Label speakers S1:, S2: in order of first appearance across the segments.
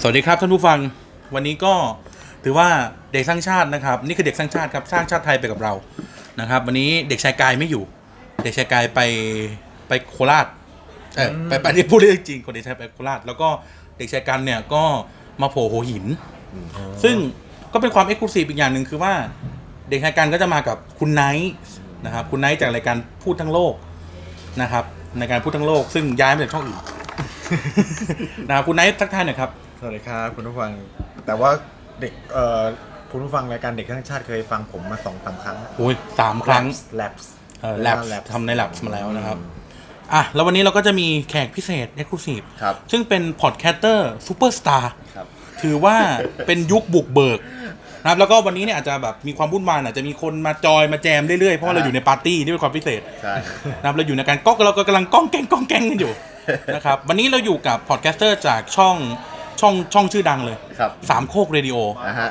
S1: สวัสดีครับท่านผู้ฟังวันนี้ก็ถือว่าเด็กสร้างชาตินะครับ นี่คือเด็กสร้างชาติครับสร้างชาติไทยไปกับเรานะครับ วันนี้เด็กชายกายไม่อยู่ เด็กชายกายไปไปโคราชเออไปไปที่พูดเรื่องจริงคนเด็กชายไปโคราช แล้วก็เด็กชายกันเนี่ยก็มาโผล่หัวหิน ซึ่งก็เป็นความเอ็กซ์คลูซีฟอีกอย่างหนึ่งคือว่า เด็กชายกันก็จะมากับคุณไนท์นะครับคุณไนท์จากรายการพูดทั้งโลกนะครับในการพูดทั้งโลก ซึ่งย้ายมาจากช่องอื่น นะครับคุณไนท์ทักทายหน่อยครับ
S2: สวัสดีครับคุณผู้ฟัง แต่ว่าเด็กเอ่อคุณผู้ฟังรายการเด็กทั้างชาติเคยฟังผมมาสองสามครั้ง
S1: โอ้ยสามครั้ง
S2: แลบ
S1: เออ Labs ทำใน Labs มาแล้วนะครับ อ่ะ แล้ววันนี้เราก็จะมีแขกพิเศษ e x c l u s i v e
S3: ครับ
S1: ซึ่งเป็นพอดแคสเตอร์ซูเปอร์สตาร์
S3: ครับ
S1: ถือว่า เป็นยุคบุกเบิกนะครับ แล้วก็วันนี้เนี่ยอาจจะแบบมีความวุ่นวายอาจจะมีคนมาจอยมาแจมเรื่อยๆ เพราะว่าเราอยู่ในปาร์ตี้นี่เป็นความพิเศษ
S3: ใช่
S1: นะครับเราอยู่ในการก้องเราก็กำลังก้องแกงก้องแกงกันอยู่ นะครับวันนี้เราอยู่กับพอดแคสเตอร์จากช่องช่องช่องชื่อดังเลย
S3: ครับ
S1: สามโคกเรดิโอ
S3: นะฮะ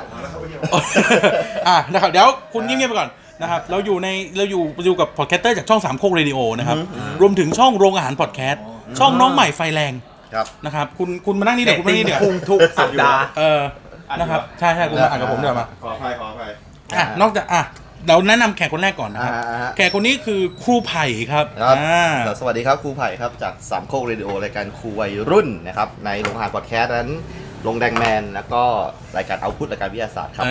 S1: อ่ะนะครับเดี๋ยวคุณเงียบๆไปก่อนนะครับเราอยู่ในเราอยู่อยู่กับพอดแคสเตอร์จากช่องสามโคกเรดิโอนะครับรวมถึงช่องโรงอาหารพอดแคสต์ช่องน้องใหม่ไฟแรง
S3: ครับ
S1: นะครับคุณคุณมานั่งนี่เดี๋ยวคุณมานั่งนี่เดี๋ยว
S2: พุ่งทุกสัปดาห์
S1: เออนะครับใช่ใช่คุณมาอ่านกับผมเดี๋ยวมา
S4: ขออภัยขออภัย
S1: อ่ะนอกจากอ่ะเราแนะนำแขกคนแรกก่อนนะครับ
S3: อ่าฮะ
S1: แขกคนนี้คือครูไผ่ครับ
S3: ครับ
S1: อ่า
S3: สวัสดีครับครูไผ่ครับจากสามโคกเรดิโอรายการครูวัยรุ่นนะครับ ในโรงอาหารพอดแคสต์นั้นลงแดงแมน แล้วก็รายการเอาพุทรายการวิทยาศาสตร์ครับ
S1: เอ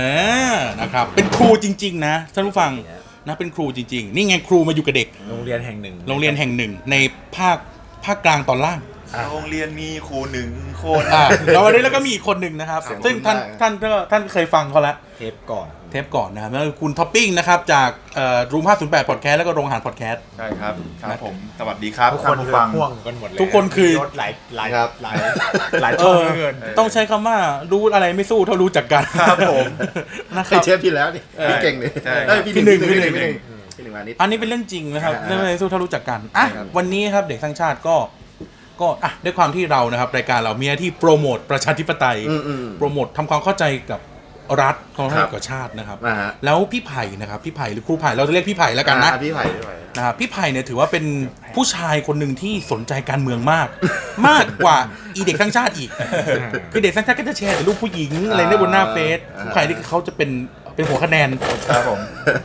S1: อนะครับ เป็นครูจริง ๆ นะท่านผู้ฟังนะ เป็นครูจริง ๆ นี่ไงครูมาอยู่กับเด็ก
S2: โรงเรียนแห่งหนึ่ง
S1: โรงเรียนแห่งหนึ่งในภาคภาคกลางตอนล่าง
S4: โรงเรียนมีครูหนึ่งคน
S1: อ่าแล้ววันนี้เราก็มีอีกคนหนึ่งนะครับ
S3: เสียง
S1: ซึ่งท่าน
S3: คุ้นมาก
S1: ท่านก็ท่านเคยฟังเขาแล้ว
S2: เทปก่อน
S1: เทปก่อนนะครับแล้วคุณท็อปปิ้งนะครับ จากเอ่อรูม508พอดแคสต์แล้วก็โรงอาหารพอดแคสต์
S4: ใช่ครับครับผมสวัสดีครับ
S2: ทุกคน
S4: ผู้
S2: คือ
S4: ฟัง
S2: พ่วงกันหมดเลย
S1: ทุกคนคือ
S2: รถหลายหลาย
S3: ครับ
S2: หลายหลาย
S1: เอ
S2: ช่อง
S1: อ
S2: เหลือเกิน
S1: ต้องใช้คำว่ารู้อะไรไม่สู้เท่ารู้จัก กัน
S4: ครับผม
S1: นะค
S3: ไอ
S1: รับ
S3: เชฟที่แล้วนี่พี่เก่งนี่
S4: ใช่
S3: เอ้ยพี่หนึ่งพี่หนึ่งพี่หนึ่งพี่หนึ่งมานิด
S1: อันนี้เป็นเรื่องจริงนะครับ
S3: อ่า
S1: เรื่องอะไรสู้ถ้ารู้จักกันอ่ะ
S3: ครับ
S1: วันนี้ครับเด็กสร้างชาติก็ก็อ่ะด้วยความที่เรานะครับรายการเรามีหน้าที่โปรโมทประชาธิปไตย
S3: อืมอืม
S1: โปรโมททำความเข้าใจกับรัฐความเข้า
S3: ค
S1: ใจ
S3: รับ
S1: กับชาตินะครับ
S3: อ่าฮะ
S1: แล้วพี่ไผ่นะครับพี่ไผ่หรือครูไผ่เราจะเรียกพี่ไผ่แล้วกันนะ
S3: อ่าพี่ไผ่พี่ไผ่
S1: นะครับพี่ไผ่เนี่ยถือว่าเป็นผู้ชายคนหนึ่งที่สนใจการเมืองมาก มากกว่าอีเด็กสร้างชาติอีก คือเด็กสร้างชาติก็จะแชร์แต่รูปผู้หญิงอะไรเนี่ยบนหน้าเฟซค
S3: อ่า
S1: รูไผ่นี่คือเขาจะเป็นเป็นหัวคะแนน
S4: ครับผม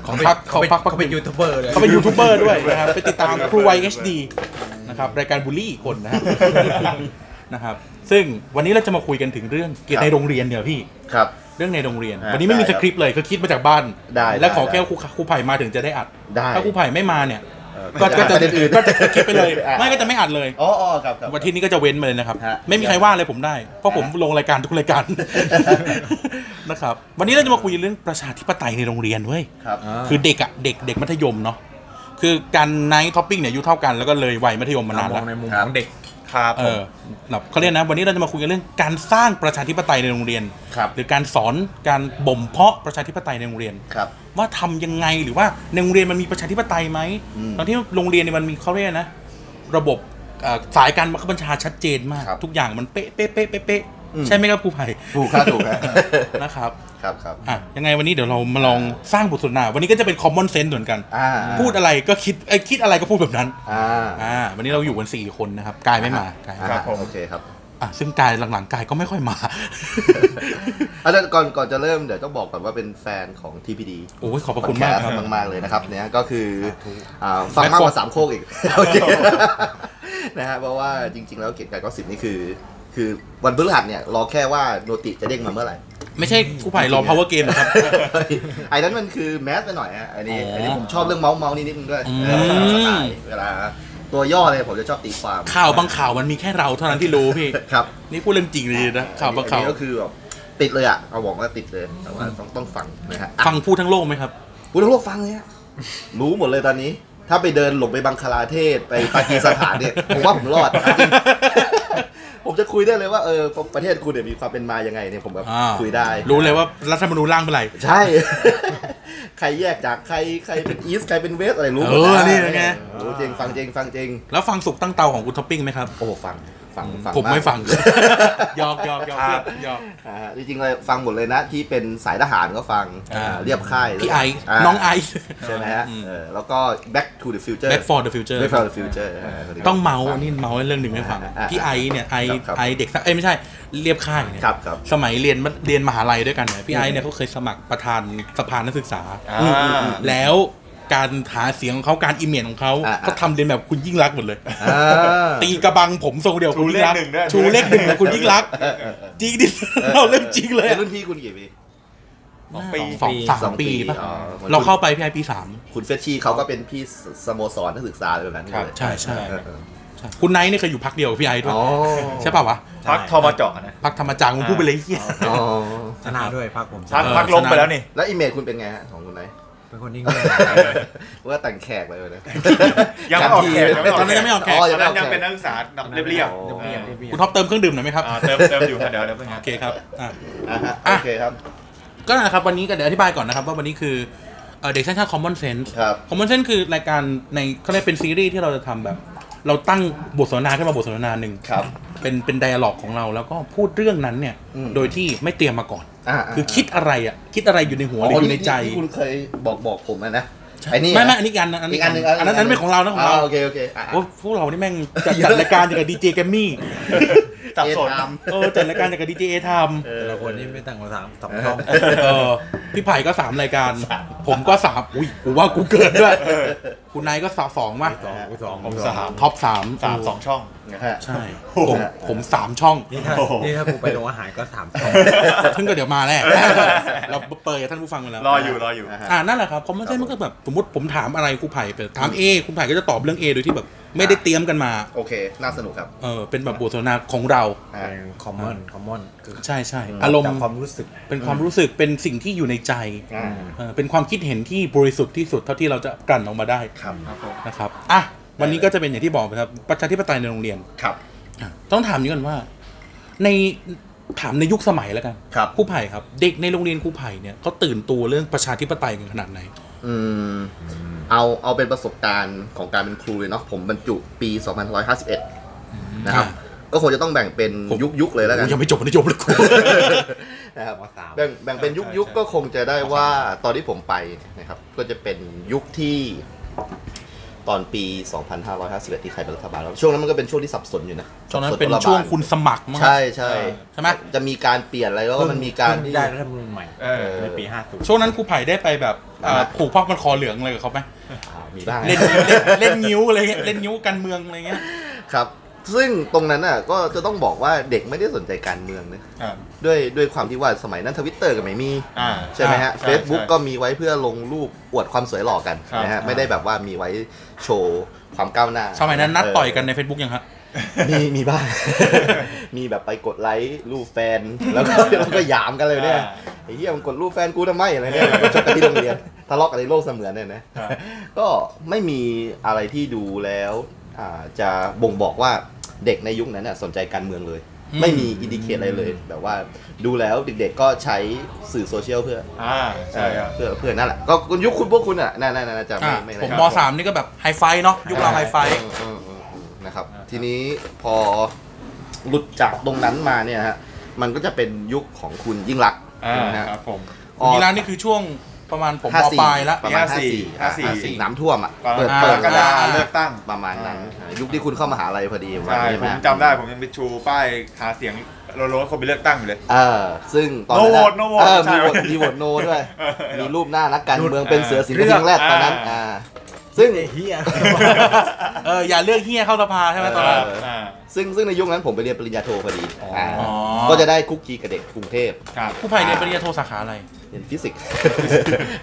S1: ของพรรคข
S2: เขา
S1: อง
S2: เป็น
S1: พรรคพรรค
S2: เขาเป็นยูทูบเบอร์เลย
S1: เขาเป็นยูทูบเบอร์ด้วยนะครับไปติดตามครูวัย HD นะครับรายการบูลลี่คนนะครับนะครับ ซึ่งวันนี้เราจะมาคุยกันถึงเรื่องเกี่ยวกับในโรงเรียนเดี๋ยวพี่
S3: ครับ
S1: เรื่องในโรงเรียน
S3: อ่า
S1: วันนี้ไม่มีสคริปต์เลยคือคิดมาจากบ้าน
S3: ได้
S1: แล้วขอ
S3: ได้
S1: แก้วครูครูไผ่มาถึงจะได้อัด
S3: ได้
S1: ถ้าครูไผ่ไม่มาเนี่ย
S3: เออ
S1: ก็ก็จะ
S3: ประเด็นอื่น
S1: ก็จะคิดไปเลย
S3: อ่ะ
S1: ไม่ก็จะไม่อัดเลย
S3: อ๋ออ๋อครับครับ
S1: วันที่นี้ก็จะเว้นมาเลยนะครับ
S3: ฮะ
S1: ไม่มีใครว่าอะไรผมได้ เพราะผม
S3: ฮะ
S1: ลงรายการทุกรายการนะครับ วันนี้เราจะมาคุยเรื่องประชาธิปไตยในโรงเรียนเว้ย
S3: ครับ
S2: า
S1: คือเด็กอะเด็กเด็กมัธยมเนาะคือการไนท์ท็อปปิ้งเนี่ยอายุเท่ากันแล้วก็เลยวัยมัธยมมานาน
S2: ม
S1: แล้
S2: อ
S1: ว
S2: งในมุม
S3: ค
S2: ข
S3: รับ
S2: องเด็ก
S4: ครับ
S1: เอ
S4: ผม
S1: อแบบเขาเรียกนะ วันนี้เราจะมาคุยกันเรื่องการสร้างประชาธิปไตยในโรงเรียน
S3: ครับ
S1: หรือการสอนการบ่มเพาะประชาธิปไตยในโรงเรียน
S3: ครับ
S1: ว่าทำยังไงหรือว่าในโรงเรียนมันมีประชาธิปไตยไหม
S3: อืม
S1: ตอนที่โรงเรียนเนี่ยมันมีเขาเรียกนะ ระบบเอ่อสายการบังคับบัญชาชัดเจนมาก
S3: ครับ
S1: ทุกอย่างมันเป๊ะเป๊ะเป๊ะเป๊ะเป๊ะ
S3: อืม
S1: ใช่ไหมครับครูไผ่
S3: ถูกครับถูกครับ
S1: นะครับ
S3: ครับครับ
S1: อ่ะยังไงวันนี้เดี๋ยวเรามาลองสร้างบทสนทนาวันนี้ก็จะเป็นคอมมอนเซนส์เหมือนกัน
S3: อ่า
S1: พูดอะไรก็คิดไอ้ยคิดอะไรก็พูดแบบนั้น
S3: อ่า
S1: อ่า วันนี้เราอยู่กันสี่คนนะครับ กายไม่มากาย
S3: อ่า
S4: ครับผม
S3: โอเคครับ
S1: อ่ะซึ่งกายหลังๆกายก็ไม่ค่อยมา
S3: อาจารย์ก่อนก่อนจะเริ่มเดี๋ยวต้องบอกก่อนว่าเป็นแฟนของ TPD
S1: โอ้ยขอบพระคุณมากครับ
S3: มากมากๆเลยนะครับเนี่ยก็คืออ่าฟังมากกว่าสามโคกอีกโอเคนะฮะเพราะว่าจริง ๆ แล้วเกียรติกายก็สิบนี่คือ คือวันพฤหัสเนี่ยรอแค่ว่าโนติจะเด้งมาเมื่อไหร่
S1: ไม่ใช่กูไผ่รอ power game นะครับ
S3: ไอ้นั้นมันคือแมสไปหน่อยฮะอันนี้
S1: อ๋ออั
S3: อันนี้ผมชอบเรื่องเมาส์เมาส์นิดนึงด้วย
S1: อืม
S3: เออสไตล์เวลาตัวย่อเลยผมจะชอบตีความ
S1: ข่าวบางข่าวมันมีแค่เราเท่านั้นที่รู้พี่
S3: ครับ
S1: นี่พูดเรื่องจริงเลยนะข่าวบางข่าว
S3: อันนี้ก็คือแบบติดเลยอะเอาบอกว่าติดเลยแต่ว่าต้องต้องฟังนะฮะ
S1: ฟังพูดทั้งโลกไหมครับ
S3: กูทั้งโลกฟังเลย ฮะรู้หมดเลยตอนนี้ ถ้าไปเดินหลงไปบังคลาเทศไปปากีสถานเนี่ย ผมว่าผมรอดจริงผมจะคุยได้เลยว่าเออประเทศคุณเนี่ยมีความเป็นมายังไงเนี่ยผมแบบ
S1: อ่า
S3: คุยได้
S1: รู้เลยว่ารัฐธรรมนูญร่างเป็นไร
S3: ใช่ ใครแยกจากใครใครเป็นอีสใครเป็นเวสอะไรรู้หมด
S1: เออนี่
S3: ะ
S1: ไง
S3: รู้จริงฟังจริงฟังจริง
S1: แล้วฟังสุกตั้งเตาของคุณท็อปปิ้งไหมครับ
S3: โอ้ฟัง ฟังฟั
S1: ผม
S3: งาก
S1: ไม่ฟังหยอกหยอกหยอก
S4: ครับ
S1: เพื่อนหยอก
S3: อ่าจริงๆเลยฟังหมดเลยนะ ที่เป็นสายทหารก็ฟัง
S1: อ่า
S3: เรียบค่าย
S1: พี่ไอซ์น้องไอซ์
S3: ใช่ไหมฮะ
S1: อืม
S3: เออแล้วก็ back to the future
S1: Back for the future
S3: back for the future าคนนี้ก็
S1: ต้องเมาส์
S3: ฟั
S1: อันนี่เมาส์เรื่องหนึ่งให้ฟัง
S3: อ่าอ่า
S1: พี่ไอซ์เนี่ยไอ
S3: ครับครับ
S1: ไอเด็กสักเอ้ยไม่ใช่เรียบค่ายเนี่ย
S3: ครับครับ
S1: สมัยเรียนมัธเรียนมหาลัยด้วยกันเนี่ยพี่ไอซ์เนี่ยเขาเคยสมัครประธานสภานักศึกษา
S4: อ่า
S1: แล้วการหาเสียงของเขาการอิมเมจของเขา
S3: อ่า
S1: ก็ทำเรียนแบบคุณยิ่งรักษณ์หมดเลย
S3: อ่า
S1: ตีกระบังผมทรงเดียว
S4: ชู
S1: คุณยิ่งรักษ
S4: เลขหนึ่งด้วย
S1: ณ์ชูเลขหนึ่งกับคุณยิ่งรักษณ์
S3: เออเออเออ
S1: จริงดิเราเรื่องจริงเลย
S3: ป็นรุ่นพี่คุณกี่ปี
S4: สองปี
S1: สองสามปีป่ะ
S3: สองปีอ๋อ
S1: เราเข้าไปพี่ไอปีสาม
S3: คุณเฟชชี่เขาก็เป็นพี่สโมสรนักศึกษาอะไรแบบนั้น
S4: ครับ
S3: เลย
S1: ใช่ใช่
S3: เออเออ
S1: ใช่คุณไนท์เนี่ยเคยอยู่พักเดียวกับพี่ไอซ์ด้วย
S3: อ๋อ
S1: ใช่ป่าวะ
S4: พักทอมเจาะนะ
S1: พักธรรมจังผมพูดไปเลยเฮีย
S3: อ๋อ
S2: ชนะด้วยพักผมช
S4: พัก
S2: นะ
S4: พักลงไปแล้วนี่
S3: แล้วอีเมจคุณเป็นไงฮะของคุ ณไหน
S2: เป็นคนนิ่งเงียบ
S3: ว่าแต่งแขกไปเลยนะ
S4: ยังไม่ออกแขกยังไม่ออก
S1: ตอนนั้นยังไม่ออกแขก
S3: อ๋อ
S4: ต
S3: ยั
S4: อง น
S3: ไม่
S4: นั้
S3: อ
S4: ยัง
S3: อน กแข
S4: เป็น
S3: ก
S4: นักศึกษาเรียบเรียบๆ
S3: เรียบ
S1: คุณท็อปเติมเครื่องดื่มหน่อยไหมครับ
S4: อ่าเติมเติมอยู่ค่ะเดี๋ยวเดี๋ยวไปหา
S1: โอเคครับอ่ะ
S3: อ่าฮะ
S1: อ่ะ
S3: โอเคครับ
S1: ก็นั่นแหละครับวันนี้ก็เดี๋ยวอธิบายก่อนนะครับ ว่าวันนี้คือเอ่อเด็กช่างชาติ common sense
S3: ครับ
S1: common sense คือรายการในเขาเรียกเป็นซีรีส์ที่เราจะทำแบบ เราตั้งบทสนทนาขึ้นมาบทสนทนาหนึ่ง
S3: ครับ
S1: เป็นเป็นไดอะล็อกของเราแล้วก็พูดเรื่องนั้นเนี่ย
S3: อืม
S1: โดยที่ไม่เตรียมมาก่อน
S3: อ่า
S1: คือคิดอะไรอ่ะ คิดอะไรอยู่ในหัวหรืออยู่ในใจ
S3: ที่คุณเคยบอกบอกผมอะนะไอ้นี่
S1: ไม่ไม่อันนี้อีกอันนะอัน
S3: อี
S1: นี้
S3: กอันหนึง
S1: อันนั้นอันนั้นไม่ของเรานะของเรา
S3: โอเคโอเคอ่ะ
S1: โอ้พวกเรานี่แม่งจัดจัดรายการอย่างกับดีเจแกมมี่
S4: สับสน
S3: เอทาม
S1: โอ้จัดรายการอย่างกับดีเจเอทาม
S3: เออ
S2: แต่ละคนนี่ไม่ต่างกันสามสองช่อง
S1: เออพี่ไผ่ก็สามรายการ ผมก็สามอุ้ยกูว่ากูเกินด้วยคุณนายก็สามสองมา
S2: สองกูสอง
S4: ผมสาม
S1: ท็อปสาม
S4: สามสองช่อง
S3: นะฮะ
S1: ใช่
S4: โอ้โห
S1: ผมผมสามช่อง
S2: นี่ถ้า
S4: โอ้โห
S2: นี่ถ้ากูไปโรงอาหารก็สามช่อง
S1: ซึ่งก็เดี๋ยวมาแน่เราเปิดให้ท่านผู้ฟังไปแล้ว
S4: รออยู่รออยู่
S3: อ่ะ
S1: อ่านั่นแหละครับคอมเมนต์มันก็แบบสมมติผมถามอะไรครูไผ่ไปถาม A คุณไผ่ก็จะตอบเรื่อง A โดยที่แบบ ไม่ได้เตรียมกันมา
S3: โอเค น่าสนุกครับ
S1: เออเป็นแบบบทสนทนาของเรา
S3: อ่ะ
S2: เป็นคอมมอนคอมมอนคือ
S1: ใช่ใช่อารมณ์
S2: จากความรู้สึก
S1: เป็นความรู้สึกเป็นสิ่งที่อยู่ในใจ
S3: อ่า
S1: เออเป็นความคิดเห็นที่บริสุทธิ์ที่สุดเท่าที่เราจะกลั่นออกมาได้
S3: ครับ
S4: ครับผม
S1: นะครับ อ่ะ วันนี้ก็จะเป็นอย่างที่บอกนะครับ ประชาธิปไตยในโรงเรียน
S3: ครับ
S1: อ่ะต้องถามอย่างนี้ก่อนว่า ในถามในยุคสมัยแล้วกัน
S3: ครับ
S1: ครูไผ่ครับ เด็กในโรงเรียนครูไผ่เนี่ยเขาตื่นตัวเรื่องประชาธิปไตยกันขนาดไหน
S3: อืม เอาเอาเป็นประสบการณ์ของการเป็นครูเลยเนาะผมบรรจุปี 2551 นะครับ
S1: อ่า
S3: ก็คงจะต้องแบ่งเป็น
S1: ผม
S3: ยุคยุคๆเลยแล้วกัน
S1: โอ้ยังไม่จบไม่ได้จบเลยครู
S3: นะครับ
S2: มสาม
S3: แบ่งแบ่งเป็นยุคยุคๆก็คงจะได้ว่าตอนที่ผมไปเนี่ยนะครับ ก็จะเป็นยุคที่ตอนปี 2551 ที่ใครเป็นรัฐบาลแล้วช่วงนั้นมันก็เป็นช่วงที่สับสนอยู่นะ
S1: ตอนนั้น
S3: สับส
S1: เป็น
S3: รัฐบาล
S1: ช่วงคุณสมัครมั้ง
S3: ใช่ใช่
S1: ใช่ไหม
S3: จะมีการเปลี่ยนอะไรแล้วก็มันมีการ
S2: เพิ่
S3: ที่
S2: งได้รัฐธรรมนูญใหม่
S4: เออ
S2: ในปีห้าศูนย์
S1: ช่วงนั้นครูไผ่ได้ไปแบบอ่า
S3: อ่า
S1: ผูกผ้ามันคอเหลืองอะไรกับเขาไหม
S3: อ่ามีบ้าง
S1: เล่นเล่นเล่นนิ้วอะไรเงี้ย เล่นนิ้วกันเมืองอะไรเงี้ย
S3: ครับ ซึ่งตรงนั้นน่ะก็จะต้องบอกว่าเด็กไม่ได้สนใจการเมืองนะ
S4: อ่า
S3: ด้วยด้วยความที่ว่าสมัยนั้นทวิตเตอร์ก็ไม่มี
S4: อ่า
S3: ใช่ไหมฮะ
S4: ใช่
S3: Facebook
S4: ใช่
S3: ก็มีไว้เพื่อลงรูปอวดความสวยหล่อกัน
S4: ครับ
S3: นะฮะไม่ได้แบบว่ามีไว้โชว์ความก้าวหน้า
S1: สมัยนั้นนัด
S3: เ
S1: ต่อยกันใน Facebook ยังฮะ
S3: มีมีบ้าง มีแบบไปกดไลค์รูปแฟน แล้วก็ แล้วก็หยามกันเลยเนี่ย
S4: อ่า
S3: ไอ้เหี้ยมันกดรูปแฟนกูทำไมอะไรเนี่ยแล้วก็ชกกันที่โรงเรียนทะเลาะกันในโลกเสมือนเนี่ยนะ
S4: ครับ
S3: ก็ไม่มีอะไรที่ดูแล้วอ่าจะบ่งบอกว่าเด็กในยุคนั้นน่ะสนใจการเมืองเลย
S1: อืม
S3: ไม่มีอินดิเคตอะไรเลย แบบว่าดูแล้วเด็กๆก็ใช้สื่อโซเชียลเพื่อ
S4: อ่า ใช่ครับ
S3: เพื่อเพื่อนั่นแหละก็คุณยุคคุณพวกคุณอ่ะน่าน่าน่าจะไม่
S1: อ่า
S3: ไม่
S1: ผม
S3: นะครับ
S1: มสามนี่ก็แบบไฮไฟเนาะ ยุคเราไฮไฟ
S3: เออเออเออนะครับ ทีนี้พอหลุดจากตรงนั้นมาเนี่ยฮะมันก็จะเป็นยุคของคุณยิ่งรักษณ์
S4: อ่า
S3: นะฮะ
S4: ครับผม
S3: ออก
S1: มีร้านนี่คือช่วงประมาณผม
S3: ห้
S1: ป
S3: สี่
S1: ปลายละ
S3: ประมาณ
S4: ห้า
S3: ห้า
S4: สี่
S3: สี่อ่ะ
S4: ห้าสี่
S3: ห้าสี่น้ำท่วมอ่ะ
S4: ประมา
S3: เปิ
S4: ณ
S3: ดเปิด
S4: ก
S3: ก
S4: ร
S3: ระ
S4: กฎา
S3: ดา
S4: คม
S3: ษ
S4: เลือกตั้ง
S3: ประมาณนั้น
S4: อ่า
S3: ยุคที่คุณเข้ามหาลัยพอดีวัน
S4: ใช่
S3: นี้
S4: ผม
S3: นะ
S4: จำได้ผมยังไปชูป้ายหาเสียงโรโรสคนไปเลือกตั้งอยู่เลย
S3: เออซึ่งตอน
S4: โน
S3: นั้น
S4: โหวตโนโหวต
S3: อะเออ
S4: ใช่
S3: มีโหวตมีโหวตโนด้วย
S4: เออ
S3: มีรูปหน้านักการเมือง
S4: รูป
S3: เป็นเสือสิงห์
S4: เลือก
S3: เพียงแรกตอนนั้น
S4: อ่า
S3: อ่าซึ่ง
S2: ไอ้เฮีย
S1: เอออย่าเลือกเฮี้ยเข้าสภาใช่ไหมตอนนั้น
S3: เออ
S4: อ่า
S3: ซึ่งซึ่งในยุคนั้นผมไปเรียนปริญญาโทพอดีา
S1: อ๋อ
S3: ก็จะได้คุกคีกับเด็กกรุงเทพ
S4: ครับ
S1: ผู้ภัยเรียนปริญญาโทสาขาอะไร
S3: เรียนฟิสิ กส์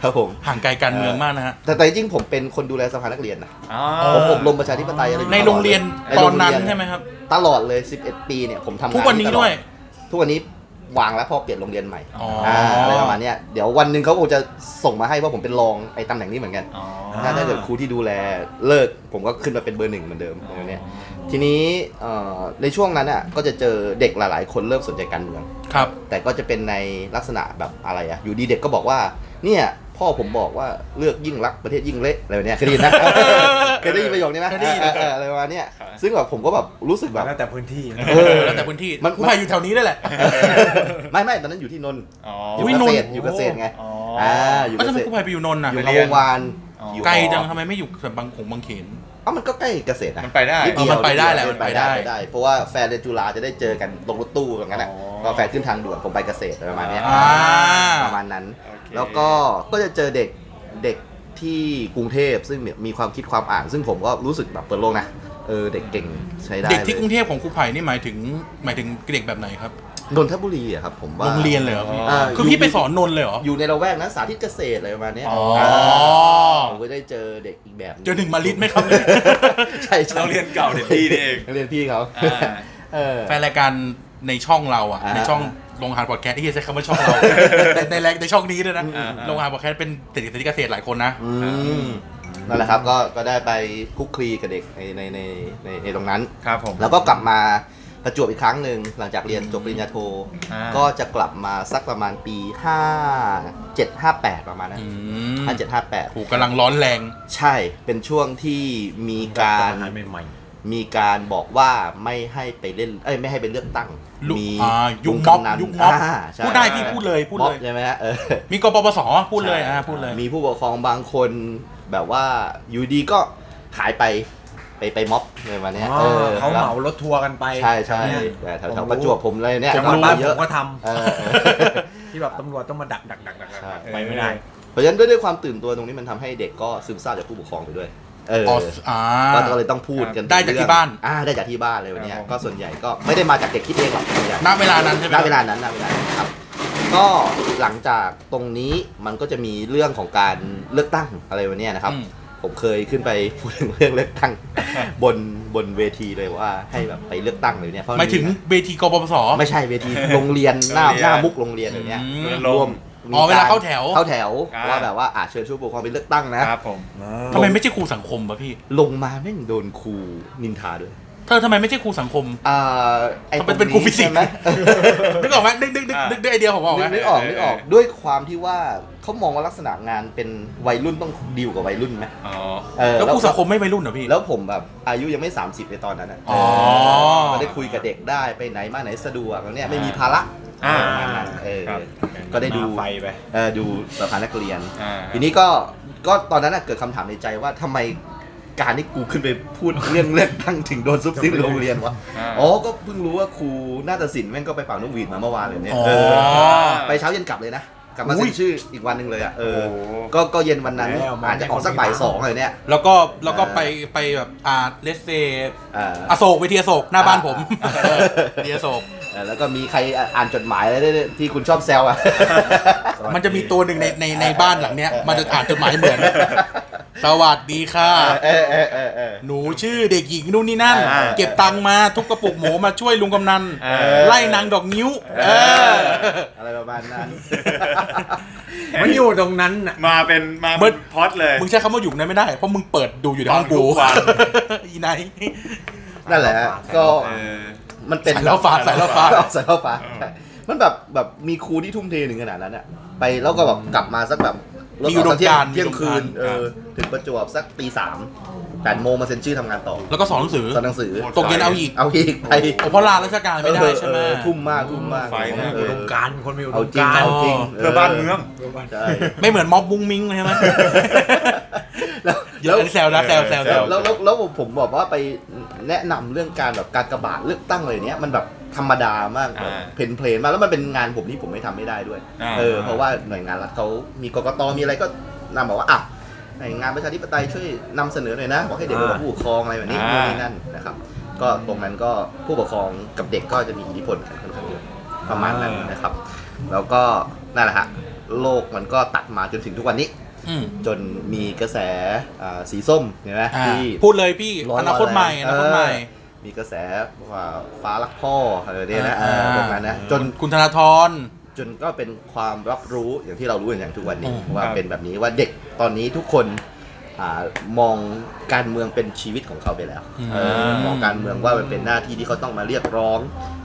S3: ครับผม
S1: ห่างไกลการเมืองมากนะฮะ
S3: แต่แต่จริงๆผมเป็นคนดูแลสภานักเรียนนะ
S4: อ๋อ
S3: ผมอบรมประชาธิปไตยอะไรอยู่
S1: ในโรงเรียน
S3: ใ
S1: ตอนนั้น
S3: โงเรีย
S1: ใช่ไหมครับ
S3: ตลอดเลย 11 ปีเนี่ยผมทำงาน
S1: ทุกวันนี้
S3: ตลอ
S1: ด้วย
S3: ทุกวันนี้วางแล้วเพอเปลี่ยนโรงเรียนใหม่
S1: อ๋ออ
S3: อ่าอะไรประมาณเนี้ยเดี๋ยววันหนึ่งเขาคงจะส่งมาให้ว่าผมเป็นรองไอ้ตำแหน่งนี้เหมือนกัน
S4: อ๋อ
S3: ถ้าถ้าเกิดครูที่ดูแลเลิก ผมก็ขึ้นมาเป็นเบอร์หนึ่งเหมือนเดิมตรงเนี้ยทีนี้เอ่อในช่วงนั้นอ่ะก็จะเจอเด็กหลาย ๆ คนเริ่มสนใจการเมือง
S1: ครับ
S3: แต่ก็จะเป็นในลักษณะแบบอะไรอ่ะ อยู่ดีเด็กก็บอกว่า เนี่ย พ่อผมบอกว่าเลือกยิ่งรักษณ์ประเทศยิ่งเละอะไรแบบเนี้ยเคยได้ยินนะ เคยได้ยินประโยคนี้ไหม
S2: เคยได้ยิน
S3: เออเอออะไรประมาณเนี้ย
S4: ครับ
S3: ซึ่งแบบผมก็แบบรู้สึกแบบ
S2: แล้วแต่พื้นที่
S3: เออ
S1: แล้วแต่พื้นที่
S3: มัน
S1: กูพายอยู่แถวนี้นั่นแหละ
S3: ไม่ไม่ตอนนั้นอยู่ที่นนท์
S4: อ๋อ
S3: อ
S1: อุ๊
S3: ยู่
S1: ย
S3: เกษตร
S1: นนท์
S3: อยู่เกษตรไง
S4: อ๋ออ
S3: อ่าอยู่
S1: ก็
S3: เก
S1: ทำไม
S3: ษตร
S1: กูพายไปอยู่นนท์น่ะ
S3: อ
S4: ไป
S3: ยู่
S4: เรี
S3: งาม
S4: ยน
S3: วงวาน
S4: อ๋อ
S3: อ
S4: อ
S3: ยู่
S1: ไกลจัง
S3: หอ
S1: ทำไมไม่อยู่แถบบางขงบางเขน
S3: เอ้ามันก็ใกล้เกษตรนะ
S4: มันไปได้
S3: ดเยว
S1: มันไปได้แหละ
S3: เยว
S1: มันไปได้
S3: ไปได้ เพราะว่าแฟนเรียนจุฬาจะได้เจอกันลงรถตู้อย่างนั้นแหละ
S4: อ๋อ
S3: ก็แฟนขึ้นทางด่วนผมไปเกษตรอะไรประมาณเนี้ย
S1: อ่า
S3: ประมาณนั้น
S4: โอเค
S3: แล้วก็ ก็จะเจอเด็ก เด็กที่กรุงเทพซึ่งเนี่ยมีความคิดความอ่าน ซึ่งผมก็รู้สึกแบบเปิดโลกนะ เออ เด็กเก่งใช้ได้
S1: เด็กที่กรุง
S3: ลย
S1: เทพของครูไผ่นี่หมายถึงหมายถึงเด็กแบบไหนครับ
S3: นนทบุรีอะครับผมว่า
S1: โรงเรียนเลยเหรอพี่
S3: อ่า
S1: คือพี่ไปสอนนนท์เลยเหรอ
S3: อยู่ในละแวกนั้นสาธิตเกษตรอะไรประมาณเนี้ย
S1: อ๋อ
S3: ผมก็ได้เจอเด็กอีกแบบ
S1: เจอหนึ่งมาลิดไหมครับ
S3: ใช่ใช่
S4: เราเรียนเก่าเด็ดดีนี่เอง
S3: เรียนพี่เขา
S4: อ่า
S3: เออ
S1: แฟนรายการในช่องเราอ่ะ
S3: อ่า
S1: ในช่องโรงอาหารพอดแคสต์ที่จะใช้คำว่าช่องเรา ในในแรกในช่องนี้ด้วยนะ
S3: อืม
S1: โรงอาหารพอดแคสต์เป็นเด็กเศรษฐกิจเกษตรหลายคนนะ
S3: อืมนั่นแหละครับ ก็ ก็ได้ไปคลุกคลีกับเด็กในในในในในตรงนั้น
S4: ครับผม
S3: แล้วก็กลับมาประจวบอีกครั้งหนึ่งหลังจากเรียนจบปริญญาโท
S4: อ่า
S3: ก็จะกลับมาสักประมาณปี 5 7 5 8 ประมาณนั้น
S1: อืม
S3: ห้าเจ็ดห้าแปด
S1: ถูกกำลังร้อนแรง
S3: ใช่เป็นช่วงที่มีการ
S2: หารใหม่
S3: มีการบอกว่าไม่ให้ไปเล่นเอ้ยไม่ให้ไปเลือกตั้ง
S1: ลุก
S3: มี
S1: อ่ายุคม็อบ
S3: ลุงกำนัน
S1: ยุคม็อบ
S3: าใช่
S1: พูดได้พี่พูดเลยพูดเลย
S3: ม็อบใช่ไหมฮะเออ
S1: มีกปปสพูดเลยอ่าพูดเลย
S3: มีผู้ปกครองบางคนแบบว่าอยู่ดีก็หายไปไปไปม็อบในวัน
S2: ๆ
S3: เนี้ย
S2: อ๋อ
S3: ออ
S2: เขา
S3: แล้ว
S2: เหมารถทัวร์กันไป
S3: ใช่ใช่
S2: แถวเนี้ย
S3: แต่แถว
S2: ผม
S3: แถว
S2: รู้
S3: ประจวบผมเลยเนี่ย
S2: จังหวัด
S3: มา
S2: บ้าน
S3: เย
S2: ผ
S3: อะ
S2: มก็ท
S3: เออเอ อ
S2: ำที่แบบตำรวจต้องมาดักดักดักดักดัก
S3: ใช่
S2: ไปไม่ได้
S3: เพราะฉะนั้นด้วยด้วยความตื่นตัวตรงนี้มันทำให้เด็กก็ซึมซาบจากผู้ปกครองไปด้วย เออ
S1: อ๋ออ่า
S3: ก็เลยต้องพูดกัน
S1: ได้จากที่บ้าน
S3: อ่าได้จากที่บ้านเลยวันเนี้ย
S4: ครับผม
S3: ก็ส่วนใหญ่ก็ไม่ได้มาจากเด็กคิดเองหรอกส่วนใหญ่
S1: ณเวลานั้นใช่ไหม
S3: ณเวลานั้นณเวลานั้นครับ ก็หลังจากตรงนี้มันก็จะมีเรื่องของการเลือกตั้งอะไรวันเนี้ยนะครับ
S1: อืม
S3: ผมเคยขึ้นไปพูดถึงเรื่องเลือกตั้ง บนบนเวทีเลยว่าให้แบบไปเลือกตั้งเลยเนี่ยเพราะ
S1: หมายถึงเวทีกปปส
S3: ไม่ใช่เวที โรงเรียนหน้า
S4: โรงเรียน
S3: หน้ามุกโรงเรียนอย่างเนี้ย
S1: อืม
S4: เดินล
S3: ร่วม
S4: ม
S1: อ๋อ
S3: มีกร
S1: เวลาเข้าแถว
S3: เข้าแถว
S4: อ่า
S3: ว่าแบบว่าอ่ะเชิญชูปกครองไปเลือกตั้งนะ
S4: ครับผม
S1: ทำไมไม่ใช่ครูสังคมวะพี่
S3: ลงมาแม่งโดนครูนินทาด้วย
S1: เธอทำไมไม่ใช่ครูสังคม
S3: อ่าไอ้
S1: เขาเป็นเป็นครูฟิสิกส์
S3: ใช่ไหม
S1: นึกออกไหมนึกนึกนึก
S4: อ่านึ
S1: นึกได้ไอเดียผมออกไหม
S3: นึกออกนึกออกด้วยความที่ว่าเขามองว่าลักษณะงานเป็นวัยรุ่นต้องดีลกับวัยรุ่นไหม
S4: อ๋อ
S3: เออ
S1: แล้วครูสังคมไม่วัยรุ่นเหรอพี่
S3: แล้วผมแบบอายุยังไม่ 30ในตอนนั้นนะ
S1: อ๋อ
S3: ก็ได้คุยกับเด็กได้ไปไหนมาไหนสะดวกแล้วเนี่ยไม่มีภาระ
S2: อ่า
S3: ประมาณนั้นเออ
S4: ครับ
S3: ก็ได้ดู
S2: หน้าไฟไป
S3: เออดูสถานนักเรียน
S4: อ่า
S3: ทีนี้ก็ก็ตอนนั้นนะเกิดคำถามในใจว่าทำไมการที่กูขึ้นไปพูด เรื่องเลือกตั้งถึงโดนซุบซิบในโรงเรียนวะ
S4: อ่า
S3: อ๋อก็เพิ่งรู้ว่าครูนาฏศิลป์แม่งก็ไปเป่านกหวีดมาเมื่อวานเลยเนี่ย
S1: อ๋อ
S3: เออไปเช้าเย็นกลับเลยนะ กลับมาเซ็นชื่ออีกวันหนึ่งเลยอ่ะเออ
S4: โอ้โห
S3: ก็ก็เย็นวันนั้น
S2: แล้วมา
S3: อาจจะออกสักบ่ายสองเลยเนี่ย
S1: แล้วก็แล้วก็
S3: เออ
S1: ไปไปแบบอ่าเลสเซ
S3: เออ
S1: อ
S3: อ่ะ
S1: โศกเวทีอโศกหน้าบ้านผม
S3: อ่า
S1: เออเดียโศก
S3: เออแล้วก็มีใครอ่านจดหมายอะไรได้ที่คุณชอบแซวอ่ะ
S1: มันจะมีตัวหนึ่งในในในบ้านหลังเนี้ย มันจะอ่านจดหมายเหมือน สวัสดีค่ะ
S3: เออเออเออเออ
S1: หนูชื่อเด็กหญิงนู่นนี่นั่น
S4: อ่า
S1: เก็บตังค์มาทุกกระปุกหมูมาช่วยลุงกำนัน
S4: อ่า
S1: ไล่นางดอกนิ้ว เออ
S3: อะไรประมาณ นั้น
S2: มันอยู่ตรงนั้นน่ะ
S4: มาเป็นมา
S1: มึ
S4: เป็
S1: ง
S4: นพล็อดเลย
S1: มึงใช้คำว่าอยู่ในไม่ได้ เพราะมึงเปิดดูอยู่ในห้องกู
S4: ฟังทุกวั น
S1: อีไนท์
S3: นั่นแหละฮะก็
S4: เออ
S3: มันเป็น
S1: สายแล้วฟ้าสายแล้วฟ้า
S3: ใส่เข้าฟ้ามันแบบแบบมีครูที่ทุ่มเทถึงขนาดนั้นอะไปแล้วก็แบบกลับมาสักแบบ
S1: มีอุดมการณ์
S3: เที่ยง
S1: มีอุดมการณ์
S3: คืนเออ
S4: ครับ
S3: ถึงประจวบสักตีสามแปดโมงมาเซ็นชื่อทำงานต่อ
S1: แล้วก็สอนหนังสือ
S3: สอนหนังสือ
S4: โคตร
S1: ตกเย็นเอาอีก
S3: เอาอีกไป
S1: โอ้เพราะลาราชการไม่ได้
S3: เออ
S1: ใช่ไหม
S3: เออทุ่มมากทุ่มมาก
S4: ไฟมาก
S3: เอ
S2: อุ
S3: อ
S2: ดมการณ์คนมีอุด
S3: เอา
S2: ม
S3: จริง
S2: การณ์
S3: เอาจริง
S4: เพื่อบ้านเมือง
S3: ใช่
S1: ไม่เหมือนม็อบบุ้งมิ้งเลยใช่ไหม
S3: แล้ว
S1: เย
S3: แล้ว
S1: อะแซวนะแซวแซวแซ
S3: แล้ว
S1: ว
S3: แล้วแล้วแล้วผมบอกว่าไปแนะนำเรื่องการแบบการกระบาดเลือกตั้งอะไรเนี้ยมันแบบธรรมดามากแบบ
S4: อ่า
S3: เพลนเพลนๆมากแล้วมันเป็นงานผมที่ผมไม่ทำไม่ได้ด้วย
S4: า
S3: เออเพราะว่าหน่วยงานรัฐเขามีกกตมีอะไรก็นำบอกว่าอ่ะหน่วยงานประชาธิปไตยช่วยนำเสนอหน่อยนะบอกให้เด็กไปบอกผู้ปกครองอะไรแบบนี้
S4: อ่า
S3: นู่นนี่นั่นนะครับ ก็ตรงนั้นก็ผู้ปกครองกับเด็กก็จะมีอิทธิพลกันค่อนข้างเยอะประมาณนั้นนะครับ แล้วก็นั่นแหละฮะโลกมันก็ตัดมาจนถึงทุกวันนี้
S1: อืม
S3: จนมีกระแสอ่าสีส้มเห็นไหม
S1: อ่า
S3: ที่
S1: พูดเลยพี่
S3: ร้อย
S1: อนาคตใหม่อนา
S3: วันแล้ว
S1: คตใหม่
S3: เออ มีกระแสว่าฟ้ารักพ่ออะไรเนี่ยนะเออพวกนั้นนะจน
S1: คุณธนาธร
S3: จนก็เป็นความรับรู้อย่างที่เรารู้กันอย่างทุกวันนี้
S1: อืม
S3: ว่า
S4: ครับ
S3: เป็นแบบนี้ว่าเด็กตอนนี้ทุกคนอามองการเมืองเป็นชีวิตของเขาไปแล้วเออมองการเมืองว่ามันเป็นหน้าที่ที่เขาต้องมาเรียกร้อง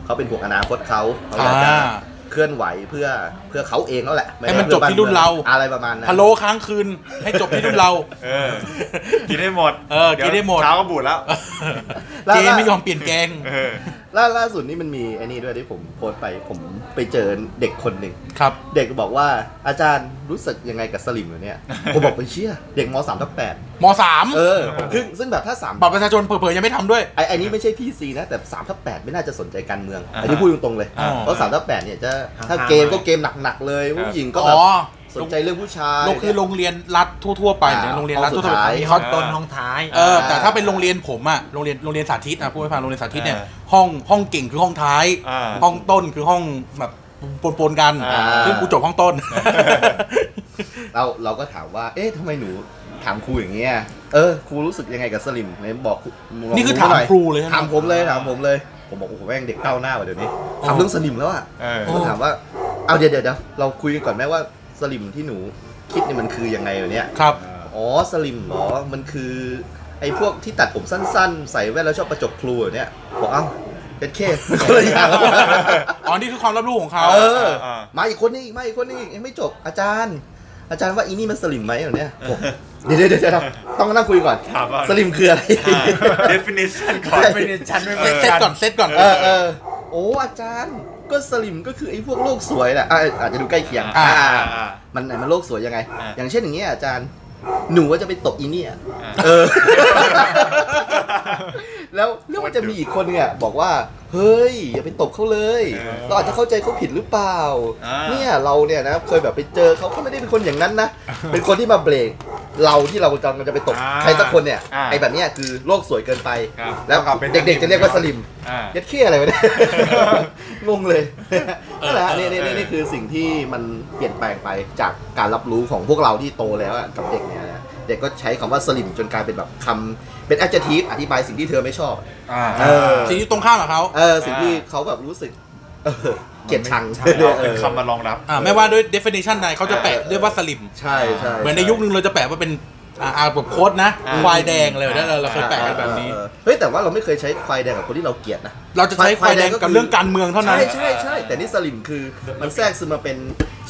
S3: เขาเป็นห่วงอนาคตเขาเขาอยากจะ
S1: อ่า
S3: เคลื่อนไหวเพื่อเพื่อเขาเองแล้วแหละไได้
S1: ให้มัน
S3: พื่อ
S1: จบที่รุ่นเรา
S3: อะไรประมาณนั้น
S1: พะโลค้างคืนให้จบที่รุ่น เรา
S4: เออ กินได้หมด
S1: เออกินได้หมด
S4: เยวเช้าก็บูดแล้ว
S1: เจไม่ยอมเปลี่ยนแกง
S4: เออ
S3: ล่าล่าสุดนี่มันมีไอ้นี่ด้วยที่ผมโพสต์ไปผมไปเจอเด็กคนหนึ่ง
S1: ครับ
S3: เด็กบอกว่าอาจารย์รู้สึกยังไงกับสลิมเหรอเนี่ย ผมบอกไปเชี่ยเด็กมสามทับแปด
S1: มสาม
S3: เออซึ่งซึ่งแบบถ้าสาม
S1: บัตรประชาชนเผลอๆยังไม่ทำด้วย
S3: ไอไอนี้ไม่ใช่พี่ซีนะ แต่สามทับแปดไม่น่าจะสนใจการเมือง
S4: อ่าฮะ
S3: อันนี้พูดตรงๆเลย
S1: อ่า
S3: เพราะสามทับแปดเนี่ยจะถ้า
S2: ห่างๆ
S3: เก
S2: ห
S3: ม
S2: น่อย
S3: ก็เกมหนักๆเลย
S4: ครับ
S3: ผู้หญิงก็
S1: อ๋
S3: แบบ
S1: อ
S3: สนใจเรื่องผู้ชาย
S1: โรงคือโรงเรียนรัฐทั่วๆไปเนี่ย
S3: อ่า
S1: โรงเรียนรัฐทั่วๆไป
S3: ห้องสุดท้าย
S1: มี
S2: ห้
S1: ห้อ
S2: อง งต้นห้องท้าย
S1: เออแต่ถ้าเป็นโรงเรียนผมอะโรงเรียนโรงเรียนสาธิตอะพูดให้ฟังโรงเรียนสาธิตเนี่ย
S4: อ่า
S1: ห้องห้องเก่งคือห้องท้าย
S4: อ่า
S1: ห้องต้นคือห้องแบบปนๆกัน
S4: อ่า
S1: ซึ่งกูจบห้องต้น
S3: เราเราก็ถามว่า เอ๊ะทำไมหนูถามครูอย่างเงี้ยเออครูรู้สึกยังไงกับสลิมไหนบอกลง
S1: นี่คือ
S3: ดูห
S1: ถามครูเลยใช่ไหม
S3: ถามผมเลยถามผมเลยผมบอกโอ้โหแม่งเด็กก้าวหน้าว่ะเดี๋ยวนี้
S1: อ๋อ
S3: ทำเรื่องสลิมแล้วอ่ะ
S4: เออ
S1: โ
S3: ก็ถามว่า เอาเดี๋ยวเดี๋ยวเดี๋ยวเราคุยกันก่อนไหมว่าสลิมที่หนูคิดเนี่ยมันคือยังไงเหรอเนี่ย
S1: ครับ
S3: อ๋อสลิมเหรอ มันคือไอ้พวกที่ตัดผมสั้นๆ ใส่แว่นแล้วชอบประจบครูเหรอเนี่ย บอกเอ้าเป็นเคสมันคนละอย่าง
S1: อ๋อนี่คือความรับรู้ของเขา
S3: เออ
S4: เออ
S3: มาอีกคนนี้อีกมาอีกคนนี้อีกยังไม่จบอาจารย์ อาจารย์ว่าอีนี่มันสลิมไหมเหรอเนี่ยผมเดี๋ยวเดี๋ยวเดี๋ยวต้องนั่งคุยก่อน
S4: ถามว่า
S3: สลิมคืออะไร
S4: อ่า definition ก่อน
S2: เป็นชั้นไม่
S1: เซ
S2: เป็น
S1: ต
S2: ชั้น
S1: ก่อนเซตก่อน
S3: เออเออโอ้อาจารย์ก็สลิมก็คือไอ้พวกโลกสวยแหละอ่ะอาจจะดูใกล้เคียง
S1: อ่า
S3: อ่า
S4: อ่า
S3: มันไหนมันโลกสวยยังไง
S4: อ่า
S3: อย่างเช่นอย่างเงี้ยอาจารย์ หนูว่าจะไปตกอีเนี่ย
S4: อ่ะ
S3: เออ แล้วเรื่องมันจะมีอีกคนเนี่ยบอกว่า เฮ้ย อย่าไปตบเขาเลย
S4: เออ
S3: เราอาจจะเข้าใจเขาผิดหรือเปล่า
S4: อ่า
S3: เนี่ยเราเนี่ยนะเคยแบบไปเจอเขาเขาไม่ได้เป็นคนอย่างนั้นนะ เป็นคนที่มาเบรกเราที่เรากำลังจะไปตบ
S4: อ่า
S3: ใครสักคนเนี่ย
S4: อ่า
S3: ไอ้แบบเนี้ยคือโลกสวยเกินไป
S4: ครับ
S3: แล้ว
S4: ก็เป็น
S3: เด็กๆจะเรียกว่าสลิม
S4: อ่า
S3: ยัดเขี้ยอะไร วะเนี่ย งงเลยนั่นแหละฮะนี่นี่นี่นี่คือสิ่งที่มันเปลี่ยนแปลงไปจากการรับรู้ของพวกเราที่โตแล้วอะกับเด็กเนี่ยนะเด็กก็ใช้คำว่าสลิมจนกลายเป็นแบบคำเป็น adjective อธิบายสิ่งที่เธอไม่ชอบ
S4: อ่า
S3: เออ
S1: สิ่งที่ตรงข้ามกับเขา
S3: เออสิ่งที่เขาแบบรู้สึกเออเกลียดชัง
S2: มันไม่
S3: เออ
S4: เป็นคำมารองรับ
S1: อ่าไม่ว่าด้วย definition ใดเขาจะแปะด้วยว่าสลิม
S3: ใช่ใช่
S1: เหมือนในยุคนึงเราจะแปะว่าเป็นอ่าอ่าแบบโค้ดนะ
S4: อ่า
S1: ควายแดงเลยนะเราเราเคยแปะกันแบบนี้
S3: เออเออเฮ้ยแต่ว่าเราไม่เคยใช้ควายแดงกับคนที่เราเกลียดนะ
S1: เราจะใช้ควายแดงกับเรื่องการเมืองเท่านั้น
S3: ใช่ใช่ใช่แต่นี่สลิมคือมันแทรกซึมมาเป็น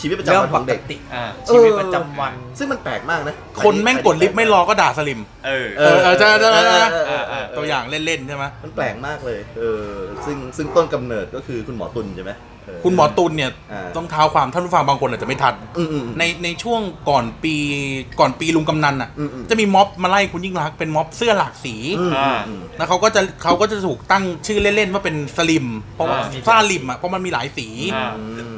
S3: ชีวิตประจำวันของเด็ก
S4: อ่า
S2: ชีวิตประจำวัน
S3: ซึ่งมันแปลกมากนะ
S1: คนแม่งกดลิฟต์ไม่รอก็ด่าสลิม
S4: เออ
S1: เออเออใช่ใช่ใช่ใช่
S3: เออเออเออ
S1: ตัวอย่างเล่น ๆ ใช่ไหม
S3: มันแปลกมากเลย เออ ซึ่งซึ่งต้นกำเนิดก็คือคุณหมอตุลใช่ไหมเ
S1: คุณหมอตุลเนี่ย
S3: อ่า
S1: ต้องเท้าความท่านผู้ฟังบางคนอาจจะไม่ทัน
S3: อืมอืม
S1: ในในช่วงก่อนปีก่อนปีลุงกำนันอ่ะ
S3: อืมอืม
S1: จะมีม็อบมาไล่คุณยิ่งรักษณ์เป็นม็อบเสื้อหลากสี
S3: อืมอืมอืม
S1: แล้วเขาก็จะเขาก็จะถูกตั้งชื่อเล่น ๆ ว่าเป็นสลิม เพราะว่า
S4: อ่า
S1: ฟ้าลิมอ่ะเพราะมันมีหลายสี
S4: อ่า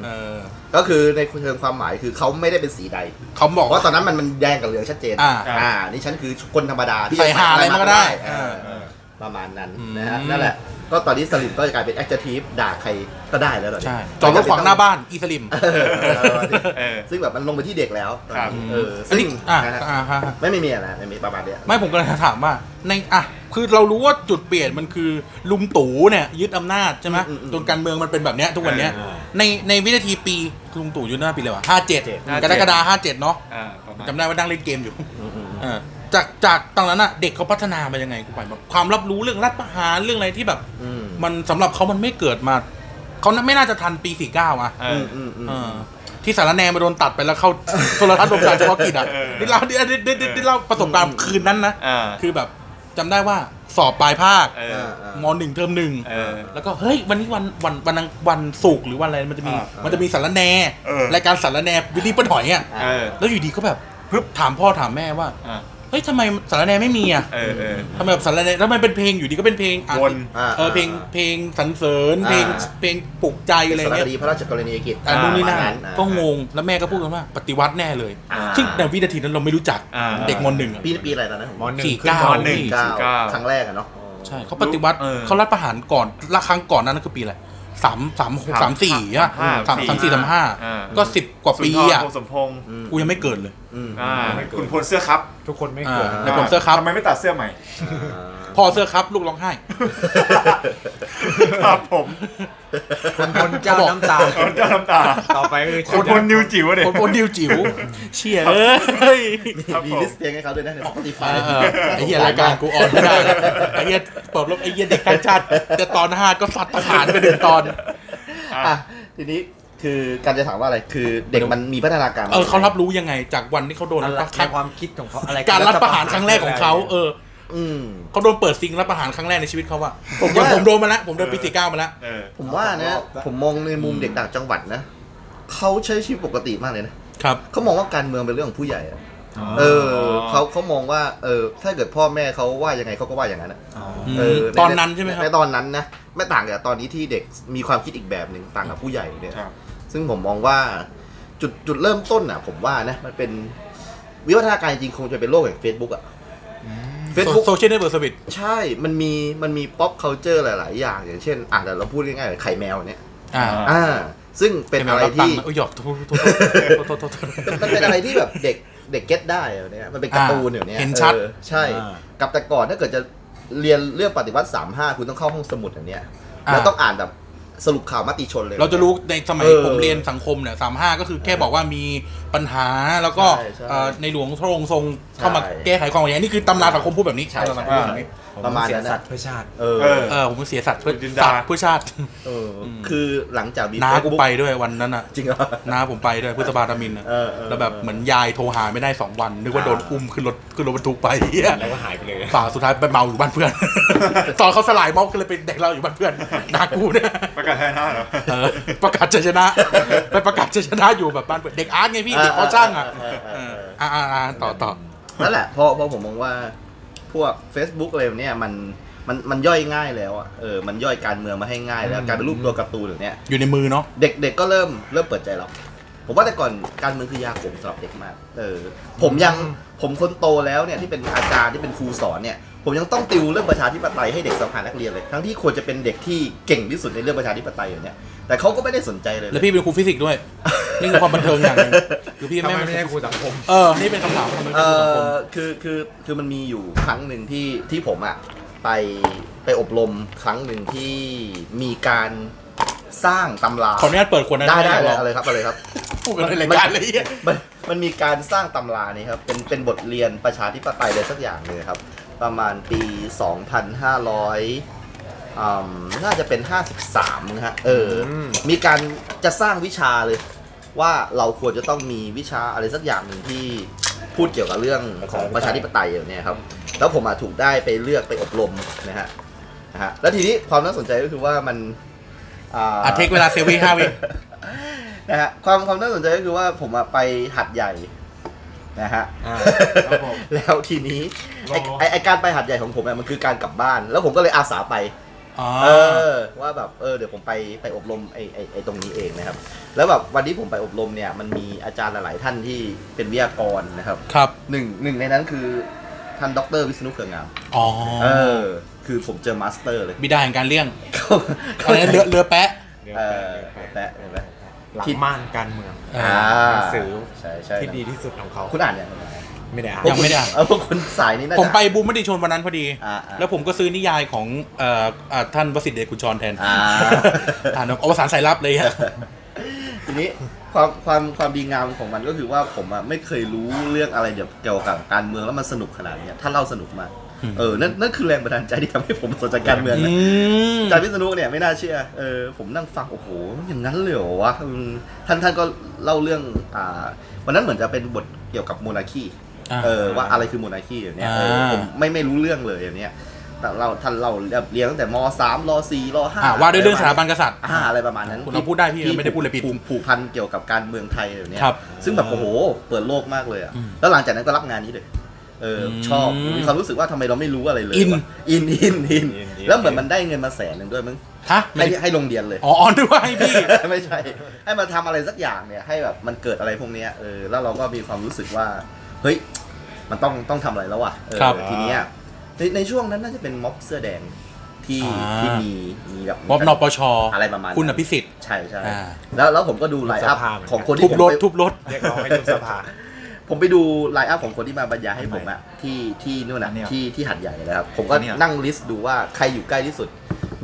S1: เออ
S3: ก็คือในเชิงความหมายคือเขาไม่ได้เป็นสีใด
S1: เขาบอก
S3: เพ
S1: ว่า
S3: ราะตอนนั้นมันมันแดงกับเหลืองชัดเจน
S1: อ่า
S3: อ่า นี่ฉันคือคนธรรมดาที่
S1: ใส่หาอะไรมาก็ได้
S3: เออ
S4: เออ
S3: ประมาณนั้นนะฮะ
S1: อืม
S3: นั่นแหละ ก็ตอนนี้สลิมก็จะกลายเป็น adjective ด่าใครก็ได้แล้วเหรอ
S1: ใช่จอดรถขวางหน้าบ้านอีสลิม
S3: เออเออ
S4: เออ
S3: ซึ่งแบบมันลงไปที่เด็กแล้วตอนนี้เออ
S1: อัน
S3: ซึ่ง
S1: นี้อ่ะ
S3: นะฮะ
S1: อ่ะฮะ
S3: ไม่ไม่มีอะไรไม่มีประมาณเนี้ย
S1: ไม่ผมกำลังจะถามว่าในอ่ะคือเรารู้ว่าจุดเปลี่ยนมันคือลุงตู่เนี่ยยึดอำนาจใช่ไหม
S3: อืมอืมอืม
S1: จนการเมืองมันเป็นแบบเนี้ยทุกวันเนี้ย
S4: เออ
S1: ในในวินาทีปีลุงตู่ยึดอำนาจปีอะไรวะห้าเจ็ด
S4: 57
S1: กรกฎาห้าเจ็ดเนาะ
S4: อ่าประมาณ
S1: จำได้ว่านั่งเล่นเกมอยู่เออจากจากตอนนั้นอะเด็กเขาพัฒนามายังไงกูไปแบบความรับรู้เรื่องรัฐประหารเรื่องอะไรที่แบบ
S3: อืม
S1: มันสำหรับเขามันไม่เกิดมาเขาไม่น่าจะทันปีสี่เก้าอะ
S4: เอ
S3: อื
S4: อ
S3: มอืมอืม
S1: เออที่สารแนมาโดนตัดไปแล้วเข้า โทรทัศน์รวมการเฉพาะกิจอ่ะ
S4: เออ
S1: นี่เล่านี่นี่นี่นี่นี่เล่าประสบการณ์คืนนั้นนะ
S4: อ่า
S1: คือแบบจำได้ว่าสอบปลายภาค
S4: เออ
S3: อ่าอ่าม
S1: หนึ่งเทอมหนึ่ง
S4: เออ
S1: แล้วก็เฮ้ยวันนี้วันวันวันอังวันศุกร์หรือวันอะไรมันจะมี
S4: อ่า
S1: มันจะมีสารแน
S4: เออ
S1: รายการสารแนวิลลี่ป้าหอยอ่ะ
S4: เออ
S1: แล้วอยู่ดีก็แบบปึ๊บถามพ่อถามแม่ว่า
S4: อ่า
S1: เฮ้ยทำไมสารแนไม่มีอ่ะ
S4: เออ เออ
S1: ทำไมแบบสารแนแล้วมันเป็นเพลงอยู่ดีก็เป็นเพลงอ่ะ
S4: วน
S3: อ่า
S1: เออเพลง
S3: า
S1: เพลงสรรเสริญเพลง
S3: อ่า
S1: เพลงปลุกใจอะไร
S3: สาร
S1: เงี้ย
S3: คดีพระราชกรณียกิจ
S1: อัน
S4: อ่า
S1: นู้นนี่นั่น
S3: ประมาณ
S1: ก็งง แล้วแม่ก็พูดกันว่าปฏิวัติแน่เลย
S3: อ่า
S1: ซึ่งในวินาทีนั้นเราไม่รู้จัก
S4: อ่า
S1: เด็กมหนึ่งอะ
S3: ปีปีอะไรตอนนั้น
S2: มอหนึ่ง
S1: สี่
S2: ขึ้น
S1: เก้าม
S2: อ
S4: หนึ่ง
S1: สี่
S3: เก้า
S4: เก้า
S3: ครั้งแรกอะเนาะ
S1: ใช่เขาปฏิวัติ
S4: เออ
S1: เขารัฐประหารก่อนละครั้งก่อนนั้นคือปีอะไรสามสามหกสามสี่อะ
S4: สาม
S1: สาม
S4: ห้า
S1: สามสี่สามห้า
S4: อ่า
S1: ก็สิบกว่า
S4: สุน
S1: ปี
S4: ทร
S1: อ่ะ
S4: พงษ์สมพงษ์
S3: อืม
S1: กูยังไม่เกิดเลย
S3: อืม
S4: อ่า คุณพลเสื้อครับ
S2: ทุกคนไม่
S1: อ่า
S2: เกิด
S1: ในผมเสื้อครับ
S4: ทำไมไม่ตัดเสื้อใหม่
S1: พอเสื้อครับ ลูกร้องไห้
S4: ครับผม
S2: คนคนเจ้าน้ำตา
S4: เอาเจ้าน้ำตา
S2: ต่อไปคือ
S4: คุณพลนิวจิ๋วเนี่ย
S1: คนโอนดิวจิ๋ว เชี่ยเอ้ย
S4: ครับ
S3: มี
S4: ผม
S3: ลิสต์เพลงให้เขาด้วยนะใน
S1: เอ
S3: Spotify
S1: อไอ้เหี้ยรายการกูออนไม่ได้นะไอ้เหี้ยเปิดลบไอ้เหี้ยเด็กข้างชาติแต่ตอนห้าก็สัตว์ทหารไปหนึ่งตอน
S3: อ่ะทีนี้ คือการจะถามว่าอะไรคือเด็กมันมีพัฒนาการ
S1: เออเขารับรู้ยังไงจากวันที่เขาโดน
S2: อะไร
S1: รัฐป
S2: ใน
S1: ระหาร
S2: ความคิดของเขาอะไร
S1: การรัฐประหารครั้งแรกของเขาเออ
S3: อืม
S1: เขาโดนเปิดซิงรัฐประหารครั้งแรกในชีวิตเขาอะ
S3: ผม
S1: อ
S3: ว่า
S1: ย่างผมโดนมาแล้วผมโดนปีสี่เก้ามาแล้ว
S4: เออ
S3: ผมว่านะผมมองในมุมเด็กต่างจังหวัดนะเขาใช้ชีวิตปกติมากเลยนะครับ เขามองว่าการเมืองเป็นเรื่องของผู้ใหญ่อะ
S2: เอ
S3: เอ
S2: อ
S3: อเขาเขามองว่าเออถ้าเกิดพ่อแม่เขาว่ายังไงเขาก็ว่าอย่างนั้นอะ
S2: อ๋อ
S1: อืม
S3: เ
S1: ตอนนั้นใช่ไหมครับ
S3: ในตอนนั้นนะไม่ต่างกับตอนนี้ที่เด็กมีความคิดอีกแบบหนึ่งต่างกับผู้ใหญ่เนี่ย
S4: ครับ
S3: ซึ่งผมมองว่าจุดจุดเริ่มต้นอ่ะ ผมว่านะมันเป็นวิวัฒนาการจริงๆคงจะเป็นโลกแห่ง Facebook อ่ะ Facebook
S1: โซเชียลเน็ตเวิร์กสวิต
S3: ใช่มันมีมันมี pop culture หลาย ๆ อย่าง อย่างเช่นอ่ะแต่เราพูดง่ายๆไข่แมวเนี่ย
S1: อ่า
S4: อ่า
S3: อ่า ซึ่งเป็นอะไรที่
S1: เอุ้ยหยอกโทษโทษโทษโทษโทษโทษ
S3: มันเป็นอะไรที่แบบเด็กเด็กเก็ตได้อะเนี่ยมันเป็นการ์ตูนอยู่เนี่ย
S1: เห็นชัด
S3: ออใช่กับแต่ก่อนถ้าเกิดจะเรียนเรื่องปฏิวัติ3ามห้าคุณต้องเข้าห้องสมุดอันเนี้ยแล้วต้องอ่านแบบสรุปข่าวมติชนเลย
S1: เราจะรู้ในสมัย
S3: เออ
S1: ผมเรียนสังคมเนี่ยสามห้าก็คือแค่บอกว่ามีปัญหาแล้วก็
S3: ใช่ใช่
S1: เอ่อในหลวงพระองค์ทรงเข้ามา
S3: ใช่
S1: แก้ไขความขัดแย้งนี่คือตำราสังคมพูดแบบนี้
S3: ใช่
S1: ตำราสั
S3: ใช่
S1: งคมพูดแบบนี้
S2: ผม
S3: ประมาณ
S2: เสีย
S3: นั้น
S2: สัต
S3: อะ
S2: ว์เพื่อชาติ
S3: เออ
S4: เออ
S1: เออผมเสียสัตว์เพื่อ
S4: คุณจินดา
S1: สัตว์เพื่อชาติ
S3: เอออ
S1: ม
S3: คือหลังจากมี
S1: น้ากู
S3: Facebook
S1: ไปด้วยวันนั้นอ่ะ
S3: จริงเหรอ
S1: น้าผมไปด้วยพุทธบาทามินน่ะ
S3: เออเออ
S1: แล้วแบบเหมือนยายโทรหาไม่ได้สองวันนึกว่าโดนอุ้มขึ้นรถขึ้นรถบรรทุกไป เหี้ย
S2: แล้วก็หายไปเลย
S1: เปล่าสุดท้ายไปเมาอยู่บ้านเพื่อน ตอนเขาสลายเมาก็เลยไปแดกเหล้าอยู่บ้านเพื่อนนากูเนี่ย
S4: ประกาศแทนหน้าเหรอ
S1: เออประกาศชัยชนะ ไปประกาศชัยชนะอยู่แบบบ้านเพื่อนเด็กอาร์ตไงพี่เด็กพอช่างอ่ะ
S3: เออเออเออ
S1: เอออ่าอ่าต่อต่อ
S3: นั่นแหละเพราะเพราะผมมองว่าพวก Facebook อะไรแบบเนี่ยมันมันมันย่อยง่ายแล้วอะเออมันย่อยการเมืองมาให้ง่ายแล้วกลายเป็นรูปตัวการ์ตูนอย่างเนี้ย
S1: อยู่ในมือเนาะ
S3: เด็กๆก็เริ่มเริ่มเปิดใจแล้วผมว่าแต่ก่อนการเมืองคือยาขมสำหรับเด็กมาก เออ ผมยังผมคนโตแล้วเนี่ยที่เป็นอาจารย์ที่เป็นครูสอนเนี่ย ผมยังต้องติวเรื่องประชาธิปไตยให้เด็กสภานักเรียนเลย ทั้งที่ควรจะเป็นเด็กที่เก่งที่สุดในเรื่องประชาธิปไตยอย่างเนี้ยแต่เขาก็ไม่ได้สนใจเลย
S1: แล้วพี่เป็นครูฟิสิกส์ด้วย นี่คือความบันเทิงอย่างหนึงคือพี่
S2: ทำไม
S1: แม่ง
S2: ไม่ใช่ครูสังคม
S1: เออ นี่เป็นคำถามทำไมไม่
S3: เอ
S1: ใช่ครูสังคม
S3: อคือคือคือมันมีอยู่ครั้งหนึ่งที่ที่ผมอะไปไปอบรมครั้งหนึ่งที่มีการสร้างตำรา
S1: ขออนุญาตเปิดขวดนะ
S3: ได้ได้
S1: ม่
S3: เล
S1: อย ยากลอ
S3: อะ
S1: ง
S3: ไรครับอะไรครับ
S1: พูดกันในรายการเลยไอ้เหี้ย
S3: มันมันมีการสร้างตำรานี่ครับ เป็นเป็นบทเรียนประชาธิปไตยเลยสักอย่างเลยครับ ประมาณปี 2,500อืมน่าจะเป็น 53มั้งฮะ เอออ
S2: ม
S3: มีการจะสร้างวิชาเลย ว่าเราควรจะต้องมีวิชาอะไรสักอย่างหนึ่งที่พูดเกี่ยวกับเรื่องของประชาธิปไตยอย่างเนี้ยครับ แล้วผมอะถูกได้ไปเลือกไปอบรมนะฮะนะฮะ แล้วทีนี้ความน่าสนใจก็คือว่ามัน
S1: อ่ะ take เวลา10วิ5วิ
S3: นะฮะความความน่าสนใจก็คือว่าผมอะไปหัดใหญ่นะฮะ
S2: อ่า
S4: ครับผม
S3: แล้วทีนี้ไอ้
S4: รอ
S3: ไอ้ไอ้การไปหัดใหญ่ของผมอะมันคือการกลับบ้าน แล้วผมก็เลยอาสาไป
S1: อ๋อ
S3: เออว่าแบบเออเดี๋ยวผมไปไปอบรมไอ้ไอ้ไอ้ตรงนี้เองนะครับ แล้วแบบวันที่ผมไปอบรมเนี่ยมันมีอาจารย์หลาย ๆ ท่านที่เป็นวิทยากรนะครับ
S1: ครับ
S3: หนึ่งหนึ่งในนั้นคือท่านดรวิษณุเครืองาม
S1: อ๋อ
S3: เออคือผมเจอมาสเตอร์เลย
S1: บิดาแห่งการเลี่ยง
S3: เขา
S1: อะไรนะเรือเรือแปะ
S3: เออแปะเห็นไหม
S2: หลัง
S3: คิด
S2: ม่านการเมือง
S1: อ่า
S2: หนังสือ
S3: ใช่ใช่
S2: ที่ดีที่สุดของเขา
S3: คุณอ่านเนี่ยง
S2: ไม่ได้อ่าน
S1: ยังไม่ได้อ่าน
S3: เออพวกคุณสายนี้น่าจะ
S1: ผมไปบูมมติชนวันนั้นพอดี
S3: อ่าๆ
S1: แล้วผมก็ซื้อนิยายของเอ่ออ่าท่านวสิทธิเดชกุญชรแทน
S3: อ่า
S1: อ่านอวสานสายลับเลยฮะ
S3: ทีนี้ความความความดีงามของมันก็คือว่าผมอะไม่เคยรู้เรื่องอะไรเกี่ยวกับการเมืองแล้วมันสนุกขนาดเนี้ยถ้าเล่าสนุกมาก
S1: อืม
S3: เออนั่นนั่นคือแรงบันดาลใจที่ทำให้ผมสนใจการเมืองนะ
S1: อืม
S3: อาจารย์วิษณุเนี่ยไม่น่าเชื่อเออผมนั่งฟังโอ้โหอย่างนั้นเลยเหรอวะอืมท่านท่านก็เล่าเรื่องอ่าวันนั้นเหมือนจะเป็นบทเกี่ยวกับโมนาคี เออว่าอะไรคือโมนาคีอย่างเนี้ยเออ
S1: อ่า
S3: ผมไม่ไม่รู้เรื่องเลยอย่างเนี้ยแต่เราท่านเราเรียนตั้งแต่มสามรสี่รห้า
S1: อ่าว่าด้วยเรื่องสถาบันกษัตริย์
S3: อ่าอะไรประมาณนั้น
S1: คุณเอาพูดได้พี่ไม่ได้พูดเลยผิด
S3: ผูกผูกพันเกี่ยวกับการเมืองไทยอย่างเนี้ย
S1: ครับ
S3: ซึ่งแบบโอ้โหเปิดโลกมากเลยอ่ะ
S1: อืม
S3: แล้วหลังจากนั้นก็รับงานนี้เลยเอออ
S1: ม
S3: ชอบมีความรู้สึกว่าทำไมเราไม่รู้อะไรเลย
S1: อิน
S3: วะอินอินอิน
S2: อินอิน
S3: แล้วเหมือนมันได้เงินมาแสนหนึ่งด้วยมึง
S1: ฮะไม่
S3: ให้
S1: ได้
S3: ให้โรงเรียนเลย
S1: อ๋อออนด้วยว่าให้พี่
S3: ไม่ใช่ ให้มันทำอะไรสักอย่างเนี่ย ให้แบบมันเกิดอะไรพวกเนี้ยเออแล้วเราก็มีความรู้สึกว่า เฮ้ย มันต้องต้องทำอะไรแล้วอ่ะเออ
S1: ครับ
S3: ทีเนี้ยในในช่วงนั้นน่าจะเป็นม็อบเสื้อแดงที่ที่มีมีแบบ
S1: บ๊อบนปช
S3: อะไรประมาณนั้น
S1: คุณอภิสิทธิ์
S3: ใช่ใช่
S1: อ่า
S3: แล้วแล้วผมก็ดูไลน์อัพ
S2: สภาเหมือนกัน
S3: ของคน
S1: ทุบ
S3: ที่ผม
S1: รถ
S3: ไป
S1: ทุบรถ
S2: เรียกร้องให้ยุบสภา
S3: ผมไปดูไลน์อัพของคนที่มาบรรยายให้ผมอะที่ที่นู่น
S2: อั
S3: อะ
S2: นเนี้ย
S3: ที่ที่หัดใหญ่นะครับ ผมก็
S2: อันเนี้ย
S3: นั่งลิสต์ดูว่าใครอยู่ใกล้ที่สุด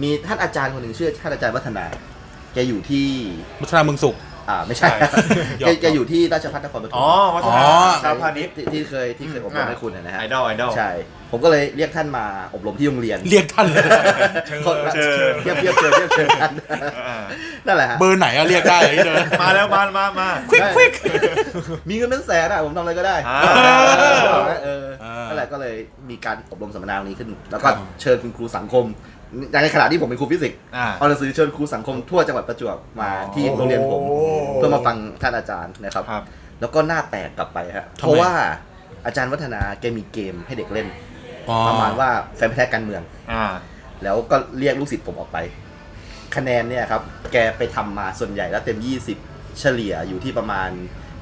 S3: มีท่านอาจารย์คนหนึ่งชื่อท่านอาจารย์วัฒนาแกอยู่ที่
S1: มัทนาเมืองสุข
S3: อ่าไม่ใช่
S4: ใช่
S1: หยอก
S3: แกแกอยู่ที่ราชพัฒนครปฐม
S4: อ๋อวัฒ
S1: อ๋
S4: นา
S1: อ
S4: ชาวพาณิชย์
S3: ที่ที่เคยที่เคยอบรม
S4: อ่า
S3: ให้คุณนะฮะ
S4: ไอดอลไอดอล
S3: ใช่ ผมก็เลยเรียกท่านมาอบรมที่โรงเรียน
S1: เรียก ท่านเลย
S3: คนละ
S4: เชิญ
S3: เทียบเทียบเชิญเทียบเชิญกัน
S4: อ่า
S3: นั่นแหละฮะ
S1: เบอร์ไหนอะเรียกได้เลยเดิน
S4: มาแล้วมามามา
S1: ควิกควิก
S3: มีเงินเป็นแสนอะผมทำอะไรก็ได้
S4: อ่า
S3: เออ
S1: อ่านั่
S3: นั่นแหละก็เลยมีการอบรมสัมมนาวันนี้ขึ้น แล้ว
S1: ค
S3: ก็
S1: รับ
S3: เชิญคุณครูสังคมในขณะที่ผมเป็นครูฟิสิกส์
S4: อ่า
S3: เอาหนังสือเชิญครูสังคมทั่วจังหวัดประจวบมาที่โรงเรียนผม
S4: โอ้โห
S3: เพื่อมาฟังท่านอาจารย์นะครับ
S4: ครับ
S3: แล้วก็หน้าแตกกลับไปฮะ
S1: ทำไม
S3: เพราะว่าอาจารย์วัฒนาแกมีเกมให้เด็กเล่น ประมาณว่าแฟนพันธุ์แท้การเมือง
S4: อ่า
S3: แล้วก็เรียกลูกศิษย์ผมออกไป คะแนนเนี่ยครับ แกไปทำมาส่วนใหญ่แล้วเต็ม 20 เฉลี่ยอยู่ที่ประมาณ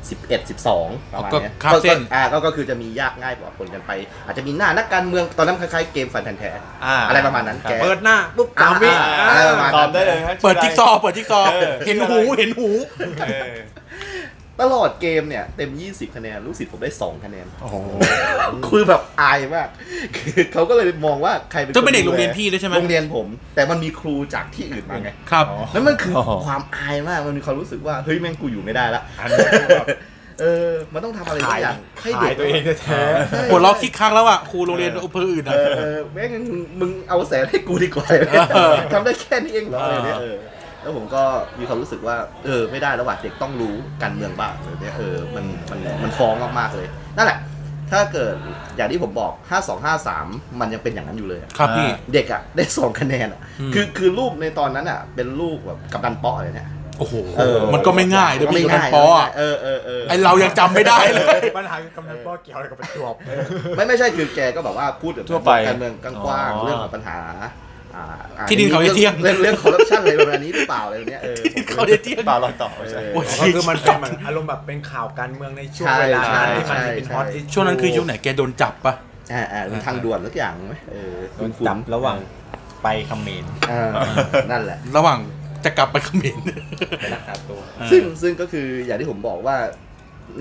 S3: 11 12 ประมาณ
S1: ก็
S3: เนี้ย
S1: ข้ามเส้น
S3: ก็อ่าก็ก็คือจะมียากง่ายปะปนกันไป อาจจะมีหน้านักการเมืองตอนนั้นคล้ายๆเกมแฟนพันธุ์แท้
S4: อ่า
S3: อะไรประมาณนั้นแก
S5: เปิดหน้าปุ๊บ
S3: อ่า
S5: สามวิ
S3: อ่าอะไรประมาณ
S4: ตอบได้เลยครับ
S1: เปิดจิ๊กซอว์เปิดจิ๊กซอว์
S4: เออ
S1: เห็นหูเห็นหู
S4: เออ
S3: ตลอดเกมเนี่ยเต็ม 20 คะแนนลูกศิษย์ผมได้ 2 คะแนน
S1: โอ้โห
S3: คือแบบอายมากคือเขาก็เลยมองว่าใครเป็น
S1: ซึ่งเป็นเด็ก
S3: ค
S1: โรงเรียนพี่ด้วยใช่ไหม
S3: โรงเรียนผม แต่มันมีครูจากที่อื่นมาไง
S1: ครับ
S3: แล้วมันคืออ
S1: อ
S3: ความอายมาก มันมีความรู้สึกว่าเฮ้ยแม่งกูอยู่ไม่ได้ละ
S4: อันนี้คือแบบ
S3: เออ มันต้องทำอะไรสักอย่างให้
S2: ขา
S3: เด็
S2: ย
S3: ก
S2: ตัวเองแท้
S3: ใช่
S1: หัวเราะคิกคักแล้วอ่ะครูโรงเรียนอำเภออื่น
S3: เอ
S1: อ่ะ
S3: อเออแม่งมึงเอาแสนให้กูดีก ว่า
S1: เออ
S3: ทำได้แค่นี้เองเหรอ
S1: เออ
S3: อะไรเนี่ยเออ แล้วผมก็มีความรู้สึกว่า เออ ไม่ได้แล้วว่ะเด็กต้องรู้การเมืองบ้างเลยเนี่ยเออมันมันมันฟ้องมากๆเลย นั่นแหละ ถ้าเกิดอย่างที่ผมบอก 5253 มันยังเป็นอย่างนั้นอยู่เลยอะ
S1: ครับพี่
S3: เด็กอะ ได้สองคะแนนอะ
S1: อืม
S3: คือคือรูปในตอนนั้นอะเป็นรูปแบบกับดันเปาะอะไรเนี่ย
S1: โอ้โห
S3: เออ
S1: มันก็ไม่ง่ายนะ
S3: ก็
S1: พี่กำ
S3: ไม่
S1: นั
S3: ง่าน ย
S1: ปออะ
S3: เออเออเออ
S1: ไอเรายังจำไม่ได้เลย
S2: ปัญหาคือกำนันป้อเกี่ยวอะไรกับประจวบ
S3: ไม่ไม่ใช่คือแกก็แบบว่าพูดแบบ
S4: ทั่วไป
S3: การเมืองกว้าง
S4: อ๋อ
S3: ๆเรื่องของปัญหาอ่าอ่
S1: ที่ดินเขาเที่ยง
S3: รื่องเรื่องคอร์รัปชันอะไรประมาณนี้หรือเปล่าอะไรแบบเนี้ยเออผมก็
S1: เขา
S3: เลย
S1: ได้เที่ยง
S4: เปล่าเราต่อไม่ใช่
S3: เอ
S1: โอ้ย
S2: ก็คือมันเป็นเหมือนอารมณ์แบบเป็นข่าวการเมืองในช่วงเวลานั้นที่มันเป็นฮอตที่
S1: ช่วงนั้นคือยุคไหนแกโดนจับปะ
S3: อ่าอ่าเป็นทางด่วนสักอย่างไหมเออ
S5: โดนจับระหว่างไปคำเขมน
S3: อ่านั่นแหละ
S1: ระหว่างจะกลับไปเขมร
S5: ไปรักษาตัว
S3: ซึ่งซึ่งก็คืออย่างที่ผมบอกว่า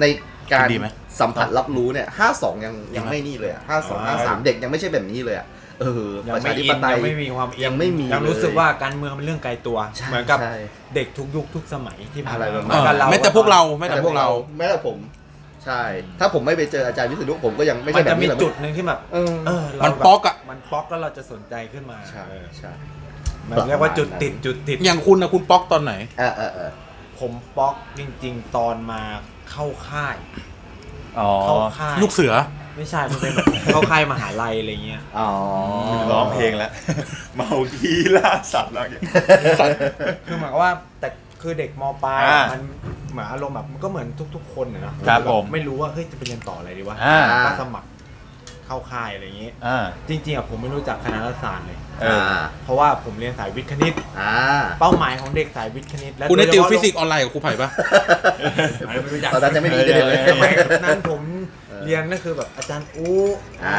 S3: ในการ
S1: ดีไหม
S3: สัมผัสรับรู้เนี่ยห้าสองยังยังไม่นี่เลยอะห้าสองห้าสามเด็กยังไม่ใช่แบบนี้เลยอะเออ
S5: ยัง
S3: ประ
S5: ไม่
S3: ชาธิ
S5: อิ
S3: ป
S5: น
S3: ไตย
S5: ยังไม่มีความอิน
S3: ยังไม่มี
S5: ยังรู้สึก
S3: เลย
S5: ว่าการเมืองเป็นเรื่องไกลตัว
S3: ใช่
S5: เหมือนกับ
S3: ใช่
S5: เด็กทุกยุคทุกสมัยที่ผ่าน
S3: อะไรประมาณ
S5: เหอนกับเรา
S1: แม้แต่พวกเราแม้แต่พวกเรา
S3: แม้แต่ผม ใช่ ถ้าผมไม่ไปเจออาจารย์วิศนุผมก็ยังไม่
S5: มั
S3: ใช่
S5: น
S3: แบ
S5: จะ
S3: บ
S5: มี
S3: นี้เลย
S5: จุดหนึ่งที่แบบ
S3: เออ
S5: เออเรา
S1: มัน
S5: แบบ
S1: ป๊อกอะ
S5: มันป๊อกแล้วเราจะสนใจขึ้นมา
S3: ใช่ใช่
S5: มันเรียกว่าจุดติดจุดติด
S1: อย่างคุณนะคุณป๊อกตอนไหน
S3: เออเออเออ
S5: ผมป๊อกจริง ๆ ตอนมาเข้าค่าย
S4: อ๋อ
S5: เข้าค่าย
S1: ลูกเสือ
S5: ไม่ใช่มันเป็นแบบ เข้าค่ายมหาลัยอะไรเงี้ย
S3: อ๋อ
S4: ร้องเพลงแล้ว เมาขี้ล่าสัตว์แล้วเนี่ย
S5: คือหมายความว่าแต่คือเด็กมปลาย
S4: อ่า
S5: มันเหมือนอารมณ์แบบมันก็เหมือนทุก ๆ คนนะเนาะ
S4: ครับผม
S5: ไม่รู้ว่าเฮ้ยจะไปเรียนต่ออะไรดีวะ
S4: อ่า
S5: ก็สมัครเข้าค่ายอะไรอย่างงี้
S4: อ่า
S5: จริงๆอะผมไม่รู้จักคณะรัฐศาสตร์เลย
S4: เอ
S3: อ่
S4: อ
S3: า
S5: เพราะว่าผมเรียนสายวิทย์คณิต
S3: อ่า
S5: เป้าหมายของเด็กสายวิทย์คณิตและ
S1: คุณได้ติว
S5: โดยเฉพาะ
S1: ฟิสิกส์ออนไลน์กับครูไผ่ปะ
S3: ตอนนั้นยังไม่มีอินเทอร์เน็ตเลย
S5: สมัยนั้นผมเรียนก็คือแบบอาจารย์อู้
S3: อ่า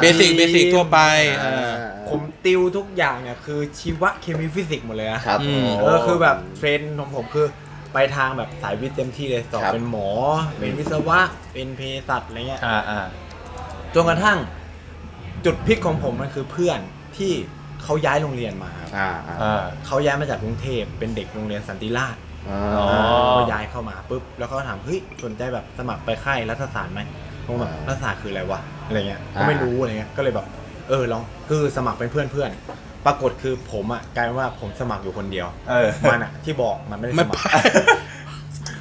S1: เบสิกเบสิกทั่วไปเออ
S5: ผมติวทุกอย่างเนี่ยคือชีวะเคมีฟิสิกส์หมดเลยนะครับ
S1: อืม
S5: เออคือแบบเทรนด์ของผมคือไปทางแบบสายวิทย์เต็มที่เลยสอบ
S3: ครับ
S5: เป็นหมอ เป็นวิศวะ เป็นเภสัชอะไรเงี้ย
S4: อ่าอ่า
S5: จนกระทั่งจุดพลิกของผมมันคือเพื่อนที่เขาย้ายโรงเรียนมาครับ
S3: อ่าอ่า
S4: อ่า
S5: เขาย้ายมาจากกรุงเทพเป็นเด็กโรงเรียนสันติราษฎร์
S3: อ๋อ
S4: อ๋อ
S5: เขาย้ายเข้ามาปุ๊บแล้วเขาถามเฮ้ยสนใจแบบสมัครไปค่ายรัฐศาสตร์ไหมผมแบบรัฐศาสตร์คืออะไรวะอะไรเงี้ยก็ไม่รู้อะไรเงี้ยก็เลยแบบเออลองคือสมัครเป็นเพื่อนเพื่อนๆปรากฏคือผมอ่ะกลายเป็นว่าผมสมัครอยู่คนเดียว
S4: เออ
S5: มันอ่ะที่บอกมันไม่ได้
S1: ไม่
S5: สมัคร
S1: ไป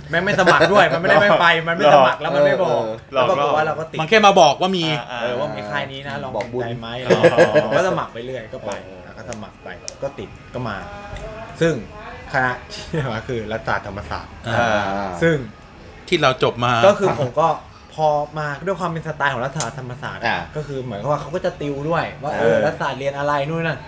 S5: แม่งไม่สมัครด้วย มันไม่ได้ไม่ไป มันไม่สมัครแล้วมันไม่บอก
S4: หลอก
S5: แล้วปรากฏ
S4: หลอก
S5: ว่าเราก็ติด
S1: มันแค่มาบอกว่ามี
S4: อ่า
S5: เออว่ามีค่ายนี้นะลอง
S3: บอกบุญ
S5: สนใจไหม
S4: อ๋อ
S5: ผมก็สมัครไปเรื่อยก็ไปแล้วก็สมัครไปก็ติดก็มา ซึ่งคณะ ที่มาคือรัฐศาสตร์ธรรมศาสตร์
S1: อ่า
S3: อ่า
S5: ซึ่ง
S1: ที่เราจบมา
S5: ก็คือผมก็พอมาด้วยความเป็นสไตล์ของรัฐศาสตร์ธรรมศาสตร์
S3: อ่า
S5: ก็คือเหมือนกับว่าเขาก็จะติวด้วย ว่าเอ
S3: เอ
S5: อ
S3: อ
S5: รัฐศาสตร์เรียนอะไรนู่นนั่น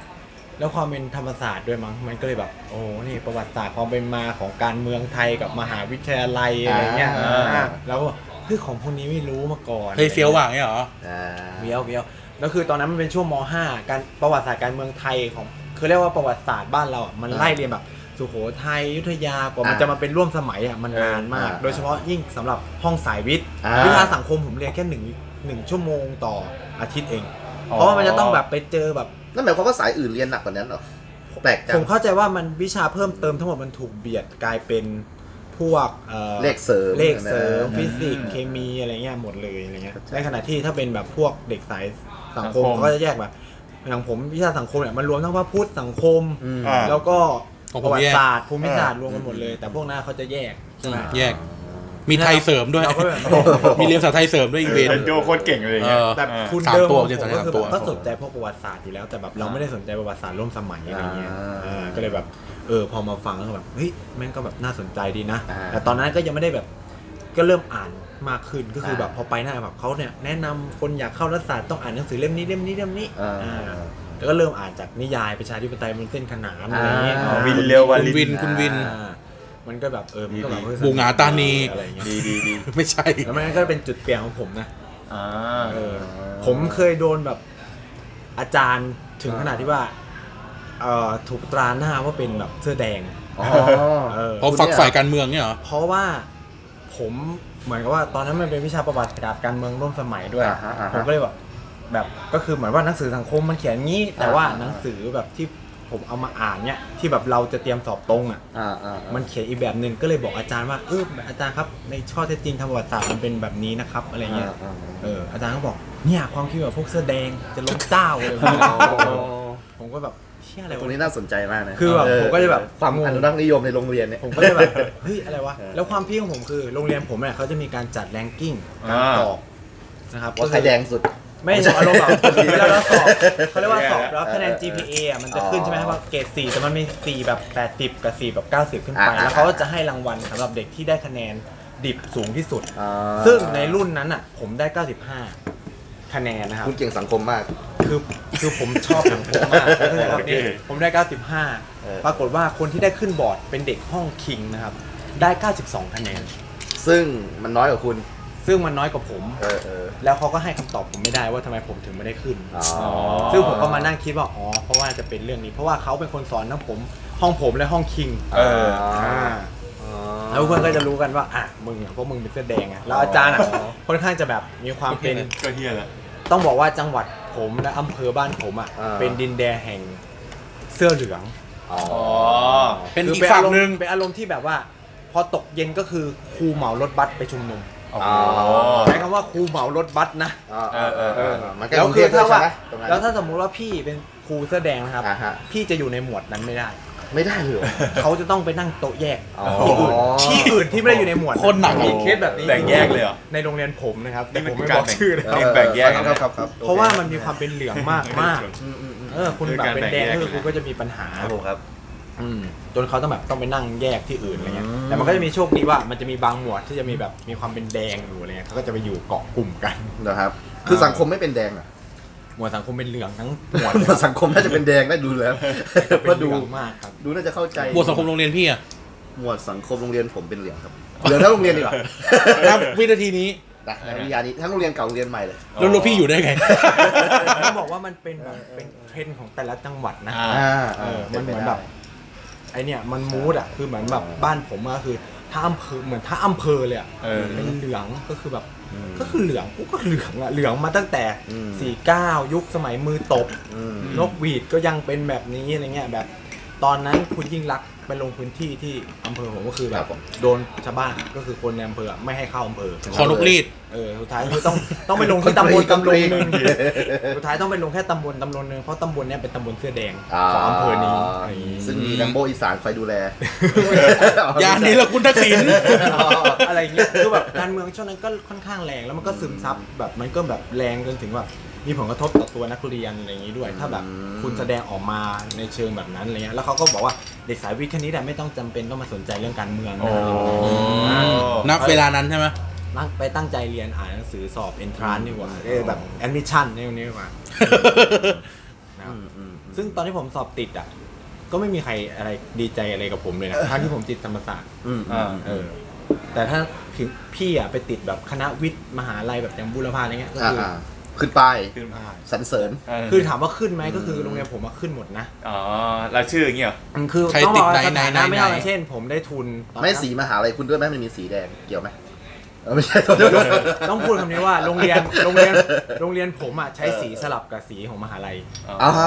S5: แล้วความเป็นธรรมศาสตร์ด้วยมั้งมันก็เลยแบบโอ้นี่ประวัติศาสตร์ความเป็นมาของการเมืองไทยกับมหาวิทยาลัยอะไรเงี้ย
S4: อ่า
S5: อ่าแล้วก็คือของพวกนี้ไม่รู้มาก่อน
S1: เฮ้ยเฟี้ยวว่างเนี่ยเหรอ
S3: อ่า
S5: เวียวเวียวแล้วคือตอนนั้นมันเป็นช่วงม .5 การประวัติศาสตร์การเมืองไทยของคือเรียกว่าประวัติศาสตร์บ้านเราอ่ะมันไล่เรียนแบบสุโขทัยอยุธยากว่ามัน
S3: อ่า
S5: จะมาเป็นร่วมสมัยอ่ะมันนานมาก
S3: อ่า
S5: โดยเฉพาะยิ่งสำหรับห้องสายวิทย์
S3: อ่า
S5: วิชาสังคมผมเรียนแค่หนึ่งหนึ่งชั่วโมงต่ออาทิตย์เอง เพราะว่ามันจะต้องแบบไปเจอแบบ
S3: นั่นหมายความว่าสายอื่นเรียนหนักกว่านั้นเหรอแปลกจั
S5: ผ
S3: ง
S5: มเข้าใจว่ามันวิชาเพิ่มเติมทั้งหมดมันถูกเบียดกลายเป็น พวกอ่อ
S3: เลขเสริม
S5: เลขเสริม
S3: นะ
S5: ฟิสิกส์เคมีอะไรเงี้ยหมดเลยอะไรเงี้ยในขณะที่ถ้าเป็นแบบพวกเด็กสายสังคม
S4: สังคม
S5: เขาก็จะแยกแบบอย่างผมวิชาสังคมเนี่ยมันรวมทั้งว่าพุทธสังคม
S3: อืม
S4: อ่า
S5: แล้วก็
S1: ของผ
S5: ป
S1: ม
S5: ระวั
S1: แย
S5: ติ
S1: ก
S5: ศาสตร์ภูมิศาสตร์รวมกันหมดเลย แต่พวกหน้าเขาจะแยกใช่ไหม
S1: แยก มีไทยเสริมด้วย
S5: เราก็แบบ
S1: มีเรียนภาษาไทยเสริมด้วยอีกเวน
S4: เป็นโจโคตรเก่งเลยอย่างเงี้ย
S1: เออ
S5: แต่
S4: เออ
S5: คุณ
S1: สาม
S5: เดิม
S1: ตัว
S5: ของ
S1: เรียน
S5: ผม
S1: สาม
S5: ก็คือ
S1: ตัว
S5: แบบก็สนใจพวกประวัติศาสตร์อยู่แล้ว แต่แบบเราไม่ได้สนใจประวัติศาสตร์ร่วมสมัยอะไรเงี้ย
S3: อ่า
S5: เออก็เลยแบบเออพอมาฟังแล้วก็แบบเฮ้ยแม่งก็แบบน่าสนใจดีนะ
S3: อ่า
S5: แต่ตอนนั้นก็ยังไม่ได้แบบก็เริ่มอ่านมากขึ้นก็คืออา แบบพอไปหน้าแบบเขาเนี่ยแนะนำคนอยากเข้ารัฐศาสตร์ต้องอ่านหนังสือเล่มนี้เล่มนี้เล่มนี้
S3: อ่า
S5: อ่าแล้วก็เริ่มอ่านจากนิยายประชาธิปไตยบนเส้นขนานอะไรเงี้ย
S3: อ่า
S5: อ่า
S4: วินเร็ววั
S1: คุ
S4: น
S1: ณ
S4: วิ
S1: วิ
S4: น
S1: นคุณวิน
S5: อ่ามันก็แบบเออมันก็แบบเฮ้ย
S1: บูหงาตานี
S5: อะไรเงี้ย
S4: ดีดีดี
S1: ไม่ใช่
S5: แล้วมันก็เป็นจุดเปลี่ยนของผมนะ
S4: อ่า
S5: เออผมเคยโดนแบบอาจารย์ถึงขนาดที่ว่าเอ่อถูกตราหน้าว่าเป็นแบบเสื้อแดง
S3: อ๋อ
S5: เออ
S1: เพราะ
S3: คุณ
S1: ฝั
S3: เนี่ย
S1: กฝ่ายการเมืองเนี่ยเหรอ
S5: เพราะว่าผมเหมือนกับว่าตอนนั้นมันเป็นวิชาประวัติศาสตร์การเมืองร่วมสมัยด้วย
S3: อ่าฮะอ่าฮะ
S5: ผมก็เลยแบบแบบก็คือเหมือนว่าหนังสือสังคมมันเขียนงี้ แต่ว่า
S3: อ่า
S5: หนังสือแบบที่ผมเอามาอ่านเนี่ยที่แบบเราจะเตรียมสอบตรงอ่ะ
S3: อ่าอ่าอ่า
S5: มันเขียนอีกแบบหนึ่งก็เลยบอกอาจารย์ว่าเอออาจารย์ครับในข้อเท็จจริงทางประวัติศาสตร์มันเป็นแบบนี้นะครับอะไรเงี้ย เอออาจารย์ก็บอกเนี่ยความคิดแบบพวกเสื้อแดงจะล้มเจ้า เลยผมก็แบบเชี่ยอะไร
S3: ตรง
S5: วะ
S3: นี้น่าสนใจมากนะ
S5: คือแบบ
S3: เ
S5: ผมก็จะแบบ
S3: ความอนุรักษ์นิยมในโรงเรียนเนี่ย
S5: ผมก็เลยแบบเฮ้ ยอะไรวะ
S3: เออ
S5: แล้วความพี่ของผมคือโรงเรียนผมเนี่ยเขาจะมีการจัดแรงกิ้งการ
S4: อ่า
S5: สอบนะครับ
S3: ว่าใครแดงสุด
S5: ไม่ใช่อารมณ์แบบเราเราสอบเขาเรียกว่าสอบ
S4: เออ
S5: รับคะแนน GPA อ่ะมันจะขึ้นใช่ไหม
S3: อ๋อ
S5: ว่าเกรด4แต่มันมี4แบบ 80 กับ4แบบ 90 ขึ้นไป
S3: อ่า
S5: แล้วเขาก็จะให้รางวัลสำหรับเด็กที่ได้คะแนนดิบสูงที่สุด
S3: อ่า
S5: ซึ่งในรุ่นนั้นอ่ะ ผมได้ 95 คะแนนนะครับ
S3: คุณเก่งสังคมมาก
S5: คือคือผมชอบสังคมมากนะครับนี่ผมได้
S3: เออ
S5: 95 ปรากฏว่าคนที่ได้ขึ้นบอร์ดเป็นเด็กห้องคิงนะครับ ได้ 92 คะแนน
S3: ซึ่งมันน้อยกว่าคุณ
S5: ซึ่งมันน้อยกว่าผม
S3: เออเออ
S5: แล้วเขาก็ให้คำตอบผมไม่ได้ว่าทำไมผมถึงไม่ได้ขึ้น
S3: อ๋อ
S5: ซึ่งผมก็มานั่งคิดว่า อ๋อ เพราะว่าจะเป็นเรื่องนี้ เพราะว่าเขาเป็นคนสอนทั้งผม ห้องผมและห้องคิง
S4: เออ
S5: อ่า
S3: อ๋อ
S5: แล้วเพื่อนก็จะรู้กันว่า อ่ะ มึงอ่ะเพราะมึงเป็นเสื้อแดงอ่ะแล้วอาจารย์อ่ะ
S3: อ๋อ
S5: ค่อนข้างจะแบบมีความเป็น
S4: ก็เฮียแล้ว
S5: ต้องบอกว่าจังหวัดผมและอำเภอบ้านผมอ่ะ
S3: อ่า
S5: เป็นดินแดนแห่งเสื้อเหลือง
S3: อ๋อ
S1: เป็น
S5: คือ
S1: อีก
S5: เป็น
S1: ฝั่
S5: อาง รม
S1: หนึ่ง
S5: ณ์เป็นอารมณ์ที่แบบว่า พอตกเย็นก็คือครูเหมารถบัสไปชุมนุม
S3: อ๋อ
S5: ใช้คำว่าครูเหมารถบัสนะ
S3: อ๋อเออเออเออมันก็
S5: แล้วคือถ้าว่า
S3: ตรงนั้น
S5: แล้วถ้าสมมุติว่าพี่เป็นครูเสื้อแดงนะครับ
S3: อ่าฮะ
S5: พี่จะอยู่ในหมวดนั้นไม่ได้
S3: ไม่ได้เลยเหรอ
S5: เขาจะต้องไปนั่งโต๊ะแยก
S3: อ๋อ
S5: ที่อื่นที่อื่นที่ไม่ได้อยู่ในหมวด
S1: โคตรหนัก
S5: มีเคสแบบนี้
S4: แบ่งแยกเลยเหรอ
S5: ในโรงเรียนผมนะครับแต่
S4: นี่
S5: ผ
S4: มั
S5: ม
S4: น
S5: ไม่
S4: กา
S5: บ
S4: ร
S5: อกชื่อนะ
S4: แบ่งแบ่งแยก
S3: ค
S4: กัน
S3: รับ
S4: นะครับ
S3: ครับ
S5: เพราะว่ามันมีความเป็นเหลืองมากมากๆ
S3: อืมอืมอืม
S5: เออคุณแบบเป็นแดงก็คือคุณก็จะมีปัญหา
S3: ครับผมครับ
S5: อืมจนเขาต้องแบบต้องไปนั่งแยกที่อื่นอะไรเงี้ย
S3: อืม
S5: แต่มันก็จะมีโชคดีว่ามันจะมีบางหมวดที่จะมีแบบมีความเป็นแดงอยู่อะไรเงี้ยเขาก็จะไปอยู่เกาะกลุ่มกัน
S3: เหรอครับ คือสังคมไม่เป็นแดงเหรอ
S5: หมวดสังคมเป็นเหลืองทั้งหมวด
S3: สังคมน่าจะเป็นแดงได้ดูแล้ว
S5: เป็
S3: ก็
S5: น
S3: ดู
S5: เหลืองมากครับ
S3: ดูน่าจะเข้าใจ
S1: บวกสังคมโรงเรียนพี่อะ
S3: หมวดสังคมโรงเรียนผมเป็นเหลืองครับ เหลืองทั้งโรงเรียนดีกว่า
S1: ณวินาทีนี้
S3: นะในวิทยานี้ทั้งโรงเรียนเก่าโรงเรียนใหม่เลย
S1: แล้วรถพี่อยู่ได้ไง
S5: ต้องบอกว่ามันเป็นแบบเป็นเทรนด์ของแต่ละจังหวัดนะ
S4: อ่า
S3: อ่า
S5: เออ
S3: ป็ไป
S5: มันเหมือน
S3: ได้
S5: แบบ ไอเนี่ยมันมูดอะคือเหมือนแบบบ้านผมอะคือถ้าอำเภอเหมือนถ้าอำเภอเลยอะ
S4: เออ
S5: เป็นเหลืองก็คือแบบ
S3: อืม
S5: ก็คือเหลืองกูก็เหลืองอะเหลืองมาตั้งแต่
S3: อืม
S5: สี่เก้ายุคสมัยมือตบ
S3: อืม
S5: นกหวีดก็ยังเป็นแบบนี้อะไรเงี้ยแบบ ตอนนั้นคุณยิ่งรักษณ์ไปลงพื้นที่ที่อำเภอผมก็คือแบ
S3: ครับ บผม
S5: โดนชาวบ้านก็คือคนในอำเภอไม่ให้เข้าอำเภอ
S1: ขอนกรีด
S5: เออสุดท้ายคือต้องต้องไปลงที่ตำบลตำบลหนึ่ง
S3: คนกรีด
S5: สุดท้ายต้องไปลงแค่ตำบลตำบลหนึ่งเพราะตำบลเนี้ยเป็นตำบลเสื้อแดง
S3: อ่า
S5: ของอำเภอนี้อะไรอย่างงี้
S3: ซึ่งมีดัมโบอีสานคอยดูแล
S1: ยานนี้แล้วคุณทักษิณ
S5: อะไรเงี้ยคือแบบการเมืองช่วงนั้นก็ค่อนข้างแรงแล้วมันก็ซึมซับแบบมันก็แบบแรงจนถึงแบบมีผลกระทบต่อตัวนักเรียนอะไรอย่างงี้ด้วย ถ้าแบบคุณแสดงออกมาในเชิงแบบนั้นอะไรเงี้ยแล้วเขาก็บอกว่าเด็กสายวิทย์คณิตอะไม่ต้องจำเป็นต้องมาสนใจเรื่องการเมืองนะอะไรอย่างเงี้ย
S1: ณเวลานั้นใช่ไหม
S5: ตั้งไปตั้งใจเรียนอ่านหนังสือสอบเอนทรานดีกว่าเอ้ยแบบแอดมิชชั่นนี่นี่ดีกว่านะครับ
S3: อืมอืมอืม
S5: ซึ่งตอนที่ผมสอบติดอ่ะ ก็ไม่มีใครอะไรดีใจอะไรกับผมเลยนะทั้งที่ผมติดธรรมศาสตร์
S3: อืมอื
S4: อ่า
S3: ม
S5: เออ แต่ถ้าถึงพี่อ่ะไปติดแบบคณะวิทย์มหาลัยแบบอย่างบุรพาอะไรเงี้ยก็
S3: อ่า
S5: คือ
S3: อ่าขึ้นไปาย
S4: ขึ้นมา
S5: อ่า
S3: สรรเสริญ
S5: คือถามว่าขึ้นไหมก็คือโรงเรียนผมอะขึ้นหมดนะ
S4: อ๋อรายชื่ออย่างเงี้ยเหรอ
S5: มันคือ
S1: ใคร
S5: ต้อง
S1: ติ
S5: บ
S1: ด
S5: อกว่า
S1: ไหน
S5: สถา
S1: ไหน
S5: นะไม่เท่า
S1: ไห
S5: กัน
S1: น
S5: เช่น ผมได้ทุนตอนนั้น
S3: ไม่สีมหาลัยคุณด้วยไหมมันมีสีแดงเกี่ยวไหมเออไม่ใช่ ตัวเดียวกัน
S5: ต้องพูดคำนี้ ว่าโรงเรียนโรงเรียนโรงเรียนผมอ่ะใช้สีสลับกับสีของมหาลัย
S3: อ่า
S5: ผ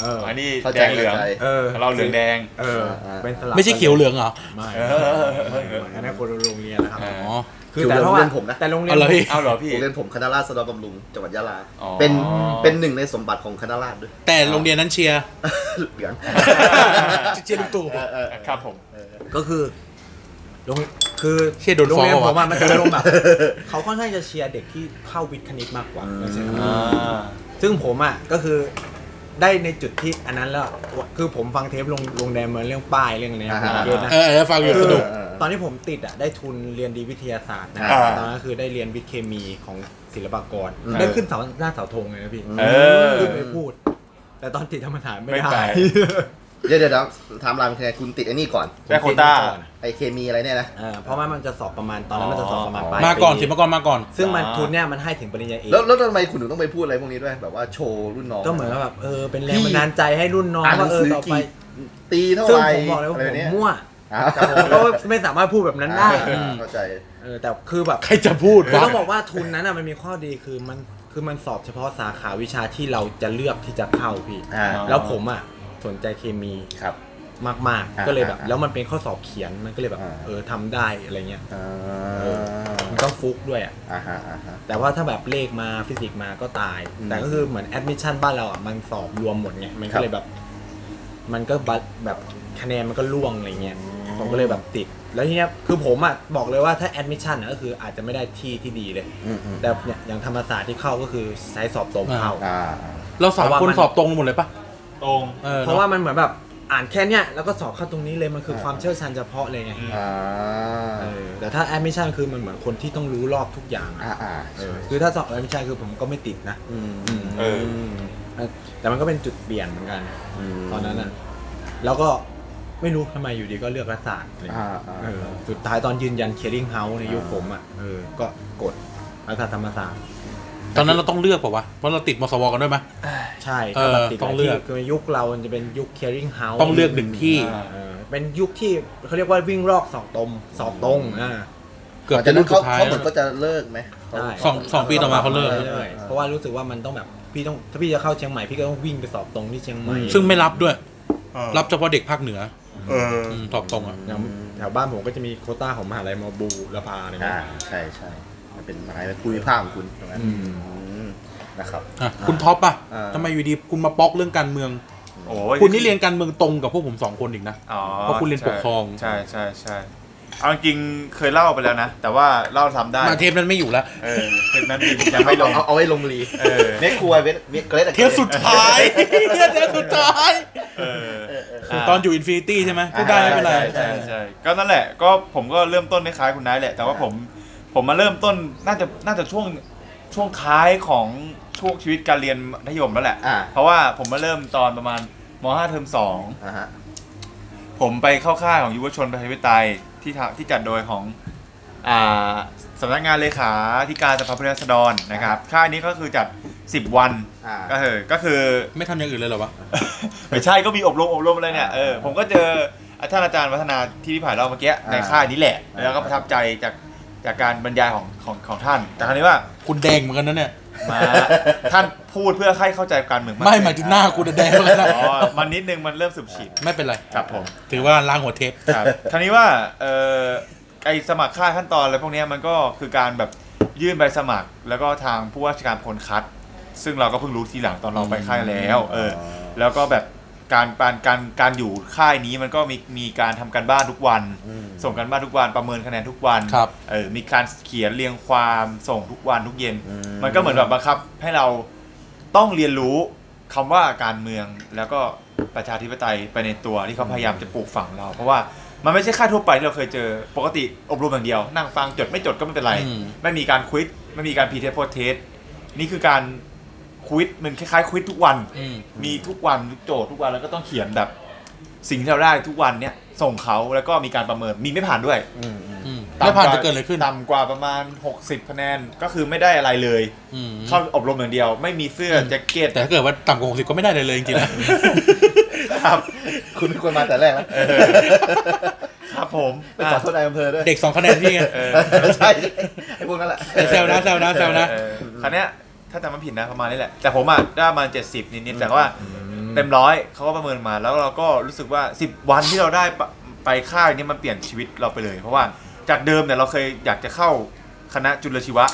S5: เออ
S4: อันนี้
S3: เข้า
S4: แด
S3: ใจ
S4: งเหลือง
S3: เข้าใจ
S5: เออ
S4: เราเหลืองแดง
S5: เออ
S3: อ่า
S5: เป็นสลับ
S1: ไม่ใช่เขียวเหลืองเหรอ
S5: ไม่
S4: เออ
S5: ไม่ไม่อันนั้นคนละโรงเรียนนะครับ
S4: อ่า
S1: อ๋อ
S5: คือแต่เพราะ
S3: เขียวเห
S5: ว่า
S3: ลืองเรี
S5: ย
S3: นผมนะ
S5: แต่โรงเรียน
S1: อะไร
S4: เอาเหรอพี่
S3: ผมเรียนผมคณะราษฎรบำรุงจังหวัดยะลา
S4: อ๋อ
S3: เป็นเป็นหนึ่งในสมบัติของคณะราษฎรด้วย
S1: แต่โรงเรียนนั้นเชียร์
S3: เหลือง
S1: เชียร์ลุงตู่
S3: เออเออ
S4: ครับผม
S5: ก็คือโรงคือ
S1: เชี่ยโดน
S5: โรงเรียน
S1: ฟ้องเหรอ
S5: ผม
S1: วะ
S5: อะมันจะเป็นโรงแบบ เขาค่อนข้างจะเชียร์เด็กที่เข้าวิทย์คณิตมากกว่าใช่ไหมครับ
S4: อ่า
S5: ซึ่งผมอ่ะก็คือได้ในจุดที่อันนั้นแล้วคือผมฟังเทปลงลงแดงเหมือนเรื่องป้ายเรื่องอะไรนะผมเกณฑ์นะ
S1: เออเออฟังอยู่
S5: คื
S1: ส
S5: อ
S1: นุก
S5: ตอนที่ผมติดอ่ะได้ทุนเรียนดีวิทยาศาสตร์นะ
S4: อ่า
S5: ตอนนั้นคือได้เรียนวิทย์เคมีของศิลปากร
S4: อืม
S5: ได้ขึ้นเสาหน้าเสาธงเลยนะพี่
S4: เออ
S5: ขึ้นไปพูด แต่ตอนติดธรรมศาสตร์ไม่
S4: ไม่ไป
S5: ได้
S3: เดี๋ยวเดี๋ยวเดี๋ยวไทม์ไลน์มันคือไงคุณติดไอ้นี่ก่อน
S4: ได้โควต้า
S3: ไอเคมีอะไรเนี่ยนะ
S5: เออเพราะว่ามันจะสอบประมาณตอนนั้นมันจะสอบประมาณปลาย
S1: มาก่อน
S5: ปี
S1: สิมาก่อนมาก่อน
S5: ซึ่งมันทุนเนี่ยมันให้ถึงปริญญาเอก
S3: แล้วแล้วทำไมคุณถึงต้องไปพูดอะไรพวกนี้ด้วย แบบว่าโชว์รุ่นน้อง
S5: ก็เหมือนกับแบบเออเป็นแรงบันดาลใจให้รุ่นน้อง
S3: อ่านหนั
S5: ว่าง เออ
S3: สือ
S5: ต่อไป
S3: กี่ตีเท่า
S5: ซึ่ง
S3: ไหร่
S5: ผมบอกเลยว่า
S3: อะไร
S5: ผม
S3: เนี่ย
S5: มั่ว
S3: อ่า
S5: แต่ผมก็ไม่สามารถพูดแบบนั้นได้
S3: อ่าเข้าใจ
S5: เออแต่คือแบบ
S1: ใครจะพูด
S5: คือ
S1: วะ
S5: ต้องบอกว่าทุนนั้นอ่ะมันมีข้อดีคือมันคือมันสอบเฉพาะสาขาวิชาที่เราจะเลือกที่จะเข้าพี่
S3: อ่า
S5: แล้วผมอ่ะสนใจเคมี
S3: ครับ
S5: มาก
S3: อ่า
S5: ๆ ก็เลยแบบ
S3: อ่า
S5: แล้วมันเป็นข้อสอบเขียนมันก็เลยแบบ
S3: อ่า
S5: เออทำได้อะไรเงี้ย
S3: อ่า
S5: มันต้องฟุกด้วยอ่ะ
S3: อ่าฮะอ่าฮะ
S5: แต่ว่าถ้าแบบเลขมาฟิสิกส์มาก็ตาย
S3: อืม
S5: แต่ก็คือเหมือนแอดมิชชั่นบ้านเราอ่ะมันสอบรวมหมดไงมัน
S3: ครั
S5: ก็
S3: บ
S5: เลยแบบ มันก็บัดแบบคะแนนมันก็ล่วงอะไรเงี้ย ผมก็เลยแบบติด แล้วทีเนี้ยคือผมอ่ะบอกเลยว่าถ้าแอดมิชชั่นอ่ะก็คืออาจจะไม่ได้ที่ที่ดีเลย
S3: อืมอืม
S5: แต่เนี่ยอย่างธรรมศาสตร์ที่เข้าก็คือใช้สอบตรง
S1: อ่า
S5: เข้า
S3: อ่าอ่า
S1: เราสอบ
S5: เพราะว่า
S1: คน
S5: มัน
S1: สอบตรงหมดเลยปะ
S4: ตรง
S1: ออ
S5: เพราะว่ามันเหมือนแบบอ่านแค่เนี้ยแล้วก็สอบเข้าตรงนี้เลยมันคือ
S3: อ่า
S5: ความเชี่ยวชาญเฉพาะเลยไง
S4: อืม
S3: อ่า
S5: เออแต่ถ้าแอดมิชชั่นคือมันเหมือนคนที่ต้องรู้รอบทุกอย่างอะ
S3: อ่าอ่า
S5: เออคือถ้าสอบแอดมิชชั่นคือผมก็ไม่ติดนะ
S3: อืม
S5: อืม
S4: เออ
S5: แต่มันก็เป็นจุดเปลี่ยนเหมือนกัน
S3: ม
S5: ตอนนั้นอ่ะแล้วก็ไม่รู้ทำไมอยู่ดีก็เลือกรัฐศาสตร์อะไรเงี้ย
S3: อ่าอ่า
S5: เออสุดท้ายตอนยืนยันเค e ริงเฮาส์ในยุค
S3: อ่า
S5: ผมอ่ะเออก็กดรัฐธรรมศาสตร์
S1: ตอนนั้นเราต้องเลือกเปล่าวะเพราะเราติดมสวกันด้วยไหม
S5: ใช่
S1: เออ
S5: ก็แบบติด
S1: ต้องเลือก
S5: ที่คือยุคเรามันจะเป็นยุคเค e ริงเฮาส์
S1: ต้องเลือกหนึ่งที่
S4: อ่า
S5: เออเป็นยุคที่เขาเรียกว่าวิ่งรอกสองตมสอบตรงอ่า
S1: เกือบ
S3: จะ
S1: จะ
S3: นั้
S1: รุ่
S3: น
S1: น
S3: เขา
S1: สุดท้าย
S3: เขาเหมื
S1: แล้วน นะ
S3: อก็จะเลิกไหมเขา
S5: ใช่
S1: สองสองปีต่อมาเขาเลิก
S5: ใช่
S3: อ่า
S5: เพราะว่ารู้สึกว่ามันต้องแบบพี่ต้องถ้าพี่จะเข้าเชียงใหม่พี่ก็ต้องวิ่งไปสอบตรงที่เชียงใหม่
S1: ซึ่งไม่รับด้วย รับ
S4: เออ
S1: เฉพาะเด็กภาคเหนือ
S4: เออ
S1: อืมสอบตรงอ่ะ
S5: อย่างแถวบ้านผมก็จะมีโควต้าของมหาลัยมอบูรพาเนี่ย
S3: อ่า
S5: นะ
S3: ใช่ใช่มันเป็นหมายไปคุยภาพของคุณตรงนั้น
S5: อืม
S3: อืมนะครับ
S1: อ่ะคุณท็อปอ่ะ
S3: อ่า
S1: ทำไมอยู่ดีคุณมาป๊อกเรื่องการเมือง
S4: โอ้
S1: คุณนี่เรียนการเมืองตรงกับพวกผมสองคนอีกนะ
S4: อ๋อ
S1: เพราะคุณเรียนปกครอง
S4: ใช่ใช่ใช่เอาจริงๆเคยเล่าไปแล้วนะ แต่ว่าเล่าซ้ำได้
S1: มาเทปนั้นไม่อยู่แล้ว
S4: เออเทปนั้นยังไม่ลง
S3: เอาเอาไว้ลงรี
S4: เออ
S3: เมคครัวเวทเมคเกรดอะ
S1: เทปสุดท้ายเทปสุดท้าย
S4: เออ
S3: เออเออ
S1: ตอนอยู่อินฟินิตี้ใช่ไหมพูดได้ไม่เป็นไร
S3: ใช่ใช่
S4: ใช่ใช่ก็นั่นแหละ ก็ผมก็เริ่มต้นคล้ายๆคุณนายแหละ แต่ว่าผม ผมมาเริ่มต้นน่าจะน่าจะช่วงช่วงท้ายของช่วงชีวิตการเรียนมัธยมแล้วแหละ
S3: อ่า
S4: เพราะว่าผมมาเริ่มตอนประมาณม .5 เทอม2
S3: อ่าฮะ
S4: ผมไปเข้าค่ายของยุวชนประชาธิปไตยที่ทะที่จัดโดยของอ่าสำนักงานเลขาธิการสภาผู้แทนราษฎรนะครับ ค่ายนี้ก็คือจัด 10 วัน
S3: อ่า
S4: ก็คือก็คือ
S1: ไม่ทำอย่างอื่นเลยเหรอวะ
S4: ไม่ใช่ก็มีอบรมอบรมอะไรเนี่ยเออผมก็เจออาจารย์อาจารย์วัฒนาที่พี่ผ่านเล่าเมื่อกี้ในค่ายนี้แหละ
S3: อ่า
S4: แล้วก็ประทับใจจากจากการบรรยายของของของท่าน แต่คราวนี้ว่า
S1: คุณแดงเหมือนกันนะเนี่ย
S4: มาท่านพูดเพื่อให้เข้าใจการเมือง
S1: ไม่หมายถึงหน้าคุณแดงเหมือนกันนะ
S4: อ๋อมันนิดนึงมันเริ่มสืบฉีด
S1: ไม่เป็นไร
S4: ครับผม
S1: ถือว่าล้างหัวเทป
S4: ครับทีนี้ว่าเออไอสมัครค่าขั้นตอนอะไรพวกเนี้ยมันก็คือการแบบยื่นใบสมัคร แล้วก็ทางผู้ว่าราชการเป็นคนคัด ซึ่งเราก็เพิ่งรู้ทีหลังตอนเราไปค่ายแล้วเออแล้วก็แบบการการการการอยู่ค่ายนี้มันก็มีมีการทำการบ้านทุกวัน
S3: อืม
S4: ส่งการบ้านทุกวันประเมินคะแนนทุกวัน
S1: ครับ
S4: เออมีการเขียนเรียงความส่งทุกวันทุกเย็น
S3: อืม
S4: มันก็เหมือนแบบบังคับให้เราต้องเรียนรู้คำว่าการเมืองแล้วก็ประชาธิปไตยไปในตัวที่เขาพยายามจะปลูกฝังเรา เพราะว่ามันไม่ใช่ค่ายทั่วไปที่เราเคยเจอปกติอบรมอย่างเดียว นั่งฟังจดไม่จดก็ไม่เป็นไร
S1: อืม
S4: ไม่มีการควิดไม่มีการพีเทสโพเทสนี่คือการควิดมันคล้ายๆควิดทุกวัน
S1: อืม
S4: มีทุกวันทุกโจทย์ทุกวันแล้วก็ต้องเขียนแบบ สิ่งที่เราได้ทุกวันเนี่ยส่งเขาแล้วก็มีการประเมินมีไม่ผ่านด้วย
S3: อืมอืม
S1: อืมแล้วผ่านจะเกิดอะไรขึ้น
S4: ต่ำกว่าประมาณ 60คะแนนก็คือไม่ได้อะไรเลย
S1: อืม
S4: เข้าอบรมอย่างเดียว ไม่มีเสื้อแจ็คเก็ต
S1: แต่ถ้าเกิดว่าต่ำกว่าหกสิบก็ไม่ได้เลยเลยจริงๆนะ
S4: ครับ
S3: คุณไม่ควรมาแต่แรกนะครับ
S4: ผม
S3: ไปขอโทษนายอำเภอด้วย
S1: เด็กสองคะแนนพี่ไง
S4: เออ
S3: ใช่ ไอ้พวกนั้นแหละ
S1: แซวนะแซวนะแซวนะ
S4: เออเออคราวเนี้ยถ้าจำไม่ผิดนะประมาณนี้แหละ แต่ผมอ่ะได้ประมาณ 70 นิดๆแต่ว่า
S5: อืม
S4: เต็มร้อยเขาก็ประเมินมาแล้วเราก็รู้สึกว่า 10 วันที่เราได้ไปไปค่ายเนี่ยมันเปลี่ยนชีวิตเราไปเลย เพราะว่าจากเดิมเนี่ยเราเคยอยากจะเข้าคณะจุลชีวะ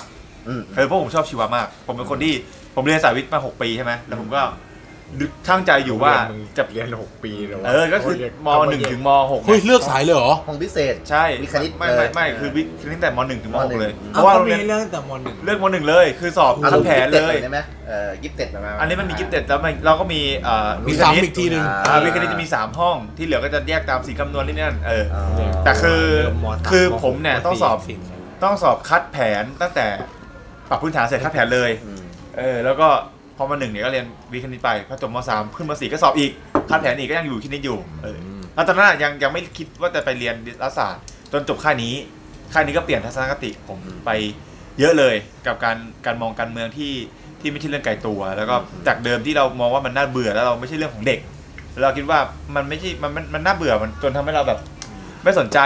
S3: อืม
S4: เออเพราะผมชอบชีวะมาก ผมเป็นคนที่ผมเรียนสายวิทย์มา 6 ปีใช่ไหมแล้วผมก็นึกช่างใจอยู่ว่า
S5: มึง
S4: จะ
S5: เรียนหกปีแล้ววะ
S4: เออก็คือ
S5: เรียน
S4: มหนึ่งถึงมหก
S1: เฮ้ยเลือกสายเลยเหรอ
S3: ห้องพิเศษ
S4: ใช่
S3: วิทย์คณิต
S4: ไม่ไม่
S3: เลย
S4: ไม่คือวิทย์คณิตแต่มหนึ่งถึงมหก
S3: มหนึ่ง
S4: เลยเพ
S5: เอา
S4: ราะว่า
S5: ก็
S4: เรา
S5: มี
S4: เรียน
S5: เรื่องแต่มหนึ่ง
S4: เลือกมหนึ่งเลย คือสอบ
S3: อาร
S4: ทั้
S3: ม
S4: ง
S3: ณ์
S4: แผน
S3: กิฟเต็ด
S4: เลย
S3: หน่อได้ไหมเอ่อกิฟเต็ดประมาณ
S4: อันนี้มันมีกิฟเต็ดแล้วมันเราก็มีเอ่อ
S1: มี
S4: วิท
S1: สาม
S4: ย์คณิ
S1: อี
S4: ต
S1: กทีหนึ่ง
S4: อ่าวิทย์คณิตจะมี 3 ห้องที่เหลือก็จะแยกตามสีคำนวณนี่นั่นเอออ
S3: อ
S4: แต่คือ
S5: เริ่มมสาม
S4: คือ
S5: มหก
S4: ผมเนี่ย
S5: มสี่
S4: ต้องสอบ
S5: มสี่
S4: ต้องสอบคัดแผนตั้งแต่ปรับพื้นฐานเสร็จคัดแผนเลย
S3: อืม
S4: เออแล้วก็พอมาหนึ่งเนี่ยก็เรียนวิคณิตไปพอจบมสามขึ้นมสี่ก็สอบอีกคัดแผนอีกก็ยังอยู่คิดนิดอยู่เออแล้วตอนนั้นอะยังยังไม่คิดว่าจะไปเรียนรัฐศาสตร์จนจบค่ายนี้ค่ายนี้ก็เปลี่ยนทัศนคติผมไปเยอะเลยกับการการมองการเมืองที่ที่ไม่ใช่เรื่องไกลตัว แล้วก็จากเดิมที่เรามองว่ามันน่าเบื่อแล้วเราไม่ใช่เรื่องของเด็ก เราคิดว่ามันไม่ใช่มันมันมันน่าเบื่อมันจนทำให้เราแบบไม่สนใจ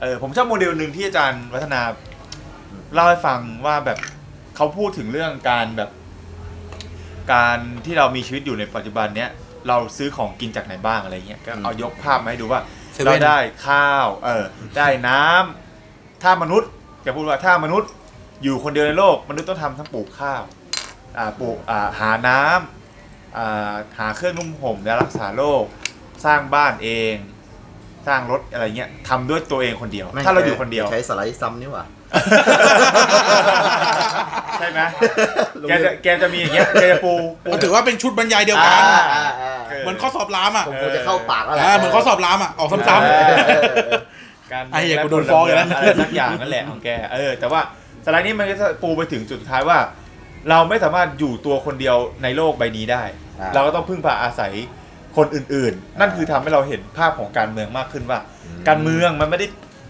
S4: เออผมชอบโมเดลหนึ่งที่อาจารย์วัฒนาเล่าให้ฟังว่าแบบ เขาพูดถึงเรื่องการแบบ การที่เรามีชีวิตอยู่ในปัจจุบันเนี้ยเราซื้อของกินจากไหนบ้างอะไรเงี้ยก็เอายกภาพมาให้ดูว่า
S1: เซเว่น
S4: เราได้ข้าวเออได้น้ำถ้ามนุษย์จะพูดว่าถ้ามนุษย์อยู่คนเดียวในโลก มนุษย์ต้องทำทั้งปลูกข้าวอ่าปลูกอ่าหาน้ำอ่าหาเครื่องนุ่มห่มและรักษาโรคสร้างบ้านเอง สร้างรถอะไรเงี้ยทำด้วยตัวเองคนเดียว
S3: แม่ง
S4: ถ้าเราอยู่คนเดียว
S3: ใช้สไลด์ซ้ำนี่หว่า
S4: ใช่ไหม แกจะแกจะมีอย่างเงี้ย แกจะปูปู
S1: ก็ถือว่าเป็นชุดบรรยายเดียวกัน
S4: อ่า
S1: เหมือนข้อสอบรามอ่ะ
S3: ผมคงจะเข้าปากแล้วแหละ
S1: อ่าเหมือนข้อสอบรามอ่ะออกซ้ำ
S4: เออ การ
S1: ไอ้เหี้ย
S4: และ
S1: กูโดนฟ้องเลยนะ
S4: ไรสักอย่างนั่นแหละของแก เออ แต่ว่าสไลด์นี้มันก็จะปูไปถึงจุดสุดท้ายว่า เราไม่สามารถอยู่ตัวคนเดียวในโลกใบนี้ได้
S3: อ่า
S4: เราก็ต้องพึ่งพาอาศัยคนอื่นๆ นั่นคือทำให้เราเห็นภาพของการเมืองมากขึ้นว่า การเมืองมันไม่ได้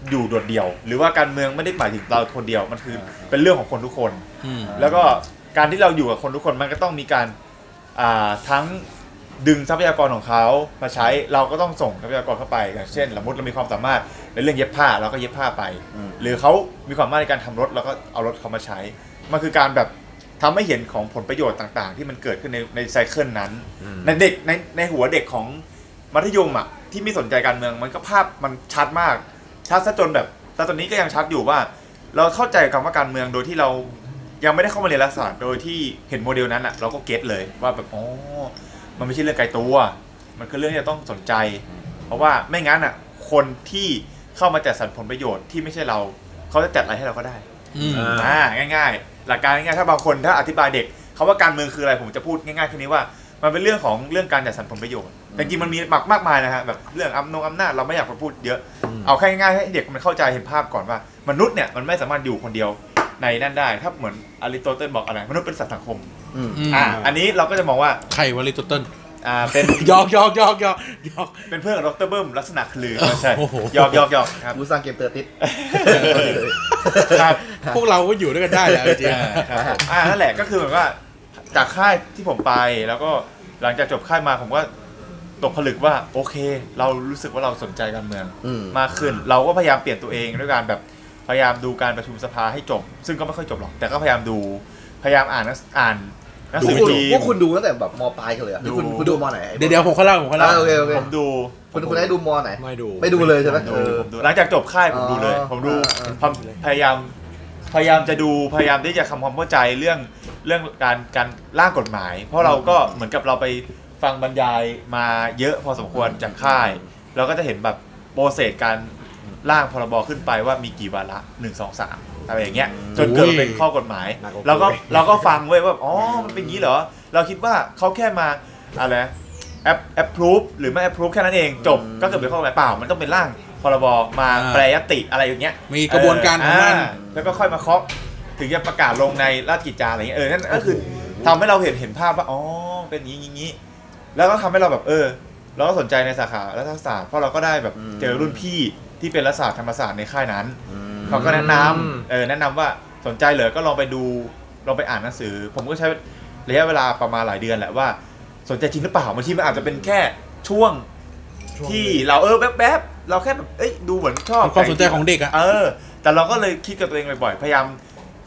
S4: อยู่โดดเดี่ยว หรือว่าการเมืองไม่ได้หมายถึงเราคนเดียว มันคือเป็นเรื่องของคนทุกคน
S1: ๆอืม
S4: แล้วก็การที่เราอยู่กับคนทุกคนมันก็ต้องมีการอ่าทั้งดึงทรัพยากรของเขามาใช้เราก็ต้องส่งทรัพยากรเข้าไปอย่างเช่นสมมติเรามีความสามารถในเรื่องเย็บผ้าเราก็เย็บผ้าไป
S3: อืม
S4: หรือเขามีความสามารถในการทำรถเราก็เอารถเขามาใช้ มันคือการแบบทำให้เห็นของผลประโยชน์ต่างๆ ที่มันเกิดขึ้นในในไซเคิลนั้น ในเด็กในในหัวเด็กของมัธยมอ่ะที่ไม่สนใจการเมืองมันก็ภาพมันชัดมาก ชัดซะจนแบบแต่ตอนนี้ก็ยังชัดอยู่ว่า เราเข้าใจคำว่าการเมืองโดยที่เรายังไม่ได้เข้ามาเรียนรัฐศาสตร์โดยที่เห็นโมเดลนั้นอ่ะเราก็เก็ตเลยว่าแบบอ๋อมันไม่ใช่เรื่องไกลตัว มันคือเรื่องที่เราต้องสนใจ เพราะว่าไม่งั้นอ่ะคนที่เข้ามาจัดสรรผลประโยชน์ที่ไม่ใช่เราเขาจะจัดอะไรให้เราก็ได้
S1: อืม
S4: อ่าง่ายๆ หลักการง่ายๆถ้าบางคนถ้าอธิบายเด็กคาว่าการเมืองคืออะไรผมจะพูดง่ายๆแค่นี้ว่า มันเป็นเรื่องของเรื่องการจัดสรรผลประโยชน์แต่จริงๆมันมีมากมากมายนะฮะแบบเรื่องอำนงอำนาจเราไม่อยากไปพูดเยอะ เอาแค่ง่ายๆให้เด็กมันเข้าใจเห็นภาพก่อนว่า มนุษย์เนี่ยมันไม่สามารถอยู่คนเดียวในนั่นได้ ถ้าเหมือนอริสโตเติลบอกอะไร มนุษย์เป็นสัตว์สังคม
S3: อืม
S1: อืม
S4: อ่าอันนี้เราก็จะมองว่า
S1: ใครวะลิตเติ้ล
S4: อ่าเป็น
S1: หยอกหยอกหยอกหยอกหยอก
S4: เป็นเพื่อนกับดรเบิ้มลักษณะคลือไม่ใช่
S1: โอ้โห
S4: หยอกหยอกหยอกครับ
S3: กูสร้างเกมเตอร์ติด
S4: ครับ
S1: พวกเราก็อยู่ด้วยกันได้แห ล้วจริงๆ
S4: ครับผมอ่านั่นแหละก็คือเหมือนว่าจากค่ายที่ผมไปแล้วก็หลังจากจบค่ายมาผมก็ตกผลึกว่าโอเค เรารู้สึกว่าเราสนใจการเมือง
S3: อืม
S4: มากขึ้น เราก็พยายามเปลี่ยนตัวเองด้วยการแบบพยายามดูการประชุมสภาให้จบ ซึ่งก็ไม่ค่อยจบหรอก แต่ก็พยายามดูพยายามอ่านหนังอ่านหนัง
S3: พ
S4: สือก
S3: วคุณ
S4: พิ
S3: พ
S4: ม
S3: วก
S4: พ์
S3: คุณดูตั้งแต่แบบมปลายกันเลยเหรอหรือคุณ
S4: ดู
S3: คุณดูมอไหนไอ้
S1: เดี๋ยวเดี๋ยวผมเขาเล่าผมเขา
S3: อ่า
S1: เล่า
S3: โอเคโอเค
S4: ผมดู
S3: คุณคุณได้ดูมอไหน
S5: ไม่ดู
S3: ไม่ดูเลยใช่ไหม
S4: ผม
S3: เอ
S4: ดู
S3: อ
S4: ผมดูหลังจากจบค่ายผมดูเลย
S3: อ๋อ
S4: ผมดู
S3: เออ
S4: ผมพยายามพยายามจะดูพยายามที่จะทำความเข้าใจเรื่องเรื่องการการร่างกฎหมาย เพราะเราก็เหมือนกับเราไปฟังบรรยายมาเยอะพอสมควรจากค่าย เราก็จะเห็นแบบโปรเซสการร่างพรบขึ้นไปว่ามีกี่วาระหนึ่งสองสามอะไรอย่างเงี้ยจนเกิดเป็นข้อกฎหมาย
S5: หนักกว่า
S4: เราก็เราก็ฟังเว้ยว่าอ๋อมันเป็นอย่างนี้เหรอ เราคิดว่าเขาแค่มาอะไร แอปแอปพรูฟหรือไม่แอปพรูฟแค่นั้นเองจบ ก็เกิดเป็นข้อกฎหมายเปล่า มันต้องเป็นร่างพรบมา
S1: อ่า
S4: แปรยติอะไรอย่างเงี้ย
S1: มีกระบวนการของมัน
S4: เแล้วก็ค่อยมาเคาะถึงจะประกาศลงในราชกิจจาอะไรเงี้ยเออนั่นก็คือทำให้เราเห็นเห็นภาพว่าอ๋อเป็นอย่างนี้อย่างนี้ แล้วก็ทำให้เราแบบเออ เราก็สนใจในสาขารัฐศาสตร์เพราะเราก็ได้แบบ
S3: อืม
S4: เจอรุ่นพี่ที่เป็นรัฐศาสตร์ธรรมศาสตร์ในค่ายนั้น
S3: อืม
S4: เขาก็แนะนำ
S5: อืม
S4: เออ แนะนำว่าสนใจเหรอ ก็ลองไปดู ลองไปอ่านหนังสือ ผมก็ใช้ระยะเวลาประมาณหลายเดือนแหละว่า สนใจจริงหรือเปล่าบางทีมันอาจจะเป็นแค่ช่วงที่เราเออแป๊บๆ เราแค่แบบ เอ้ย ดูเหมือนชอบ
S1: ความสนใจของเด็กอะ
S4: เออ แต่เราก็เลยคิดกับตัวเองบ่อยๆ พยายาม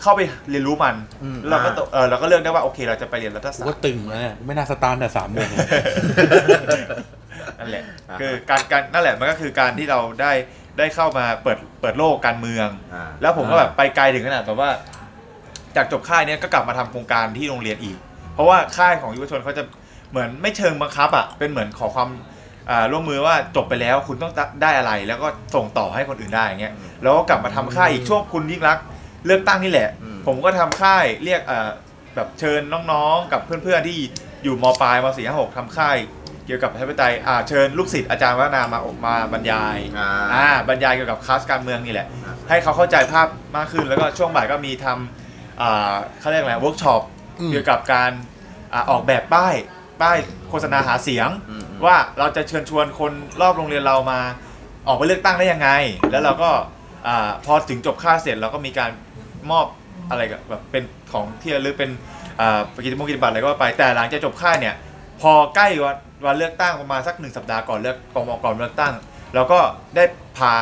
S4: เข้าไปเรียนรู้มัน
S1: อืม
S4: แล้วเราก็ตกเออเราก็เลือกได้ว่าโอเค เราจะไปเรียนรัฐ
S1: กู
S4: ศาสต
S1: ก็
S4: ร์
S1: ตึงแล้วเนี่ยไม่น่าสตาร์ทแต่สามโมง
S4: นั่นแหละ
S3: อ่า
S4: คือการการนั่นแหละมันก็คือการที่เราได้ได้เข้ามาเปิดเปิดโลกการเมือง
S3: อ่า
S4: แล้วผมก็แบบไปไกลถึงขนาดแบบว่า จากจบค่ายเนี้ยก็กลับมาทำโครงการที่โรงเรียนอีก เพราะว่าค่ายของยุวชนเขาจะเหมือนไม่เชิงบังคับอ่ะเป็นเหมือนขอความอ่าร่วมมือว่าจบไปแล้วคุณต้องได้อะไร แล้วก็ส่งต่อให้คนอื่นได้อย่างเงี้ยแล้วก็กลับมาทำค่ายอีกช่วงคุณยิ่งรักษณ์เลือกตั้งนี่แหละ
S3: อืม
S4: ผมก็ทำค่ายเรียกอ่าแบบเชิญน้องๆ กับเพื่อนๆที่อยู่มปลายมสี่ห้าหกทำค่าย เกี่ยวกับประชาธิปไตยอ่าเชิญลูกศิษย์อาจารย์วัฒนามาอบมาบรรยาย
S3: อ่า
S4: อ่าบรรยายเกี่ยวกับคลาสการเมืองนี่แหละ
S3: อ่า
S4: ให้เขาเข้าใจภาพมากขึ้นแล้วก็ช่วงบ่ายก็มีทำอ่าเขาเรียกอะไรเวิร์กช็อป
S1: อืม
S4: เกี่ยวกับการอ่าออกแบบป้ายป้ายโฆษณาหาเสียง
S3: อืมอืม
S4: ว่าเราจะเชิญชวนคนรอบโรงเรียนเรามาออกไปเลือกตั้งได้ยังไง แล้วเราก็อาพอถึงจบค่าเสร็จเราก็มีการมอบอะไรกับแบบเป็นของที่ระลึกเป็นอ่าปกิจมงกิจบัตรอะไรก็ว่าไปแต่หลังจากจบค่ายเนี่ยพอใกล้วันวันเลือกตั้งประมาณสักหนึ่งสัปดาห์ก่อนเลือกกองก่อนเลือกตั้งเราก็ได้พา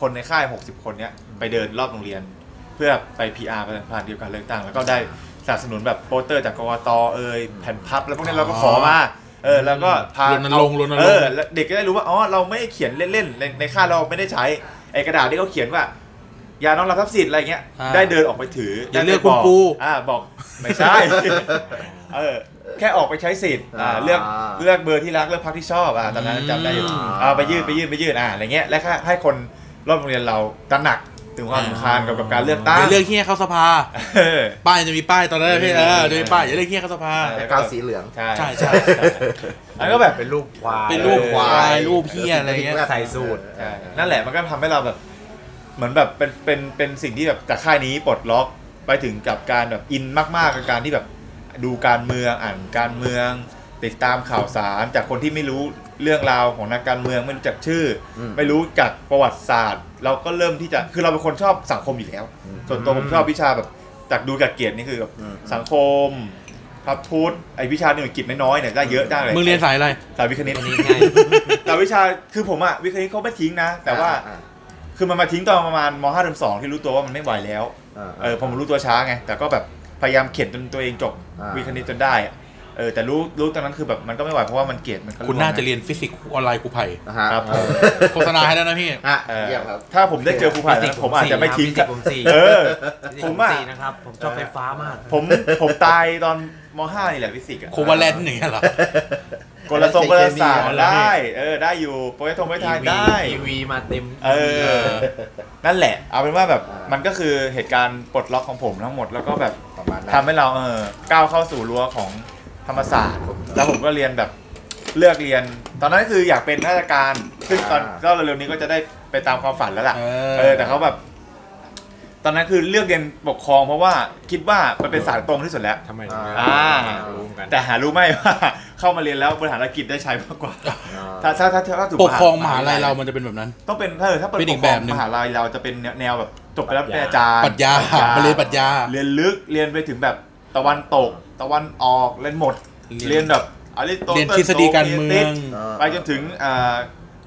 S4: คนในค่าย 60 คนเนี้ยไปเดินรอบโรงเรียน เพื่อไป PR ประชาสัมพันธ์เกี่ยวกับเลือกตั้ง แล้วก็ได้สนับสนุนแบบโปสเตอร์จากกกตเอ่ยแผ่นพับแล้วพวกนี้เราก็ขอมา เออแล้วก็พาร ร
S1: ณรงค์รณรงค์
S4: เออแล้วเด็กก็ได้รู้ว่าอ๋อเราไม่ได้เขียนเล่นๆในในค่ายเราไม่ได้ใช้ไอ้กระดาษที่เขาเขียนว่า ยาน้องรับทรัพย์สินอะไรเงี้ย
S1: อ่า
S4: ได้เดินออกไปถือ
S1: อย่า
S4: ได้
S1: เลือกคุณ
S4: บ
S1: ปู
S4: อ่าบอกไม่ใช่ เออแค่ออกไปใช้สิทธิ์อ่า
S3: อ่า
S4: เลือกเลือกเบอร์ที่รักเลือกพรรคที่ชอบอ่าตอนนั้นจำได้อยู่
S3: อืม
S4: อ่าไปยื่นไปยื่นไปยื่นอ่าอะไรเงี้ยและให้คนรอบโรงเรียนเราตระหนักถึงความสำคัญกับกับการเลือกตั้ง
S1: อย่าเลือกเฮี้ยเข้าสภา
S4: เออ
S1: ป้ายจะมีป้ายตอนแรกพี่เออจะมีป้ายอย่าเลือกเฮี้ยเข้าสภา
S4: เออ
S3: กาวสีเหลือง
S4: ใช่
S1: ใช่ใช่
S4: แล้วก็แบบ
S5: เป็นรูปควาย
S1: เป็นรูปควายรูปเฮี้ยอะไรเงี้ย
S5: ใส่สูท
S4: ใช่นั่นแหละมันก็ทำให้เราแบบเหมือนแบบเป็นเป็นเป็นสิ่งที่แบบจากค่ายนี้ปลดล็อกไปถึงกับการแบบอินมากๆกับการที่แบบดูการเมืองอ่านการเมือง ติดตามข่าวสารจากคนที่ไม่รู้เรื่องราวของนักการเมืองไม่รู้จักชื่ออ
S3: ม
S4: ไม่รู้จักประวัติศาสตร์ เราก็เริ่มที่จะคือเราเป็นคนชอบสังคมอยู่แล้ว ส่วนตัวผมชอบวิชาแบบจากดูจากเกียรตินี่คือแบบสังคมพระพุทธไอวิชาหนึ่งกิจน้อยๆเนี่ยได้เยอะได้เลย
S1: มึงเรียนสายอะไร
S4: แต่วิคณิต แต่วิชาคือผมอะวิคณิตเขาไม่ทิ้งนะ แต่ว่า
S3: อ่
S4: คือมันมาทิ้งตอนประมาณมห้าเทอมสองที่รู้ตัวว่ามันไม่ไหวแล้วเออผมรู้ตัวช้าไง แต่ก็แบบพยายามเข็นจนตัวเองจบ
S3: อ่า
S4: วิคณิตจนได้อะเออแต่รู้รู้ตอนนั้นคือแบบมันก็ไม่ไหวเพราะว่ามันเกรดมันก็วง
S1: คุณน่าจะเรียนฟิสิกส์ออนไลน์ครูไผ่
S3: อ่าฮะ
S4: ครับผม
S1: โฆษณาให้แล้วนะพี่
S3: อ่ะ
S4: เออ
S3: เยี่ยมครับ
S4: ถ้าผมได้เจอภูผา
S5: ฟิสิก
S4: แล้ว
S5: ส์
S4: ผมอาจจะไม่ทิ้ง
S5: ฟิสิกส์ผมสี่
S4: เออ ผ
S5: ผม ม
S4: อะ
S5: สีนะครับ ผมชอบไฟฟ้ามาก
S4: ผมผมตายตอนมห้านี่แหละฟิสิกส์อะ
S1: โควาแลนต์หนึ่างเงี้ยเหรอ
S4: กลทรงกลศาสต
S3: เคมี
S4: ร์
S3: อะ
S4: ได้เออได้อยู่โปรยทงโปรยทาน
S5: EV
S4: ได้
S5: EV มาเต็ม
S4: เออ นั่นแหละ เอาเป็นว่าแบบ
S3: อ่ามั
S4: มันก็คือเหตุการณ์ปลดล็อกของผมทั้งหมดแล้วก็แบบ
S3: ประมาณ
S4: ทำ
S3: นั้น
S4: ให้เราเออก้าวเข้าสู่รั้วของธรรมศาสตร์ แล้วผมก็เรียนแบบเลือกเรียน ตอนนั้นก็คืออยากเป็นข้าราชการ ซึ่งตอน
S3: อ่า
S4: ก็เร็วๆนี้ก็จะได้ไปตามความฝันแล้วล่ะ
S1: เออ
S4: เออแต่เขาแบบ ตอนนั้นคือเลือกเรียนปกครอง เพราะว่าคิดว่ามันเป็นศาสตร์ตรงที่สุดแล้ว
S5: ทำไม
S3: อ่า
S4: อ่า
S5: รู้กัน
S4: แต่หารู้ไหมว่า เข้ามาเรียนแล้วบริหารธุรกิจได้ใช้มากกว่า
S3: อ่า
S4: ถ้าถ้าถ้าถ้าถูก
S1: ปกครองมหาลัยเรามันจะเป็นแบบนั้น
S4: ต้องเป็นถ้าถ้าเป็น
S1: เป็น
S4: ป
S1: อี
S4: ก
S1: ก
S4: คร
S1: แบ
S4: อง
S1: บหนึ่
S4: ม
S1: ง
S4: หาลัยเราจะเป็นแนวแบบจบไปแล้วเป็นอาจารย์
S1: ปรัชญามาเรียนปรัชญา
S4: เรียนลึกเรียนไปถึงแบบตะวันตก ตะวันออกเรียนหมด
S1: เรียน
S4: เรียนแบบอะไรโต
S1: เรียนทฤษฎีการเมือง
S4: ไปจนถึงอ่า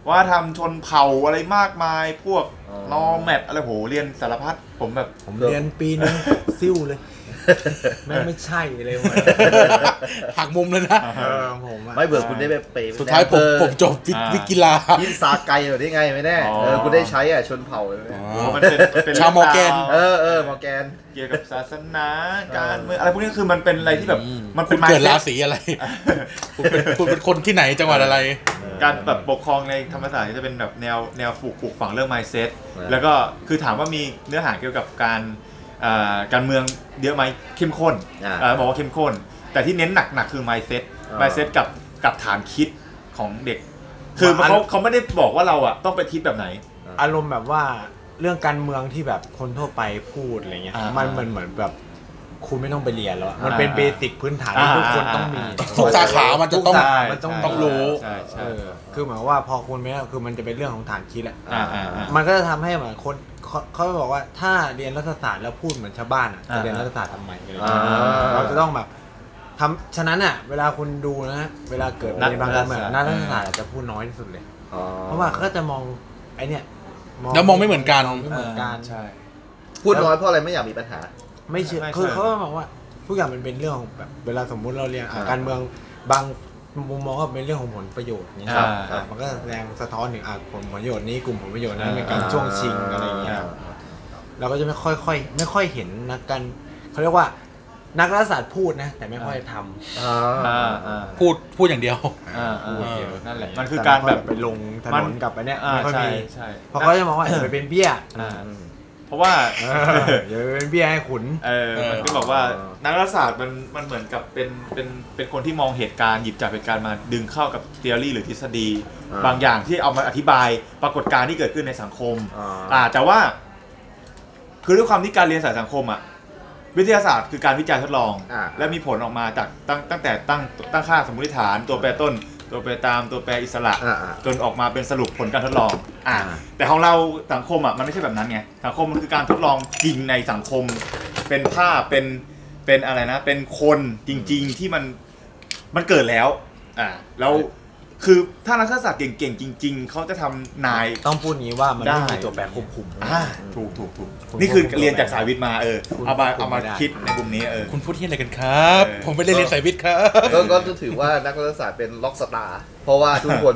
S4: ว่าทำชนเผ่าอะไรมากมายพวก
S3: อ๋อ
S4: นอแมทอะไรโหเรียนสารพัดผมแบบ
S5: ผมเรียนปีนึงซิ่วเลย แม่งไม่ใช่เลยว่ะ
S1: หักมุมแล้วนะ
S5: เออผมอะ
S3: ไม่เบื่อคุณได้ไปไป
S1: สุดท้ายผม
S3: เออ
S1: ผมจบวิท
S4: อ่า
S1: วิทย์กีฬา
S3: ยินซาไกลแบบนี้ไงไม่แน่
S4: อ๋อ
S3: เออคุณได้ใช้อ่ะชนเผ่าเลยไหม
S4: โหมันเป็นเป็น
S1: ชาวมอร์แกน
S4: เรื่องราว
S3: เออเออมอร์แกน
S4: เกี่ยวกับศาสนาการเมืองอะไรพวกนี้คือมันเป็นอะไรที่แบบมันเป็
S1: คุ
S4: น
S1: ณเกิด
S4: mindset
S1: ราศีอะไร คุณเป็นคุณเป็นคนที่ไหนจังหวัดอะไร
S4: การแบบปกครองในธรรมศาสตร์จะเป็นแบบแนวแนวฝูกปลูกฝังเรื่อง mindset
S3: อ่า
S4: แล้วก็คือถามว่ามีเนื้อหาเกี่ยวกับการเอ่อการเมืองเยอะไหมเข้มข้น
S3: อ่า
S4: เอ่อบอกว่าเข้มข้น แต่ที่เน้นหนักๆคือ mindset
S3: อ่า
S4: mindset กับกับฐานคิดของเด็ก คือ
S5: มา
S4: เขาเขาไม่ได้บอกว่าเราอะต้องไปคิดแบบไหน
S5: อารมณ์แบบว่าเรื่องการเมืองที่แบบคนทั่วไปพูดอะไรเงี้ย
S4: อ่ามั
S5: มันเหมือนเหมือนแบบคุณไม่ต้องไปเรียนแล้วอะมันเป็น
S4: อ่า
S5: เบสิกพื้นฐานที่
S4: อ่า
S5: ทุกคนต้องมี
S4: อ่า
S1: ทุกสาขามันจะต้อง
S5: ทุกสาขามันต้องมี
S4: ใช่
S1: ต้องรู้
S4: ใช่ใช่
S5: เออคือหมายว่าพอคุณไม่ได้คือมันจะเป็นเรื่องของฐานคิดแหละ
S4: อ่าอ่าอ่า
S5: มันก็จะทำให้เหมือนคนเขาเขาบอกว่าถ้าเรียนรัฐศาสตร์แล้วพูดเหมือนชาวบ้านอ่ะ
S4: อ่า
S5: จะเรียนรัฐศาสตร์ทำไมอะไร
S3: อ่
S5: เงี้ย
S3: า
S5: เราจะต้องแบบทำฉะนั้นอ่ะ เวลาคุณดูนะเวลาเกิดในบางการเมืองนักรัฐศาสตร์อาจจะพูดน้อยที่สุดเลย
S3: อ๋อ
S5: เพราะว่าเขาจะมองไอเนี่ย
S1: แล้วมองไม่เหมือนกัน
S5: มองไม่เหมือนกัน
S4: ใช่
S3: พูดน้อยเพราะอะไรไม่อยากมีปัญหา
S5: ไม่เชื่อ
S4: ไม่เชื่อ
S5: คือเขาก็บอกว่าทุกอย่างมันเป็นเรื่องของแบบเวลาสมมุติเราเรียนอ่ะการเมืองบางมุมมองก็เป็นเรื่องของผลประโยชน์อย่างเงี้ย
S4: อ่า
S5: อ่ะมันก็แสดงสะท้อนถึงอ่ะผลประโยชน์นี้กลุ่มผลประโยชน์นั้น
S4: อ่า
S5: เป็นการช่วงชิงอะไรอย่างเงี้ยเราก็จะไม่ค่อยค่อยไม่ค่อยเห็นนักการเขาเรียกว่านักรัฐศาสตร์พูดนะ แต่ไม่ค่อยทำ
S2: อ่า
S4: อ่าอ่า
S1: พูดพูดอย่างเดียว
S4: อ่าอ่า
S1: พูดเยอะ
S4: นั่นแหละมันคือการแบบ
S2: ไปลงถน
S4: มัน น
S2: กับไปเนี่ย
S4: อ่า
S2: ไม่ค่อย
S4: ใช่
S2: มี
S4: ใช่
S5: เพราะเขาจะมองว่าอย่าไปเป็นเบี้ย
S4: อ่าเพราะว่า
S5: เอออย่าไปเป็นเบี้ยให้ขุน
S4: เออ
S1: เออ
S4: มันก็บอกว่านักรัฐศาสตร์มันมันเหมือนกับเป็นเป็นเป็นคนที่มองเหตุการณ์หยิบจับเหตุการณ์มาดึงเข้ากับเทอรี่หรือทฤษฎี บางอย่างที่เอามาอธิบายปรากฏการณ์ที่เกิดขึ้นในสังคมอ่าแต่ว่า คือด้วยความที่การเรียนสายสังคมอ่ะวิทยาศาสตร์คือการวิจัยทดลอง
S3: อ่า
S4: และมีผลออกมาจากตั้งตั้งแต่ตั้งตั้งค่าสมมติฐาน ตัวแปรต้น ตัวแปรตามตัวแปรอิสระ
S3: อ่าอ่า
S4: จนออกมาเป็นสรุปผลการทดลอง อ่า
S3: อ่า
S4: แต่ของเราสังคมอ่ะมันไม่ใช่แบบนั้นไง สังคมมันคือการทดลองจริงในสังคม เป็นภาพ เป็น เป็นอะไรนะ เป็นคนจริง ๆ ที่มัน มันเกิดแล้ว อ่า แล้ว คือถ้านักศึกษาสตร์เก่งๆจริง ๆ เขาจะทำนาย
S5: ต้องพูดงี้ว่ามันไม่
S4: ได้
S5: มีตัวแปรควบคุม
S4: อ่า ถูกถูกถูกนี่คือเรียนจากสายวิทย์มา เออ เอามา เอามาคิดในมุมนี้ เออ
S1: คุณพูดที่อะไรกันครับ
S4: เออ
S1: ผมไม่ได้เรียนสายวิทย์ครับ
S3: ก็ก็ถือว่านักรัฐศาสตร์เป็นล็อกสตาร์เพราะว่าทุกคน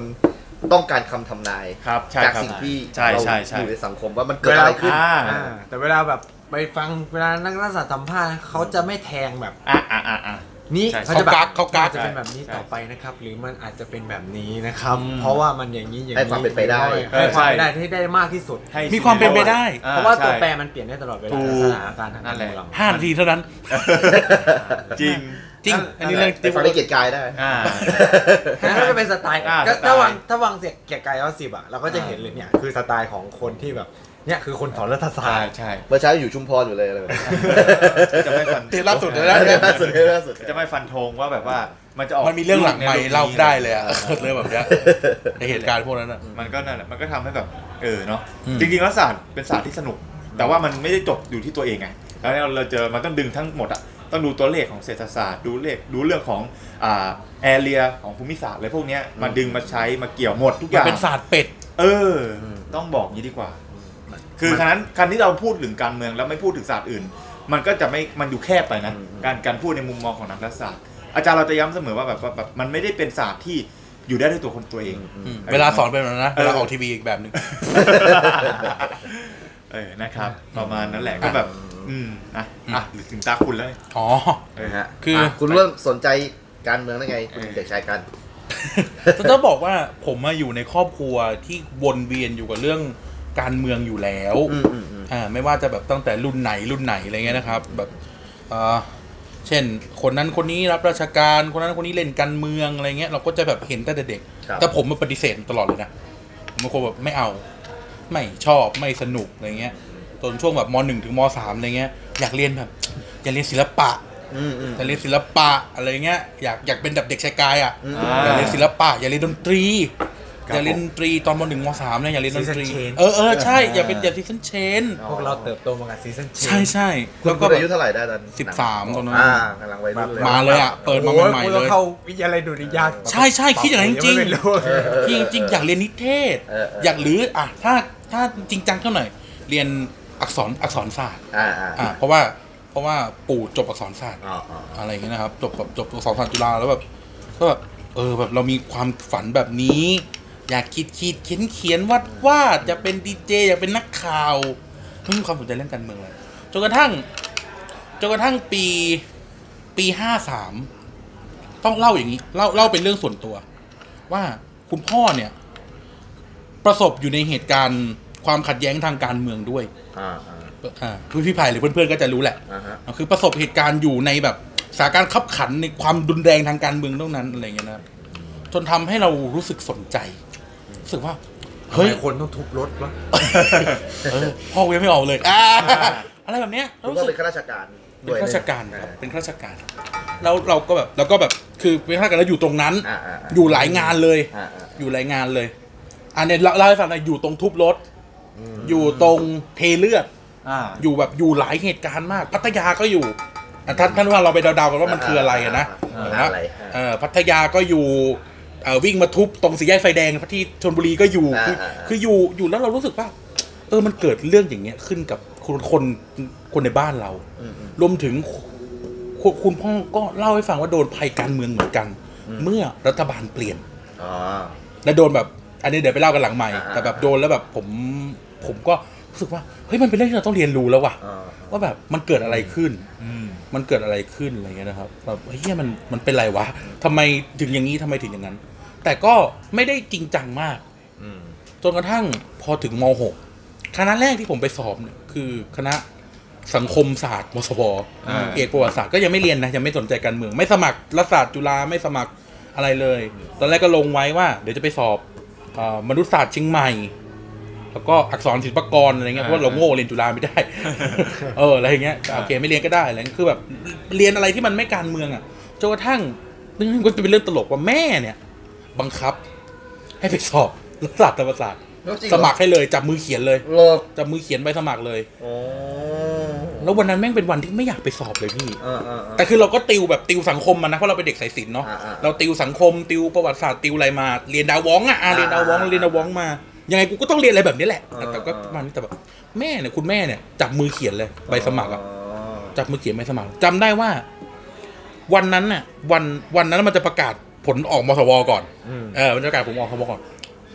S3: ต้องการคำทำนาย
S4: ครับ ใช่
S3: จาก
S4: ครับ
S3: สิ่งที่
S4: ใช่
S3: เรา
S4: ใช่ใช่
S3: อยู่ในสังคมว่ามันเกิดอะไรขึ้น
S4: อ่า
S5: อ่า แต่เวลาแบบไปฟังเวลานักรัฐศาสตร์สัมภาษณ์เขาจะไม่แทงแบบ
S4: อ่าอ่าอ่า
S5: นี้
S4: ใช่
S5: เขาจะแบบ
S1: เขากักเขากัก
S5: จะเป็นแบบนี้
S4: ใช่
S5: ต่อไปนะครับ หรือมันอาจจะเป็นแบบนี้นะครับ
S4: อืม
S5: เพราะว่ามันอย่างนี้อย่าง
S3: ให้
S5: นี้
S3: ความเป็นไปได้
S5: ให้ความเป็นไปได้
S4: เออใช่
S5: ให้ได้มากที่สุด
S4: ให้
S1: มีความเป็นไปได้
S4: อ่
S5: เพราะว่า
S4: ใช่
S5: ตัวแปรมันเปลี่ยนได้ตลอดเวลา
S4: ถูก
S5: สถานการณ์ทาง
S4: นั่
S5: การ
S4: นแหละ
S5: เมือง
S1: ห้านาทีเท่านั้น
S4: จริง
S1: จริง อันนี้เรื่องจ
S3: ไป
S1: ริง
S3: ฟังได้เกียรติกายได้
S4: อ่า
S5: แล้วก็จะเป็นสไตล์
S4: อ่า
S5: ก็
S4: สไตล์
S5: ถ้าวางถ้าวางเสียเกียร์กายเอาสิบอ่ะเราก็จะเห็นเลยเนี่ยคือสไตล์ของคนที่แบบเนี่ยคือคนสอนรัฐศา
S4: ใช่
S5: สตร์
S4: ใช่
S3: เมื่อเช้าอยู่ชุมพรอยู่เลยอะไรแบบนี้
S4: จะไม่ฟัน
S1: เทปล่าสุดเลยนะ
S3: ล่าสุดเลยล่าสุด
S4: จะไม่ฟันธงว่าแบบว่ามันจะออก
S1: มันมีเรื่องหลัง
S4: ใน
S1: ไม่
S4: ปนี้
S1: เล่าได้เลยอะเรื่องแบบเนี้ยในเหตุการณ์พวกนั้นอะ
S4: มันก็นั่นแหละมันก็ทำให้แบบ เออเนาะ
S1: อืม
S4: จริงๆแล้วศาสตร์เป็นศาสตร์ที่สนุก แต่ว่ามันไม่ได้จบอยู่ที่ตัวเองไงแล้วเนี่ยเราเจอมันต้องดึงทั้งหมดอะต้องดูตัวเลขของเศรษฐศาสตร์ดูเลขดูเรื่องของอ่าแอเรียของภูมิศาสตร์อะไรพวกเนี้ยมาดึงมาใช้มาเกี่ยวหมดทุกอ
S1: มัน
S4: ย่าง
S1: เป็นศาสตร์เป็ด
S4: เออ ต้องบอกงี้ดีกว่า คือฉะนั้นการที่เราพูดถึงการเมืองแล้วไม่พูดถึงศาสตร์อื่น มันก็จะไม่ มันดูแคบไปนะ
S3: อืมอืม
S4: การการพูดในมุมมองของนักรัฐศาสตร์ อาจารย์เราจะย้ำเสมอว่าแบบว่าแบบมันไม่ได้เป็นศาสตร์ที่อยู่ได้ด้วยตัวคนตัวเอง
S1: เวลาสอนเป็นแบบนั้นนะ
S4: เออ
S1: เวลาออกทีวีอีกแบบหนึ่ง
S4: เออ นะครับ ประมาณนั้นแหละ ก็แบบ อืมนะอ่ะหรือถึงตาคุณแล้วเนี่ย
S1: อ๋อ
S4: เออ
S3: นะฮะ
S1: คืออ่
S3: ะคุณเริ่มสนใจการเมืองได้ไง คุณ
S4: เออ
S3: เด็กชายกัน
S1: จะต้องบอกว่าผมมาอยู่ในครอบครัวที่วนเวียนอยู่กับเรื่องการเมืองอยู่แล้ว
S3: อืมอืมอืม
S1: อ่าไม่ว่าจะแบบตั้งแต่รุ่นไหนรุ่นไหนอะไรเงี้ยนะครับ แบบเอ่อเช่น คนนั้นคนนี้รับราชการคนนั้นคนนี้เล่นการเมืองอะไรเงี้ยเราก็จะแบบเห็นตั้งแต่เด็ก
S3: ครับ
S1: แต่ผมมาปฏิเสธตลอดเลยนะผมเป็นคนแบบไม่เอา ไม่ชอบไม่สนุกอะไรเงี้ยจนช่วงแบบมหนึ่งถึงมสามอะไรเงี้ยอยากเรียนแบบอยากเรียนศิลปะ
S3: อืมอืม
S1: อยากเรียนศิลปะอะไรเงี้ยอยากอยากเป็นแบบเด็กชายกายอ่ะ
S3: อืม
S4: อ่า
S1: อยากเรียนศิลปะอยากเรียนดนตรี
S4: ครับ
S1: อยากเรียนดนตรีตอนมหนึ่งมสามเนี่ยอยากเรียนดนตรี
S5: Season change
S1: เออเออใช่อยากเป็นอยากซีซันเชน
S5: พวกเราเติบโตมากับซีซั่น
S1: ใช่ใช่
S3: คุ
S1: แล้
S3: ณ
S1: ว
S3: คุ
S1: ก็
S3: ณ
S1: แบบ
S3: อายุเท่าไหร่ได้ตอน
S1: สิบสามตอนนั้น
S3: อ่ากำลังวัยรุ่นเลย
S1: มาเลยอ่ะเปิดมา
S5: โอ้ย
S1: ใหม่
S5: กู
S1: ๆเล
S5: ต้อง
S1: ย
S5: เข้าวิทยาลัยดุริยางค์
S1: ใช่ใช่คิดอย่างนั้นจริง
S5: ไม่รู้
S1: จริงจริงอยากเรียนนิเทศ
S3: เออเออ
S1: อ
S3: อ
S1: ยากหรืออ่ะถ้าถ้าจริงจังเท่าหน่อยเรียนอักษรอักษรศาสตร์
S3: อ่าอ่า
S1: อ่ะเพราะว่าเพราะว่าปู่จบอักษรศาสตร์
S3: อ๋ออ๋อ
S1: อะไรอย่างเงี้ยนะครับจบแบบจบสองพันจุฬาแล้วแบบก็แบบเออแบบเรามีความฝันแบบนี้ อยากคิดคิดเขียนเขียนวาดวาดอยากเป็นดีเจอยากเป็นนักข่าวไม่มีความสนใจเรื่องการเมืองเลยจนกระทั่งจนกระทั่งปีปีห้าสามต้องเล่าอย่างนี้เล่าเล่าเป็นเรื่องส่วนตัว ว่าคุณพ่อเนี่ย ประสบอยู่ในเหตุการณ์ความขัดแย้งทางการเมืองด้วย
S3: อ่าอ่า
S1: อ่าคือพี่ไผ่หรือเพื่อนๆก็จะรู้แหละ
S3: อ่าฮะ
S1: คือประสบเหตุการณ์อยู่ในแบบสถานการณ์ขับขันในความดุนแรงทางการเมืองเท่านั้นอะไรเงี้ยนะครับจนทำให้เรารู้สึกสนใจ รู้สึกว่า
S5: เฮ้
S1: เฮ้
S5: ย
S1: ย
S5: คนต้องทุบรถวะ
S1: เออพ่อเว้ยไม่ออกเลยอ่าอะไรแบบเนี้ยเรา
S3: คุณ
S1: รู้
S3: ก็
S1: สึก
S3: เป็นข้าราชการ
S1: เป็นข้าราชการครับ
S3: ด้วย
S1: เป็นข้าราชการแล้วเราก็แบบเราก็แบบคือเป็นข้าราชการแล้วอยู่ตรงนั้น
S3: อ่าอ่าา
S1: อยู่หลายงานเลย
S3: อ่าอ่า
S1: อยู่หลายงานเลย อันเนี้ยเราเล่าให้ฟังหนะอยู่ตรงทุบรถ อยู่ตรงเทเลือด
S4: อ่า
S1: อยู่แบบอยู่หลายเหตุการณ์มาก พัทยาก็อยู่อ่ะท่านท่านว่าเราไปเดาๆกันว่ามันคืออะไรอะนะ
S3: า
S1: นะ
S3: อะไร
S1: เออพัทยาก็อยู่เอ่อวิ่งมาทุบตรงสี่แยกไฟแดงที่ชนบุรีก็อยู่คืออา
S3: อ่า
S1: คืออยู่อยู่แล้วเรารู้สึกว่า เออมันเกิดเรื่องอย่างเงี้ยขึ้นกับ คนคนคนในบ้านเรา รวมถึงคุคุณพ่อก็เล่าให้ฟังว่าโดนภัยการเมืองเหมือนกัน เมื่อรัฐบาลเปลี่ยน
S3: อ๋อ
S1: และโดนแบบอันนี้เดี๋ยวไปเล่ากันหลังใหม่
S3: อ่า
S1: แต่แบบโดนแล้วแบบผมผมก็รู้สึกว่าเฮ้ยมันเป็นเรื่องที่เราต้องเรียนรู้แล้วว่ะ
S3: อ๋อ
S1: ว่าแบบมันเกิดอะไรขึ้น
S4: อืม
S1: มันเกิดอะไรขึ้นอะไรเงี้ยนะครับแบบเฮ้ยเหี้ยมันมันเป็นไรวะทำไมถึงอย่างนี้ทำไมถึงอย่างนั้น แต่ก็ไม่ได้จริงจังมาก
S3: อืม
S1: จนกระทั่งพอถึงม .6 คณะแรกที่ผมไปสอบเนี่ยคือคณะสังคมศาสตร์มศว
S4: อ่า
S1: เอกประวัติศาสตร์ก็ยังไม่เรียนนะยังไม่สนใจการเมือง ไม่สมัครรัฐศาสตร์จุฬาไม่สมัครอะไรเลย ตอนแรกก็ลงไว้ว่า เดี๋ยวจะไปสอบเออมนุษยศาสตร์เชียงใหม่ แล้วก็อักษรศิลปากรอะไรเงี้ยเพราะว่าเราโง่เรียนจุฬาไม่ ได้ เอออะไรเงี้ยแต่โอเคไม่เรียนก็ได้อะไรเงี้ยคือแบบเรียนอะไรที่มันไม่การเมืองอ่ะจนกระทั่งนึกว่าจะเป็นเรื่องตลกว่าแม่เนี่ย บังคับ ให้ไปสอบรัฐศาสตร์ธรรมศาสตร์ สมัครให้เลยจับมือเขียนเลย
S3: โลก
S1: จับมือเขียนใบสมัครเลย
S3: โอ้
S1: แล้ววันนั้นแม่งเป็นวันที่ไม่อยากไปสอบเลยพี่
S3: อ่าอ่าอ่า
S1: แต่คือเราก็ติวแบบติวสังคมมานะเพราะเราเป็นเด็กสายศิลป์เนาะ
S3: อ่าอ่า
S1: เราติวสังคมติวประวัติศาสตร์ติวอะไรมา เรียนดาวองอะอ่ะ
S3: อ่า
S1: เรียนดาวอง
S3: อ่า
S1: เรียนดาวองมายังไงกูก็ต้องเรียนอะไรแบบนี้แหละแต่แต่ก็
S3: อ่า
S1: ประมันแต่แบบแม่เนี่ยคุณแม่เนี่ยจับมือเขียนเลยใบสมัครอะ
S3: อ๋อ
S1: จับมือเขียนใบสมัครจำได้ว่า วันนั้นน่ะวันวันนั้นมันจะประกาศผลออกมสวก่อนเออมันจะประกาศผมออกมสวก่อน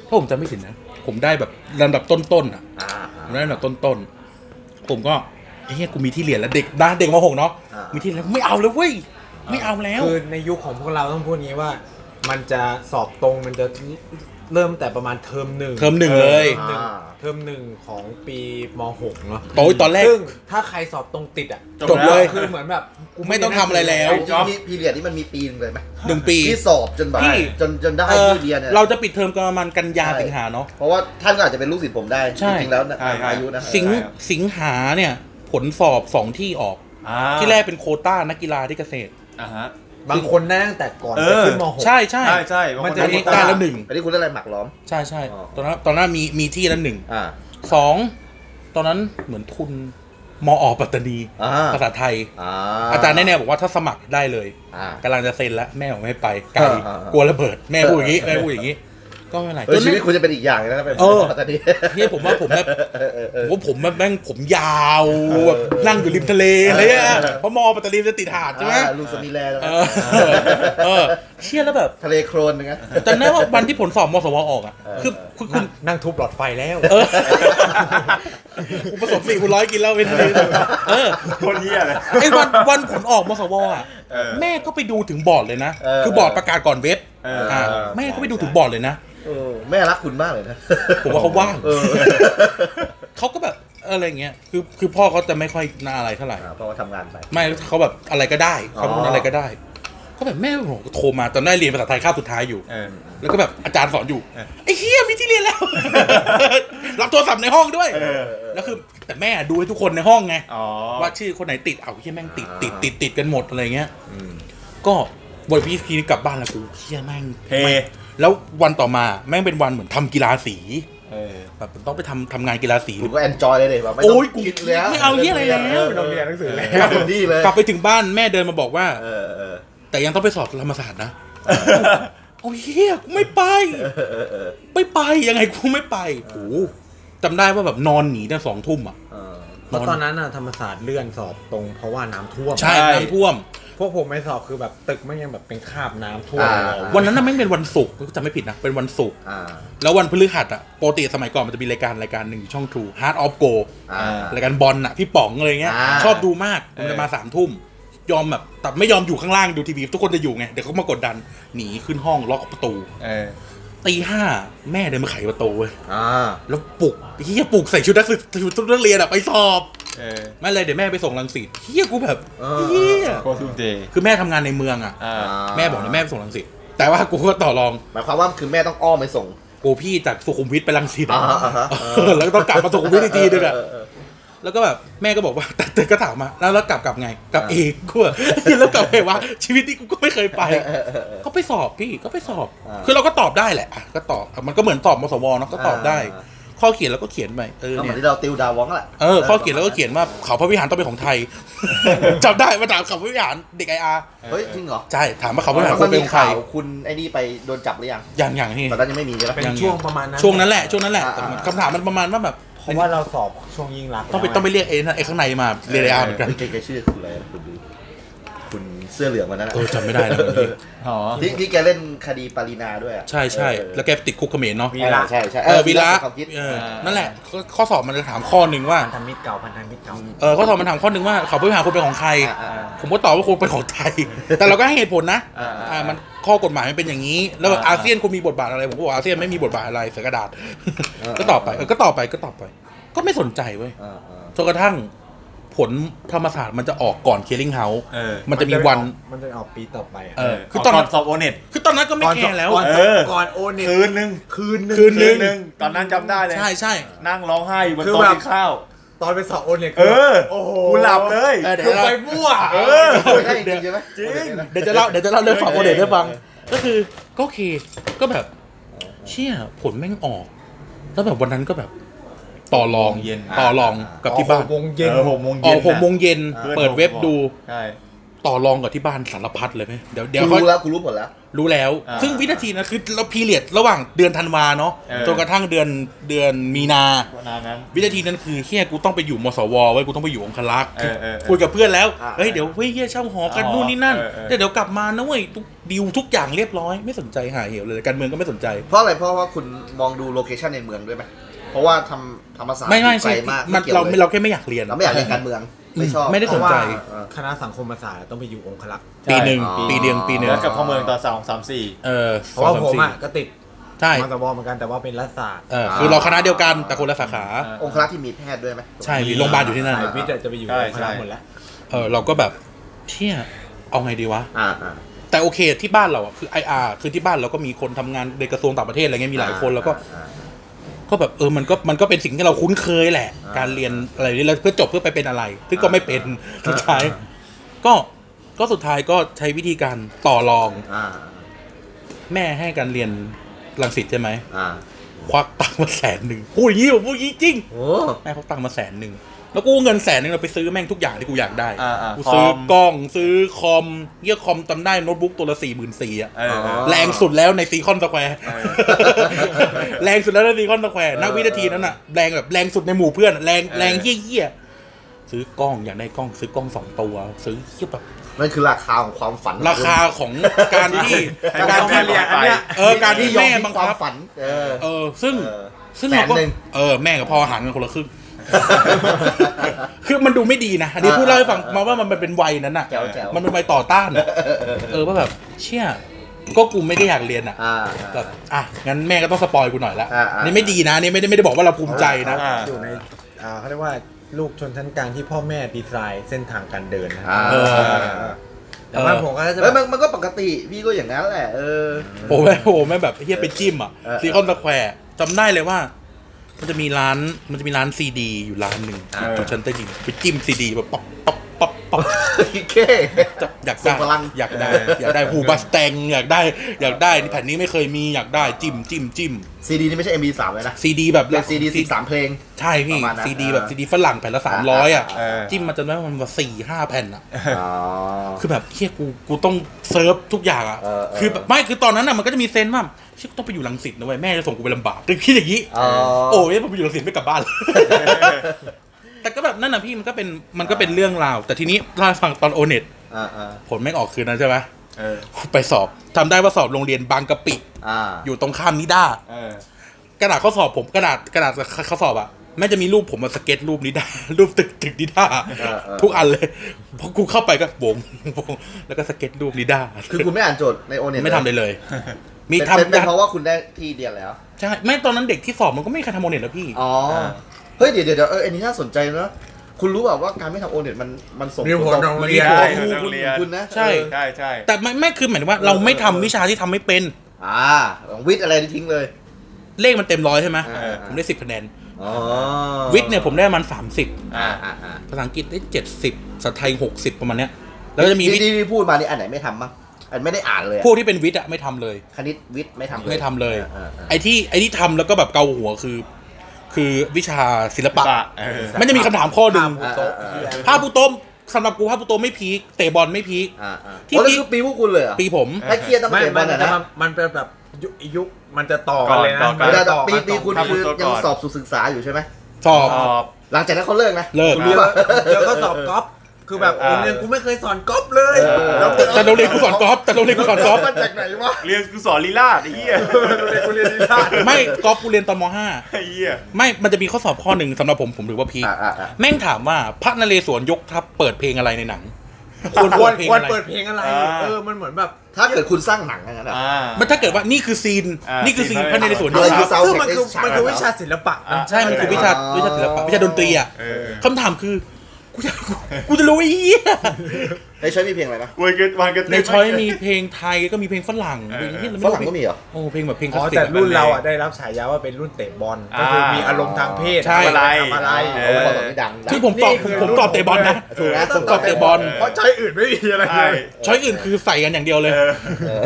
S1: ถ้าผมจำไม่ผิดนะผมได้แบบลำดับต้นๆอ่ะ
S3: อ่าอ่า
S1: ผมได้อันดับต้นๆ ผมก็เฮ้ยกูมีที่เรียนแล้วเด็กนะเด็กมหกเนาะ
S3: อ่า
S1: มี
S3: มี
S1: ที่เรียนแล้วไม่เอาแล้วเว้ย ไม่เอาแล้ว
S5: คือในยุคของพวกเราต้องพูดงี้ว่า มันจะสอบตรงมันจะเริ่มแต่ประมาณเทอมหนึ่ง
S1: เทอมหนึ่งเลย
S5: ออเทอมหนึ่ง
S3: อ่า
S5: เทอมหนึ่งของปีม .6 เนาะ
S1: โอ้ยตอนแรก
S5: ซึ่งถ้าใครสอบตรงติดอ่ะ
S1: จบเลย
S5: คือเหมือนแบบกู
S1: ไม่ต้องทำอะไรแล้ว
S3: จริงๆพีเรียดนี่มันมีปีนงเลยไหม
S1: หนึ่งปี
S3: ที่สอบจนแบบ
S1: พี่
S3: จนจนได้
S1: เออ
S3: ที่เรียนเนี่ย
S1: เราจะปิดเทอมกันประมาณกันยา
S3: ใช่
S1: สิงหาเนาะ
S3: เพราะว่าท่านก็อาจจะเป็นลูกศิษย์ผมได้
S1: ใช่
S3: จริงๆแล้วนะ
S4: ใช่ใช่
S3: อายุนะ
S1: สิง
S4: ใช่ครับ
S1: สิงหาเนี่ย ผลสอบสองที่ออก
S4: อ่า
S1: ที่แรกเป็นโควต้านักกีฬาที่เกษตร
S4: อ่าฮะ
S5: บางคนได้ตั้งแต่ก่อน
S4: เอ
S5: จะ
S4: อ
S5: ขึ้นม .6
S1: ใช่ใช่
S4: ใช่ใช่บาง
S5: มั
S4: คน น
S5: จะ
S4: ได้
S1: อันนี้
S4: โคว
S1: ได้
S4: ต้า
S1: ละหนึ่ง
S3: อันนี้คุณได้อะไรหมักล้อม
S1: ใช่ใช่
S3: อ๋อ
S1: ตอนนั้นตอนนั้นมีมีที่ละหนึ่ง
S3: อ่า
S1: สองตอนนั้นเหมือนทุนมอปัตตานี
S3: อ่า
S1: ภาษาไทย
S3: อ่า
S1: อาจารย์แน่ๆบอกว่าถ้าสมัครได้เลย
S3: อ่า
S1: กำลังจะเซ็นแล้วแม่ผมไม่ไปไกล
S3: เออเออเออก
S1: ลัวระเบิดแม่พูดอย่างนี้แม่พูดอย่างนี้ ก็ไม่เป็นไร
S3: เออ
S1: จน
S3: ชีวิต
S1: แม่
S3: คุณจะเป็นอีกอย่างเลยนะเป็น
S1: เออ
S3: ตอนนี้
S1: เนี่ยผมว่าผมแบบ
S3: เออเออเออ
S1: ผมว่าผมแบบแม่งผมยาวแบบนั่งอยู่ริมทะเลอะไรเงี้ยเพราะมอปัตตานีจะติดหาดใช่ไหม
S3: อ่าลูกสมิแลนด์นะ
S1: เออเออเชี่ยแล้วแบบ
S3: ทะเลโครนนะ
S1: จำได้ว่าวันที่ผลสอบมสวออกอ่ะคือคือคุ
S5: นั่
S1: ณ
S5: งนั่งทุบหลอดไฟแล้ว
S1: คุณผสมสี่คุณร้อยกินแล้วเป็นทะเลเออ
S4: โคนเหี้ยเลย
S1: ไอ้วันวันผลออกมสวอ่ะ
S4: เออ
S1: แม่ก็ไปดูถึงบอร์ดเลยนะ
S3: เออ
S1: คือบอร์ดประกาศก่อนเว็บ
S4: เออ
S1: อ่า
S3: เออ
S1: แม่ก็ไปดูถึงบอร์ดเลยนะ
S3: โอ้แม่รักคุณมากเลยนะ
S1: ผมว่าเขาว่าง
S3: เออ
S1: เขาก็แบบอะไรเงี้ย คือคือพ่อเขาจะไม่ค่อยน่าอะไรเท่าไหร่
S3: อ่าเพราะว่าทำงานไป
S1: ไม่เขาแบบอะไรก็ได้เขาพูด
S3: อ๋ออ
S1: อะไรก็ได้เขาแบบแม่ผมโทรมาจำได้เรียนภาษาไทยคาบสุดท้ายอยู่
S4: เออ
S1: แล้วก็แบบอาจารย์สอนอยู่
S4: เออ
S1: ไอ้เฮียมีที่เรียนแล้ว รับโทรศัพท์ในห้องด้วย
S4: เออ
S1: แล้วคือแต่แม่ดูให้ทุกคนในห้องไง
S4: อ๋อ
S1: ว่าชื่อคนไหนติดเอาเฮียแม่งติดติดติดติดกันหมดอะไรเงี้ย
S3: อืม
S1: ก็วันพี่ทีนี้กลับบ้านแล้วกูเฮียแม่ง
S4: เท
S1: แม่งแล้ววันต่อมาแม่งเป็นวันเหมือนทำกีฬาสี
S4: เออ
S1: แบบต้องไปทำทำงานกีฬาสี
S3: คุณก็แอนจอยเลยเลยแบบไม่
S1: โอ้ย
S3: ต้อง
S1: กู
S3: คิดแล้ว
S1: ไม่เอาเหี้ยอะไรแล้ว
S3: ไม่ต้องเรียนหนังสือแล้วถึงนี่เลย
S1: กลับไปถึงบ้านแม่เดินมาบอกว่า
S3: เออเออ
S1: แต่ยังต้องไปสอบธรรมศาสตร์นะโอ้ยเฮียกูไม่ไป
S3: เออเออเออ
S1: ไม่ไปยังไงกูไม่ไปโอ้โหจำได้ว่าแบบนอนหนีตั้งสองทุ่มอ่ะ
S3: เออ
S5: เพราะตอนนั้นน่ะธรรมศาสตร์เลื่อนสอบตรงเพราะว่าน้ำท่วม
S1: ใช่
S4: ใช่
S1: น้ำท่วม
S5: พวกผมไม่สอบคือแบบตึกไม่ยังแบบเป็นคราบน้ำท่วม
S3: อ่า
S5: เลย
S1: วันนั้นน่ะไม่งเป็นวันศุกร์จำไม่ผิดนะ เป็นวันศุกร์
S3: อ่า
S1: แล้ววันพฤหัสอ่ะปกติสมัยก่อนมันจะมีรายการรายการหนึ่งอยู่ช่อง True Heart of Go
S3: อ่า
S1: รายการบอลอ่ะพี่ป๋องอะไรเงี้ย
S3: อ่า
S1: ชอบดูมากมันจะมาสามทุ่มยอมแบบแต่ไม่ยอมอยู่ข้างล่างดูทีวีทุกคนจะอยู่ไงเดี๋ยวเขามากดดันหนีขึ้นห้องล็อกประตู
S4: เออ
S1: ตีห้าแม่เดินมาไขประตูเว้ย
S3: อ่า
S1: แล้วปลุกเฮียปลุกใส่ชุดนักศึกษาชุดนักเรียนอะไปสอบ
S4: เออ
S1: ไม่เลยเดี๋ยวแม่ไปส่งรังสิตเฮียกูแบบ
S3: เออ
S1: เฮีย
S4: โคตรทุ่มเท
S1: คือแม่ทำงานในเมืองอะ
S4: อ่า
S1: แม่บอกเลยแม่ไปส่งรังสิตแต่ว่ากูก็ต่อรอง
S3: หมายความว่าคือแม่ต้องอ้อมไปส่ง
S1: กูพี่จากสุขุมวิทไปรังสิต
S3: อ่าฮะอ่าฮะ
S1: เออ แล้วก็ต้องกลับมาสุขุมวิทอีกทีนึงอะ
S3: เเเอ
S1: แล้วก็แบบแม่ก็บอกว่าแต่แต่ก็ถามมาแล้วแล้วกลับกลับไงกลับเองกูอะ แล้วกลับไงวะชีวิตนี้กูก็ไม่เคย ไป ก็ไปสอบพี่ก็ไปสอบ
S3: อ่า
S1: คือเราก็ตอบได้แหละอ่ะก็ตอบอ่ะมันก็เหมือนตอบมสวเนาะก็ตอบได้
S3: อ่า
S1: ข้อเขียนเราก็เขียนไปเออ
S3: ก็เห
S1: เนี่
S3: มือย นที่เราติวดาววองแหละ
S1: เออข้อเขียนเราก็เขียนว่าเขาพระวิหารต้องเป็นของไท ย จำได้มาถามเขาพระวิหารเด็กไออาร์
S3: เฮ้ยจริงเหรอ
S1: ใช่ถามว่าเขาพระวิหาร
S3: มั
S1: ต้อน งเป็น
S3: มี
S1: ของใคร
S3: ข่าวคุณไอ้นี่ไปโดนจับหรือยัง
S1: อย่างอย่างนี่
S3: ตอนนั้นยังไม่มีใช่ไหม
S5: เป็น
S1: ยัง
S5: ช่วงประมาณนั้น
S1: ช่วงนั้นแหละช่วงนั้นแหละ
S3: อ่า
S1: แต่มัน
S3: อ่า
S1: คำถามมันประมาณว่าแบบ
S5: เพราะว่าเราสอบช่วงยิงรักษณ์
S1: ต้องไป
S5: แล้วะ
S1: ต้องไปเรียกไอ้นั่นไอ้ข้างในมาเรียนไอ้อาร์เหมือนกัน
S3: เกย์ชื่อคุณอะไรนะคุณดูคุณเสื้อเหลืองวันนั้นอะ
S1: เออจำไม่ได้แล้ววันนี้
S4: อ๋อ
S3: ที่ที่แกเล่นคดีปารีนาด้วยอะ
S1: ใช่ใช่
S3: เออ
S1: แล้วแกติดคุกเขมรเนาะ
S5: วีระ
S3: ใช่ใช่
S1: เออวีระ
S3: ความคิด
S1: เออนั่นแหละข้อข้อสอบมันจะถามข้อหนึ่งว่า
S5: พันธมิตรเก่าพันธมิตรเก่า
S1: เออข้อสอบมันถามข้อหนึ่งว่าเขาผู้พิหารคุณเป็นของใคร
S3: อ่า
S1: ผมก็ตอบว่าคุณเป็นของ ไทย แต่เราก็ให้เหตุผลนะอ่ามันข้อกฎหมายมันเป็นอย่างนี้ แล้วแบบ
S4: อ่า
S1: อาเซียนคุณมีบทบาทอะไรผมก็บอกอาเซียนไม่มีบทบาทอะไรเสือกระ ดาษ
S3: เออ
S1: ก็ตอบไปเออก็ตอบไปก็ตอบไป ก็ไม่สนใจเว้ย
S3: อ่าอ่า
S1: จนกระทั่งผลธรรมศาสตร์มันจะออกก่อนเคลิงเฮาส์
S4: เออ
S1: มันจะมีวัน
S5: มันจะออกปีต่อไปอะ
S1: เออคื
S4: คือ อ
S1: ต
S4: ต
S1: อ
S4: อน น
S1: นั้
S4: นั้น นสอบโอเน็ต
S1: คือตอนนั้นก็ไม่
S5: ก่อน
S1: แค
S5: จบ
S1: ร์แล้ว
S5: ก่อนจ
S4: เอบ อ
S5: ก่อนโอนเนี่ย
S4: คืนหนึ่ง
S5: คืนหนึ่ง
S1: คืนนึง
S4: หนึ่งตอนนั้นจำได้เลย
S1: ใช่ใช่
S4: นั่งร้องไห้อยู่บน
S5: คือ
S4: โต๊ะ
S5: แบบ
S4: กินข้าว
S5: ตอนไปสอบโอนเนี่ย
S4: เออ
S5: โอ้โห
S4: กูหลับเลย
S1: เออเดี๋ยว
S5: คือไปมั่ว
S4: เออ
S3: ใช่จริงใช่ไหม
S4: จริง
S1: เดี๋ยวจะเล่าเดี๋ยวจะเล่าเรื่องฝั่งโอเดตให้ฟัง ก็คือก็โอเคก็แบบ เชี่ยผลแม่งออก แล้วแบบวันนั้นก็แบบ ต่อรอง
S4: เย็น
S1: ต่อรองกับที่บ้าน
S5: วงเย็น
S4: เออหกโมง
S1: อ
S4: เย็
S1: อก
S4: น
S1: หกโมงเย็น
S3: อ่า
S1: เปิดเว็บดู
S4: ใช่
S1: ต่อรองกับที่บ้านสารพัดเลยไหมเดี๋ยวเดี๋ยว
S3: กู
S1: เขา
S3: รู้แล้วกูรู้ผลแล้ว
S1: รู้แล้ว
S4: อ่า
S1: ซึ่งวินาทีนะคือเราพีเรียดระหว่างเดือนธันวาเนาะ
S4: เออ
S1: จนกระทั่งเดือนเดือนมีนา
S4: วันนั้น
S1: วินาทีนั้นคือเฮียกูต้องไปอยู่มสวไว้ยกูต้องไปอยู่องคลักษ์
S4: เออเออเออ
S1: คุยกับเพื่อนแล้ว
S3: อ่า
S1: เฮ้ยเดี๋ยวเฮ้ยเฮียเช่าหอกัน
S4: อ๋อ
S1: นู่นนี่นั่น
S4: เออเออ
S1: แต่เดี๋ยวกลับมานะเว้ยทุกดีลทุกอย่างเรียบร้อย ไม่สนใจหาเหวเลยการเมืองก็ไม่สนใจ
S3: เพราะอะไรเพราะว่าคุณมองดูโลเคชันในเมืองด้วยไหมเพราะว่าทำธรรมศาสตร์
S1: ไม่ไม่
S3: ไกล
S1: ใช่
S3: มาก
S1: มัน
S3: กี่ยว
S1: เรา
S3: ลย
S1: เราแค่ไม่อยากเรียน
S3: เราไม่อยากเรียนการเมืองไม่ชอบ
S1: ไม่ได้สนใจ
S5: เพราะว่าคณะสังคมศาสตร์ต้องไปอยู่องคลักษ์
S4: ใช่
S1: ปีหนึ่ง
S3: อ๋อ
S1: ปีเดียงปีหนึ่ง
S4: แล้วกับพ่อเมืองตอนสองสามสี่
S1: เออ
S5: เพ
S1: สอง
S5: ราะว่า
S1: สาม
S5: ผม
S1: สี่
S5: อ่ะก็ติด
S1: ใช่
S5: มสวเหมือนกันแต่ว่าเป็นรัฐศาสตร์
S1: เออคือเราคณะเดียวกันแต่คนละสาขา
S4: อ่า
S3: องครักษ์ที่มีแพทย์ด้วยไหม
S1: ใช่มีโรงพยาบาลอยู่ที่นั่น
S5: สายวิทย์อะจะไปอยู่
S4: ใช่
S5: องคลัก
S4: ใช่
S5: ษ์หมดแล้ว
S1: เออเราก็แบบเชี่ยเอาไงดีวะ
S3: อ่าอ่า
S1: แต่โอเคที่บ้านเราอ่ะคือ IR คือที่บ้านเราก็มีคนทำงานในกระทรวงต่างประเทศอะไรเงี้ยมีหลายคนแล้วก็ ก็แบบเออมันก็มันก็เป็นสิ่งที่เราคุ้นเคยแหละ
S3: อ่า
S1: การเรียนอะไรนี่แล้วเพื่อจบเพื่อไปเป็นอะไร ซึ่งก็
S3: อ่า
S1: ไม่เป็น
S3: อ่า
S1: สุดท้าย
S3: อ่า
S1: ก็ก็สุดท้ายก็ใช้วิธีการต่อรอง
S3: อ่า
S1: แม่ให้การเรียนรังสิตใช่ไหม
S3: อ่า
S1: ควักตังค์มาแสนหนึ่งพูดอย่างนี้ผมพูดอย่างนี้จริง
S3: โอ้
S1: แม่ควักตังค์มาแสนหนึ่งแล้วกูเอาเงินแสนหนึ่งเราไปซื้อแม่งทุกอย่างที่กูอยากได้
S4: อ่าอ่ากู
S1: กูซื้อ
S4: คอม
S1: กล้องซื้อคอมเยี่ยคอมจำได้โน้ตบุ๊กตัวละสี่หมื่นสี่อะ
S4: เออเออ
S1: แรงสุดแล้วในซีคอนสแควร์ แรงสุดแล้วในซีคอนสแควร์ณวินาทีนั้นอะแรงแบบแรงสุดในหมู่เพื่อน แรง
S4: เออ
S1: แรงเยี่ยๆซื้อกล้องอยากได้กล้องซื้อกล้องสองตัว ซื้อเหี้ยแบบ
S3: นั่นคือราคาของความฝัน
S1: ราคาของการที่
S4: ให้
S1: การ
S4: พ่อ
S1: ที่
S4: แม่ไป
S1: เออการที่แม่บัง
S3: ควา
S1: คั
S3: ม
S1: บ
S3: ฝัน เออ
S1: เออ ซึ่ง
S3: เออ
S1: ซึ่งเราก็
S3: แสนหนึ่ง
S1: เออแม่กับพ่อหารกันคนละครึ่งคือมันดูไม่ดีนะอันนี้พูดเล่าให้ฟังมาว่ามันเป็นวัยนั้นอะ
S3: แจ๋วแจ๋ว
S1: มันเป็นวัยต่อต้านอะเออว่าแบบเชี่ยก็กูไม่ได้อยากเรียนอะ
S3: อ่า
S1: แบบอ่ะ งั้นแม่ก็ต้องสปอยกูหน่อยละ
S3: อ่าอ่า
S1: นี่ไม่ดีนะนี่ไม่ได้ไม่ได้บอกว่าเราภูมิใจนะ
S4: อ่า
S5: อยู่ในอ่าเขาเรียกว่าลูกชนชั้นกลางที่พ่อแม่ดีไซน์เส้นทางการเดินนะครับ
S3: อ่า
S1: เออ
S5: แต่ว่าผมก็จะ
S3: เฮ้ย
S5: แบ
S3: มัน
S5: บ
S3: มันก็ปกติพี่ก็อย่างนั้นแหละ เออ
S1: โอ้แม่โอ้แม่แบบเฮียไปจิ้มอ่ะ
S3: เออ
S1: ซีคอนสแควร์จำได้เลยว่า มันจะมีร้านมันจะมีร้านซีดีอยู่ร้านหนึ่ง
S4: เออ
S1: อยู่ชั้นใต้ดินไปจิ้มซีดีแบบป๊อกป๊อกป๊อกป๊อก
S3: เก้
S1: อยากได้
S3: ส่งพลัง
S1: อยากได้ อยากได้ฮูบัสแตงอยากได้ อยากได้แผ่นนี้ไม่เคยมีอยากได้จิ้มจิ้มจิ้ม
S3: ซีดีนี่ไม่ใช่ MP3 เลยนะ
S1: ซีดีแบบ
S3: เป็นซีดีสิบสามเพลง
S1: ใช่พี่
S3: ประมาณนั้น
S1: ซีดีแบบ
S3: อ่า
S1: ซีดีฝรั่งแผ่นละสามร้อยอ่ะ
S3: อ่า
S4: เออ
S1: จิ้มมาจนได้ประมันมาสี่ห้าแผ่นอ่ะ
S3: อ๋อ
S1: คือแบบเฮียกูกูต้องเซิร์ฟทุกอย่างอ่ะ
S3: เออเออ
S1: คือแบบไม่คือตอนนั้นอ่ะมันก็จะมีเซนส์ว่าเชื่อกูต้องไปอยู่ลังสิตนะเว้ยแม่จะส่งกูไปลำบากแต่คิดอย่างนี้
S3: อ๋อ
S1: โอ้ยผมไปอยู่ลังสิตไม่กลับบ้านเลย แต่ก็แบบนั่นน่ะพี่มันก็เป็นมันก็เป็นเรื่องราว แต่ทีนี้เราฟังตอนโอเน็ต
S3: อ่าอ่า
S1: ผลไม่งออกคืนนั้นใช่ไหม
S4: เออ
S1: ไปสอบทำได้ว่าสอบโรงเรียนบางกะปิ
S3: อ่า
S1: อยู่ตรงข้ามนิด้า
S4: เออ
S1: กระดาษข้อสอบผมกระดาษกระดาษข้อสอบอ่ะแม่จะมีรูปผมมาสเก็ตรูปนิด้า รูปตึกตึกนิด้า
S3: เออเออ
S1: ทุกอันเลยพอกูเข้าไปก็วงวง แล้วก็สเก็ตรูปนิด้า
S3: คือคุณไม่อ่านโจทย์ในโอเน็ต
S1: ไม่ทำเลยเลย มี
S3: เป็น
S1: ทำ
S3: เป็นเป็
S1: ยั
S3: น
S1: ด
S3: เพราะว่าคุณได้ที่เดียวแล้ว
S1: ใช่ไม่ตอนนั้นเด็กที่สอบมันก็ไม่มีใครทำโมเน็ตแล้วพี่
S3: อ๋อ
S4: อ่า
S3: เฮ้ย เดี๋ยวเดี๋ยวเอออันนี้น่าสนใจนะคุณรู้แบบว่าการไม่ทำโอเน็ตมันมันส่ง
S5: มีผล
S3: ต่
S5: โร
S3: อง
S5: เรียน
S4: ใช่
S1: โอ้โห
S4: โรงเรียน
S3: คุณนะ
S1: ใช่
S3: เออ
S4: ใช่ใช่
S1: แต่ไม่ไม่คือหมายถึงว่าเราไม่ทำวิชาที่ทำไม่เป็น
S3: อ่าของวิทย์อะไรนี่ทิ้งเลย
S1: เลขมันเต็มร้อยใช่ไหม
S3: อ่า
S1: ผมได้สิบคะแนน
S3: อ๋อ
S1: วิทย์เนี่ยผมได้ประมันสามสิบ
S3: อ่าอ่าอ่า
S1: ภาษาอังกฤษได้เจ็ดสิบภาษาไทยหกสิบประมาณเนี้ย แล้วก็จะมีวิ
S3: ที่
S1: ทย์
S3: ที่ที่พูดมานี่อันไหนไม่ทำบ้างอันไม่ได้อ่านเลยอะ
S1: พวกที่เป็นวิทย์อะไม่ทำเลย
S3: คณิตวิทย์ไม่ทำเลย
S1: ไม่ทำเลย
S3: อ่าอ่า
S1: ไอ้ที่ไอ้ที่ทำแล้วก็แบบเกาหัวคือ คือวิชาศิลปะ
S4: ศิลปะเออ
S1: มันจะมีคำถามข้อหนึ่ง
S3: อ่าอ่าอ่า
S1: ภาพผู้โต้มสำหรับกูภาพผู้โต้มไม่พีคเตะบอลไม่พีค
S3: อ่าอ่า
S1: ที่
S3: โอ้แล้วคือปีพวกคุณเลยเหรอ
S1: ปีผม
S3: ถ้าเครียดต้อง
S5: ไม่
S3: เก็บ
S5: มั
S3: มัน นอะ
S5: จะ
S3: นะ
S5: มามันเป็นแบบยุคยุคมันจะต่อกันเลยนะ
S4: ก่อนต่อกั
S5: นจะ
S3: ไม่ได้ปีปี
S5: กัน
S3: คุณ
S4: ทำ
S3: คือ
S4: ตัวก่
S3: ยัง
S4: อน
S3: สอบสุศึกษาอยู่ใช่ไหม
S1: สอบ
S4: ตอบ
S3: หลังจากนั้นเขาเลิกนะ
S1: เลิก
S4: คุณรู้
S5: เดี๋ยว
S4: ปะ
S5: เดี๋ยวก็สอบก๊อปคือแบบ
S4: เอ
S5: โร
S4: อ
S5: งเรียนกูไม่เคยสอนก๊อปเลย
S3: เออ
S5: แล้ว
S1: แต่โรงเรียนกูสอนกอล์ฟแต่โรงเรียนกูสอนกอล์ฟ
S3: มันจากไหนวะ
S4: เรียนกูสอนลีลาดไอ้เหี้ย
S5: กูเรียนดีได้
S1: ไม่กอล์ฟกูเรียนตอนมห้า
S4: ไอ้เหี้ย
S1: ไม่มันจะมีข้อสอบข้อหนึ่งสำหรับผมผมถือว่าพีค
S3: อ่าอ่าอ่า
S1: แม่งถามว่าพระนเรศวรยกทัพเปิดเพลงอะไรในหนังควร
S5: ค
S1: เปิด
S5: วร
S1: เพลง
S5: ควร
S1: อะไร
S5: เปิดเพลงอะไร เออมันเหมือนแบบ
S3: ถ้าเกิดคุณสร้างหนังอย่างนั้นอะ
S4: อ่า
S1: มันถ้าเกิดว่านี่คือซีน
S4: อ่านี่
S1: นี่คือซีน
S4: ซีน
S1: พระนเรศวรย
S3: อะ
S1: ก
S3: ไร
S1: ทั
S3: คือ
S1: พ
S3: ซาว
S5: ซึ่ง
S3: เทค
S5: มันคือมันคือวิชาศิลปะ
S4: อ่ะ
S5: นะ
S1: ใช่มันคือวิชาวิชาศิลปะวิชาดนตรีอ่ะ
S4: เออ
S1: คำถามคือกูจะกูจะรู้ไอ้เหี้ย
S3: ในช้อยมีเพลงอะไรนะ
S4: วันกันวันกัน
S1: ในช้อยมีเพลงไทยก็มีเพลงฝรั่งเพลงที่เรา
S3: ฝ
S1: ไม่
S3: รั่งก็มีเหรอ
S1: โอ้เพลงแบบเพลงค
S5: อ๋
S1: ลา
S5: อ
S1: สสิก
S5: แต่
S1: อะ
S5: รุ่นเราอ่ะได้รับฉายาว่าเป็นรุ่นเตะบอลก็คือมีอารมณ์ทางเพศ
S1: ใช่
S5: อะไรทำ
S4: ทำอะ
S5: อะไร ไร
S4: เอ
S3: เขา
S4: อ
S3: บอกไม่ดังดัง
S1: ที่ผมตอบ
S5: นี่คือ
S1: ผมตอบเตะบอลนะ
S3: ถูกนะ
S1: ผมตอบเตะบอล
S5: เพราะใช้อื่นไม่มีอะไร
S4: ใช่
S5: เลย
S1: ช้อยอื่นคือใส่กันอย่างเดียวเลย
S4: เออ
S3: เออ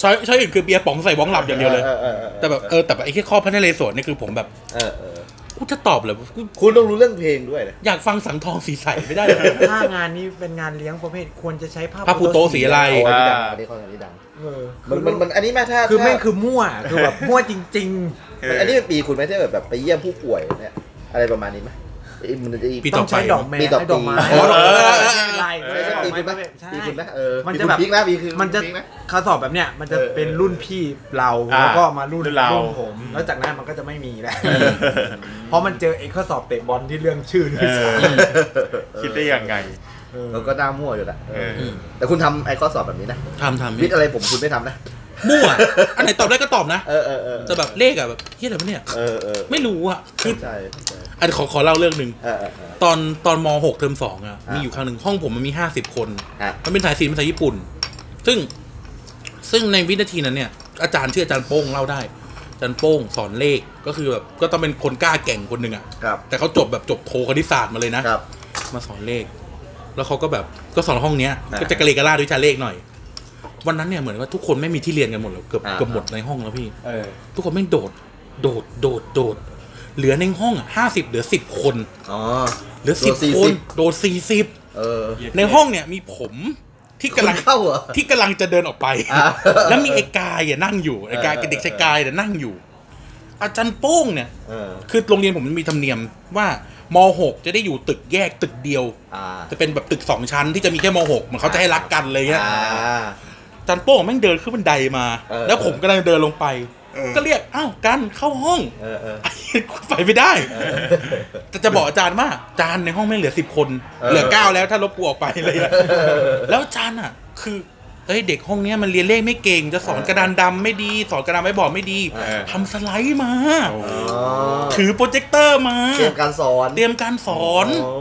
S1: ช้อยช้อยอื่นคือเบียร์ป๋องใส่บ้องหลับอย่างเดียวเลย
S3: ออออ
S1: แต่แบบเออแต่แบบไอ้แค่ข้อพระนเรศวรนี่คือผมแบบ
S3: เออเออ
S1: กูจะตอบเลยกู
S3: คุณต้องรู้เรื่องเพลงด้วยนะ
S1: อยากฟังสังทองสีใสไม่ได้ เลย
S5: ถ้างานนี้เป็นงานเลี้ยงประเภทควรจะใช้ภาพ
S1: พระพุโตสีอะไร
S3: เอาอัน
S4: อ่า
S3: นี้ดังอันนี้ข้ออันนี้ดัง
S5: เออคือ
S3: มั
S5: น
S3: มันมันอันนี้แม่ถ้า
S5: คือแม่ง
S3: ถ้า
S5: คือมั่วคือแบบมั่วจริง
S4: เอ
S3: มัน
S4: อ
S3: อันนี้เป็นปีคุณไหมที่แบบแบบไปเยี่ยมผู้ป่วยเนี่ยอะไรประมาณนี้ไหมไอ้มันไอ้
S1: ปี
S5: ๆ ต้องใช้ดอกแมว
S3: ปีต่อ
S5: ให้ดอกไม้
S3: ปี
S5: เออ
S1: เออเออเออ
S5: ใช่ลาย
S3: ใช่ใช่ปีคุณไหม
S5: ใช่
S3: ปีคุณไหมเออ
S5: มันจะแบบ
S3: ปีคุณพีคนะปีคือ
S5: มันจะ
S3: ปีคนะ
S5: ข้อสอบแบบเนี้ยมันจะ
S3: เออ
S5: เป็นรุ่นพี่เรา
S4: อ่า
S5: แล้วก็มารุ่น
S4: รุ่นเรา
S5: รุ่นผม แล้วจากนั้นมันก็จะไม่มีแล้ว เพราะมันเจอไอ้ข้อสอบเตะบอลที่เรื่องชื่อด้ว
S4: เอย
S5: ซ้
S4: อ คิดได้ยังไง
S5: ำเออ
S3: แล้วก็หน้ามั่วอยู่แหละ
S4: เออ
S1: อืม
S3: แต่คุณทำไอ้ข้อสอบแบบนี้นะ
S1: ทำทำ
S3: วิ
S1: นี่
S3: ทย์อะไรผมคุณไม่ทำนะ
S1: มั่วอันไหนตอบได้ก็ตอบนะ
S3: เออเออเออ
S1: แต่แบบเลขอะแบบเฮียอะไรวะเนี่ย
S3: เออเออ
S1: ไม่รู้อะคือ
S3: ใช่ใช่
S1: อันขอขอเล่าเรื่องหนึ่ง
S3: เออเออเออ
S1: ตอนตอนม .6 เทอมสองอะ
S3: อ่ะ
S1: มีอยู่ครั้งหนึ่งห้องผมมันมี 50 คน
S3: อ่ะ
S1: มันเป็นสายศิลป์เป็นสายญี่ปุ่น ซึ่งซึ่งในวินาทีนั้นเนี่ย อาจารย์ชื่ออาจารย์โป้งเล่าได้ อาจารย์โป้งสอนเลขก็คือแบบก็ต้องเป็นคนกล้าแกร่งคนหนึ่งอะ
S3: ครับ
S1: แต่เขาจบแบบจบโทคณิตศาสตร์มาเลยนะ
S3: ครับ
S1: มาสอนเลข แล้วเขาก็แบบก็สอนห้องเนี้ย
S3: อ่า
S1: ก็จะกระเลกกระลาดวิชาเลขหน่อย วันนั้นเนี่ยเหมือนว่าทุกคนไม่มีที่เรียนกันหมดแล้วเกือบ
S3: อ่า
S1: เกือบหมดในห้องแล้วพี่ทุกคนไม่งโดด โดดโดดโดด เหลือในห้องห้าสิบเหลือสิบคน
S3: อ๋อ
S1: เหลือ
S3: โด
S1: สิบ
S3: น40
S1: คนโดนสี่สิบ
S3: เออ
S1: ในห้องเนี่ยมีผมที่กำลัง
S3: เข้าเหรอ
S1: ที่กำลังจะเดินออกไป
S3: อ่า
S1: แล้วมีไอ้กายอ่ะนั่งอยู่ไอ้กาย
S3: เออเออ
S1: เด็กชายกายเนี่ยนั่งอยู่ อาจารย์โป้งเนี่ย
S3: เออ
S1: คือโรงเรียนผมมันมีธรรมเนียมว่ามหกจะได้อยู่ตึกแยกตึกเดียว
S3: อ่า
S1: จะเป็นแบบตึกสองชั้นที่จะมีแค่มหกเหมือนเขาจะให้รักกันเลยเนี่ย
S3: อ่า
S1: อาจารย์โป้งแม่งเดินขึ้นบันไดมา
S3: เออ
S1: แล้วผมกำลังเดินลงไป ก็เรียกอ้าวกันเข้าห้อง
S3: เออเออ
S1: ไปไม่ได้ แต่จะบอกอาจารย์ว่าอาจารย์ในห้องไม่เหลือสิบคน
S3: เออ
S1: เหลือเก้าแล้วถ้าลบกูออกไปอะไรอย่างเลยแล้วอาจารย์อ่ะ คือเอ้ยเด็กห้องเนี้ยมันเรียนเลขไม่เก่ง จะสอนกระดานดำไม่ดี สอนกระดานไม้บอร์ดไม่ดี
S4: เออ
S1: ทำสไลด์มา
S3: อ๋อ
S1: ถือโปรเจคเตอร์มา
S3: เตรียมการสอน
S1: เตรียมการสอน
S3: อ๋อ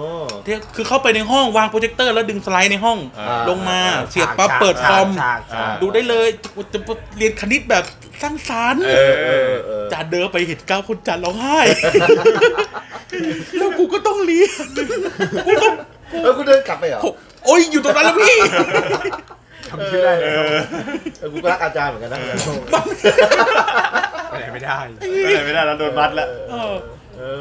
S1: เตรียมคือเข้าไปในห้องวางโปรเจคเตอร์แล้วดึงสไลด์ในห้อง
S4: อ่า
S1: ลงมา
S5: อ่า
S1: เสียบปั๊บ
S5: ฉาก
S1: เปิดคอ
S5: ฉาก
S1: ม
S5: ฉากฉาก
S1: ดูได้เลยจะเรียนคณิตแบบสร้างสรรค์
S4: เออ
S3: เออเออ
S1: จานเดินไปเห็นก้าวคนจานร้องไห้ แล้วกูก็ต้องเรียนกูต้อง
S3: เออคุณเดินกลับไปเหรอ
S1: ผมโอ้ยอยู่ตรงนั้นแล้วพี่
S5: ทำชื่อได้เลยครับ
S3: เออคุณก็รักอาจารย์เหมือนกันนะ
S5: ไปไหนไม่ได้
S4: ไม่ได้ไม่ได้แล้วโดนมัดแล้ว
S1: เออ
S3: เออ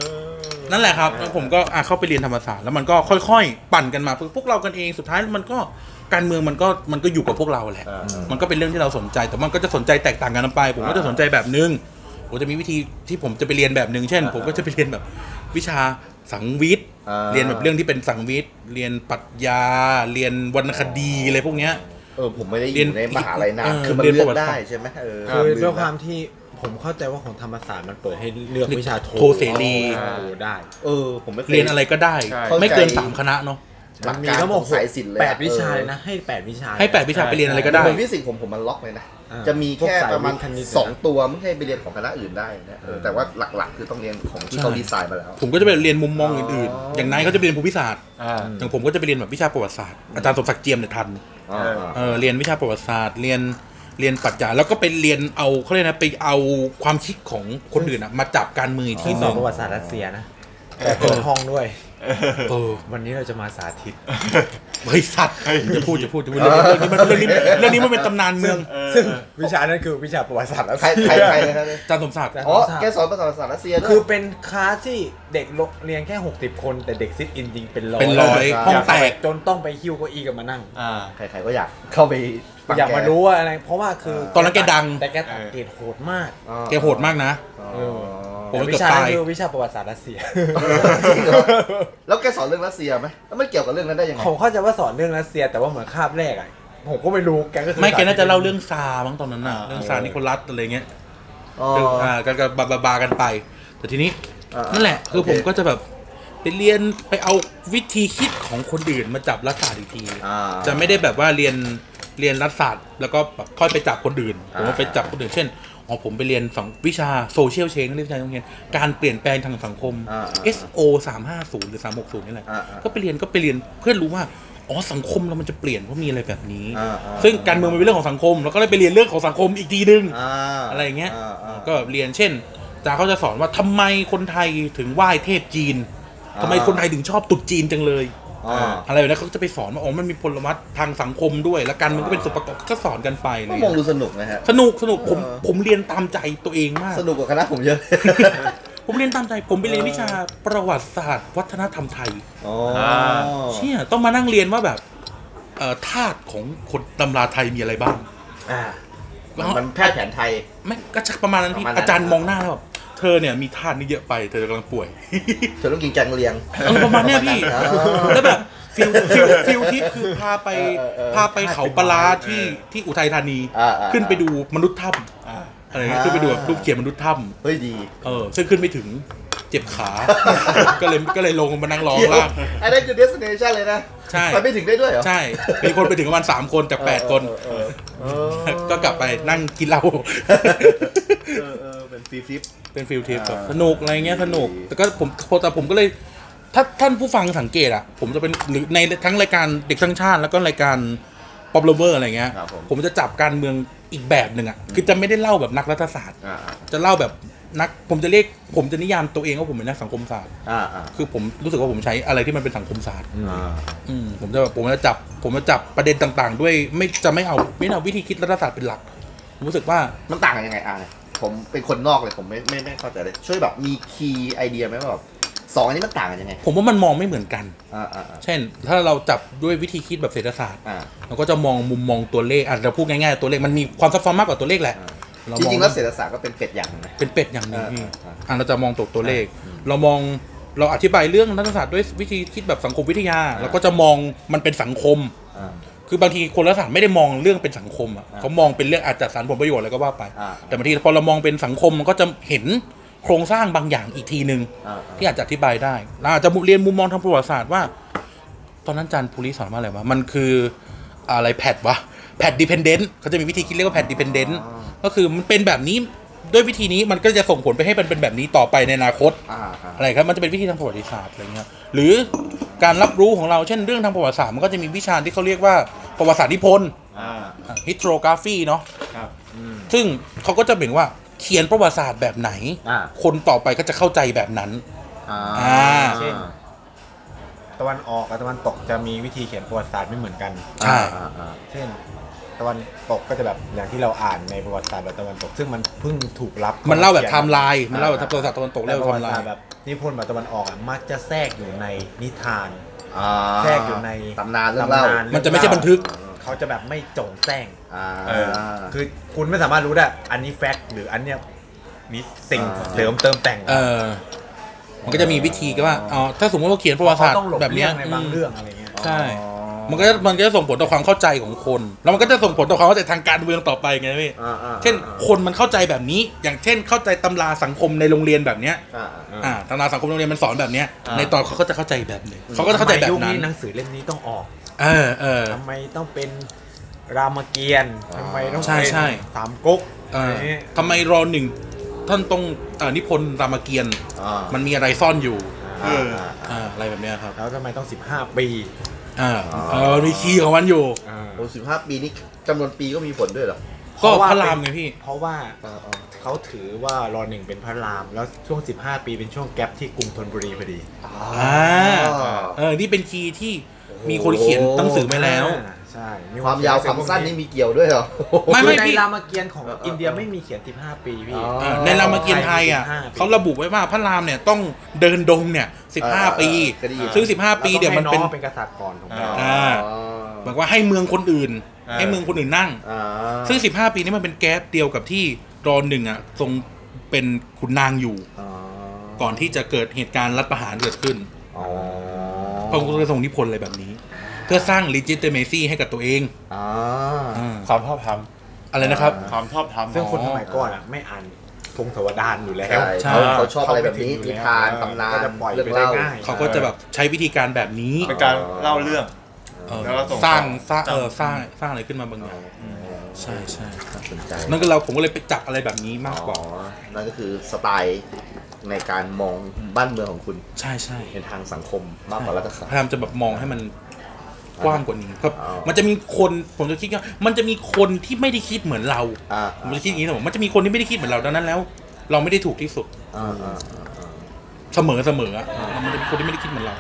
S1: นั่นแหละครับแล้วผมก็อ่ะเข้าไปเรียนธรรมศาสตร์แล้วมันก็ค่อยๆ ปั่นกันมาพวกพวกเรากันเองสุดท้ายมันก็การเมืองมันก็มันก็อยู่กับพวกเราแหละ
S3: อ่า
S1: มันก็เป็นเรื่องที่เราสนใจแต่มันก็จะสนใจแตกต่างกันออกไป ผมก็จะสนใจแบบนึงผมจะมีวิธีที่ผมจะไปเรียนแบบนึงเช่น ผมก็จะไปเรียนแบบวิชาสังวิทย์
S3: อ่า
S1: เรียนแบบเรื่องที่เป็นสังวิทย์ เรียนปรัชญา เรียนวรรณคดีอะไรพวกเนี้ย
S3: เออผมไม่ได้อ
S1: เรียน
S3: ยู่ในมหาลัยนาน
S1: เออ
S3: คือมัน
S1: เรียน
S3: เลื
S1: ประ
S3: อ
S1: วั
S3: ก
S1: ติศาส
S3: ได้
S1: ตร์
S3: ใช่ไหมเออ
S5: คือ
S3: ลืม
S5: ด้วยความ
S3: นะ
S5: ที่ผมเข้าใจว่าของธรรมศาสตร์มันเปิดให้เลือกวิชาโท
S1: โทเสรี
S5: อ๋อโทได้
S3: เออ ผมไม่ค
S1: เรียนอะไรก็ได้
S4: ใช่
S1: ไม่เกิน
S3: เข้าใจ
S1: สามคณะเนาะ
S3: ห
S5: มั
S3: ลั
S5: น
S3: ก
S5: มี
S3: การ
S5: ทั้งหม
S3: ข
S5: ด
S3: องสายศิลป์เลยอะ
S5: แปดวิชา
S3: ออ
S5: เลยนะให้แปดวิชา
S1: ให้แปดวิชาไปเรียนอะไรก็ได้
S3: เหมือนฟิสิกส์ผมผมมันล็อกเลยนะ
S5: อ่า
S3: จะมี
S5: พวก
S3: แค่
S5: สย
S3: ประมา
S5: วิ
S3: ณ
S5: ทย์คณิต
S3: สองตัวไม่ให้ไปเรียนของคณะอื่นได้นะเออแต่ว่าหลักๆ คือต้องเรียนของที่เขาดีไซน์มาแล้ว
S1: ผมก็จะไปเรียนมุมมองอื่น
S3: อ๋อ
S1: ๆ
S3: อ
S1: อย่างนายเขาจะไปเรียนภูมิศาสตร์
S4: อ่า
S1: อย่างผมก็จะไปเรียนแบบวิชาประวัติศาสตร์ อาจารย์สมศักดิ์เจียมเนี่ยทัน
S3: อ่า
S1: เออเรียนวิชาประวัติศาสตร์ เรียนเรียนปรัชญาแล้วก็ไปเรียนเอาเขาเรียกนะไปเอาความคิดของคนอื่นอะมาจับการเมืองอีก
S5: ที่
S1: ที่
S5: ส
S1: ห
S5: อน
S1: นึ่ง
S5: ประวัติศาสตร์รัสเซียนะแต่เปิดห้องด้วย
S1: เออ
S5: วันนี้เราจะมาสาธิต
S1: เฮ้ยสัตว์
S4: เฮ้ย
S1: จะพูดจะพูดจะพูดเรื่องนี้มันเรื่องนี้เรื่องนี้มันเป็นตำนานเมือง
S5: ซึ่งวิชานั้นคือวิชาประวัติศาสตร์รัส
S3: ใคร
S5: เซีย
S3: ใครใครนะครับเนี่ย
S1: อาจารย์สมศักดิ์
S3: อ๋อแกสอนภาษาศาสตร์รัสเซียด้วย
S5: คือเป็นคลาสที่เด็กเรียนแค่ 60 คน แต่เด็กซิทอินจริงเป็นร้อย
S1: เป็นร้อย
S3: ครับ
S1: ห้องแตก
S5: จนต้องไปฮิ้วเก้าอี้กันมานั่ง
S4: อ่า
S3: ใครๆก็อยากเข้าไปฟัง
S5: อยากมา
S3: แ
S5: รู้ว่าอะไร เพราะว่าคือ
S1: ตอนนั้นแกดัง
S5: แต่แกตัดเกรดโหดมาก
S3: อ๋อ
S1: แกโหดมากนะ
S3: อ๋อ
S5: เออ
S1: ผม
S5: วิ
S1: เกือบ
S5: ชานั้
S1: ตาน ย
S5: คือวิชาประวัติศาสตร์รัสเซีย
S3: จริงเหรอแล้วแกสอนเรื่องรัสเซียไหมแล้วมันเกี่ยวกับเรื่องนั้นได้ยังไง
S5: ผมเข้าใจว่าสอนเรื่องรัสเซีย แต่ว่าเหมือนคาบแรกอะผมก็ไม่รู้แกก็คือ
S1: ไม่แกน่าจะเล่าเรื่องซาบ้างตอนนั้นน่ะเรื่องซานิโคลัสอะไรเงี้ย
S3: อ๋อ
S1: ่ากันกับบาบาบากันไป แต่ทีนี้
S3: อ่านั่
S1: นั่นแหละ คือ
S3: โอเค
S1: ผมก็จะแบบไปเรียนไปเอาวิธีคิดของคนอื่นมาจับรัฐศาสตร์อีกที
S3: อ่า
S1: จะไม่ได้แบบว่าเรียนเรียนรัฐศาสตร์ แล้วก็แบบค่อยไปจับคนอื่นผมว่า
S3: อ่า
S1: ไปจับคนอื่นเช่นอ๋อผมไปเรียนฝั่งวิชาโซเชียลเชนเรียนวิชาโรงเรียนการเปลี่ยนแปลงทางสังคม
S3: อ่า
S1: SO 350หรือ360นี่แหละ
S3: อ่าอ่า
S1: ก็ไปเรียนก็ไปเรียนเพื่อนรู้ว่า อ๋อ สังคมเรามันจะเปลี่ยนเพราะมีอะไรแบบนี้
S3: อ่าอ่า
S1: ซึ่งการเมืองมันเป็นเรื่องของสังคม แล้วก็เลยไปเรียนเรื่องของสังคมอีกทีนึง
S3: อ่า
S1: อะไรอย่างเงี้ย
S3: าอ่า
S1: ก็เรียนเช่นจาเขาจะสอนว่าทำไมคนไทยถึงไหว้เทพจีน
S3: อ่า
S1: ทำไมคนไทยถึงชอบตรุดจีนจังเลย
S3: อ่า
S1: อะไรแบบนี้เขาก็จะไปสอนว่าอ๋อมันมีพลวัตทางสังคมด้วย และการเมันก็เป็นส่วนประกอบก็สอนกันไปอะไร
S3: ก็
S1: อย่าง
S3: มอง
S1: เงี้ย
S3: ดูสนุกนะฮะ
S1: สนุกสนุกผม
S3: เออ
S1: ผมเรียนตามใจตัวเองมาก
S3: สนุกกว่าคณะผมเยอะ
S1: ผมเรียนตามใจผมไปเรียนวิชาประวัติศาสตร์ วัฒนธรรมไทย
S3: อ๋อ
S1: เชี่ยต้องมานั่งเรียนว่าแบบเอ่อธาตุของคนตำราไทยมีอะไรบ้าง
S3: อ่า
S1: แล้ว
S3: มันแพทย์แผนไทย
S1: ไม่ก็ชักประมาณนั้นพี่
S3: ประมาณนั้น
S1: อาจารย์มองหน้าแล้วแบบเธอเนี่ยมีธาตุนี่เยอะไปเธอกำลังป่วย
S3: เธอต้องกินแกงเลียง
S1: เออประมาณเนี้ยพี่
S3: ประมาณนั้น
S1: แล้วแบบฟิลฟิลฟิลทิปคือพาไป
S3: เออเออเออ
S1: พาไปเขาปลาร้าที่ที่อุทัยธานี
S3: อ่าอ่า
S1: ขึ้นไปดูมนุษย์ถ้ำอ่าอะไรเงี้ย
S3: อ่า
S1: ขึ้นไปดูแบบรูปเขียนมนุษย์ถ้ำ
S3: เฮ้ยดี
S1: เออซึ่งขึ้นไม่ถึงเจ็บขา ก็เลยก็เลยลงมานั่งร้องล่าง
S3: ไอ้นั่นคือเดส i เนชันเลยนะ
S1: ใช่
S3: ไปไม่ถึงได้ด้วยเหรอ
S1: ใช่มีคนไปถึงประมาณสามคนจากแปดคน
S3: เออเออเออ
S1: ก็กลับไปนั่งกินเหล้า
S3: เออเออเป็นฟรีฟิป
S1: เป็นฟิลทริป
S3: อ่า
S1: สนุกอะไรเงี้ยสนุก
S3: ดี
S1: แต่ก็ผมแต่ผมก็เลย ถ้าท่านผู้ฟังสังเกตอ่ะ ผมจะเป็นหรือในทั้งรายการเด็กสร้างชาติ แล้วก็รายการป๊อปโลเวอร์อะไรเงี้ย
S3: ครับผม
S1: ผมจะจับการเมืองอีกแบบหนึ่งอ่ะ คือจะไม่ได้เล่าแบบนักรัฐศาสตร์
S3: อ่า
S1: จะเล่าแบบนัก ผมจะเรียก ผมจะนิยามตัวเองว่าผมเป็นนักสังคมศาสตร์
S3: อ่าอ่า
S1: คือผมรู้สึกว่าผมใช้อะไรที่มันเป็นสังคมศาสตร์
S3: อ่า
S1: อืมผมจะแบบผมจะจับ ผมจะจับประเด็นต่าง ๆ ด้วยไม่จะไม่เอาไม่เอาวิธีคิดรัฐศาสตร์เป็นหลักผมรู้สึกว่า
S3: มันต่างกันยังไงอ่ะเนี่ยผมเป็นคนนอกเลยผมไม่ไม่ไม่เข้าใจเลย ช่วยแบบมีคีย์ไอเดียไหมว่าแบบสองอันนี้มันต่างกันยังไง
S1: ผมว่ามันมองไม่เหมือนกัน
S3: อ่าอ่าอ่า
S1: เช่น ถ้าเราจับด้วยวิธีคิดแบบเศรษฐศาสตร์
S3: อ่า
S1: เราก็จะมองมุมมองตัวเลขอาจจะพูดง่ายๆตัวเลขมันมีความซับซ้อนมากกว่าตัวเลขแหละ
S3: อ่า
S1: เรา
S3: จ
S1: มอง
S3: ริงๆแล้วเศรษฐศาสตร์ก็เป็นเป็ดอย่างหนึงนะ
S1: เป็นเป็ดอย่างหนึ่งพี่
S3: อ่าอ่า
S1: อ่ะเราจะมองตัวตัวเลข เรามองเราอธิบายเรื่องรัฐศาสตร์ด้วยวิธีคิดแบบสังคมวิทยา
S3: อ่า
S1: เราก็จะมองมันเป็นสังคม
S3: อ่า
S1: คือบางทีคนรัฐศาสตร์ไม่ได้มองเรื่องเป็นสังคมอ่ะ
S3: อ่า
S1: เขามองเป็นเรื่องอาจจะสารผลประโยชน์อะไรก็ว่าไป
S3: อ่า
S1: แต่บางทีพอเรามองเป็นสังคมมันก็จะเห็นโครงสร้างบางอย่างอีกทีหนึ่ง
S3: อ่า
S1: ที่อาจจะอธิบายได้เราอาจจะเรียนมุมมองทางประวัติศาสตร์ว่า ตอนนั้นอาจารย์ภูริสอนว่าอะไรวะ มันคืออะไรแพดวะ แพดดิพเอนเดนต์เขาจะมีวิธีคิดเรียกว่าแพดดิพเอนเดนต์ก็คือมันเป็นแบบนี้ด้วยวิธีนี้มันก็จะส่งผลไปให้มันเป็นแบบนี้ต่อไปในอนาคต
S3: อ่าอ่า
S1: อะไรครับ มันจะเป็นวิธีทางประวัติศาสตร์อะไรเงี้ย หรือการรับรู้ของเราเช่นเรื่องทางประวัติศาสตร์มันก็จะมีวิชาที่เขาเรียกว่าประวัติศาสตร์นิพนธ์
S4: อ่า
S1: ฮิสโทรกราฟีเนาะ
S4: ครับ
S1: ซึ่งเขาก็จะเห็นว่าเขียนประวัติศาสตร์แบบไหน
S3: อ่า
S1: คนต่อไปก็จะเข้าใจแบบนั้น
S3: อ่า
S1: อ่า
S5: เช่น ตะวันออกกับตะวันตกจะมีวิธีเขียนประวัติศาสตร์ไม่เหมือนกัน
S1: ใช่
S3: อ่าอ่า
S5: เช่น ตะวันตกก็จะแบบอย่างที่เราอ่านในประวัติศาสตร์แบบตะวันตก ซึ่งมันเพิ่งถูกรับ
S1: มันเล่าแบบไท
S5: ขีย
S1: ม์ไลน์ มันเล่าแบบประวัติศาสตร์ตะวันตก
S5: แต่
S1: เล่าแบ
S5: ประ
S1: บไทม์ไล
S5: วัติศาส
S1: น์
S5: ตร์แบบนิพนธ์แบบตะวันออกอะมักจะแทรกอยู่ในนิทาน
S3: อ่า
S5: แทรกอยู่ใน
S3: ตำนานเรื่องเล่า
S5: ตำา
S1: มันจะไม่ใช่บันทึก
S5: เขาจะแบบไม่โจงแจ้ง
S3: อ่า
S4: เออ
S5: คือคุณไม่สามารถรู้ได้ อันนี้แฟกต์หรืออันเนี้ย
S4: มิส
S5: สิ่ง
S3: อ่า
S5: เสริมเติมแต่ง
S1: เออ มันก็จะมีวิธีก็ว่า อ๋อ ถ้าสมมติว่าเขียนประวัติศาสตร์
S5: ต้องหลบ
S1: แบบ
S5: เลี่
S1: เนี้
S5: ย
S1: ย
S5: งในบางเรื่องอะไรเงี้ย
S1: ใช่ มันก็จะมันก็จะส่งผลต่อความเข้าใจของคน แล้วมันก็จะส่งผลต่อความเข้าใจทางการเมืองต่อไปไงพี่
S3: อ่าอ่า
S1: เช่น คนมันเข้าใจแบบนี้ อย่างเช่น เข้าใจตำราสังคมในโรงเรียนแบบเนี้ย
S3: อ่า
S1: อ่า ตำราสังคมโรงเรียนมันสอนแบบเนี้ย
S3: อ่า
S1: ในตอนเขาก็จะเข้าใจแบบหนึงเขาก็จะเข้าใจแบบ
S5: ทำไมยุค
S1: นั้น
S5: หนังสือเล่มนี้ต้องออก
S1: เออ เออ
S5: ทำไมต้องเป็นรามเกียรติ์ทำไมต้อง
S1: ใช่
S5: เป็น
S1: ใช่
S5: สามก๊ก
S1: เออ
S5: อะไรเงี้ย
S1: ทำไมรอหนึ่งท่านต้องเอ่อนิพนธ์รามเกียรติ์
S3: อ่า
S1: มันมีอะไรซ่อนอยู่
S3: อ่า
S1: อ่า อะไรแบบเนี้ยครับ
S5: แล้วทำไมต้อง 15 ปี
S1: อ่า
S3: อ๋อ
S1: เออมีคีย์ของมันอยู่
S3: โอ้สิบห้าปีนี้จำนวนปีก็มีผลด้วยเหรอ
S1: ก็
S5: เพว่
S1: พระรามไงพี่
S5: เพราะว่า
S3: อ่าอ่า
S5: เขาถือว่ารอหนึ่งเป็นพระราม แล้วช่วง 15 ปีเป็นช่วงแกลบที่กรุงธนบุรีพอดี
S1: อ่า
S3: อ่า
S1: เออ นี่เป็นคีย์ที่มีคนเขียนหนังสือไปแล้ว
S5: อ่าใช่
S3: ความยาวความสั้นนี่มีเกี่ยวด้วยเหรอ
S1: ไม่ไม่
S5: ใน
S1: พี่
S5: รามเกียรติ์ของ
S3: เออเออ
S5: อินเดีย
S3: เออ
S5: ไม่มีเขียน 15 ปีพี่
S1: เออในรามเกียรติ์ไทยอ่ะ
S5: 15
S1: เขาระบุไว้ว่าพระรามเนี่ยต้องเดินดงเนี่ยสิบห้าปี
S3: เคยได้ยิน
S1: ซึ่งสิบห้าปีเนี่ยมันเป็น
S5: แล้วต้องให้องเป็นกษัตริย์ก่อนถูกไหม
S4: อ่า
S1: อ่าหมายความว่าให้เมืองคนอื่น
S4: อ่า
S1: ให้เมืองคนอื่นนั่ง
S3: อ่า
S1: ซึ่งสิบห้าปีนี่มันเป็นแก๊สเดียวกับที่รอหนึ่งอ่ะทรงเป็นขุนนางอยู่
S3: อ่า
S1: ก่อนที่จะเกิดเหตุการณ์รัฐประหารเกิดขึ้น
S3: อ๋อ
S1: พระองค์ก็เลยทรงนิพนธ์อะไรแบบนี้ เพื่อสร้าง legitimacy ให้กับตัวเอง
S3: อ่า
S1: อ่า
S4: ความชอบท
S1: อะไรนะครับ
S4: ำความชอบทำ
S5: ซึ่งคนสมัยก่อนอ่ะไม่อ่านพงศาวดารอยู่แล้ว
S3: ใช่
S1: ใช่
S3: เขาเขาชอบอะไรแบบนี้
S5: เขาไม่
S3: นิ
S5: ถึงอยู่แล้ว
S3: ทาน
S5: เออ
S3: ตำนาน
S5: ก็จะปล่อย
S3: เรื่อง
S5: ไปได้
S3: เล่า
S5: ง่าย
S1: เขาก็จะแบบใช้วิธีการแบบนี้
S4: เป็นการเล่าเรื่อง
S1: เออ
S4: แล้วก็ส่ง
S1: สร้างส
S4: ต่อ
S1: ร้างเออสร้างสร้างอะไรขึ้นมาบางอย่างใช่ใช่
S3: น่าสนใจ
S1: นั่นก็เราผมก็เลยไปจับอะไรแบบนี้
S3: อ๋
S1: มากกว่า
S3: อนั่นก็คือสไตล์ในการมองบ้านเมืองของคุณ
S1: ใช่ใช่
S3: ในทางสังคมมากกว่ารัฐศาสต
S1: พ
S3: ร์
S1: ยายามจะแบบมองให้มันกว้างกว่านี้ครับ
S3: อ๋อ
S1: มันจะมีคนผมจะคิดว่ามันจะมีคนที่ไม่ได้คิดเหมือนเรา
S3: อ่า
S1: ผมจะคิดอย่างนี้นะผมมันจะมีคนที่ไม่ได้คิดเหมือนเราดังนั้นแล้ว เราไม่ได้ถูกที่สุด
S3: อ่าอ่าอ่าอ่า
S1: เสมอเสมออะมันจะมีคนที่ไม่ได้คิดเหมือนเรา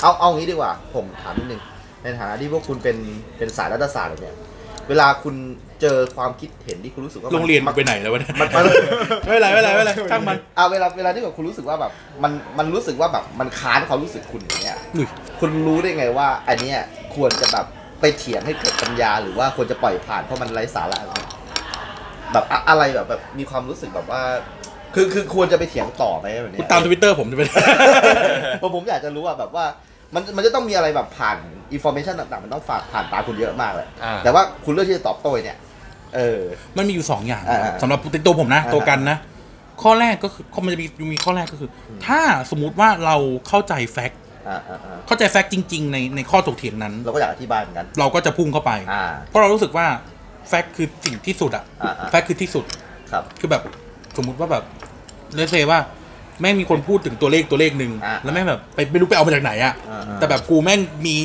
S3: เอาเอางี้ดีกว่า ผมถามนิดนึงในฐานะที่พวกคุณเป็นเป็นสายรัฐศาสตร์แบบเนี่ยเวลาคุณเจอความคิดเห็นที่คุณรู้สึกว่ามั
S1: โรงเรียน
S3: มั
S1: กูไปไหนแล้ววะเนี่ย
S3: มันมัน
S1: ไม่เป็นไรไม่เป็นไรไม่เป็นไร ช่างมัน
S3: อ่าเวลาเวลาที่แบบคุณรู้สึกว่าแบบมันมันรู้สึกว่าแบบมันค้านความรู้สึกคุณอย่างเงี้ย
S1: อุ้ย
S3: คุณรู้ได้ไงว่า อันเนี้ยควรจะแบบไปเถียงให้เกิดปัญญาหรือว่าควรจะปล่อยผ่านเพราะมันไร้สาระแบบอะอะไรแบบแบบมีความรู้สึกแบบว่า คือคือควรจะไปเถียงต่อไหมแบบเนี้
S1: กู
S3: ย
S1: ตามทวิตเตอร์ผมจะไป
S3: ผมผมอยากจะ รู้ว่าแบบว่า มันมันจะต้องมีอะไรแบบผ่านอินโฟเมชันต่างๆ มันต้องผ่านผ่านตาคุณเยอะมากเลย
S4: อ่า
S3: แต่ว่าคุณเลือกที่จะตอบโต้เนี่ย เออ
S1: มันมีอยู่สองอย่าง
S3: อ่าๆ
S1: สำหรับตัวผมนะ
S3: อ่าๆ
S1: ตัวกันนะ ข้อแรกก็คือข้อมันจะมีมีข้อแรกก็คืออถ้าสมมุติว่าเราเข้าใจแฟกต์
S3: ่าอ่าอ่า
S1: เข้าใจแฟกต์จริง ๆ ในในข้อถกเถียงนั้น
S3: เราก็อยากอธิบายเหมือนกัน
S1: เราก็จะพุ่งเข้าไป
S3: อ่า
S1: เพราะเรารู้สึกว่าแฟกต์คือสิ่งที่สุดอะ
S3: อ่าๆ
S1: แฟกต์คือที่สุด
S3: ครับ
S1: คือแบบสมมุติว่าแบบเลเซว่า แม่งมีคนพูดถึงตัวเลขตัวเลขหนึ่ง
S3: อ่ะ
S1: แล้วแม่งแบบไปไม่รู้ไปเอามาจากไหนอะ
S3: อ่า
S1: แต่แบบกูแม่งมี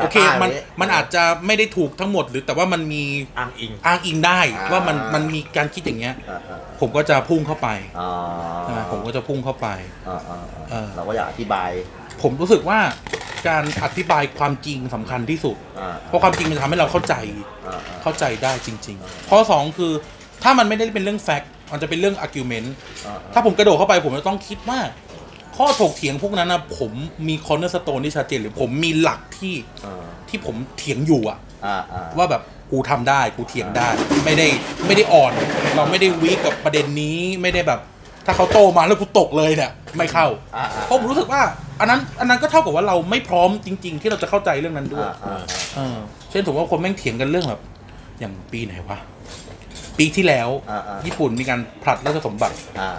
S1: โอเค
S3: Data
S1: มัน
S3: ไว้
S1: มันอาจจะไม่ได้ถูกทั้งหมดหรือแต่ว่ามันมี
S5: อ้างอิง
S1: อ้างอิงได้
S3: อ่า
S1: ว่ามันมันมีการคิดอย่างเงี้ย
S3: อ่าอ่า
S1: ผมก็จะพุ่งเข้าไป
S3: อ่า
S1: ใช่ไหมผมก็จะพุ่งเข้าไป
S3: อ่าอ่า
S1: เออ
S3: เราก็อยากอธิบาย
S1: ผมรู้สึกว่าการอธิบายความจริงสำคัญที่สุด
S3: อ่า
S1: เพราะความจริงมันจะทำให้เราเข้าใจ
S3: อ่าอ่า
S1: เข้าใจได้จริง ๆ ข้อสองคือถ้ามันไม่ได้เป็นเรื่องแฟกต์มันจะเป็นเรื่อง argument
S3: อ่า
S1: ถ้าผมกระโดดเข้าไปผมจะต้องคิดว่า ข้อถกเถียงพวกนั้นนะผมมีคอนเนอร์สโตนที่ชัดเจนหรือผมมีหลักที่
S3: อ่า
S1: ที่ผมเถียงอยู่อะ
S3: อ่าอ่า
S1: ว่าแบบกูทำได้กูเถียงได้ ไม่ได้ไม่ได้อ่อน เราไม่ได้วีกกับประเด็นนี้ไม่ได้แบบ ถ้าเขาโตมาแล้วกูตกเลยเนี่ยไม่เข้า
S3: อ่าอ่า
S1: เพราะผมรู้สึกว่า อันนั้นอันนั้นก็เท่ากับว่าเราไม่พร้อมจริง ๆ ที่เราจะเข้าใจเรื่องนั้นด้วย
S3: อ่าอ่า
S1: เออเช่นสมมติว่าคนแม่งเถียงกันเรื่องแบบ อย่างปีไหนวะ ปีที่แล้ว
S3: อ่าๆ
S1: ญี่ปุ่นมีการผลัดราชสมบัติ
S3: อ่า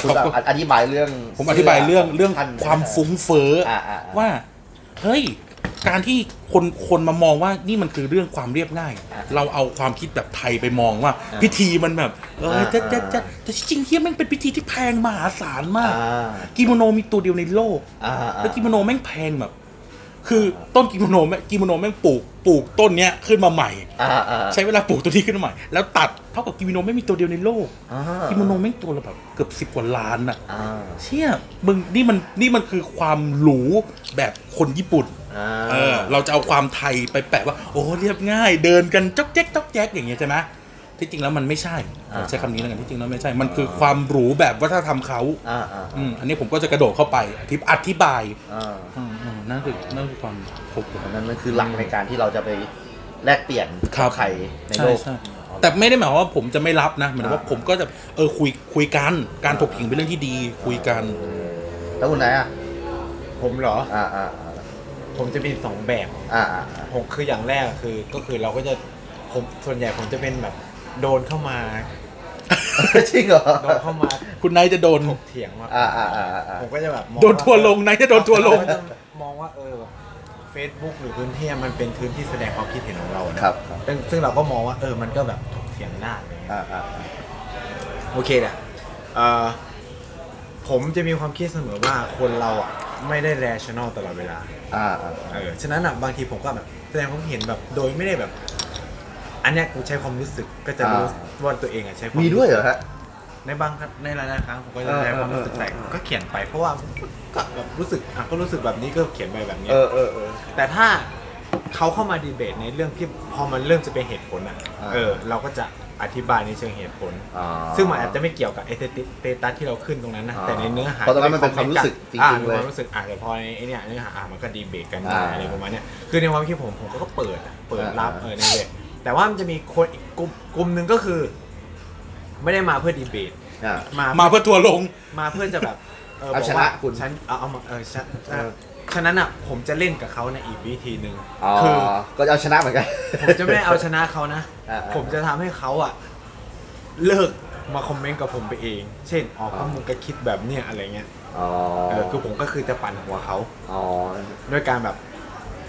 S3: คุณแบบอธิบายเรื่อง
S1: ผมอธิบายเรื่องเรื่อง
S3: ท่น
S1: ความฟุ้งเฟ้ออา
S3: อ่าอ่า
S1: ว่า เฮ้ย การที่คนคนมามองว่านี่มันคือเรื่องความเรียบง่าย เราเอาความคิดแบบไทยไปมองว่า พิธีมันแบบ เออจะจะจะแต่จริงๆเฮียแม่งเป็นพิธีที่แพงมหาศาลมา
S3: อ่าก
S1: กิโมโนมีตัวเดียวในโลก
S3: อ่าอ่า
S1: แล้วกิโมโนแม่งแพงแบบ คือต้นกิโมโนแม่งกิโมโนแม่งปลูกปลูกต้นเนี้ยขึ้นมาใหม่
S3: อ่าอ่า
S1: ใช้เวลาปลูกตัวนี้ขึ้นมาใหม่ แล้วตัดเท่ากับกิโมโนไม่มีตัวเดียวในโลก
S3: อ่า
S1: กิโมโนแม่งตัวละแบบเกือบสิบ10 กว่าล้านอะ
S3: อ่า
S1: เชี่ยมึงนี่มันนี่มันคือความหรูแบบคนญี่ปุ่น
S3: อ่า
S1: เออ เราจะเอาความไทยไปแปะว่า โอ้เรียบง่าย เดินกันจ๊อกแจ๊กจ๊อกแจ๊กอย่างเงี้ยใช่ไหมที่จริงแล้วมันไม่ใช่ใช้คำนี้แล้วกันที่จริงแล้วไม่ใช่ มันคือความหรูแบบวัฒนธรรมเขา
S3: อ่าอ่า
S1: อืมอันนี้ผมก็จะกระโดดเข้าไปอธิบอธิบาย
S3: อ่า
S1: อืมอืมนั่นคือนั่นคือความครบ
S3: อันนั้นมันคือหลักในการที่เราจะไปแลกเปลี่ยน
S1: ครั
S3: กับ ใครใน
S1: ใช่
S3: โลก
S1: ใช่แต่ไม่ได้หมายความว่าผมจะไม่รับนะหมายถึงว่า
S3: อ่า
S1: ผมก็จะเออคุยคุยกันการถกเถียงเป็นเรื่องที่ดีคุยกัน
S3: แล้วคุณไหนอ่ะ
S5: ผมเหรอ
S3: อ่าอ่า
S5: ผมจะเป็นสองแบบ
S3: อ่าอ่าอ่า
S5: ผมคืออย่างแรกคือก็คือเราก็จะผมส่วนใหญ่ผมจะเป็นแบบโดนเข้ามา
S3: จริงเหรอ
S5: โดนเข้ามา
S1: คุณนายจะโดน
S5: ถกเถียงว่า
S3: อ่าอ่าอ่าอ่า
S5: ผมก็จะแบบมอง
S1: โดนทัวร์ลงนายจะโดนทัวร์ลง
S5: ผมก็จะมองว่าเออแบบเฟซบุ๊กหรือพื้นที่มันเป็นพื้นที่แสดงความคิดเห็นของเรานะครับ
S3: ครับ
S5: ซึ่งซึ่งเราก็มองว่าเออมันก็แบบถกเถียงได้อะไรเงี้ย
S3: อ่าอ่า
S5: โอเคแหละเอ่อผมจะมีความคิดเสมอว่าคนเราอ่ะไม่ได้ rational ตลอดเวลา
S3: อ่าอ่า
S5: เออ ฉะนั้นอ่ะบางทีผมก็แบบแสดงความเห็นแบบโดยไม่ได้แบบ อันเนี้ยกูใช้ความรู้สึกก็จะรู้ว่าตัวเองอ่ะใช้ความ
S3: มีด้วยเหรอฮะ
S5: ในบางครั้งในหลายๆครั้งผมก็จะใช้ความรู้สึก
S3: เออ
S5: แต่
S3: เออเออ
S5: ก็เขียนไปเพราะว่าก็แบบรู้สึกอ่ะก็รู้สึกแบบนี้ก็เขียนไปแบบเนี้ย
S3: เออเออเออ
S5: แต่ถ้าเขาเข้ามาดีเบตในเรื่องที่พอมันเริ่มจะเป็นเหตุผลอ่ะ
S3: อ่า
S5: เออ เราก็จะอธิบายในเชิงเหตุผล
S3: อ๋อ
S5: ซึ่งมันอาจจะไม่เกี่ยวกับไอเตตัสที่เราขึ้นตรงนั้นนะ
S3: อ๋อ
S5: แต่ในเนื้อหา
S3: เพราะตอนนั้นมันเป็นความรู้สึกจริงๆ
S5: อ่า
S3: เลย
S5: มีความรู้สึกอ่ะแต่พอในไอเนี่ยเนื้อหาอ่ะมันก็ดีเบตกันได้
S3: อ่า
S5: อะไรประมาณเนี้ยคือในความคิดผมผมก็เปิดอ่ะเปิดรับ
S3: อ่า
S5: เออในเวทแต่ว่ามันจะมีคนอีกกลุ่มกลุ่มหนึ่งก็คือ ไม่ได้มาเพื่อดีเบต
S3: อ่า
S5: มา
S1: มาเพื่อทัวร์ลง
S5: มาเพื่อจะแบบ เออ
S3: เอา
S5: บอก
S3: ช
S5: ว่า
S3: นะคุณ
S5: ฉันเอาเอามาเออฉันเออฉะนั้นอ่ะผมจะเล่นกับเขาในอีกวิธีหนึ่ง
S3: อ๋อ
S5: คือ
S3: ก็เอาชนะเหมือนกัน
S5: ผมจะไม่เอาชนะเขานะ
S3: อ่าอ่า
S5: ผมจะทำให้เขาอ่ะ เลิกมาคอมเมนต์กับผมไปเอง เช่นอ๋อพว
S3: อ่า
S5: กมึงก็คิดแบบเนี้ยอะไรเงี้ย
S3: อ๋อ
S5: เออคือผมก็คือจะปั่นหัวเขา
S3: อ๋อ
S5: ด้วยการแบบ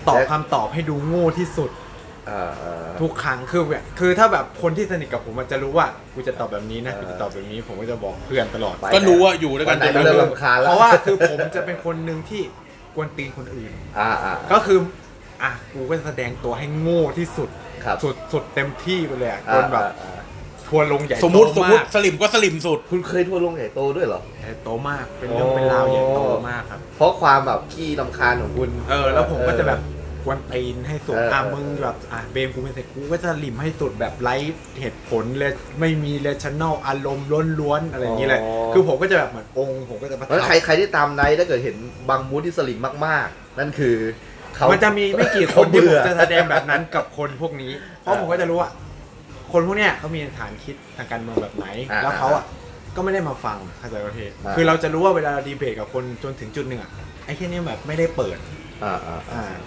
S5: ตอบ
S3: และ
S5: คำตอบให้ดูโง่ที่สุด
S3: เออเออ
S5: ทุกครั้งคือแบบคือถ้าแบบคนที่สนิทกับผมมันจะรู้ว่ากูจะตอบแบบนี้นะ
S3: เออ
S5: กูจะตอบแบบนี้ ผมก็จะบอกเพื่อนตลอด
S3: ไป
S1: ก็รู้ว่าอยู่ด้วยกัน
S3: ไหน
S1: จะ
S3: ก็
S1: รู้
S3: เริ่มรำคาญแล้ว
S5: เพราะว่าคือผมจะเป็นคนหนึ่งที่กวนตีนคนอื่น
S3: อ่าอ่า
S5: ก็คืออ่ะกูก็แสดงตัวให้โง่ที่สุด
S3: ครับ
S5: สุดสุดเต็มที่ไปเลยอ่ะจ
S3: อ่าน
S5: แบบ
S3: อ่าอ่า
S5: ทัวร์ลงใหญ่
S1: สมมติส
S5: โต
S1: มมติ
S5: มาก
S1: สลิมก็สลิมสุด
S3: คุณเคยทัวร์ลงใหญ่โตด้วยเหรอ
S5: ใหญ่โตมาก เป็นเรื่องเป็นราวใหญ่โตมากครับ
S3: เพราะความแบบขี้ลำคาญของคุณ
S5: เออ แล้วผมก็จะแบบกวนตีนให้สุด
S3: เออ
S5: อ่ะ
S3: เออ
S5: มึงแบบอ่ะเบมกูเป็นเสร็จกูก็จะหลิมให้สุดแบบไร้เหตุผลเลยไม่มีเลชันแนลอารมณ์ล้วนๆอะไรอย่างนี้เลย คือผมก็จะแบบเหมือนองค์ ผมก็จะประ
S3: เพราะ
S5: ทับ
S3: ใครใครที่ตามไนท์ถ้าเกิดเห็นบางมูดที่สลิมมากๆ นั่นคือเขา
S5: มันจะมีไม่กี่ค
S3: เขา
S5: นที่ผม
S3: เบื่อ
S5: จะแสดงแบบนั้นกับคนพวกนี้ เพราะผมก็จะรู้ว่า คนพวกเนี้ยเขามีฐานคิดทางการเมืองแบบไหน
S3: อ่า
S5: แล้วเขาอ่ะก็ไม่ได้มาฟังเข้าใจประเทศ
S3: อ่า
S5: คือเราจะรู้ว่าเวลาเราดีเบตกับคนจนถึงจุดหนึ่งอ่ะไอ้แค่นี้แบบไม่ได้เปิด
S3: อ่าอ่าอ่า
S5: อ่า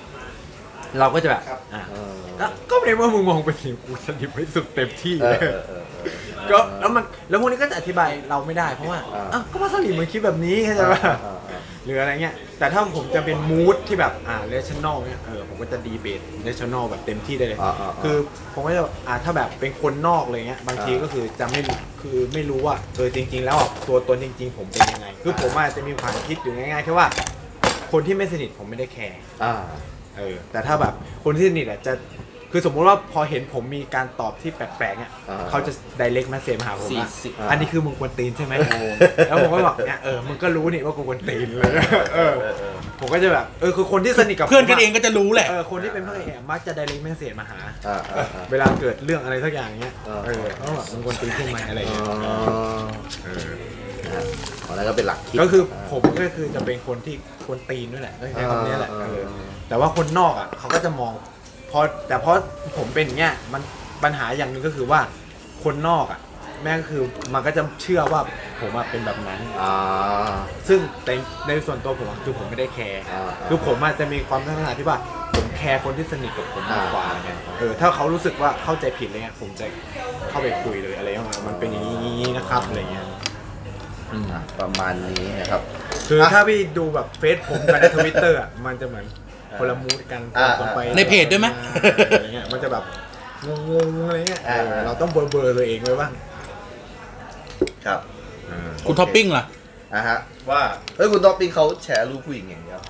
S5: เราก็จะแบบอ่า
S3: เออ
S5: ก็ก็ในเมื่อมึงมองไปถึงกูสลิปให้สุดเต็มที่
S3: เอ
S5: เล
S3: อย เออเออเออ
S5: ก็แล้วมันแล้วพวกนี้ก็จะอธิบายเราไม่ได้เพราะว่า
S3: อ่า
S5: อ้าวก็มาสลิปมันคิดแบบนี้เข้าใจป่ะ
S3: อ่าอ่าอ่า
S5: หรืออะไรเงี้ย แต่ถ้าผมจะเป็นมูดที่แบบอ่าเลชันแนลเนี่ยเออผมก็จะดีเบตเลชันแนลแบบเต็มที่ได้เลย
S3: อ่าอ่าอ่า
S5: คือผมก็จะแบบอ่าถ้าแบบเป็นคนนอกเลยเงี้ยบางทีก็คือจะไม่รู้คือไม่รู้ว่าเออจริง ๆ แล้วอ่ะตัวตนจริง ๆ ผมเป็นยังไง คือผมอาจจะมีความคิดอยู่ง่ายๆแค่ว่า คนที่ไม่สนิทผมไม่ได้แคร์
S3: อ่า
S5: เออแต่ถ้าแบบคนที่สนิทอ่ะจะคือสมมุติว่าพอเห็นผมมีการตอบที่แปลกๆเนี่ย
S3: อ่า
S5: เขาจะ direct message มาหาผมว่า
S3: อ่า
S5: อันนี้คือมึงกวนตีนใช่ไหมแล้วผมก็บอกเนี่ยเออมึงก็รู้นี่ว่ากูกวนตีนเลยเออ
S3: เออเออ
S5: ผมก็จะแบบเออคือคนที่สนิทกับ
S1: เพื่อนกัน
S5: ผมะ
S1: เองก็จะรู้แหละ
S5: เออคนที่เป็นเพื่อนกันเองอะมักจะ direct message มาหา
S3: อ่าอ่าอ่า
S5: เวลาเกิดเรื่องอะไรสักอย่างเงี้ย
S3: อ่า
S5: เออเขาแบบมึงกวนตีนใช่ไหมอะไร
S3: อ๋
S5: เงี้ย
S3: อ
S5: เออ
S3: นะฮะอ๋อนั่นก็เป็นหลักคิด
S5: ก็คือผมก็คือจะเป็นคนที่กวนตีนด้วยแหละก็ใช้คำนี้แหละ
S3: อ่า
S5: เออ
S3: อ่า
S5: แต่ว่าคนนอกอ่ะเขาก็จะมองพอแต่เพราะผมเป็นอย่างเงี้ยมันปัญหาอย่างหนึ่งก็คือว่าคนนอกอ่ะ แม่งก็คือมันก็จะเชื่อว่าผมอะเป็นแบบนั้น
S3: อ่า
S5: ซึ่งในในส่วนตัวผมอะคือผมไม่ได้แคร์
S3: อ่าๆ
S5: คือผมอาจจะมีความลักษณะที่ว่าผมแคร์คนที่สนิทกับผมมากกว่า
S3: อ่า
S5: เนี่ยเออถ้าเขารู้สึกว่าเข้าใจผิดอะไรเงี้ยผมจะเข้าไปคุยเลยอะไรเงี้ยมันเป็นอย่างนี้นะครับอะไรเงี้ย
S3: อ่ะประมาณนี้นะครับ
S5: คือถ้าพี่ดูแบบเฟซผมกับในทวิตเตอร์มันจะเหมือนคนละมูดกัน
S3: อ่า
S5: คนไป
S1: ในเพจด้วยไหม
S5: อะไรเงี้ยมันจะแบบงงๆอะไรเงี้ยเออเราต้องเบลอๆตัวเองไว้บ้าง
S3: ครับ
S1: คุณท็อปปิ้งล่ะ
S3: อ่ะฮะ
S4: ว่า
S3: เฮ้ยคุณท็อปปิ้งเขาแชร์รูปผู้หญิงอย่างเดียว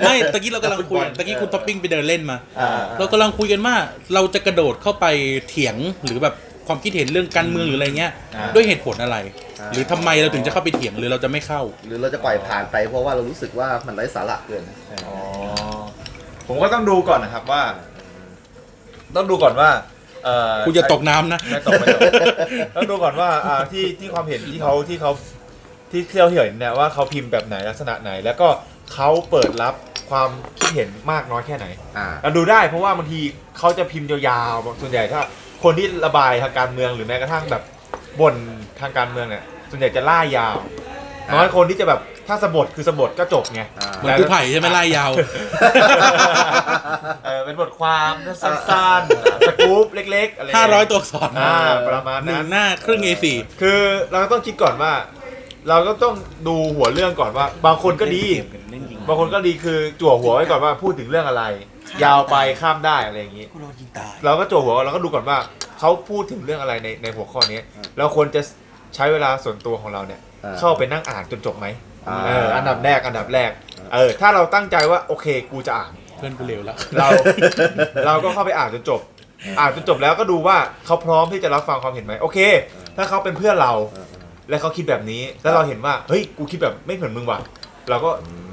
S1: ไม่ตะกี้เรากำลังคุยตะกี้คุณท็อปปิ้งไปเดินเล่นมา
S3: อ่า
S1: เรากำลังคุยกันว่าเราจะกระโดดเข้าไปเถียงหรือแบบความคิดเห็นเรื่องการเมืองหรืออะไรเงี้ย
S4: อ่า
S1: ด้วยเหตุผลอะไร
S3: อ่า
S1: หรือทำไมเราถึงจะเข้าไปเถียงหรือเราจะไม่เข้า
S3: หรือเราจะปล่อยผ่านไปเพราะว่าเรารู้สึกว่ามันไร้สาระเกิน
S4: อ๋อผมก็ต้องดูก่อนนะครับว่า ต้องดูก่อนว่าเอ่อ
S1: คุณจะตกน้ำนะ
S4: ไม่ตกไม่ ตก ต้องดูก่อนว่าอ่าที่ที่ความเห็นที่เขาที่เขาที่ที่เราเห็นเนี่ยว่าเขาพิมพ์แบบไหนลักษณะไหน แล้วก็เขาเปิดรับความคิดเห็นมากน้อยแค่ไหน
S3: อ่า
S4: เราดูได้เพราะว่าบางทีเขาจะพิมพ์ยาวๆส่วนใหญ่ถ้า คนที่ระบายทางการเมืองหรือแม้กระทั่งแบบบ่นทางการเมืองเนี่ยส่วนใหญ่จะล่ายาว
S3: อ่า
S4: น้อยคนที่จะแบบถ้าสะบดคือสะบดก็จบไง
S3: อ่า
S1: เหมือนกูไผ่ใช่ไหมไล่ยาว
S4: เออเป็นบทความ สั้นๆสกู๊ปเล็ก ๆ อะไร
S1: 500 ตัวอักษร
S4: อ่าประมาณ
S1: หนึ่
S4: นั้
S1: ง
S4: น
S1: หน้าครึ่ง A4
S4: คือเราก็ต้องคิดก่อนว่า เราก็ต้องดูหัวเรื่องก่อนว่า บางคนก็ ดี บางคนก็ดีคือจั่วหัวไว้ก่อนว่าพูดถึงเรื่องอะไร ยาวไปข้ามได้อะไรอย่างนี้ เราก็จั่วหัวเราก็ดูก่อนว่าเขาพูดถึงเรื่องอะไรในในหัวข้อนี้เราควรจะใช้เวลาส่วนตัวของเราเนี่ย
S3: อ่า
S4: เข้าไปนั่งอ่านจนจบไหม
S3: อ่า
S4: เอออันดับแรกอันดับแรกเออถ้าเราตั้งใจว่าโอเคกูจะอ่าน
S1: เพื่อนกูเร็วแล้ว
S4: เรา เราก็เข้าไปอ่านจนจบ อ่านจนจบแล้วก็ดูว่าเขาพร้อมที่จะรับฟังความเห็นไหมโอเค ถ้าเขาเป็นเพื่อนเรา
S3: อ่า
S4: และเขาคิดแบบนี้ แล้วเราเห็นว่า เฮ้ย กูคิดแบบไม่เหมือนมึงว่ะ เราก็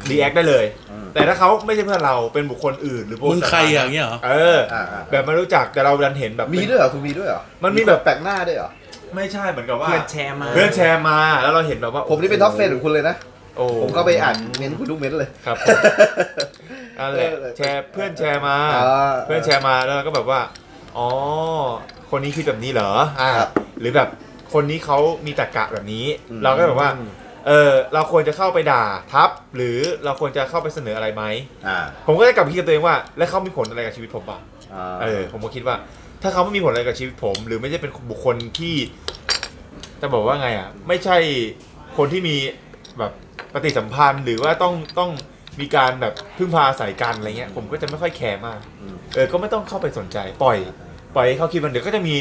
S4: รีแอคได้เลย
S3: อืม
S4: แต่ถ้าเขาไม่ใช่เพื่อนเรา เป็นบุคคลอื่นหรือบุคคล
S1: มึงใคร
S4: สาธาณ
S1: อ่ะอย่างเงี้ยเหรอ
S4: เออ
S3: อ่าอ่า
S4: แบบไม่รู้จัก แต่เราดันเห็นแบบ
S3: มี
S4: เป็น
S3: ด้วยเหรอคุณมีด้วยเหรอ
S4: มันมีแบบ
S3: คแปลกหน้าด้วยเหรอ
S4: ไม่ใช่เหมือนกับว่า
S5: เพื่อนแชร์มา
S4: เพื่อนแชร์มา แล้วเราเห็นแบบว่า
S3: ผมนี่เป็นท็อปเฟนของคุณเลยนะ
S4: โอ้
S3: ผมก็ไปอ่านเม้นต์คุณทุกเม้นต์เลย
S4: ครับผม นั่นแหละแชร์เพื่อนแชร์มา
S3: อ่า
S4: เพื่อนแชร์มาแล้วเราก็แบบว่า อ๋อ คนนี้คิดแบบนี้เหรออ่า
S3: ครับ
S4: หรือแบบคนนี้เขามีตรรกะแบบนี้
S3: อืม
S4: เราก็แบบว่า เ เออเราควรจะเข้าไปด่าทับ หรือเราควรจะเข้าไปเสนออะไรไหม
S3: อ่า
S4: ผมก็ได้กลับไปคิดกับตัวเองว่า แล้วเขามีผลอะไรกับชีวิตผมบ้าง
S3: อ่า
S4: เออผมก็คิดว่า ถ้าเขาไม่มีผลอะไรกับชีวิตผม หรือไม่ได้เป็นบุคคลที่จะบอกว่าไงอ่ะ ไม่ใช่คนที่มีแบบปฏิสัมพันธ์ หรือว่าต้องต้องมีการแบบพึ่งพาอาศัยกันอะไรเงี้ย ผมก็จะไม่ค่อยแคร์มาก
S3: อืม
S4: เออ ก็ไม่ต้องเข้าไปสนใจ ปล่อย ปล่อยให้เขาคิดมันเดี๋ยวก็จะมี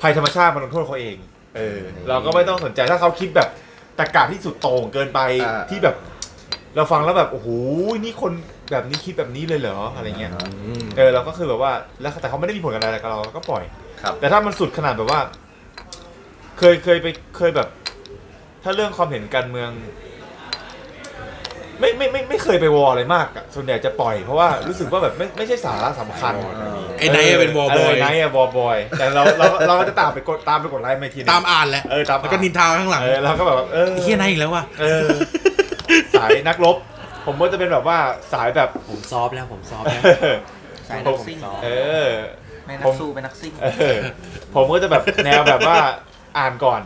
S4: ภัยธรรมชาติมาลงโทษเขาเอง เออ เราก็ไม่ต้องสนใจถ้าเขาคิดแบบตะกาที่สุดโต่งเกินไป
S3: อ่า
S4: ที่แบบ เราฟังแล้วแบบโอ้โหนี่คนแบบนี้คิดแบบนี้เลยเหรออะไรเงี้ย เออเราก็คือแบบว่าแล้วแต่เขาไม่ได้มีผลกับอะไรกับเราเราก็ปล่อย
S3: ครับ
S4: แต่ถ้ามันสุดขนาดแบบว่า เคยเคยไปเคยแบบ ถ้าเรื่องความเห็นการเมือง ไม่ไม่ไม่ไม่เคยไปวอลอะไรมากอะส่วนใหญ่จะปล่อยเพราะว่ารู้สึกว่าแบบไม่ไม่ใช่สาระสำคัญ
S1: ไอ้ไนท์อะเป็นวอลบอย
S4: ไนท์อะวอลบอย แต่เราเราเราก็จะตามไปกดตามไปกดไลค์มาอีกทีหนึง
S1: ตามอ่านแหละ
S4: เออตาม
S1: แล้วก็นินทาข้างหลัง
S4: เออเราก็แบบว่าเออ
S1: ไอ้เฮียไนท์อีกแล้วว่ะ
S4: เออ สายนักรบ ผมก็จะเป็นแบบว่าสายแบบ
S5: ผมซอฟแล้วผมซอฟแล้ว
S6: สายนักซิ่ง
S4: เออ
S6: ไม่นักสู้เป็นนักซิ่ง
S4: เออผมก็จะแบบแนวแบบว่าอ่านก่อน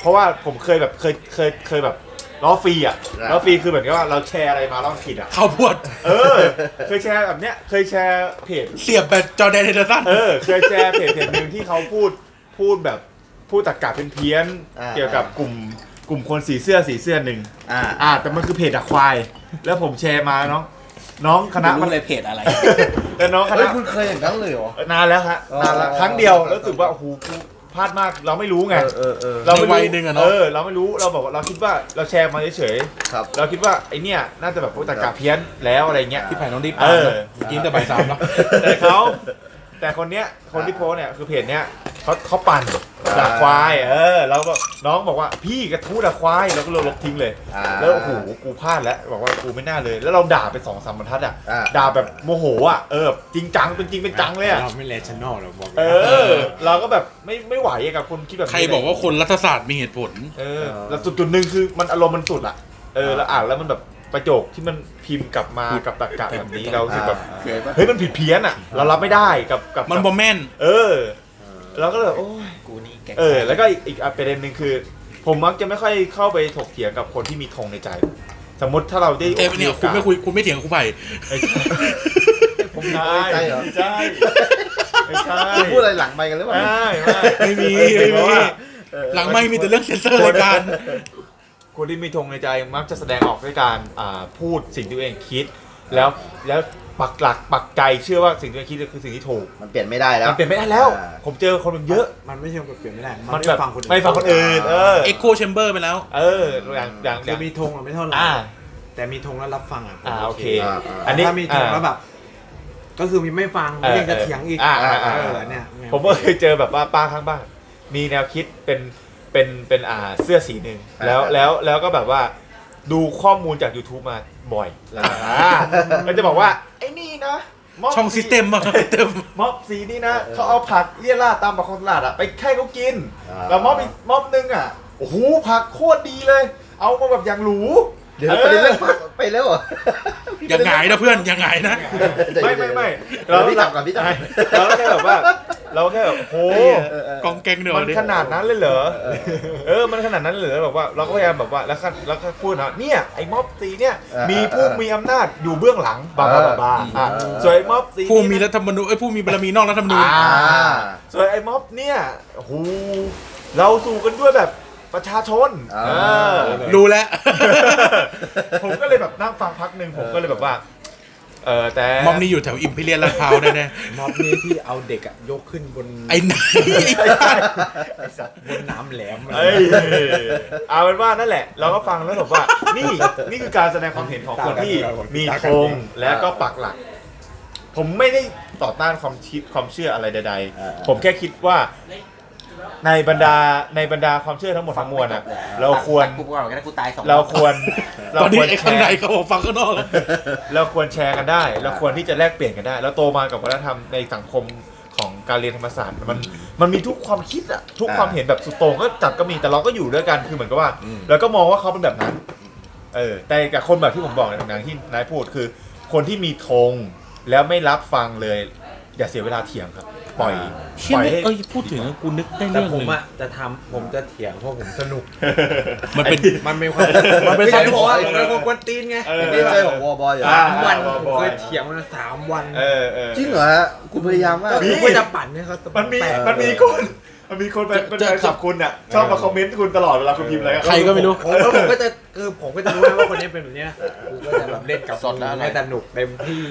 S4: เพราะว่าผมเคยแบบเคยเคยเคยแบบล้อฟรีอ่ะ
S3: ครับ
S4: ล้อฟรีคือเหมือนกับว่าเราแชร์อะไรมาแล้อผิดอ่ะ
S1: เข้าพวด
S4: เออ เคยแชร์แบบเนี้ยเคยแชร์เพจ
S1: เสียบแบบจอร์แดนเฮนเดอร์สัน
S4: เออเคยแชร์เพจเพจหนึ่งที่เขาพูดพูดแบบพูดตะกาเป็นเพี้ยนๆ
S3: อ่า
S4: เกี่ยวกับกลุ่มกลุ่มคนสีเสื้อสีเสื้อหนึ่ง
S3: อ่า
S4: อ่า แต่มันคือเพจดักควาย แล้วผมแชร์มาน้องน้องคณะ
S6: รู้
S4: มัน
S6: เลยเพจอะไร
S4: แต่น้องค
S3: เฮ้ย
S4: ณะ
S3: คุณเคยอย่างนั้นเลยเหรอ
S4: เออนานแล้วฮะนานแล้ว
S3: อ๋อ
S4: ครั้งเดียวแล้วรู้สึกว่าโอ้โหกูพลาดมากเราไม่รู้ไง
S3: เออเออเออ
S4: เราไม่
S1: ในวั
S4: รู้
S1: ยหนึ่งอะเนอะ
S4: เออเราไม่รู้เราบอกว่าเราคิดว่าเราแชร์มาเฉย
S3: ครับ
S4: ๆเราคิดว่าไอเนี้ยน่าจะแบบพวกตะกาเพี้ยนแล้วอะไรเงี้ย
S1: ที่ผ่านน้องดิป
S4: เออ
S1: เมื่อกี้แต่บ่ายสามแล้ว
S4: แต่เขาแต่คนเนี้ยคนที่โพสเนี่ยคือเพจเนี้ยเขาเขาปั่น
S3: า
S4: ดักควายเออเราก็น้องบอกว่าพี่กระทู้ดักควายเราก็เลยลบทิ้งเลย
S3: อ่า
S4: แล้วโอ้โหกูพลาดแล้วบอกว่ากูไม่น่าเลย แล้วเราด่าไปสองสามบรรทัดอ่ะ
S3: อ่า
S4: ด่าแบบโมโหอ่ะเออจริงจังเป็นจริงเป็นจังเลยอะ
S5: เราไม่เลชั่นอลหรอกบอกเลย
S4: เออ เราก็แบบไม่ไม่ไหวอะกับคนคิดแบบนี้
S1: ใครบอกว่าคนรัฐศาสตร์มีเหตุผล
S4: เออแล้วจุดจุดหนึ่งคือมันอารมณ์มันสุดอ่ะ เออแล้วอ่านแล้วมันแบบประโยคที่มันพิมพ์กลับมากับตรรกะแบบนี้เรารู้สึกแบบ
S3: เคยปะ
S4: เฮ้ยมันผิดเพี้ยนอ่ะ เรารับไม่ได้กับกับ
S1: มันบอมแมน
S4: เออ เราก็เลยแบบโอ้ย
S6: กูนี่แกง
S4: เออ แล้วก็อีกอีกอ่ะประเด็นหนึ่งคือ ผมมักจะไม่ค่อยเข้าไปถกเถียงกับคนที่มีธงในใจ สมมติถ้าเราได้
S1: เอ้ยเนี่ยคุณไม่คุยคุณไม่เถียงกับคุณไผ่
S4: ผมได้
S3: ไม่ใช่เหรอ
S4: ไม่ใช่ไม่ใช่
S3: คุณพูดอะไรหลังไปกันหรือเปล่า
S4: ไม่ไม่
S1: ไม่มีไม่มี
S4: เพราะว่า
S1: หลังไม่มีแต่เรื่องเซ็นเซอร์รายการ
S4: คนที่มีธงในใจมักจะแสดงออกด้วยการอ่าพูดสิ่งที่ตัวเองคิด แล้วแล้วปักหลักปักใจเชื่อว่าสิ่งที่ตัวเองคิดคือสิ่งที่ถูก
S3: มันเปลี่ยนไม่ได้แล้ว
S4: มันเปลี่ยนไม่ได้แล้ว
S3: อ่า
S4: ผมเจอคนมันเยอะ
S5: มันไม่ใช่มันเปลี่ยนไม่ได้ มั
S4: มัน น
S5: ไม่
S4: แบบ
S5: ฟังคนอื่น
S4: ไม่ฟังคนอื่นเออ
S1: เอ็กโคแชมเบอร์ไปแล้ว
S4: เอออย่างอย่างอ
S5: คื
S4: ย่า
S5: อง มีธงอะไม่เท่าไหร่
S4: อ่า
S5: แต่มีธงแล้วรับฟังอ่ะผม
S4: อ่าโอเค
S3: อ่าอ่า
S4: อัน
S5: แต่
S4: นี้
S5: ถ้ามีธงแล้วแบบ ก็คือมีไม่ฟัง
S4: เออ
S5: ยังจะเถียงอีก
S4: อ่าอ่า
S5: เอ
S4: อ่า
S5: อเนี่ย
S4: ผมก็เคยเจอแบบว่าป้าข้างบ้าน มีแนวคิดเป็นเป็นเป็นอ่าเสื้อสีหนึ่งแล้วแล้วแล้วก็แบบว่าดูข้อมูลจาก YouTube มาบ่อยอ่าก็จะบอกว่า ไอ้นี่นะมบ
S1: ช่องซิสเต็มอะ ซิสเต็ม
S4: ม็อบสีนี่นะ
S3: เออ
S4: เขาเอาผักเลี่ยราดตามปากคลองตลาดอะไปให้เขากิน
S3: อ่า
S4: แล้วม็อบอีกม็อบนึงอะโอ้โหผักโคตรดีเลย เอามาแบบอย่างหรู
S3: เดี๋ยวประเด็นเรื่องพักไปแล้วเหรอ
S1: อย่างหงายนะเพื่อน อย่างหงายนะ
S4: ไม่ไม่ไม่
S3: เดี๋ยวพี่จับก่อนพี่จับ
S4: เราแค่แบบว่า เราแค่แบบโห
S1: กองแกงเดือ
S4: มัน
S1: ดดิ
S4: ขนาดนั้นเลยเหรอเออมันขนาดนั้นเลยเหรอแบบว่าเราก็พยายามแบบว่าแล้วก็แล้วก็พูดนะเนี่ยไอ้ม็อบสีเนี่ย
S3: เออ
S4: มีผู้มีอำนาจอยู่เบื้องหลังบาบาบาบาอ่ะ
S3: เออ
S4: ส่วนไอ้ม็อบสี
S1: ผู้มี
S4: นี่นะ
S1: รัฐธรรมนูญเอ้ยผู้มีบารมีนอกรัฐธรรมนูญ
S4: อ่า ส่วนไอ้ม็อบเนี่ยหูเราสู่กันด้วยแบบประชาชน
S3: อ่า
S4: เออ
S1: รู้แล้ว
S4: ผมก็เลยแบบนั่งฟังพักหนึ่งผมก็เลยแบบว่า เออแต่
S1: มอมนี่อยู่แถวอิมพีเรียลลาดพร้าวแน่
S5: มอบนี้ที่เอาเด็กอะยกขึ้นบน
S1: ๆไอ้ไหนไอ้สัส
S5: บนน้ำแหลมอะไร
S4: เอ้ยเอาเป็นว่านั่นแหละ เราก็ฟังแล้วแบบว่า นี่นี่คือการแสดงความเห็นของคนที่มีธงและก็ปักหลัก ผมไม่ได้ต่อต้านความคิดความเชื่ออะไรใด
S3: อ่า
S4: ๆ ผมแค่คิดว่า ในบรรดาในบรรดาความเชื่อทั้งหมดทั้งมวลอะเราควร
S6: กูก่อนก็ได้กูตายสอง
S4: เราควร
S1: ตอนนี้
S4: ควร
S1: ไอ้
S4: แช
S1: ข้างใน
S4: ร์
S1: เขาบอกฟังข้างนอกแล้ว
S4: เราควรแชร์กันได้ เราควรที่จะแลกเปลี่ยนกันได้ แล้วโตมากับวัฒนธรรมในสังคมของการเรียนธรรมศาสตร์มันมันมีทุกความคิดอะทุกความเห็นแบบสุดโต่งก็จับก็มีแต่เราก็อยู่ด้วยกันคือเหมือนกับว่าเราก็มองว่าเขาเป็นแบบนั้น เออ แต่กับคนแบบที่ผมบอกในหนังที่นายพูดคือ คนที่มีธงแล้วไม่รับฟังเลย อย่าเสียเวลาเถียงครับ
S2: ปล่อย
S1: เชี่ย
S2: ปล่อย
S1: ไม่
S2: ให้
S1: เอ้ยพูดถึงแล้วกูนึกได้
S5: แต่
S1: เรื่อง
S5: ผม
S1: เลย
S5: อะจะทำผมจะเถียงเพราะผมสนุก
S1: มันเป็น
S5: มันเป็นความ
S1: มันเป็น
S5: ไใช่ที่บอกว่า
S1: สนุก
S5: ผมเป็นคนกวนตีนไง
S4: เออ
S3: ไม่ใช่ของวอลบอยเหรอ
S4: อ่า
S5: สามวัน
S4: เออ
S5: ผม
S4: บ่อย
S5: เคยเถียงมันสามวัน
S4: เออเออ
S3: จริงเหรอฮะคุณพยายามมาก
S5: ก็คือว่าจะปั่นให้เขาตะ
S4: มันมี
S5: แตก
S4: มันมีคนมันมีคนไปเป็นแฟนคลับคุณอ่ะชอบมาคอมเมนต์คุณตลอดเวลาคุณพิมพ์อะไรอะ
S1: ใครก็ไม่รู้
S5: ผมแล้วผมก็จะคือผมก็จะรู้นะว่าคนนี้เป็นแบบเนี้ยกูก็จะแบบเล่นกับ
S6: สดแล้วอะไร
S5: ให้สนุกเต็มที่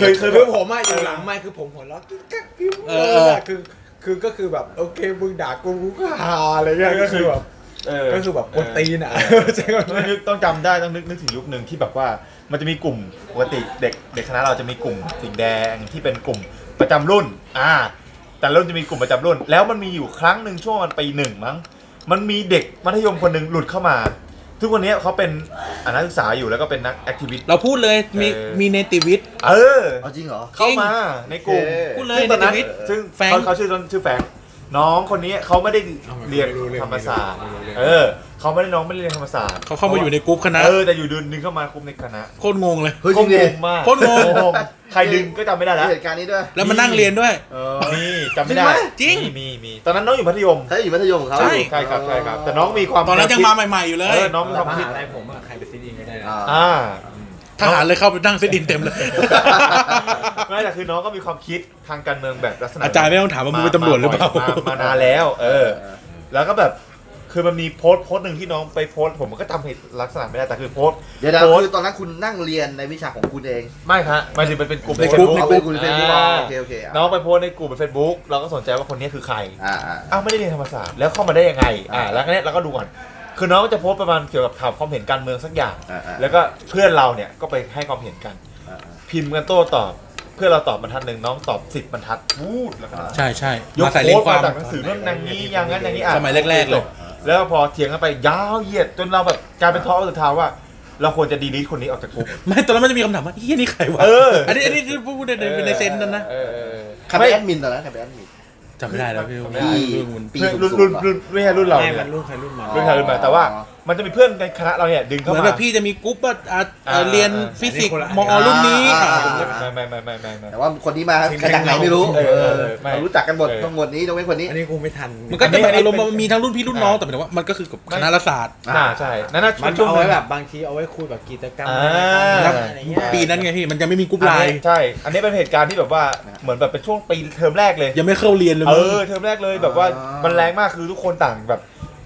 S4: เคยเคย
S5: คือ
S4: ผ
S5: ผม มอะอยู่หลังไมค์คือผมหัวเราะกิ๊กกักพี่
S1: เอ
S5: เอ
S1: อ
S5: อคือคือก็คือแบบโอเคมึงด่ากูกูก็ฮาอะไรเงี้ยก็คือแบบ
S4: เออ
S5: ก็คือแบบกวนตีนอ่ะใช่ไหม
S4: ต้องนึกต้องจำได้ต้องนึกนึกถึงยุคหนึ่งที่แบบว่ามันจะมีกลุ่มปกติเด็กเด็กคณะเราจะมีกลุ่มสีแดงที่เป็นกลุ่มประจำรุ่น อ่า แต่รุ่นจะมีกลุ่มประจำรุ่น แล้วมันมีอยู่ครั้งหนึ่งช่วงมันปีหนึ่งมั้งมันมีเด็กมัธยมคนหนึ่งหลุดเข้ามา ทุกวันนี้เขาเป็นอ่ะนักศึกษาอยู่แล้วก็เป็นนักแอคทิวิต
S1: เราพูดเลยมี
S4: เออ
S1: มีเนติวิทย์
S4: เออ
S3: เอาจริงเหรอ
S4: เข้ามาในกลุ่ม
S3: โอเค
S1: พูดเลย
S4: ซึ่งตอนนั้น
S1: ในชีวิต
S4: ซึ่ง
S1: แฟน
S4: เขาเขาชื่อชื่อแฟนน้องคนนี้เขาไม่ได้เรียนธรรมศาสตร์เออเขาไม่ได้น้องไม่ได้เรียนธรรมศาสตร์
S1: เขาเข้ามาอยู่ในกรุ๊ปคณะ
S4: เออแต่อยู่ดึงดึงเข้ามาคุมในคณะ
S1: โคตรงงเลย
S3: เฮ้ยจริงดิ
S4: ก็มาก
S1: โคตรงง
S4: โคตใครดึงก็จำไม่ได้
S3: มี
S4: แล้ว
S3: เหตุการณ์นี้ด้วย
S1: แล้วมานั่งเรียนด้วย
S3: เออ
S4: มีจำไม่ได้
S1: จริงไหม
S4: มีมีมีตอนนั้นน้องอยู่มัธยม
S3: เขาอยู่มัธยมของเขา
S1: ใช่
S3: อยู่
S4: ใช่ครับใช่ครับแต่น้องมีความ
S1: ตอนนั้นยังมา
S4: แนวคิด
S1: ใหม่ๆอยู่เลย
S4: เออน้องมี
S5: แล้
S4: คว วาม
S5: ม
S4: คิด
S5: หาลัยผมอะใครไปซีดีก็ได้นะ
S3: อ่า
S4: อ่า
S1: ทหารเลยเข้าไปนั่งเซตดินเต็มเลย
S4: ไม่แต่คือน้องก็มีความคิดทางการเมืองแบบลักษณะ
S1: อาจารย์ไม่ต้องถามว่ามึงเป็นตำรวจหรือเปล่า
S4: มมานานแล้ว เออ แล้วก็แบบคือมันมีโพสต์โพสต์หนึ่งที่น้องไปโพสต์ผมก็จำเหตุลักษณะไม่ได้แต่คือโพสต์
S3: เดี๋ยวนะ
S4: โพส
S3: คื
S4: ต์
S3: อตอนนั้นคุณนั่งเรียนในวิชาของคุณเอง
S4: ไม่ครับหมายถึงมันเป็นกลุ่ม
S1: ในกลุ่ม
S3: เอา
S4: Facebook
S3: ไปคุณเฟซบุ๊ก
S4: อ่า
S3: โอเคโอเคอ่ะ
S4: น้องไปโพสต์ในกลุ่มในเฟซบุ๊กเราก็สนใจว่าคนนี้คือใคร
S3: อ่าอ่า
S4: อ้าวไม่ได้เรียนธรรมศาสตร์แล้วเข้ามาได้ยังไงอ่า
S3: อ่า
S4: แล้วก็เนี่ยเราก็ดูก่อนคือน้องจะโพสต์ประมาณเกี่ยวกับข่าวความเห็นการเมืองสักอย่าง
S3: อ่าๆ
S4: แล้วก็เพื่อนเราเนี่ยก็ไปให้ความเห็นกัน
S3: อ่าอ่า
S4: พิมพ์กันโต้ตอบ เพื่อนเราตอบบรรทัดหนึ่งน้องตอบสิบบรรทัดพูดแล้วก็
S1: ใช่ใช่
S4: ยก
S1: มาใส่
S4: โพ
S1: เล่
S4: ส
S1: น
S4: ต์
S1: ความ
S4: มาจากหนังสือนั่นอย่างนี้อย่างนั้นอย่างนี้อ่ะ
S1: สมัยแรกๆเลย
S4: แล้วพอเถียงกันไปยาวเหยียดจนเราแบบกลายเป็นท้อสุดท้ายว่า เราควรจะดีลิทคนนี้ออกจากกลุ่ม
S1: ไม่ตอนนั้นมันจะมีคำถามว่าเฮียนี่ใครวะ
S4: เอออั
S1: นนี้อันนี้ที่พูดในในในเซนส์นั้นนะ
S4: เออเออเออ
S3: ใครเป็นแอดมินตอนนั้นใครเป็นแอดมิน
S1: จำไม่ได้แล้วพี่
S3: ไม่
S1: ไม่
S3: ได้
S1: ได้เรื่องมัน
S3: ปี
S4: เพื่อนรุ่น
S3: สู
S4: รุ่น
S3: งๆปะ
S4: รุ่นไม่ใช่รุ่นเรา
S5: ไม่
S4: เนี่
S5: มั
S4: ย
S5: นรุ่นใครรุ่นมัน
S4: รุ่นใครรุ่นมาแต่ว่า มันจะมีเพื่อนในคณะเราเนี่ยดึง
S1: เห
S4: เข้า
S1: มือน
S4: มา
S1: แบบพี่จะมีกรุ๊ปว่าอ่ะอ่ะ
S4: อ่า
S1: เรียนฟิสิกส์มอรุ่นนี้
S3: อ่า
S1: อ่ะ
S4: ไม่ไม่ไม่ไม่ไม่ไม่
S3: แต่ว่าคนนี้มาใครจากไหนไม่รู้
S4: เออเออเออไม่
S3: เรารู้จักกันหมด
S4: เออ
S3: ทั้งหมดนี้ยกเว้นคนนี้
S5: อันนี้กูไม่ทัน
S1: มันก็จะแบบอารมณ์ว่า
S4: อันนี้เป็น
S1: มีทั้งรุ่นพี่รุ่นน้อง
S4: อ่า
S1: แต่หมายถึงว่ามันก็คือกับคณะศาสตร์
S4: น่าใช่นั่นน่ะ
S5: มัน
S4: ช่วง
S5: เอา
S4: นั้
S5: ไว้
S4: น
S5: แบบบางทีเอาไว้คุยแบบกิจกรรม
S4: อ่
S5: อะไร
S4: า
S5: ต่างๆอะไรเงี้ย
S1: ปีนั้นไงพี่มันยังไม่มีกรุ๊ป
S4: อัน
S1: ไล
S4: นี้
S1: น์
S4: ใช่ อันนี้เป็นเหตุการณ์ที่แบบว่าเหมือนแบบเป็นช่วงปีเทอมแรกเลย
S1: ยังไม่เข้าเรียนเลย
S4: เอ
S1: มึง
S4: อเทอมแรกเลยแบบว่า
S3: อ่ามั
S4: มันแรงมากคือทุกคนต่างแบบ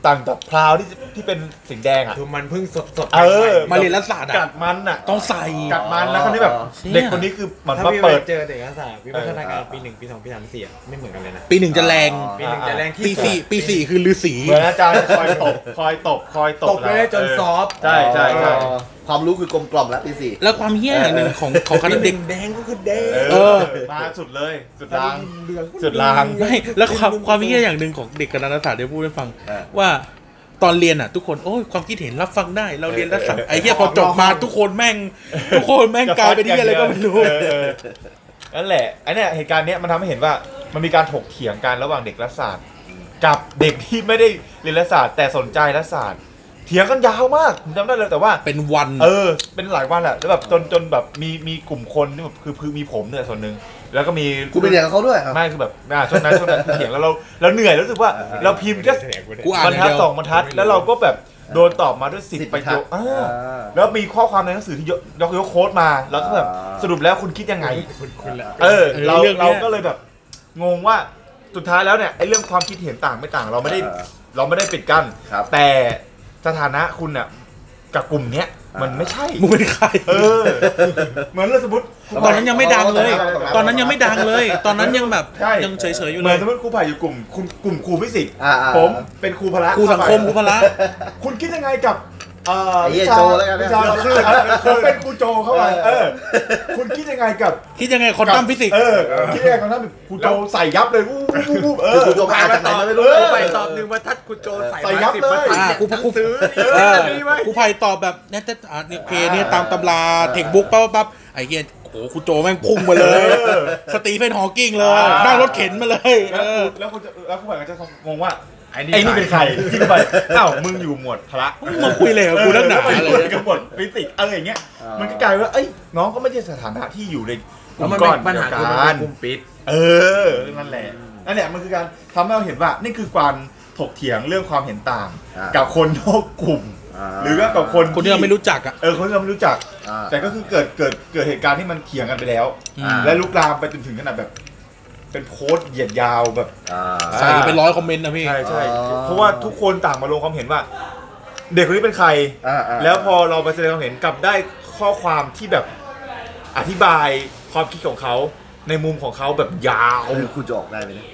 S4: ต่างแบบพราวที่ที่เป็นสิงแดงอ่ะ
S5: คือมันเพิ่งสดสดๆ
S4: เออ
S5: ให
S1: มา
S5: ม่
S1: เรียนรัฐศาสตร์
S4: กั
S1: อ่ะ
S4: ดมันอ่ะ
S1: ต้องใส่
S4: กัดมันแล้วคนนี้แบบ
S1: เชี่ย
S4: เด็กคนนี้คือเหมือน
S5: ๆถ้า
S4: มา
S5: พี่ไป
S4: เปิด
S5: เจอเด็กนักศึกษาวิวัฒนาการปีหนึ่งปีสองปีสามสี่อะไม่เหมือนกันเลยนะ
S1: ปีหนึ่งจะแรง
S5: ปีหนึ่งจะแรงที่
S1: ปี
S5: สุ
S1: สี่
S5: ด
S1: ปีสี่คือฤาษี
S4: เหมือนอาจารย์คอยตบคอยตบคอยตบ
S5: ตบไปจนซอฟต์
S4: ใช่ใช่ใช่
S3: อ๋อความรู้คือกลมกล่อมแล้วปีสี่
S1: แล้วความเฮี้ยอย่างหนึ่งของของคณะเด็ก
S5: แดงก็คือแดง
S4: เอ
S1: เออ
S4: อ มาสุดเลย สุดราง
S5: เหลืองก็
S4: สุดลาง
S5: เห อ
S1: ไม่แล้วความความเฮี้ยอย่างหนึ่งของเด็กคณะศาสตร์ได้พูดให้ฟัง ว่าตอนเรียนอ่ะ ทุกคนโอ้ยความคิดเห็นรับฟังได้ เราเรียนรัฐศาสตร์ไอ้เหี้ยพอจบมาทุกคนแม่ง ทุกคนแม่งกลายเป็นเหี้ยอะไรก็ไม่รู้
S4: เออเออนั่นแหละไอ้เนี่ยเหตุการณ์เนี้ยมันทำให้เห็นว่ามันมีการถกเถียงกันระหว่างเด็กรัฐศาสตร์ กับเด็กที่ไม่ได้เรียนรัฐศาสตร์แต่สนใจรัฐศาสตร์ เถียงกันยาวมากผมจำได้เลยแต่ว่า
S1: เป็นวัน
S4: เออ เป็นหลายวันแหละแล้วแบบจนจนแบบมีมีกลุ่มคนที่แบบคือคือมีผมเนี่ยส่วนหนึ่งแล้วก็มี
S3: กูไปเรียนกับเขาด้วยเหรอ
S4: ไม่คือแบบอ่าช่วงนั้นช่วงนั้นเถียงแล้วเราเราเหนื่อยแล้วรู้สึกว่าเราพิมพ์แค่
S1: กูอ่าน
S4: บรรทั
S1: อ
S4: ด
S1: ย่างเดียว
S4: สองบรรทัดแล้วเราก็แบบโดนตอบมาด้วยสิบ
S3: 10
S4: ประโยค
S3: บรรทัด
S4: อ่า
S3: อ่า
S4: แล้วมีข้อความในหนังสือที่ยกยกยกโค้ดมาแล้วก็แบบ
S3: อ่า
S4: สรุปแล้วคุณคิดยังไง
S5: คุณคุณละ
S4: เออ เรา
S1: เรื่องเนี้
S4: เรา
S1: ย
S4: ก็เลยแบบงงว่าสุดท้ายแล้วเนี่ยไอ้เรื่องความคิดเห็นต่างไม่ต่าง เราไม่ได้
S3: เออ
S4: เราไม่ได้ปิดกั้น
S3: ครับ
S4: แต่สถานะคุณน่ะกับกลุ่มเนี้ยมัน
S3: อ่า
S4: ไม่ใช่
S1: มึงเป็นใคร
S4: เออ เหมือนเราสมมติ
S1: ตอนนั้นยังไม่ดังเลย ตอนนั้นยังไม่ดังเลย ตอนนั้นยังแบบ
S4: ใช่
S1: ยังเฉยๆอยู่
S4: เห
S1: เล
S4: มือย นสมมติครูไผ่อยู่กลุ่มคุณกลุ่มครูฟิสิกส์
S3: อ่าอ่า
S4: ผมเป็นครูพละ
S1: ครูสังคมครูพละ
S4: คุณคิดยังไงกับเอ่อ
S3: ไอ้เหี้ย
S4: วิชา
S3: โจแล้วกันนะ
S4: วิชาคลื่นผมเป็นครูโจเข้าไปเออ คุณคิดยังไงกับ
S1: คิดยังไงคอนตัมฟิสิกส์
S4: เออคิดยังไงกับนั้นครูโจใส่ยับเลยวูบวูบวูบเอ
S3: คือ
S4: อ
S3: กูจบมาจากไหนมาไม่รู้
S4: เออ
S5: ไปตอบหนึ่งบรรทัดคุณโจใส่
S4: ใส่
S5: มา
S4: ยับ
S5: สิบ
S4: เลย
S5: บรรทัด
S1: อ่า
S5: เนี่ย
S1: กูกู
S5: ซื้อ
S1: เอ
S5: นี่
S1: อ
S5: มีไหม
S1: กูภัยตอบแบบเนี่ยแต่อ่ะเนี่ยเพเนี่ยตามตำราเทคบุ๊กปั๊บปั๊บไอ้เหี้ยโอ้โหครูโจแม่งพุ่งมาเลย
S4: เออ
S1: สตีเฟนฮอว์กิ้งเลย
S4: อ่า
S1: นั่งรถเข็นมาเลย
S4: แล้ว
S1: เออ
S4: ครูแล้วครูจะแล้วครูไผ่ก็จะงงว่า
S2: ไอ้นี่
S4: ไอ้นี่เป็นใครคิดไปเอ้ามึงอยู่หมวดพระ
S1: มึงมาคุยอะไรกับกูนักหนา
S4: เออแล้ว
S1: อะไร
S4: ไป
S1: เนี่ย
S4: คุยกับหมวดฟิสิกส์อะไรอย่างเงี้ยมันก็กลายว่าเอ้ยน้องก็ไม่ใช่สถานะที่อยู่ในก
S2: แล้ว
S4: ลุ่
S2: มันเป็น
S4: มก้อน
S2: ปัญหาคือมัน
S4: เดียวกั
S2: เป็น นกลุ่มปิด
S4: เออ นั่นแหละ นั่นแหละ มันคือการทำให้เราเห็นว่า นี่คือการถกเถียงเรื่องความเห็นต่าง
S3: อ่ากั
S4: กับคนนอกกลุ่ม
S3: อ่า
S4: หรือว่ากับคน
S1: คนที่เราไม่รู้จักอ่ะ
S4: เออ คนที่เราไม่รู้จัก
S3: อ่า
S4: แต่ก็คือเกิด เกิด เกิดเหตุการณ์ที่มันเถียงกันไปแล้ว
S1: อ่า
S4: และลุกลามไปจนถึงขนาดแบบ เป็นโพสต์เหยียดยาวแบบ
S3: อ่า
S1: ใส่กันเป็นร้อยคอมเมนต์นะพี่
S4: ใช่ใช่
S3: อ๋อ
S4: เพราะว่าทุกคนต่างมาลงความเห็นว่า เด็กคนนี้เป็นใคร
S3: อ่าา
S4: แล้วพอเราไปแสดงความเห็นกลับได้ข้อความที่แบบอธิบายความคิดของเขาในมุมของเขาแบบยาว
S3: เออคุณจะออกได้ไหมเนี่ย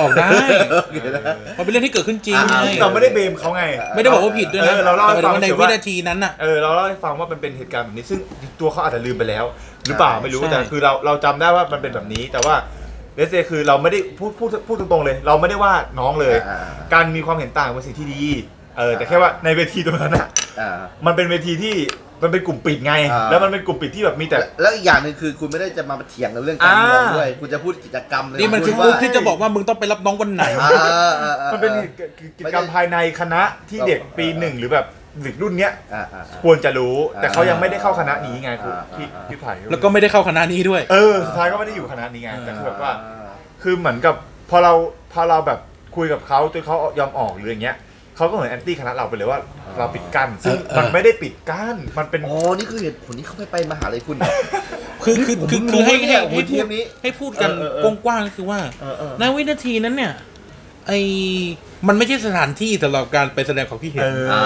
S1: ออกได้
S3: โอเคนะ
S1: มันเป็นเรื่องที่เกิดขึ้นจริง
S3: อ่า
S1: ไง
S4: เราไม่ได้เบมเขาไง
S1: ไม่ได้บอกว่าผิดด้วยนะ
S4: เออเราเล่าให้
S1: แต่
S4: ฟัง
S1: ว่าใน
S4: เฉยๆ
S1: วิ
S4: ว่า
S1: นาทีนั้นน่ะ
S4: เออเราเล่าให้ฟังว่ามันเป็นเหตุการณ์แบบนี้ซึ่งตัวเขาอาจจะลืมไปแล้ว หรือเปล่าไม่รู้
S1: ใช่
S4: แต่คือเราเราจำได้ว่ามันเป็นแบบนี้ แต่ว่าเลสเซคือเราไม่ได้พูดพูดพูดตรงๆเลย เราไม่ได้ว่าน้องเลย
S3: อ่าอ่าอ่า
S4: การมีความเห็นต่างเป็นสิ่งที่ดีเออแต่แค่ว่าในเวทีตรงนั้นอ่ะ
S3: อ่า
S4: มันเป็นเวทีที่มันเป็นกลุ่มปิดไง
S3: อ่า
S4: แล้วมันเป็นกลุ่มปิดที่แบบมีแต่
S3: และแล้วอีกอย่างหนึ่งคือคุณไม่ได้จะมาเถียงกันเรื่องการเมือง
S4: อ่า
S3: ด้วย คุณจะพูดกิจกรรมเลย
S1: นี่มันคือ
S3: ว่า
S1: ปุ๊บที่จะบอกว่ามึงต้องไปรับน้องวันไหน
S3: อ่าอ่าอ่า
S4: มันเป็นกิจกรรมภายในคณะที่เด็กปีหนึ่งหรือแบบเด็กรุ่นเนี้ย
S3: อ่าอ่าอ่า
S4: ควรจะรู้ แต่เขายังไม่ได้เข้าคณะนี้ไง
S3: อ่าอ่า
S4: พี่พี่ไผ่
S1: แล้วก็ไม่ได้เข้าคณะนี้ด้วย
S4: เออสุดท้ายก็ไม่ได้อยู่คณะนี้ไง
S1: เออ
S4: แต่คือแบบว่า คือเหมือนกับพอเราพอเราแบบคุยกับเขาจนเขายอมออกหรืออย่างเงี้ยเขาก็เหมือนแอนตี้คณะเราไปเลยว่าเราปิดกั้นซึ่งมันไม่ได้ปิดกั้นมันเป็น
S3: อ๋อ นี่คือเหตุผลที่เขาไม่ไปมหาลัยคุณเหรอ
S1: คือคือคือ
S3: ผมเพิ่งรู้
S1: คือให้ให้
S3: เนี่ยโอ้โห
S1: ให้
S3: เท
S1: พูด
S3: ปนี้
S1: ให้พูดกัน
S3: เออเออ
S1: กว้างๆก็คือว่า
S3: เออเออ
S1: ณวินาทีนั้นเนี่ยไอ้มันไม่ใช่สถานที่สำหรับการไปแสดงความคิดเห็น
S4: เออ
S3: อ่า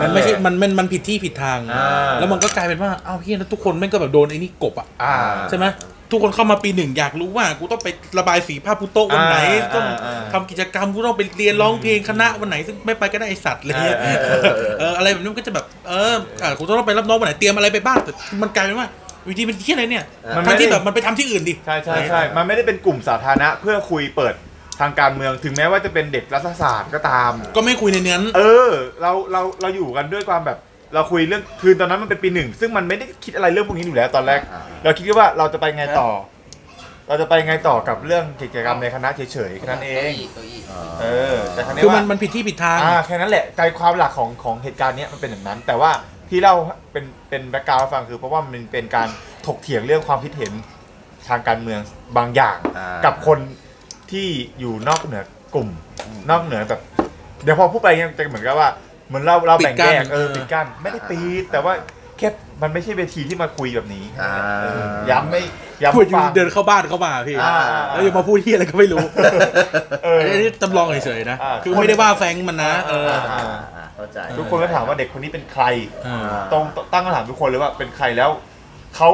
S1: มันไม่ใช่มันมันมันผิดที่ผิดทาง
S4: อ่า
S1: แล้วมันก็กลายเป็นว่าเอ้าเฮียแล้วทุกคนแม่งก็แบบโดนไอ้นี่กบอ่ะ
S4: อ่า
S1: ใช่ไหมทุกคนเข้ามาปีหนึ่งอยากรู้ว่า กูต้องไประบายสีภาพพุโต๊ะวันไหน
S4: อ่า
S1: ต้อง
S4: อ่า
S1: ทำกิจกรรมกูต้องไปเรียนร้องเพลงคณะวันไหน ซึ่งไม่ไปก็ได้ไอสัตว์อะไรเลย
S4: เออเออเออ
S1: เอออะไรแบบนี้มันก็จะแบบเอออ่ะกูต้องไปรับน้องวันไหนเตรียมอะไรไปบ้างแต่มันกลายเป็นว่าวิธีเป็นที่อะไรเนี่ย
S4: มัน
S1: ทั้ง
S4: ไม่ได้
S1: ที่แบบมันไปทำที่อื่นดิ
S4: ใช่ใช่ใช่มันไม่ได้เป็นกลุ่มสาธารณะเพื่อคุยเปิดทางการเมืองถึงแม้ว่าจะเป็นเด็กรัฐศาสตร์ก็ตาม
S1: ก็ไม่คุยในนั้น
S4: เออ เราเราเราอยู่กันด้วยความแบบ เราคุยเรื่องคืนตอนนั้นมันเป็นปีหนึ่งซึ่งมันไม่ได้คิดอะไรเรื่องพวกนี้อยู่แล้วตอนแรก
S3: อ่า
S4: เราคิดแค่ว่าเราจะไปไงต่อ เราจะไปไงต่อกับเรื่องกิจกรรมในคณะเฉยๆแค่นั้นเอง
S6: ตัวอีก
S4: เออแต่ครั้งนี้
S1: คือมั
S4: ว่าน
S1: มันผิดที่ผิดทาง
S4: อ่าแค่นั้นแหละใจความหลักของของเหตุการณ์เนี้ยมันเป็นอย่างนั้น แต่ว่าที่เราเป็นเป็นแบ็กกราวฟังคือ เพราะว่ามันเป็นการถกเถียงเรื่องความคิดเห็นทางการเมืองบางอย่าง
S3: อ่ากั
S4: กับคนที่อยู่นอกเหนือกลุ่ม นอกเหนือแบบ เดี๋ยวพอพูดไปเนี่ยจะเหมือนกับว่าเหมือนเราเราแบ่งแย
S1: ปิ
S4: ก
S1: ดกั้น
S4: เออปิดกั้นไม่ได้ปิดแต่ว่าแค่มันไม่ใช่เวทีที่มาคุยแบบนี้
S3: อ่า
S4: เออย้ำไม่ย้ำ
S1: พูดอยู่
S4: ฟัง
S1: เดินเข้าบ้านเข้ามาพี่
S4: อ่า
S1: แล้วยังมาพูดที่อะไรก็ไม่รู้
S4: เออ
S1: อันนี้จำลองเฉยๆนะ
S4: อ่า
S1: คือไม่ได้ว่าแฟงมันนะเออ
S4: อ่า
S3: อ่าเข้าใจ
S4: ทุกคนก็ถามว่าเด็กคนนี้เป็นใคร
S1: อ่า
S4: ตรงตั้งคำถามทุกคนเลยว่าเป็นใครแล้วเขา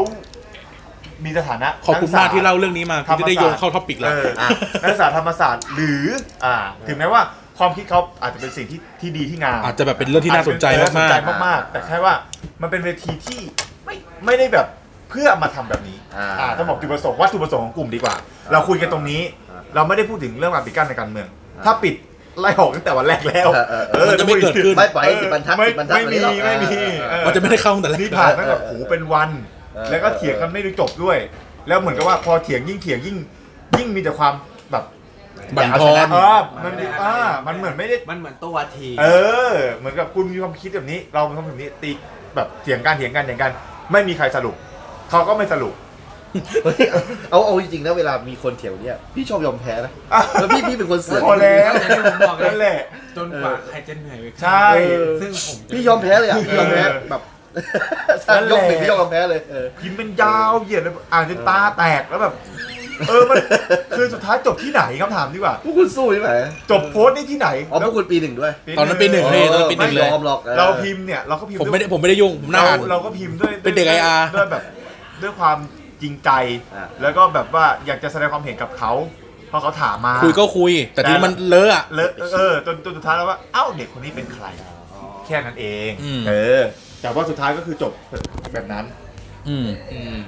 S4: มีสถานะ
S1: ขอบคุณมากที่เล่าเรื่องนี้มาคุณจะได้โยงเข้าท็อปิก
S4: เอ
S1: แล้ว
S4: ออ่ะนักศึกษาธรรมศาสตร์หรืออ่าถึงแม้ว่าความคิดเขาอาจจะเป็นสิ่งที่ที่ดีที่งาม
S1: อาจจะแบบเป็นเรื่องที่น่าสนใจ
S4: อจจะเป็น
S1: มาก
S4: เรื่องที่น่สนใจมากๆ แต่แค่ว่ามันเป็นเวทีที่ไม่ไม่ได้แบบเพื่อมาทำแบบนี้
S3: อ่า
S4: อ่าต้องบอกจุดประสงค์ว่าจุดประสงค์ของกลุ่มดีกว่า เราคุยกันตรงนี้
S3: อ่า
S4: เราไม่ได้พูดถึงเรื่องการปิดกั้นในการเมือง ถ้าปิดไล่ออกตั้งแต่วันแรกแล้ว
S3: เออเออเอ
S4: อ
S3: อ
S1: มันจะไม่เกิดขึ้น
S3: ไม่ปล่อยให้สิบบรรทัด
S4: ไม่
S3: สิบบรรทัด
S4: ไม่มี
S3: ป
S4: ไม่มี
S3: หรอก
S4: เออ
S1: ๆมันจะไม่ได้เข้าตั้งแต่แรก
S4: นี่ผ่านตั้งแต่โอ้โหูเป็นวัน
S3: เออ
S4: แล้วก็เถียงกันไม่ได้จบด้วย แล้วเหมือนกับว่าพอเถียงยิ่งเถียงยิ่ง ยิ่งมีแต่ความแบบ
S1: บั่นทอน
S4: เออมันมีอ่ามันเหมือนไม่ได้
S5: มันเหมือนตัวที
S4: เออ เหมือนกับคุณมีความคิดแบบนี้ เรามีความคิดแบบนี้ตีแบบเถียงกันเถียงกันเถียงกัน ไม่มีใครสรุปเขาก็ไม่สรุป
S3: เฮ้ยเอาเอาจริงๆนะเวลามีคนเถียงเนี่ยพี่ชอบยอมแพ้นะแล้วพี่พี่เป็นคนเสือก
S4: พอแล้ว
S5: อย่างที่ผมบอกเลย
S4: นั่นแหละ
S5: จนกว่าใครจะเหนื่อยไป
S4: ใช่
S3: เออ
S5: ซึ่งผมจะ
S3: พี่ยอมแพ้เลยอ่ะพี่ยอมแพ้
S4: เออ
S3: แบบ
S4: นั่นแหละ
S3: ยกหนึ่งพี่ยอมแพ้เลยเออ
S4: พิมพ์เป็นยาวเหยียดเลยอ่านจนตาแตกแล้วแบบ เออมันคือสุดท้ายจบที่ไหนคำถามดีกว่า
S3: พวกคุณสู้ใช่ไหม
S4: จบโพสต์นี่ที่ไหน
S3: อ๋อพวกคุณปีหนึ่งด้วย
S1: ตอนนั้นปีหนึ่ง
S3: เออ
S1: พี่ตอนนั้นปีหนึ่ง
S3: ไม่
S1: เลย
S3: ยอมหรอกออ
S4: เราพิมพ์เนี่ยเราก็พิมพ์
S1: ผม
S4: ด้วย
S1: ไม่ได้ผมไม่ได้ยุ่งผมหน้า
S4: เรา
S1: อ่าน
S4: เราก็พิมพ์ด้วย
S1: เป็นเด็ก
S4: ด้วย
S1: IR
S4: ด้วยแบบด้วยความจริงใจ
S3: อ่ะ
S4: แล้วก็แบบว่าอยากจะแสดงความเห็นกับเขาเพราะเขาถามมา
S1: คุยก็คุย แต่ทีนี้มันเลอะอะ
S4: เลอะเออจนจนสุดท้ายแล้วว่าเอ้าเด็กคนนี้เป็นใคร แค่นั้นเอง
S1: อืม
S4: เออแต่ว่าสุดท้ายก็คือจบแบบนั้น
S1: อืม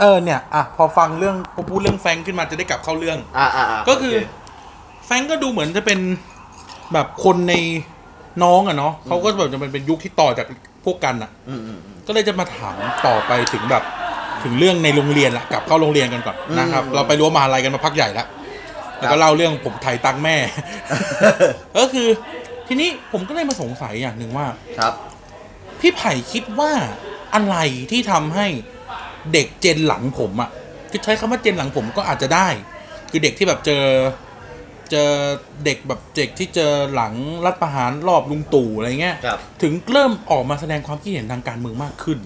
S1: เออเนี่ยอ่ะพอฟังเรื่องพอพูดเรื่องแฟรงค์ขึ้นมาจะได้กลับเข้าเรื่อง
S3: อ่าอ่าา
S1: ก็คือ
S3: โเ
S1: แฟรงค์ก็ดูเหมือนจะเป็นแบบคนในน้องอะเนาะเขาก็แบบจะเป็นยุคที่ต่อจากพวกกันอะ
S3: อืมอืมอืม
S1: ก็เลยจะมาถามต่อไปถึงแบบถึงเรื่องในโรงเรียนละกลับเข้าโรงเรียนกันก่อนนะครับ
S3: อืม
S1: เราไปรั้วมหาลัยกันมาพักใหญ่ละ แล้วก็เล่าเรื่องผมไถ่ายตังค์แม่ ก็คือ ทีนี้ผมก็เลยมาสงสัยอย่างหนึ่งว่า
S3: ครับ
S1: พี่ไผ่คิดว่าอะไรที่ทำให้เด็กเจนหลังผมอะ่ะคือใช้คำว่าเจนหลังผมก็อาจจะได้ คือเด็กที่แบบเจอ เจอเด็กแบบเด็กที่เจอหลังรัฐประหารรอบลุงตู่อะไรเงี้ย
S3: ครับ
S1: ถึงเริ่มออกมาแสดงความคิดเห็นทางการเมืองมากขึ้น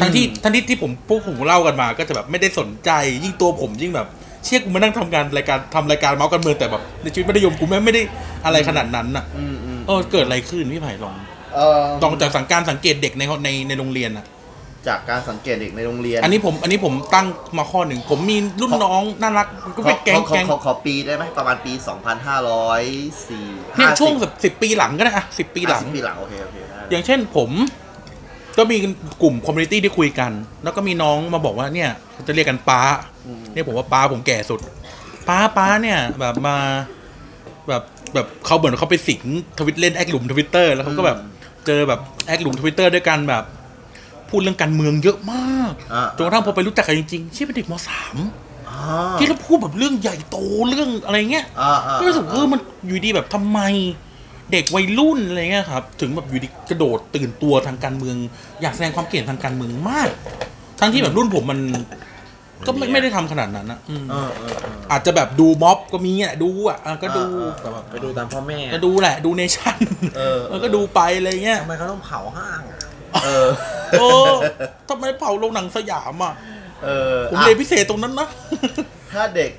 S1: ทั้งที่ทั้งที่ที่ผมพวกผมเล่ากันมา ก็จะแบบไม่ได้สนใจ ยิ่งตัวผมยิ่งแบบ เชี่ยกูมานั่งทำงานรายการทำรายการเมาส์กันเมืองแต่แบบในชีวิตมัธยมกูแม่งไม่ได้อะไรขนาดนั้นน่ะ
S3: อืมอืม
S1: เออเกิดอะไรขึ้นพี่ไผ่ลอง
S3: เออ
S1: ลองจากสังการสังเกตเด็กในในในโรงเรียนอ่ะ
S3: จากการสังเกตเด็กในโรงเรียน
S1: อันนี้ผมอันนี้ผมตั้งมาข้อหนึ่ง ผมมีรุ่นน้องน่ารักก็เป็นแก๊ง
S3: ขอขอ
S1: แก๊ง
S3: ขอขอปีได้ไหมประมาณปี 2504
S1: เนี่ยช่วงสิบสิบปีหลังก็ได้อะสิบปีหลัง
S3: ปีหลังโอเคโอเคได้
S1: อย่างเช่นผมก็มีกลุ่มคอมมูนิตี้ที่คุยกัน แล้วก็มีน้องมาบอกว่าเนี่ยเขาจะเรียกกันป้า
S3: อืม
S1: เรียกผมว่าป้าผมแก่สุดป้าป้าเนี่ยแบบมาแบบแบบเขาเหมือนเขาไปสิงทวิตเล่นแอคหลุมทวิตเตอร์แล้วเขาก็แบบเจอแบบแอคหลุมทวิตเตอร์ด้วยกันแบบ พูดเรื่องการเมืองเยอะมาก
S3: อ่า
S1: จนกระทั่งพอไปรู้จักกันจริงๆชื่อเป็นเด็กมสาม
S3: อ่า
S1: ที่เราพูดแบบเรื่องใหญ่โตเรื่องอะไรเงี้ย
S3: อ่าอ่า
S1: ก็รู้สึกเออมันอยู่ดีแบบทำไม เด็กวัยรุ่นอะไรเงี้ยครับ ถึงแบบอยู่ดีกระโดดตื่นตัวทางการเมือง อยากแสดงความเก่งทางการเมืองมาก ทั้งที่แบบรุ่นผมมัน ก็ไม่ไม่ได้ทำขนาดนั้นนะอืม
S3: เออเออเออ
S1: อาจจะแบบดูม็อบก็มีอ่ะดูอ่ะอ่ะก็ดู
S3: อ่า
S1: แบบว่า
S5: ไปดูตามพ่อแม่
S1: ก็ดูแหละ ดูเนชั่น
S3: เออ
S1: เออก็ดูไปอะไรเงี้ย
S5: ทำไมเขาต้องเผาห้างอะ
S3: เออ
S1: โอ้ทำไมเผาโรงหนังสยามอ่ะ
S3: เออ
S1: ผม
S3: อ่ะ
S1: เรียนพิเศษตรงนั้น นะ
S3: ถ้าเด็ก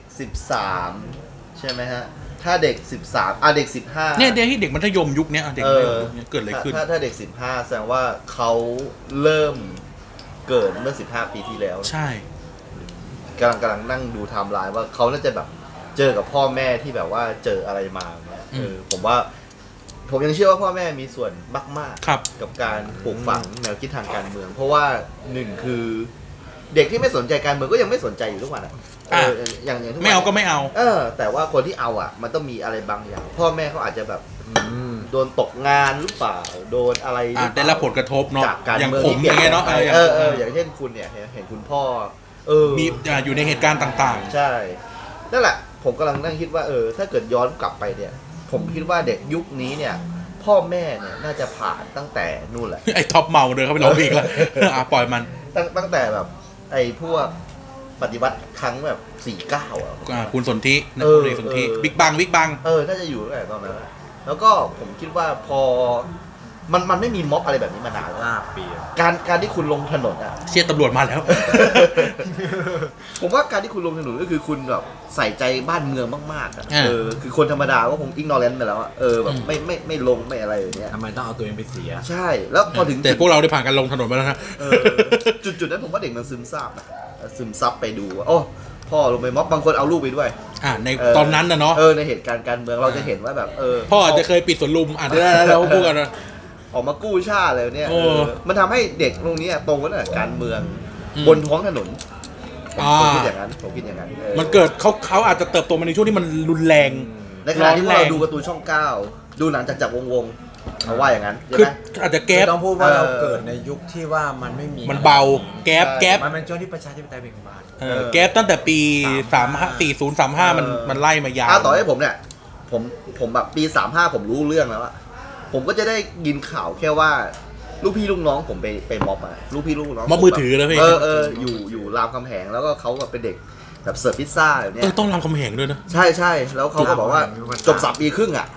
S3: 13 ใช่ไหมฮะ ถ้าเด็ก 13 อ่ะเด็ก 15
S1: เนี่ยเด็กที่เด็กมัธยมยุคเนี้ยอ่ะเด็กมัธ
S3: เออย
S1: มยุคเนี้ยเกิดอะไรขึ้น
S3: ถ้าถ้าเด็ก 15 แสดงว่าเขาเริ่มเกิดเมื่อ 15 ปีที่แล้ว
S1: ใช่
S3: กำลังกำลังนั่งดูไทม์ไลน์ว่าเขาน่าจะแบบเจอกับพ่อแม่ที่แบบว่าเจออะไรมาเนี่ยเออผมว่า ผมยังเชื่อว่าพ่อแม่มีส่วนมาก ๆ
S1: ครับ
S3: กับการปลูกฝังแนวคิดทางการเมือง เพราะว่าหนึ่งคือเด็กที่ไม่สนใจการเมืองก็ยังไม่สนใจอยู่ทุกวันอ่ะเอออย่างอย่างทุกวัน
S1: ไม่เอาก็ไม่เอา
S3: เออ แต่ว่าคนที่เอาอ่ะ มันต้องมีอะไรบางอย่าง พ่อแม่เขาอาจจะแบบโดนตกงานหรือเปล่าโดนอะไรห
S1: อ่ะ
S3: อเปล่า
S1: ได้รับผลกระทบเนาะ
S3: จากการ
S1: อย่าง
S3: เมือง
S1: ผม
S3: ที่ป
S1: อ
S3: ลี่
S1: ย่างเงี้ยเนาะ
S3: แปล
S1: เอออย่าง
S3: ไปเออเอออย่างเช่นคุณเนี่ยเห็นเห็นคุณพ่อ เออ
S1: มีอ่ะอยู่ในเหตุการณ์ต่าง
S3: ใช่ นั่นแหละ ผมกำลังนั่งคิดว่าเออ ถ้าเกิดย้อนกลับไปเนี่ย ผมคิดว่าเด็กยุคนี้เนี่ย พ่อแม่เนี่ยน่าจะผ่านตั้งแต่นู่นแหละ
S1: ๆ ไอ้ท็อปเมาเดินเข้าไปร้องเพลงแล้ว อ่ะปล่อยมัน
S3: ตั้งตั้งแต่แบบ ไอ้พวกปฏิวัติครั้งแบบสี่เก้าอ่ะ
S1: อ่ะคุณสนธินะ
S3: เอ
S1: คุณ
S3: อ
S1: เรสนธิ
S3: เออ
S1: บิ๊กบังบิ๊กบัง
S3: เออ น่าจะอยู่ตั้งแต่ตอนนั้นอะแล้วก็ผมคิดว่าพอ มันมันไม่มีม็อบอะไรแบบนี้มานานแล้ว
S5: ห้าปีอะ
S3: การการที่คุณลงถนนอ่ะ
S1: เชียร์ตำรวจมาแล้ว
S3: ผมว่าการที่คุณลงถนนก็คือคุณแบบใส่ใจบ้านเมืองมากๆอะ
S1: อ่า
S3: เออ คือคนธรรมดาก็คงอิงนอร์แลนไปแล้วอะเออแบบ
S1: อืม
S3: ไม่ไม่ไม่ลงไม่อะไรอย่างเงี้ย
S5: ทำไมต้องเอาตัวเองไปเสีย
S3: ใช่ แล้วพอถึง
S1: แต่พวกเราได้ผ่านการลงถนนมาแล้วนะ
S3: เออจุดจุดนั้นผมว่าเด็กมันซึมซาบอะซึมซับไปดูว่าโอ้พ่อลงไปม็อบบางคนเอาลูกไปด้วย
S1: อ่ะใน
S3: เออ
S1: ตอนนั้นนะเนาะ
S3: เออในเหตุการณ์การเมืองเราจะเห็นว่าแบบเออ
S1: พ่ออาจจะเคยปิดสวนลุมอาจจะได้แล้วเราพูดกันนะ
S3: ออกมากู้ชาติอะไรเนี่ย
S1: โอ้
S3: เออมันทำให้เด็กตรงนี้โตมาตั้งแต่การเมือง
S1: อืม
S3: บนท้องถนนผม
S1: อ่า
S3: ผมคิดอย่างนั้นผมคิดอย่างนั้นออ
S1: มันเกิดเขาเขาอาจจะเติบโตมาในช่วงที่มันรุนแรง
S3: ในขณะที่พวก
S1: ร้อนแร
S3: เรา
S1: ง
S3: ดูการ์ตูนช่องเก้าดูหนังจากรจักรวงศ์วงศ์เอาว่าอย่างนั้นใช่
S1: คือ
S3: ไหม
S1: อาจจะแก๊ป
S5: ต้องพูดว่าเรา
S3: เออ
S5: เกิดในยุคที่ว่ามันไม่มี
S1: มันเบาแก๊ปแก๊ป
S5: มันเป็นช่วงที่ประชาธิปไตยเบ่งบาน
S1: เออแก๊ปตั้งแต่ปี3 5 4 0 3 5มัน
S3: เออ
S1: มันไล่มายาว
S3: ถ้าต่อให้ผมเนี่ยผมผมแบบปีสามห้าผมรู้เรื่องแล้วอะผมก็จะได้ยินข่าวแค่ว่า ลูกพี่ลูกน้องผมไปไปม็อบมาลูกพี่ลูกน้อง
S1: ม็อบมือถือนะพี่
S3: เออเอออยู่อยู่รามคำแหงแล้วก็เขาแบบเป็นเด็กแบบเสิร์ฟพิซซ่าแบบเนี้
S1: เอย อต้องรำคำแหงด้วยนะ
S3: ใช่ใช่แล้วเขาก็บอกว่าจบสามปีครึ่งอะ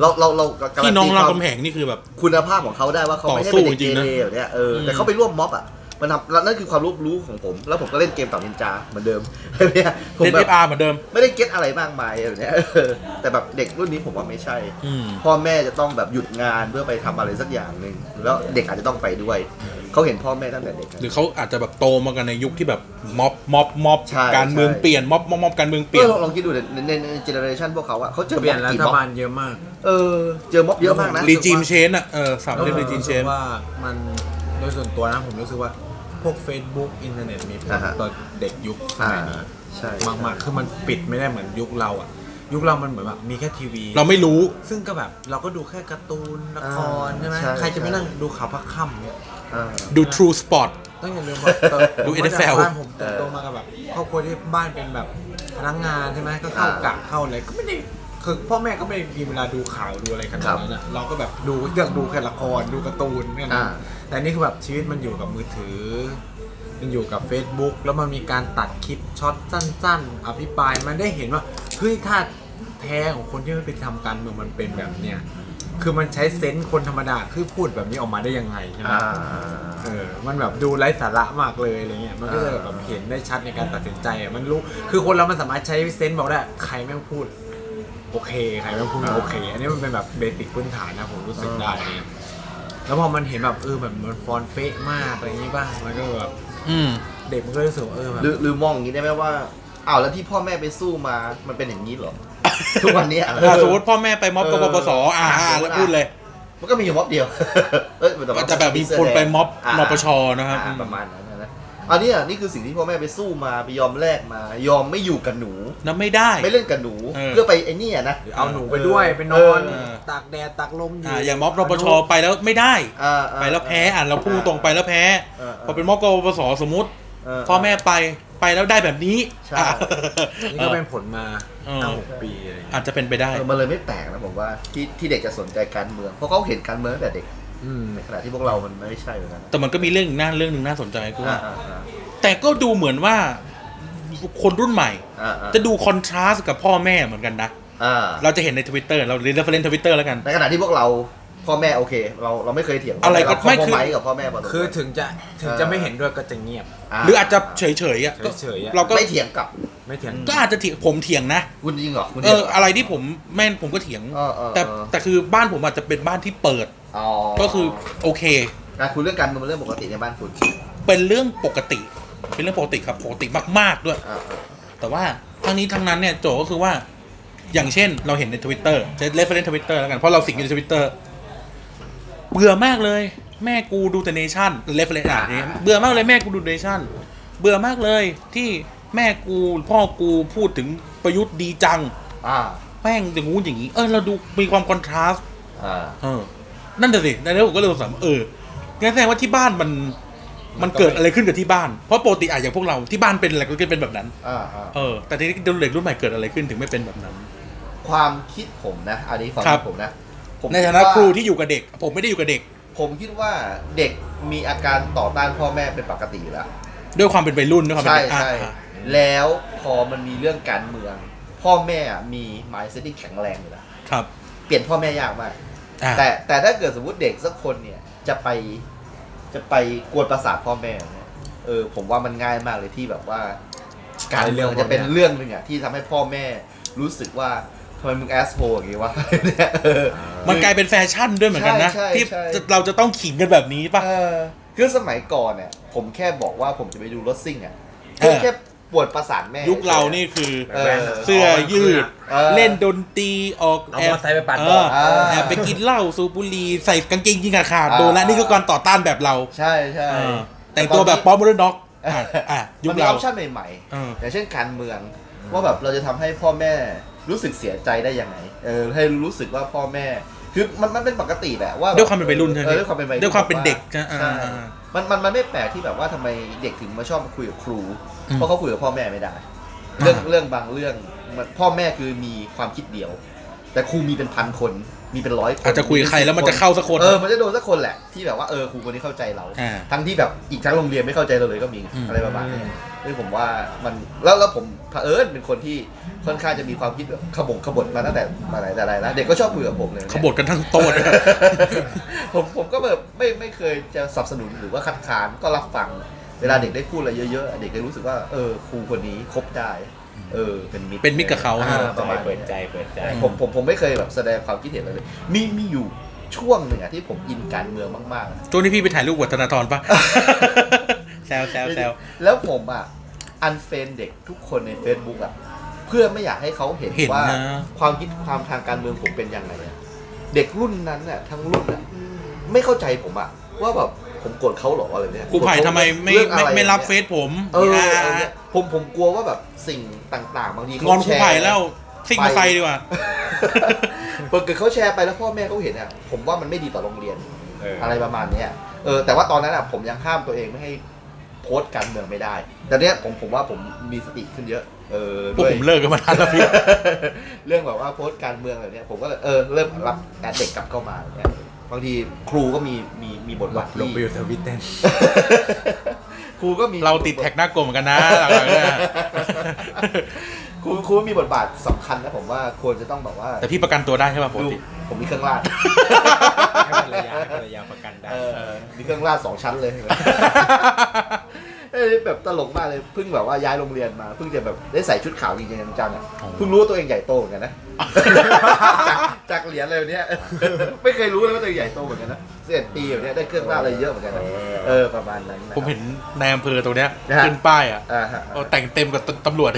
S3: เราเราเราการั
S1: พี่
S3: น
S1: น้อ
S3: ตีควาร
S1: งำ
S3: ม
S1: คำแหงนี่คือแบบ
S3: คุณภาพของเขาได้ว่าเขาไม่ได้เป็นเด็
S1: ต่อ
S3: ก
S1: สู้จริง
S3: เก
S1: นะ
S3: เรแบบเนี้ยเออ
S1: ม
S3: แต่เขาไปร่วมม็อบอะมันทำแล้วนั่นคือความรู้รู้ของผม แล้วผมก็เล่นเกมต่อนินจาเหมือนเดิม แบบเนี้ยผม
S1: เล่น
S3: แบ
S1: เอบ ฟอาร์เหมือนเดิม
S3: ไม่ได้เก็ตอะไรมากมายแบบเนี้ย เออแต่แบบเด็กรุ่นนี้ผมว่าไม่ใช่
S1: อืม
S3: พ่อแม่จะต้องแบบหยุดงานเพื่อไปทำอะไรสักอย่างหนึ่งแล้วเด็กอาจจะต้องไปด้วย เขาเห็นพ่อแม่ตั้งแต่เด็ก
S1: หรือเขาอาจจะแบบโตมากันในยุคที่แบบม็อบม็อบม็อบ
S3: ใช่
S1: การเมือง
S3: ใช่
S1: เปลี่ยนม็อบม็อบม็อบการเมืองเป
S3: เอ
S1: ลี่ย
S3: อน ลองลองคิดดูในในในเจเนอเรชันพวกเขาอะเขาเจอ
S5: เป
S3: ม็
S5: ลี่
S3: อย
S5: นรั
S3: บกี่ม็อบบ
S5: ฐาลเยอะมาก
S3: เออ เจอม็อบเยอะมากนะ
S1: รีจิมเชนอ่ะ เออสามเรื่องรีจิม
S5: รู้
S1: เชน
S5: สึกว่ามันโดยส่วนตัวนะผมรู้สึกว่าพวก Facebook อินเทอร์เน็ตมีผลต่อเด็กยุคส
S3: อ่า
S5: มัยนี้
S3: ใช่
S5: มากๆคือมันปิดไม่ได้เหมือนยุคเราอะยุคเรามันเหมือนแบบมีแค่ทีวี
S1: เราไม่รู้
S5: ซึ่งก็แบบเราก็ดูแค่การ์ตูนละคร
S3: อ่า
S5: ใช่ไหม
S3: ใช่
S5: ใครจะไป
S3: ใช่
S5: นั่งดูข่าวพักค่ำเนี่ย
S3: อ่า
S1: ดู True Spot
S5: ต้องอย่าลืมว่าเติบ
S1: ดู
S5: ผมมาจาก
S1: NFL
S5: บ้านผมเติบโตมากับแบบครอบครัวที่บ้านเป็นแบบพนักงานใช่ไหมก็เข้ากะเข้าอะไรก็ไม่ได้คือพ่อแม่ก็ไม่ได้มีเวลาดูข่าวดูอะไรขนาดนั้นอะเราก็แบบดูเลือกดูแค่ละครดูการ์ตูนเนี่ย
S3: อ่า
S5: นะแต่นี่คือแบบชีวิตมันอยู่กับมือถือ มันอยู่กับ Facebook แล้วมันมีการตัดคลิปช็อตสั้น ๆ อภิปรายมันได้เห็นว่าเฮ้ยถ้าแท้ของคนที่มันไปทำการเมืองมันเป็นแบบเนี้ยคือมันใช้เซนส์คนธรรมดาคือพูดแบบนี้ออกมาได้ยังไงใช่ไหม
S3: อ่า
S5: เออ มันแบบดูไร้สาระมากเลยอะไรเงี้ย มันก็จะ
S3: อ่า
S5: แบบเห็นได้ชัดในการตัดสินใจอ่ะ มันรู้ คือคนเรามันสามารถใช้เซนส์บอกได้ ใครแม่งพูด โอเค ใครแม่งพูดไม่โอเค อันนี้มันเป็นแบบเบสิกพื้นฐานนะผมรู้สึกได้เนี่ยแล้วพอมันเห็นแบบเออแบบมันฟอนเฟะมากอะไรอย่างงี้บ้าง มันก็แบบ
S1: อืม
S5: เด็กมันก็รู้สึกว่าเออแบบ
S3: หรือหรือมองอย่างนี้ได้ไหมว่าอ้าวแล้วที่พ่อแม่ไปสู้มามันเป็นอย่างนี้เหรอ ทุกวันเนี้ย
S1: ถ้าสมมติพ่อแม่ไปม็อบก
S3: เออ
S1: บปสอ่าแล้วพูดเลย
S3: มันก็มีอยู่ม็อบเดียว เอ้ยว่า
S1: ก็จะแบบมีคนไปม็อบ
S3: าน
S1: ปชนะครับ
S3: อ่า
S1: อืม
S3: ประมาณนั้นนะอันเนี้ยนี่คือสิ่งที่พ่อแม่ไปสู้มาไปยอมแลกมา ยอมไม่อยู่กับหนู
S1: นับไม่ได้
S3: ไม่เล่นกับหนู
S1: เออ
S3: เพื่อไปไอ้เนี่ยนะ
S5: เอาหนูไปด้วย ไปนอน
S1: เออ
S5: ตากแดดตากลมอยู่
S1: อ่าอย่างม็อบรปชไปแล้วไม่ได้
S3: อ่า
S1: ไปแล้วแพ้อ่ะเราพูดตรงไปแล้วแพ้
S3: เเ
S1: พอเป็นม็อบกบปสสมมติ
S3: เ
S1: พ่อแม่ไปไปแล้วได้แบบนี้
S3: ใช่
S1: อ่ะ
S5: นี่ก็เป็นผลมา
S1: เออ
S5: ห้าหกปีอะไรเงี้ย
S1: อาจจะเป็นไปได้
S3: เออมันเลยไม่แปลกนะผมว่าที่ที่เด็กจะสนใจการเมืองเพราะเขาเห็นการเมืองตั้งแต่เด็ก
S5: อืม
S3: ในขณะที่พวกเรามันไม่ใช่เหมือนกันนะ
S1: แต่มันก็มีเรื่องอีกหน้าเรื่องหนึ่งน่าสนใจคือว่า
S3: อ่าอ่า
S1: แต่ก็ดูเหมือนว่าคนรุ่นใหม่
S3: อ่าอ่า
S1: จะดูคอนทราสต์กับพ่อแม่เหมือนกันนะ
S3: อ่า
S1: เราจะเห็นในทวิตเตอร์เราเรียนเรฟเฟนทวิตเตอร์แล้วกัน
S3: ในขณะที่พวกเราพ่อแม่โอเค เราเราไม่เคยเถียง
S1: อะไรก็
S3: เาเข้า
S1: ไม่
S3: พ่อ
S1: คือ
S3: ไม้กับพ่อแม่พสมวร
S5: คือถึงจะถึงจะไม่เห็นด้วยก็จะเงียบ
S1: หรืออาจจะเฉยๆอ่ะก็
S5: เฉยๆอ่ะ
S1: เราก็
S3: ไม่เถียงกลับ
S5: ไม่เถียง
S1: ก็อาจจะเถียงผมเถียงนะ
S3: คุณจริงเหรอคุณ
S1: เอ
S3: ถียง
S1: อ
S3: หร
S1: อะไรที่ผมแม่นผมก็เถียง
S3: เออเออ
S1: แต่
S3: เออ
S1: แต่คือบ้านผมอาจจะเป็นบ้านที่เปิด
S3: อ๋อ
S1: ก็คือโอเค
S3: การคุยเรื่องการเมืองเป็นเรื่องปกติในบ้านคุณ
S1: เป็นเรื่องปกติ เป็นเรื่องปกติครับปกติมาก ๆด้วย
S3: อ่า
S1: แต่ว่าทั้งนี้ทั้งนั้นเนี่ยโจทย์ก็คือว่า อย่างเช่นเราเห็นในทวิตเตอร์จะเลฟเฟนทวิตเตอร์แล้วกัน เพราะเราสิงอยู่ในทวิตเตอร์เบื่อมากเลย แม่กูดูแต่เนชั่นเลฟเฟนอ่ะนี่เบื่อมากเลยแม่กูดูเนชั่นเบื่อมากเลยที่แม่กูพ่อกูพูดถึงประยุทธ์ดีจัง
S3: อ่า
S1: แม่งอย่างงู้นอย่างนี้ เออเราดูมีความคอนทราสต์
S3: อ่า
S1: เออ นั่นแหะสิในนี้ผมก็เลยสงสัยว่าเอองั้นแสดงว่าที่บ้านมันมันเกิดอะไรขึ้นกับที่บ้าน เพราะปกติอะอย่างพวกเราที่บ้านเป็นอะไรก็เป็นแบบนั้น
S3: อ่าอ่า
S1: เออ แต่ทีนี้เด็กรุ่นใหม่เกิดอะไรขึ้นถึงไม่เป็นแบบนั้น
S3: ความคิดผมนะ อันนี้ความ
S1: ครั
S3: คิ
S1: บ
S3: ดผมนะผม
S1: ในฐานะ
S3: ดว่
S1: ครูที่อยู่กับเด็ก ผมไม่ได้อยู่กับเด็ก
S3: ผมคิดว่าเด็กมีอาการต่อต้านพ่อแม่เป็นปกติอยู่แล้ว
S1: ด้วยความเป็นวัยรุ่นด้วยความเป็นเด็ก
S3: ใช่
S1: อ่ะ
S3: ใช่
S1: อ่ะ
S3: แล้วพอมันมีเรื่องการเมือง พ่อแม่มี mindset ที่แข็งแรงอยู่แล้ว
S1: ครับ
S3: เปลี่ยนพ่อแม่ยากมาก
S1: อ่ะ
S3: แต่แต่ถ้าเกิดสมมติเด็กสักคนเนี่ยจะไปจะไปกวนประสาทพ่อแม่เนี่ยเออ ผมว่ามันง่ายมากเลยที่แบบว่า การเมืองจะเป็นเรื่องหนึ่งอะที่ทำให้พ่อแม่รู้สึกว่าทำไมมึงแอสโ e อย่างงี้วะเนี่ยเออ
S1: มันกลายเป็นแฟชั่นด้วยเหมือนกันนะ
S3: ใช่ใช่
S1: ที่
S3: ใช่
S1: จะเราจะต้องขิงกันแบบนี้ป่ะ
S3: เออคือสมัยก่อนเนี่ยผมแค่บอกว่าผมจะไปดูรถซิ่งอะ
S1: เออ
S3: แค่ปวดประสาทแม่
S1: ยุคเรานี่คือ
S3: เออ
S1: เสื้อยืด
S3: เออ
S1: เล่นดนตรีออก
S5: เอามอเตอร์ไซค์ไปปั่นบอล
S1: เออแอบไปกินเหล้าสูบบุหรี่ใส่กางเกงยีนส์ขาดๆโดนแล้วนี่คือการต่อต้านแบบเรา
S3: ใช่ใช่
S1: เออแต่งตัวแบบป๊อปโมเดิร์นด็อกอ่ะอ่ะยุ
S3: มั
S1: คน
S3: มีอ
S1: เรา
S3: อปชั่นใหม่
S1: เออ
S3: ๆอ
S1: อ
S3: ย่างเช่นการเมือง ว่าแบบเราจะทำให้พ่อแม่รู้สึกเสียใจได้ยังไงเออให้รู้สึกว่าพ่อแม่ คือมันมันเป็นปกติแหละว่าแบบ
S1: ด้วยความเป็นวัยรุ่นใช่ไหม
S3: เออด้วยความเป็นวัยรุ่น
S1: ด้วยความเป็นเด็กนะอ่า
S3: ใช่
S1: อ่า
S3: มันมันมันไม่แปลกที่แบบว่าทำไมเด็กถึงมาชอบมาคุยกับครู
S1: อืม
S3: เพราะเขาคุยกับพ่อแม่ไม่ได้ เรื่อง
S1: อ่า
S3: เรื่องบางเรื่องมันพ่อแม่คือมีความคิดเดียว แต่ครูมีเป็นพันคนมีเป็นร้อยคน
S1: อาจจะคุยกับใครแล้วมันจะเข้าสักคน
S3: เออ มันจะโดนสักคนแหละที่แบบว่าเออครูคนนี้เข้าใจเรา
S1: อ่า
S3: ทั้งที่แบบอีกทั้งโรงเรียนไม่เข้าใจเราเลยก็มี
S1: อืม
S3: อะไรประมาณนี้ซึ่งผมว่ามันแล้วแล้วผมเผอิญเป็นคนที่ค่อนข้างจะมีความคิดแบบขบงขบฏมาตั้งแต่มาไหนแต่ไรแล้วเด็กก็ชอบคุยกับผมเลย
S1: ขบฏกันทั้งโต๊ะ
S3: ผมผมก็แบบไม่ไม่เคยจะสนับสนุนหรือว่าคัดค้านก็รับฟัง เวลาเด็กได้พูดอะไรเยอะๆ เด็กจะรู้สึกว่าเออครูคนนี้คบได้ เออเป็นมิตร
S1: เป็นมิตรกับเขา
S3: อ่
S1: ฮะ
S3: ประมาณนี้
S5: เปิดใจเปิดใจ
S3: ผมผมผมไม่เคยแบบแสดงความคิดเห็นอะไรเลย มีมีอยู่ช่วงหนึ่งอะที่ผมอินการเมืองมากๆนะ
S1: ช่วงนี้พี่ไปถ่ายรูปกับธนาธ รปะ แซวแซวแซว
S3: แล้วผมอะอันเฟนเด็กทุกคนใน Facebook อะเพื่อไม่อยากให้เขาเห็น
S1: เห็นนะ
S3: ว่าความคิดความทางการเมืองผมเป็นยังไงอะเด็กรุ่นนั้นอะทั้งรุ่นอะไม่เข้าใจผมอะว่าแบบผมโกรธเขาเหรออะไรเนี่ย
S1: ครูไผ่ทำไมไม่
S3: เรื่องอะ
S1: ไม่
S3: ร
S1: ไม่รับเฟ
S3: นี่ย
S1: ซผม
S3: เออ
S1: อ่า
S3: อะไรเนี่ยผมผมกลัวว่าแบบสิ่งต่างๆ บางทีเขา
S1: งอนครูไผ่
S3: ชร์
S1: แล้วซิ่งมาไฟดีกว่า
S3: เกิดเขาแชร์ไปแล้วพ่อแม่เขาเห็นอ่ะผมว่ามันไม่ดีต่อโรงเรียน
S4: เอออ
S3: อะไรประมาณเนี้ยเออแต่ว่าตอนนั้นอ่ะผมยังห้ามตัวเองไม่ให้ โพสต์การเมืองไม่ได้แต่เนี้ยผมผมว่าผมมีสติขึ้นเยอะเออ
S1: พวก
S3: ด้วย
S1: ผมเลิกกันมานานแล้ว พี่
S3: เรื่องแบบ ว่าโพสต์การเมืองอะไรเนี้ยผมก็เลยเออเริ่มรับแอดเด็กกลับเข้ามาเนี่ยบางทีครูก็มีมีมีบทบาท
S2: ลง
S3: ที่
S2: ไปอยู่ทวิ ตเต้น
S3: ครูก็มี
S1: เราติดแท็กหน้ากลมเหมือนกัน นะหลังๆเนี่ย
S3: ครูครูมีบทบาทสำคัญนะผมว่าควรจะต้องแบบว่า
S1: แต่พี่ประกันตัวได้ใช่ป่ะปก
S3: ดู
S1: ติ
S3: ผมมีเครื่องราด
S5: ให้ภรรยาให้ภรรยาประกันได้
S3: เออมีเครื่องราดสองชั้น เลยเอ้ยแบบตลกมากเลยเพิ่งแบบว่าย้ายโรงเรียนมาเพิ่งจะแบบได้ใส่ชุดขาวจริงๆจังๆอ่ะ
S1: โอ้
S3: เพิ่งรู้ว่าตัวเองใหญ่โตเหมือ นกันนะ จากจากเหรียญอะไรแบบเนี้ยไม่เคยรู้เลยว่าตัวเองใหญ่โตเหมือนกันนะเสียปีแบบเนี้ยได้เครื่องราดอะไรเยอะเหมือนกันนะเออประมาณนั้นนะครับ
S1: ผมเห็นในอำเภอตรงเนี้ย
S3: นะฮะ
S1: ขึ้นป้ายอ่ะ
S3: อ่าฮะ
S1: เอาแต่งเต็มกับตำรวจ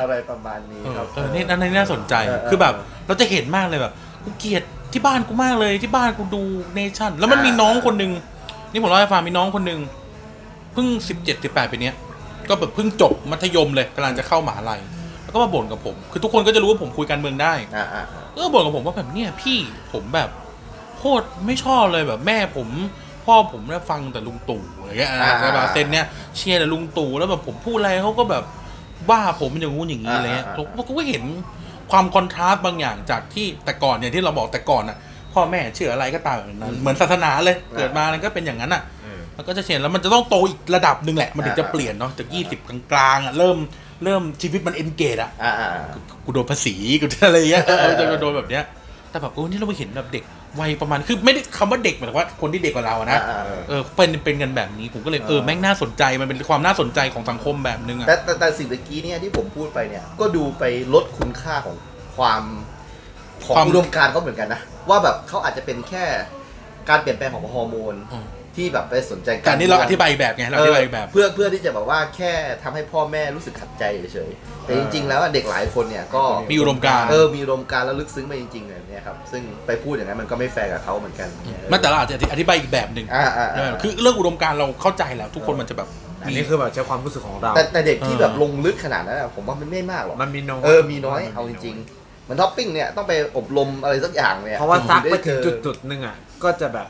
S3: อะไรประมาณนี้
S1: เออ
S3: ครับ
S1: เออนี่อันนี้น่าสนใจ
S3: เออเออ
S1: คือแบบ เราจะเห็นมากเลยแบบ กูเกลียดที่บ้านกูมากเลย ที่บ้านกูดูเนชั่น แล้วมันมี
S3: อ่า
S1: น้องคนหนึ่ง นี่ผมเล่าให้ฟังมีน้องคนหนึ่งเพิ่งสิบเจ็ดสิบแปดปีเนี้ย ก็แบบเพิ่งจบมัธยมเลยกำลังจะเข้ามหาลัย แล้วก็มาบ่นกับผม คือทุกคนก็จะรู้ว่าผมคุยการเมืองได้
S3: อ่าอ่าอ่า
S1: ก็บ่นกับผมว่าแบบเนี่ยพี่ผมแบบโคตรไม่ชอบเลยแบบแม่ผมพ่อผมเนี่ยฟังแต่ลุงตู่อะไรเงี้ย
S3: อ่า
S1: แล้วแบบเซนเนี่ยเชียร์แต่ลุงตู่แล้วแบบผมพูดอะไรเขาก็แบบว่าผมอย่างงู้นอย่างนี้
S3: อ่า
S1: อะไรเงี้ย
S3: อ่า
S1: ผม
S3: อ่า
S1: ผมก็เห็นความคอนทราสต์บางอย่างจากที่แต่ก่อนอย่างที่เราบอกแต่ก่อนอ่ะพ่อแม่เชื่ออะไรก็ตามแบบนั้นเหมือนศาสนาเลยเกิดมามันก็เป็นอย่างนั้นอ่ะ มันก็จะเห็นแล้วมันจะต้องโตอีกระดับหนึ่งแหละมันถึงจะ
S3: อ่า
S1: เปลี่ยนเนาะจากยี่สิบกลางๆอ่ะเริ่มเริ่มชีวิตมันเอนเกตอ่ะ
S3: อ่าอ่าอ่า
S1: กูโดนภาษีกูอะไรอย่างเงี้ ย
S3: เออเออ
S1: เออจะโดนแบบเนี้ย แต่แบบโอ้นี่เราไปเห็นแบบเด็กวัยประมาณคือไม่ได้คำว่าเด็กหมายถึงว่าคนที่เด็กกว่าเราอะนะ
S3: อ่าอ่าเออ
S1: เออเป็นเป็นกันแบบนี้ผมก็เลยเออ
S3: เออ
S1: แม่งน่าสนใจมันเป็นความน่าสนใจของสังคมแบบนึงอ่ะ
S3: แต่แต่แต่สิ่งตะกี้เนี่ยที่ผมพูดไปเนี่ย ก็ดูไปลดคุณค่าของความของ
S1: ความ
S3: อุดมการณ์เขาเหมือนกันนะ ว่าแบบเขาอาจจะเป็นแค่การเปลี่ยนแปลงของฮอร์โมน
S1: อืม
S3: ที่แบบไปสนใจ
S1: แต่อันนี่เราอธิบายอีกแบบไงเราอธิบายอีกแบบ
S3: เออเพื่อเพื่อที่จะแบบว่าแค่ทำให้พ่อแม่รู้สึกขัดใจเฉยๆแต่จริง ๆ แล้วอะเด็กหลายคนเนี่ยก็
S1: มีอุดมการณ์
S3: เออมีอุดมการณ์แล้วลึกซึ้งไปจริงๆเลยเนี่ยครับ ซึ่งไปพูดอย่างนั้นมันก็ไม่แฟร์กับเขาเหมือนกัน
S1: ไมันแต่เราอาจจะอธิบายอีกแบบหนึ่ง
S3: อ่าอ่า
S1: เอ
S3: อ่า
S1: อคือเรื่องอุดมการณ์เราเข้าใจแล้ว ทุกคนมันจะแบบ
S5: อัน
S1: มี
S5: นี้คือแบบใช้ความรู้สึกของเรา
S3: แต่แต่เด็กที่
S1: เออ
S3: แบบลงลึกขนาดนั้นอะผมว่ามันไม่มากหรอก
S5: มันมีน้อย
S3: เออ มีน้อย เอาจริงๆ มันท็อปปิ้งเนี่ย ต้องไปอบรมอะไรสักอย่างเนี่ย
S5: เพราะว่าซักไปถึง
S3: ได้เจอ
S5: จุดจุดๆหนึ่งอ่ะ ก็จะแบบ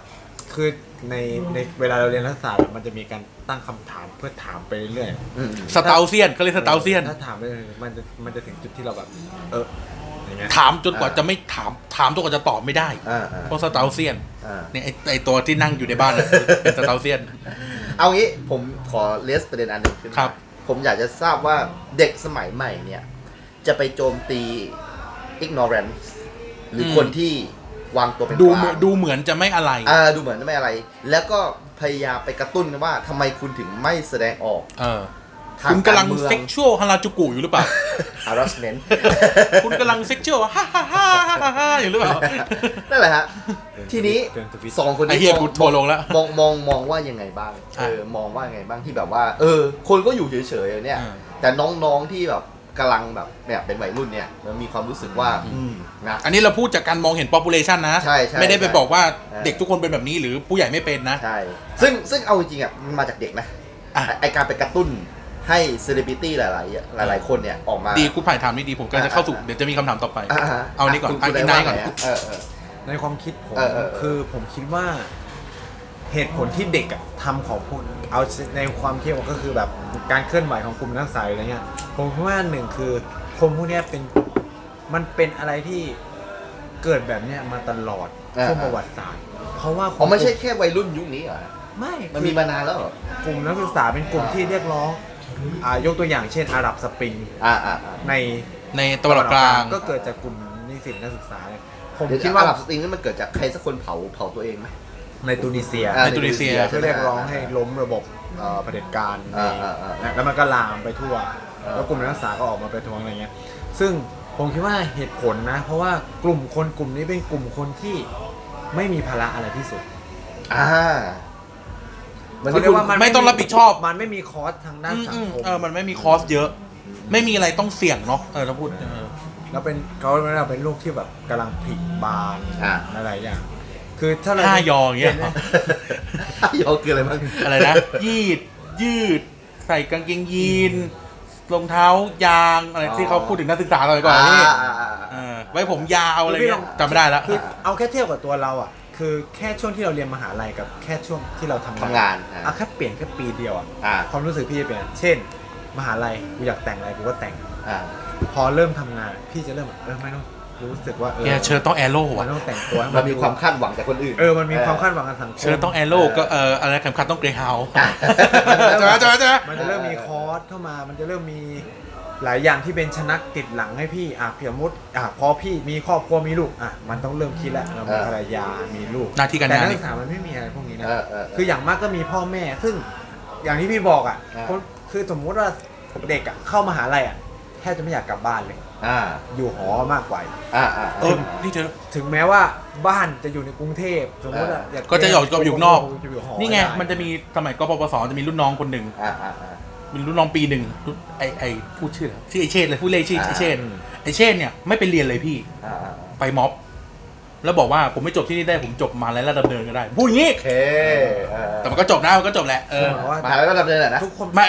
S5: คือในในเวลาเราเรียนรัฐศาสตร์อะมันจะมีการตั้งคำถามเพื่อถามไปเรื่อยๆ
S1: สเตาเซียนเขาเรียกสเตาเซียน
S5: ถ้าถามไปเลยมันจะมันจะถึงจุดที่เราแบบ เอออย่างเงี้ย
S1: ถามจนกว่า
S3: อ่า
S1: จะไม่ถามถามจนกว่าจะตอบไม่ได้
S3: อ่าอ่า
S1: เพราะสเตาเซียน
S3: อ่า
S1: เนี่ยไอ้ไอตัวที่นั่งอยู่ในบ้าน อะเป็นสเตาเซียน
S3: เอางี้ผมขอเลสประเด็นอันหนึ่งขึ้นมา
S1: ครับ
S3: ผมอยากจะทราบว่าเด็กสมัยใหม่เนี่ย จะไปโจมตี ignorance หรือคนที่วางตัวเป็น
S1: ดู
S3: ก
S1: เหมือ
S3: ลาน ง
S1: ดูเหมือนจะไม่อะไร
S3: อ่าดูเหมือนไม่อะไร แล้วก็พยายามไปกระตุ้นว่าทำไมคุณถึงไม่แสดงออก
S1: เออ
S3: ทาง
S1: คุณกำลังเซ็กชวลฮาราจูกุอยู่หรือเปล่า
S3: อารัสเมน
S1: คุณกำลังเซ็กชวลฮ่าฮ่าฮ่าฮ่าฮ่าฮ่าอยู่หรือเปล่า
S3: นั่นแหละฮะ ทีนี้
S5: เตือนทวิต
S3: สองคน
S1: ไอ
S3: นี้
S1: เฮีย
S3: มอง
S1: กูโทรลงแล้ว
S3: มองมองมองว่ายังไงบ้าง
S1: ใช่
S3: เออ มองว่ายังไงบ้างที่แบบว่า เออ คนก็อยู่เฉยๆเนี่ย
S1: อ่า
S3: แต่น้องๆที่แบบกำลังแบบเนี่ยเป็นวัยรุ่นเนี่ยมันมีความรู้สึกว่า อืมนะ
S1: อันนี้เราพูดจากการมองเห็น population นะ
S3: ใช่ใช่
S1: ไม่ได้ไป
S3: ใช่
S1: บอกว่า
S3: อ่า
S1: เด็กทุกคนเป็นแบบนี้หรือผู้ใหญ่ไม่เป็นนะ
S3: ใช่ ซึ่งซึ่งเอาจริงๆอ่ะมันมาจากเด็กนะ
S1: อ่ะ
S3: ไอ้ไอการไปกระตุ้นให้เซเลบริตี้หลายๆ หลาย ๆ คนเนี่ยออกมา
S1: ดีคุณผ่ายถามนี่ดีผมกำลังจะเข้าสู่
S3: อ่า
S1: เดี๋ยวจะมีคำถามต่อไป
S3: อ่าฮะ
S1: เอานี้ก่อนะ เอา
S3: คุณ
S1: อี
S3: คุณ
S1: ไน
S3: ได้
S1: ท์ก่อน
S3: ว่าไงะเออเออ
S5: ในความคิดผม
S3: เออเออเออ
S5: คือผมคิดว่าเหตุผลที่เด็กอะทำของพวกเอาในความคิดผมก็คือแบบการเคลื่อนไหวของกลุ่มนักศึกษาอะไรเงี้ยผมคิดว่าหนึ่งคือคนพวกเนี้ยเป็นมันเป็นอะไรที่เกิดแบบเนี้ยมาตลอด
S3: อ่า
S5: ช่วงประวัติศาสตร์เพราะว่าค
S3: อ๋อไม่ใช่แค่วัยรุ่นยุคนี้เหรอฮะ
S5: ไม่
S3: มัน
S5: คือ
S3: มีมานานแล้วเหรอก
S5: ลุ่มนักศึกษาเป็นกลุ่มที่เรียกร้องอ่ายกตัวอย่างเช่นอาหรับสปริง
S3: อ่าอ่าอ่า
S5: ใน
S1: ในตะวันออกกลาง
S5: ก็เกิดจากกลุ่มนิสิตนักศึกษาเนี่ยผม
S3: เดี๋ยว
S5: คิ
S3: คิ
S5: ด
S3: ด
S5: ว่า
S3: ว่าหลับสตริงนั้นมันเกิดจากใครสักคนเผาเผาตัวเองไหม
S5: ในตุนิเซีย
S3: อ่า
S1: ในตุนิเซีย
S3: ใช่
S5: ที่
S3: ไหม
S5: เรียกร้องให้ล้มระบบเอ่อเผด็จการใน
S3: อ่าอ่าอ่า
S5: นะแล้วมันก็ลามไปทั่ว
S3: อ่า
S5: แล้วกลุ่มนักศึกษาก็ออกมาประท้วงอะไรเงี้ย ซึ่งผมคิดว่าเหตุผลนะ เพราะว่ากลุ่มคนกลุ่มนี้เป็นกลุ่มคนที่ไม่มีภาระอะไรที่สุด
S3: อ่ามัน
S5: เขา
S3: ที่
S5: เรีย
S3: คุณ
S5: กว่ามัน
S1: ไม่ต้องรับผิดชอบ
S5: มันไม่มีคอสทางด้าน
S1: อืม
S5: สั
S1: อื
S5: ง
S1: ม
S5: คม
S1: เออมันไม่มีคอสเยอะ ไม่มีอะไรต้องเสี่ยงเนาะเออถ้าพูดเออ
S5: แล้วเป็นเขาเรียกว่าเป็นลูกที่แบบกำลังผลิบาน
S3: อ่า
S5: อะไรอย่าง คือถ้าเรา
S1: ห้ายออย่างเงี้ย
S5: ห็นไหม
S3: ยอคืออะไรบ้าง
S1: อะไรนะ ยืด ยืด ใส่กางเกงยีนรองเท้ายางอะไรที่เขาพูดถึงนักศึกษาเราไปก่อนนี่
S3: อ่าอ่าอ่า
S1: เออไว้ผมยาวอะไรเงี้ยจำไม่ได้แล้ว
S5: คือเอาแค่เทียบกับตัวเราอ่ะ คือแค่ช่วงที่เราเรียนมหาลัยกับแค่ช่วงที่เราทำ
S3: ทำงาน
S5: อ่ะ
S3: อ่ะ
S5: แค่เปลี่ยนแค่ปีเดียวอ่ะ
S3: อ่า
S5: ความรู้สึกพี่จะเปลี่ยนเช่น มหาลัยกูอยากแต่งอะไรกูก็แต่ง
S3: อ่า
S5: พอเริ่มทำงานพี่จะเริ่มแบบเออไม่ต้องรู้สึกว่าเออ
S1: เนี่ยเชอร์ต้องแอโร่
S5: มั
S1: อะ
S5: นต้องแต่งตัวให้
S3: เรามีความคาดหวังจากคนอื่น
S5: เออมันมีความคาดหวังกับสังคม
S1: เชอร์ต้องแอโร่ก็เอออะไรแข่งขันต้องเกรย์เฮาส์จ้าจ้าจ้า
S5: มันจะเริ่มมีคอร์สเข้ามา มันจะเริ่มมีหลายอย่างที่เป็นชนักติดหลังให้พี่อ่ะเพียมมุติอ่ะพอพี่มีครอบครัวมีลูกอ่ะมันต้องเริ่มคิดแล้วเรามีภรรยามีลูก
S1: หน้าที่การ
S5: แต่
S1: งาน
S5: นัก
S1: อี
S5: ศึ
S1: ก
S5: กษามันไม่มีอะไรพวกนี้นะ
S3: เออเออ
S5: คืออย่างมากก็มีพ่อแม่ ซึ่งอย่างที่พี่บอกอ่ะ
S3: อ่า
S5: คนคือสมมุติว่าเด็กอ่ะเข้ามหาลัยอ่ะแทบจะไม่อยากกลับบ้านเลย
S3: อ่า
S5: อยู่หอมากกว่า
S3: อ่าอ่า
S1: เออนี่เธอ
S5: ถึงแม้ว่าบ้านจะอยู่ในกรุงเทพสมมติอ่ะ
S3: อ่า
S5: อยาก
S1: ก็จะอยากอยู่ข้างนอก
S5: จะอยู่หอ
S1: นี่ไง
S5: ด้
S1: มันจะมีสมัยกปปสจะมีรุ่นน้องคนหนึ่ง
S3: อ่าอ่าอ่า
S1: เป็นรุ่นน้องปีหนึ่งรุ่นไอไอพูดชื่ออะไรชื่อไอเชษเลยพูดเลยชื่อ
S3: อ่า
S1: ไอเชษไอเชษเนี่ยไม่ไปเรียนเลยพี่
S3: อ่าอ่า
S1: ไปม็อบ แล้วบอกว่าผมไม่จบที่นี่ได้ผมจบมาแล้วระดับเดินก็ได้พูดอย่างงี้
S3: โอเคเออ
S1: แต่มันก็จบนะมันก็จบแหละเออ
S5: เพราะว่า
S3: มหาแล้วก็ดำเนินแหละนะ
S5: ทุกคน
S1: ไม่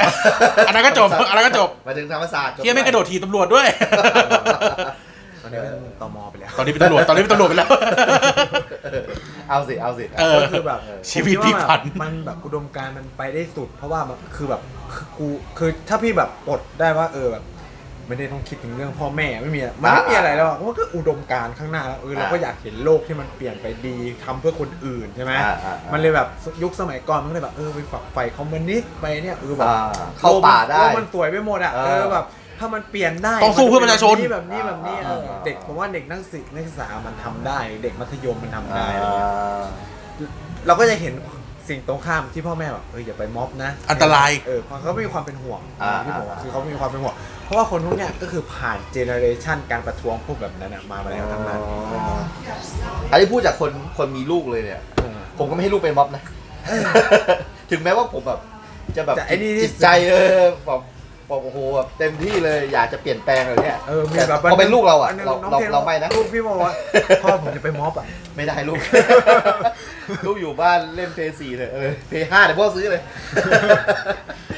S1: อันนั้นก็จบอันนั้นก็จบ
S3: มาถึงธรรมศาสตร์จบ
S1: เที่ยไม่งกระโดดถีบตำรวจด้วย
S5: ตอนนี้เป็นตมไปแล้ว
S1: ตอนนี้เป็นตำรวจตอนนี้เป็นตำรวจไปแล้ว
S3: เอาสิ เอาสิ
S1: เออ
S5: ก็คือแบบ
S1: ชีวิตพลิกผัน
S5: ผมคิดว่าแบบมันแบบอุดมการณ์มันไปได้สุด เพราะว่ามันคือแบบคือกูคือถ้าพี่แบบปลดได้ว่าเออแบบ ไม่ได้ต้องคิดถึงเรื่องพ่อแม่ไม่มีอะมันไม่มีอะไรแล้วอะมันก็อุดมการณ์ข้างหน้าแล้วเออเราก็
S3: อ่า
S5: อยากเห็นโลกที่มันเปลี่ยนไปดีทำเพื่อคนอื่นใช่ไหม
S3: อ่าอ่าอ่ามั
S5: มันเลยแบบยุคสมัยก่อนมันก็เลยแบบเออไปฝักใฝ่คอมมิวนิสต์ไปเนี่ยเออแบบ
S3: อ่าเข้าป่าได้
S5: โลกมันสวยไปหมดอ่ะ
S3: เออ
S5: เออแบบถ้ามันเปลี่ยนได้
S1: ต้องสู้เพื่อประชาชน
S5: แบบนี้แบบนี้แบบนี้เออ
S3: อ่า
S5: เด็กผมว่าเด็กนักศึกนักศึกษามันทำได้ เด็กมัธยมมันทำ
S3: อ่า
S5: ได้อะไรเงี้ย เราก็จะเห็นสิ่งตรงข้ามที่พ่อแม่แบบเอออย่าไปม็อบนะ
S1: อันตราย
S5: เออเพราะเขามีความเป็นห่วง
S3: อ่า
S5: ที่ผมว่าคือเขามีความเป็นห่วง เพราะว่าคนพวกเนี้ยก็คือผ่านเจเนอเรชันการประท้วงพวกแบบนั้นอะมามาแล้วทั้งนั้น
S3: อ๋ออันนี้พูดจากคนคนมีลูกเลยเนี่ย
S5: เออ
S3: ผมก็ไม่ให้ลูกเป็นม็อบนะ ถึงแม้ว่าผมแบบ จะแบบ
S5: จะไอ้นี่นี่
S3: จิตใจเออแบบบอกโอ้โหแบบเต็มที่เลยอยากจะเปลี่ยนแปลงอะไรเนี่ย
S5: เออมี
S3: แต่
S5: แบบ
S3: พอเป็นลูกเราอ่ะ
S5: อันหนึ่ง
S3: เรา
S5: น้อง
S3: เรา
S5: เทน
S3: เราไม่นะ
S5: ลูกพี่บอกว่าพ่อผมจะไปม็อบอ่ะ
S3: ไม่ได้ลู ก ลูกอยู่บ้านเล่นเพย์สี่เลยเออเพย์ห้าเดี๋ยวพ่อซื้อ เลย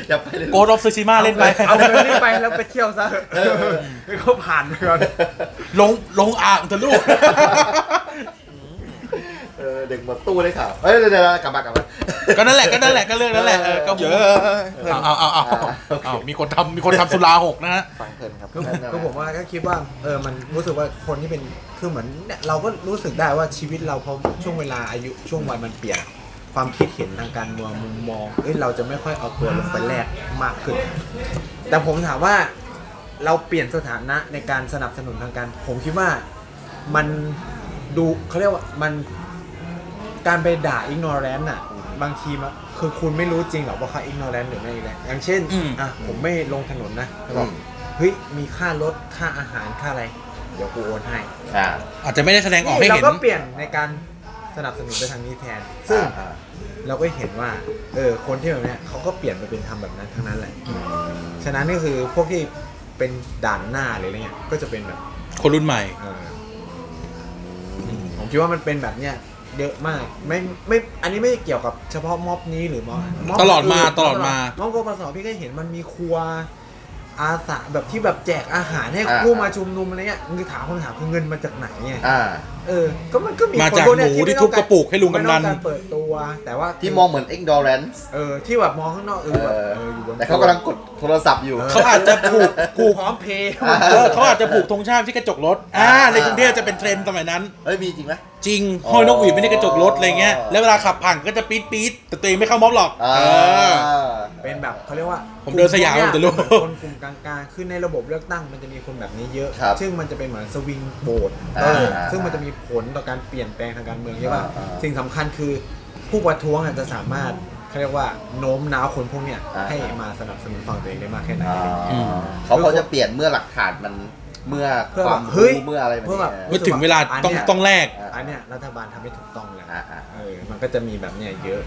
S3: อย่าไปเลยลูก
S1: โกดออฟซูชิมาเล่นไป
S5: เอาเงินนี่ไปแล้วไปเที่ยวซะเออเขาผ่านไปก่อน
S1: ลงลงอ่างเถอะลูก
S3: เออเด็กหมดตู้ได้ข่าวเอ้ยเดี๋ยวๆๆกลับมากลับมา
S1: ก็นั่นแหละก็นั่นแหละก็เรื่องนั้นแหละเออก็
S4: เย
S1: เย
S4: อ
S1: อะ
S4: ะ
S1: เอาเอาเอาเอาเอามีคนทำมีคนทำสุราหกนะฮะ
S3: ฟังเพลินครับ
S5: คือผมคือผมว่าก็คิดว่าเออมันรู้สึกว่าคนที่เป็นคือเหมือนเนี่ยเราก็รู้สึกได้ว่าชีวิตเราพอช่วงเวลาอายุช่วงวัยมันเปลี่ยน ความคิดเห็นทางการเมืองมุมมองเอ้ยเราจะไม่ค่อยเอาตัวลงไปแลกมากขึ้น แต่ผมถามว่าเราเปลี่ยนสถานะในการสนับสนุนทางการ ผมคิดว่ามันดูเขาเรียกว่ามันการไปด่าอิกนอแรนต์อ่ะ บางทีมันคือคุณไม่รู้จริงหรอกว่าเขาอิกนอแรนต์หรือไม่อิกนอแรนต์อย่างเช่น
S1: อืม
S5: อ่ะผมไม่ลงถนนนะแต่บอกเฮ้ยมีค่ารถค่าอาหารค่าอะไร เดี๋ยวกูโอนให้
S3: อ่า
S1: อาจจะไม่ได้แสดงออกให้
S5: เรา
S1: เห็น
S5: ก็เปลี่ยนในการสนับสนุนไปทางนี้แทน ซึ่ง
S3: อ่า
S5: เราก็เห็นว่า เออ คนที่แบบเนี้ยเขาก็เปลี่ยนไปเป็นทำแบบนั้นทั้งนั้นแหละ ฉะนั้นก็คือพวกที่เป็นด่านหน้าหรืออะไรเงี้ย ก็จะเป็นแบบ
S1: คนรุ่นใหม่
S5: เออผมคิดว่ามันเป็นแบบเนี้ยเยอะมาก ไม่ไม่ อันนี้ไม่ได้เกี่ยวกับเฉพาะม็อบนี้หรือม็อบม็บ
S1: ตลอดมา
S5: คื
S1: ตลอดมา
S5: ม็อบกปสพี่ก็เห็นมันมีครัว อาสาแบบที่แบบแจกอาหารให้ผู้มาชุมนุมอะไรเงี้ยคือถามคำถามคือเงินมาจากไหนเนี่ย
S3: อ่า
S5: เออ ก็มันก็มี
S1: มาจาก
S5: คนพวเนี้ย
S1: หมูที่
S5: ไม่
S1: ทุบกระปุกให้ลุงกำนัน
S5: ไม่ต้องารเปิดตัว แต่ว่า
S3: ที่มองเหมือน ignorance
S5: เออ ที่แบบมองข้างนอกเอ
S3: เอ
S5: อแบบ
S3: อ
S5: เอออยู่บน
S3: แต่เขากำลังกดโทรศัพท์อยู่
S1: เขาอาจจะผูก
S5: กู
S1: ผูก
S5: พร้อมเพย์
S3: อ่ะ
S1: เออเขาอาจจะผูกธงชาติที่กระจกรถ อ่า ในกรุงเทพจะเป็นเทรนด์สมัยนั้น
S3: เฮ้ย มีจริงไหม
S1: จริง
S3: อ๋อ
S1: ห้อยนกหวีดไม่ได้กระจกรถอะไรเงี้ย
S3: อ๋อ
S1: แล้วเวลาขับผ่านก็จะปี๊ดปี๊ดแต่ตัวเองไม่เข้าม็อบหรอก
S3: อ่า
S1: เออ
S5: เป็นแบบเขาเรียกว่า
S1: ผมเดินสยาม
S5: กลุ่
S1: ผมจะรู้
S5: พวกเนี้ยคนกลุ่มกลางๆ คือในระบบเลือกตั้งมันจะมีคนแบบนี้เยอะ
S3: ครับ
S5: ซึ่งมันจะเป็นเหมือนสวิงโบด
S3: อ่า
S5: เออ ซึ่งมันจะมีผลต่อการเปลี่ยนแปลงทางการเมืองใช่ป่ะ
S3: อ่าอ่า
S5: สิ่งสำคัญคือผู้ประท้วงอาจจะสามารถเขาเรียกว่าโน้มน้าวคนพวกเนี้ย
S3: อ่า
S5: ให้มาสนับสนุนฝั่งตัวเองได้มากแค่ไหน
S3: อ่า
S1: อืม
S3: เขาเขาจะเปลี่ยนเมื่อหลักฐานมันเมื่อ
S5: เพื่อ
S3: ค
S5: แบบ
S3: วาม
S5: เฮ้
S3: รู้
S5: ย
S3: เมื่ออะไรแบบ
S5: เพื่อ
S3: นี้
S5: แบบ
S1: เมื่อถึงเวลาต้องต้องแลก
S3: อ่า
S5: อันเนี้ยรัฐบาลทำให้ถูกต้องแล้ว
S3: อ่าอ่า
S5: เออ มันก็จะมีแบบเนี้ยเยอะ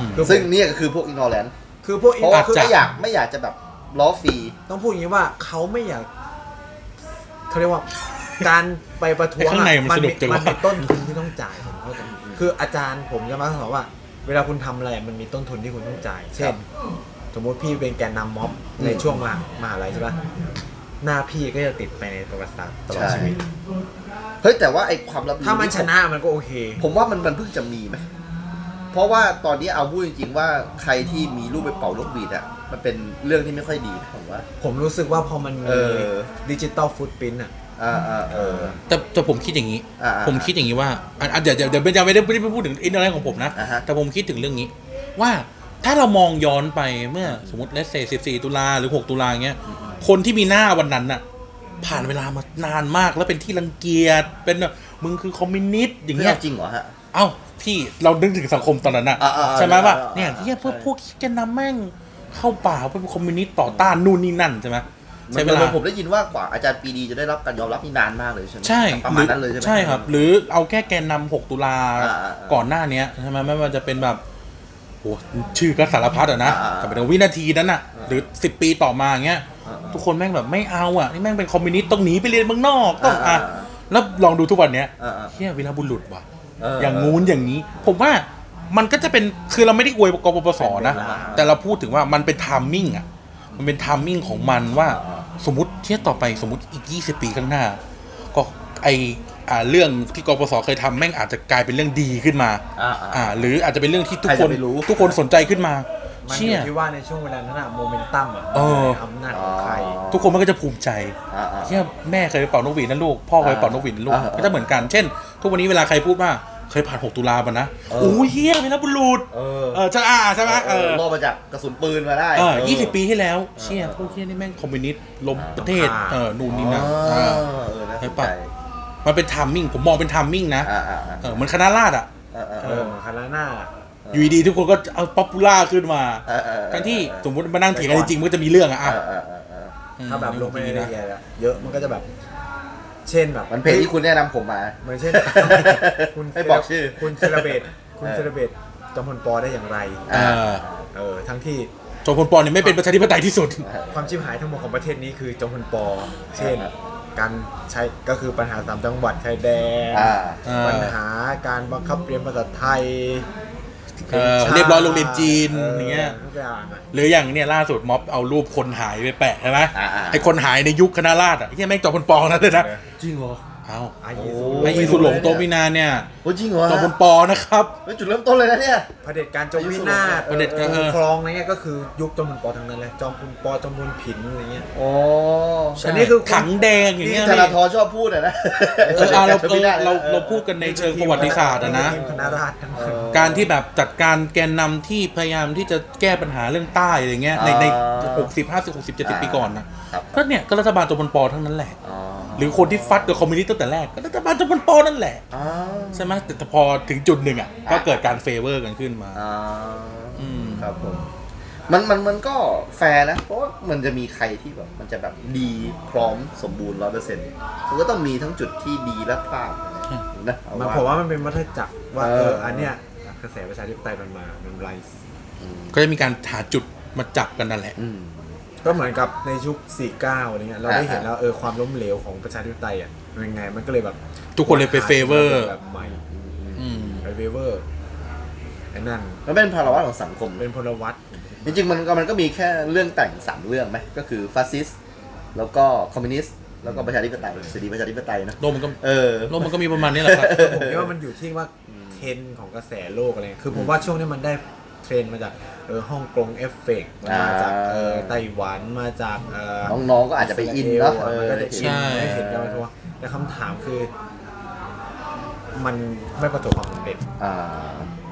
S1: อืม
S5: คือผม
S3: ซึ่งเนี่ยก็คือพวก ignorance
S5: คือพวก
S3: เพราะว่า
S1: อาจ
S3: คือ
S1: จะ
S3: ไม่อยากไม่อยากจะแบบล้อฟรี
S5: ต้องพูดอย่างนี้ว่าเขาไม่อยากเขาเรียกว่า การไปประท้วง
S1: ข้างในมันสนุกจังวะ
S5: มันมีต้นทุนที่ต้องจ่ายผมเข้าใจคืออาจารย์ผมจะมาสอนว่า เวลาคุณทำอะไรมันมีต้นทุนที่คุณต้องจ่าย เช่น สมมติพี่เป็นแกนนำม็อบในช่วงมหามหาลัยใช่ปะ หน้าพี่ก็จะติดไปในประวัติศาสตร์ตลอด
S3: ใช่
S5: ชีวิต
S3: เฮ้ยแต่ว่าไอ้ความลับ
S5: ถ้ามันชนะมันก็โอเค
S3: ผมว่ามันมันเพิ่งจะมีไหมเพราะว่าตอนนี้เอาพูดจริงๆว่าใครที่มีรูปไปเป่านกหวีดอ่ะมันเป็นเรื่องที่ไม่ค่อยดีนะผมว่า
S5: ผมรู้สึกว่าพอมัน
S3: เอ
S5: มี
S3: อ
S5: ดิจิตอลฟุตปรินต์อ่ะ
S3: อ่าอ่าเออ
S1: แต่แต่ผมคิดอย่างนี้
S3: อ่าอ่า
S1: ผมคิดอย่างนี้ว่าอ่ะอ่ะเดี๋ยวเดี๋ยวเดี๋ยวยังไม่ได้ไม่ได้พูดถึงอินอะไรของผมนะ
S3: อ่าฮะ
S1: แต่ผมคิดถึงเรื่องนี้ ว่าถ้าเรามองย้อนไปเมื่อสมมติเลสเซ14 ตุลาหรือ 6 ตุลาเงี้ย คนที่มีหน้าวันนั้นน่ะ ผ่านเวลามานานมากแล้วเป็นที่รังเกียจเป็นแบบมึงคือคอมมิวนิสต์อย่าง
S3: เรื่
S1: เงี้
S3: อย งจริงเหรอฮะ
S1: เอ้าพี่เรานึกถึงสังคมตอนนั้นอะ
S3: อ่าอ่าอ่า
S1: ใช่ไหมว่า
S3: อ่าอ่า
S1: เนี่ยเฮียพวก
S3: ใช่
S1: พวกแกนนำแม่งเข้าป่าเพื่อคอมมิวนิสต์ต่อต้านนู่นนี่นั่นใช่ไหม
S3: มั
S1: ใช้
S3: น
S1: เวลา
S3: มันผมได้ยินว่ากว่าอาจารย์ปรีดีจะได้รับการยอมรับนี่นานมากเลยใช่ไหม
S1: ใช่
S3: ประมาณนั้นเลยใช่ไหม
S1: ใช่ครับ หรือเอาแค่แกนนำ 6 ตุลา
S3: อ่าอ่า
S1: ก่อนหน้าเนี้ยใช่ไหมไม่ว่าจะเป็นแบบโหชื่อก็สารพัดอะนะ
S3: อ่าอ่า
S1: แต่เป็นวินาทีนั้นอะหรือ 10 ปีต่อมาเงี้ย
S3: อ่าอ่า
S1: ทุกคนแม่งแบบไม่เอาอะนี่แม่งเป็นคอมมิวนิสต์ต้องหนีไปเรียนเมืองนอกต้อง
S3: อ่า
S1: อะ
S3: อ่า
S1: แล้วลองดูทุกวันเนี้ย
S3: อ่าอ่า
S1: เฮียวีรบุรุษว่ะ
S3: เออ
S1: อ
S3: อ
S1: ย่างงู้นอย่างนี้ ผมว่ามันก็จะเป็นคือเราไม่ได้อวยกปปสนะ แต่เราพูดถึงว่ามันเป็นไทามมิ่งอะมันเป็นไทามมิ่งของมันว่า สมมติเที่ยต่อไปสมมติอีก 20 ปีข้างหน้า ก็ไออ่าเรื่องที่กปสเคยทำแม่งอาจจะกลายเป็นเรื่องดีขึ้นมา
S3: อ่าอ่า
S1: หรืออาจจะเป็นเรื่องที่ทุก
S3: ใคร
S1: ค
S3: จะ
S1: น
S3: ไปรู้
S1: ทุกคนสนใจขึ้นมา
S5: มันอ
S1: เชี่ย
S5: ยู่ที่ว่าในช่วงเวลานั้นอะโมเมนตัมอะ
S1: เออ
S5: อำนาจของใคร
S1: ทุกคนมันก็จะภูมิใจ
S3: อ่าอ่า
S1: เชี่ยแม่เคยไปเป่านกหวีดนะลูก พ่อเคยไปเป่านกหวีดนะลูก
S3: อ่าอ่า
S1: ก็จะเหมือนกันเช่น ทุกวันนี้เวลาใครพูดว่าเคยผ่าน 6 ตุลามานะ
S3: เออ
S1: โอ้ยเฮียเป็นบุรุษ
S3: เออ
S1: เออใช่อ่าใช่ไหม
S3: เอ
S1: เอ
S3: อ
S1: อ
S3: รอดมาจากกระสุนปืนมาได้
S1: เออยี่สิบปีที่แล้ว เชี่ยพวกเชี่ยนี่แม่งคอมมิวนิสต์ล้มประเทศ
S5: อ่า
S1: เออ นู่นนี่นั่น
S3: อ๋อ
S1: เออ
S3: เออน่าส
S1: ให้
S3: น
S1: ปรั
S3: ใจ
S1: บ มันเป็นทามมิ่ง ผมมองเป็นทามมิ่งนะ
S3: อ่าอ่าอ่า
S1: เออเหมือนคณะราษฎรอ่ะ
S3: เออเออ
S5: เอ
S3: เอ
S5: อ
S3: อ
S5: คาราหน้า
S1: อยู่ดีๆทุกคนก็เอาป๊อปปูล่าขึ้นมา
S3: เออเออเออ
S1: ทั้งที่สมมติมานั่งเถียงกันจริงๆมันก็จะมีเรื่องอะอ่ะ
S3: เออเออเออ
S5: ถ้าแบบลงไปใน
S1: ดี
S5: ราย
S1: นะ
S5: ละเอียดอะเยอะมันก็จะแบบ เช่นแบบ
S3: มันเพจที่คุณแนะนำผมมา
S5: เหมือน เช่น คุณ
S3: ให้บอกชื่อ
S5: คุณเซเลเบตคุณเซเลเบตจอมพลปอได้อย่างไร
S1: เออ
S5: เออ ทั้งที่
S1: จอมพลปอนเนี่ยไม่เป็นประชาธิปไตยที่สุด
S5: ความชิบหายทั้งหมดของประเทศนี้คือจอมพลปอ เช่น การใช้ก็คือปัญหาสามจังหวัดชายแดน
S3: อ่า
S5: ปัญหาการบังคับเรียนภาษาไทย
S1: เออเรียบร้อยโรงเรียนจีนอย่างเงี้ย
S5: ทุกอย่างอะ
S1: หรืออย่างเนี่ยล่าสุดม็อบเอารูปคนหายไปแปะใช่ไหม
S3: อ่าๆ
S1: ไอคนหายในยุคคณะราษฎรอ่ะเฮียแม่งจอมพลปอนนั่นเลยนะ จริงเหรอเอา
S5: ไอ้
S3: โอ้
S5: ยี
S3: โห
S5: สุ
S1: ไออีสุหลงโตมินานเนี่ย
S3: โอ้จริงเหรอ
S1: จอมพ
S3: ฮะ
S1: ลปอนะครับ
S3: เป็นจุดเริ่มต้นเลยนะเนี่ย
S5: เผด็จการจงวินาศ
S1: เผด็จการเออ
S5: คลองอะไรเงี้ยก็คือยุคจอมพลปอทางนั้นเลยจอมพลปอจอมพลผินอะไรเงี้ย
S3: โอ้
S5: อันนี้คือคน
S1: ถังแดงอย่างเงี้ย
S3: ที่ธนาธรชอบพูดอะนะ
S1: เอออ่ะเรา
S3: จำไม่ได้นะ
S1: เราเรา
S3: ออ
S1: พูดกันในเชิงประวัติศาสตร์อะนะ
S5: ทีมคณะราษฎรทั้งนั้น
S1: การที่แบบจัดการแกนนำที่พยายามที่จะแก้ปัญหาเรื่องใต้อะไรเงี้ยในใน
S3: อ่า
S1: หกสิบห้าสิบหกสิบเจ็ดสิบ
S3: อ่า
S1: ปีก่อนนะครับ ก็เนี่ยก็รัฐบาลตัวปนปอทั้งนั้นแหละ
S3: อ๋อ
S1: หรือคนที่ฟัดกับคอมมิวนิสต์ตั้งแต่แรกก็รัฐบาลตัวปนปอนั่นแหละ
S3: อ๋อ
S1: ใช่ไหมแต่แต่พอถึงจุดหนึ่งอ่ะก็
S3: อ่า
S1: เกิดการเฟเวอร์กันขึ้นมา
S3: อ่า
S1: อืม
S3: ครับผม มันมันมันก็แฟร์นะ เพราะว่ามันจะมีใครที่แบบมันจะแบบดีพร้อมสมบูรณ์ร้อยเปอร์เซ็นต์มันก็ต้องมีทั้งจุดที่ดีและพลาดนะเอ
S5: มัน
S3: ว่า
S5: ผมว่ามันเป็นวัฏจักรว่า
S3: เอ
S5: เอ
S3: อ
S5: ออันเนี้ยกระแสประชาธิปไตยมันมา มันไร
S1: ก็จะมีการหาจุดมาจับกันนั่นแหละ
S3: อืม
S5: ก็เหมือนกับในยุค 49อะไรเงี้ยเราได้เห็น
S3: อ่า
S5: แล้วเออความล้มเหลวของประชาธิปไตยอ่ะมันยังไงมันก็เลยแบบ
S1: ทุกคนเลยไปเฟเวอร์
S5: แบบใหม่
S1: อืม
S5: ไปเฟเวอร์ไอ้นั่น
S3: มันเป็นภาวะของสังคม
S5: เป็นพลวัต
S3: จริงๆมันก็มันก็มีแค่เรื่องแต่งสามเรื่องไหมก็คือฟาสซิสต์แล้วก็คอมมิวนิสต์แล้วก็ประชาธิปไตยเสรีประชาธิปไตยนะ
S1: โลกมันก็
S3: เออ
S1: โลกมันก็มีประมาณนี้แหละครับ
S5: ผมคิดว่ามันอยู่ที่ว่าเทรนด์ของกระแสโลกอะไรเงี้ยคือผมว่าช่วงนี้มันได้เทรนด์มาจากเออฮ่องกงเอฟเฟกต์มาจากเออ
S3: อ่า
S5: ไต้หวันมาจากเออ
S3: น้องๆก็อาจจะไปอินเนาะเอ
S5: มั
S3: อ
S5: ก็จะอิน
S1: ใช่
S5: ได้เห็นกันมาทั่วแต่คำถามคือ มันไม่ประสบความสำเร็จ
S3: อ่า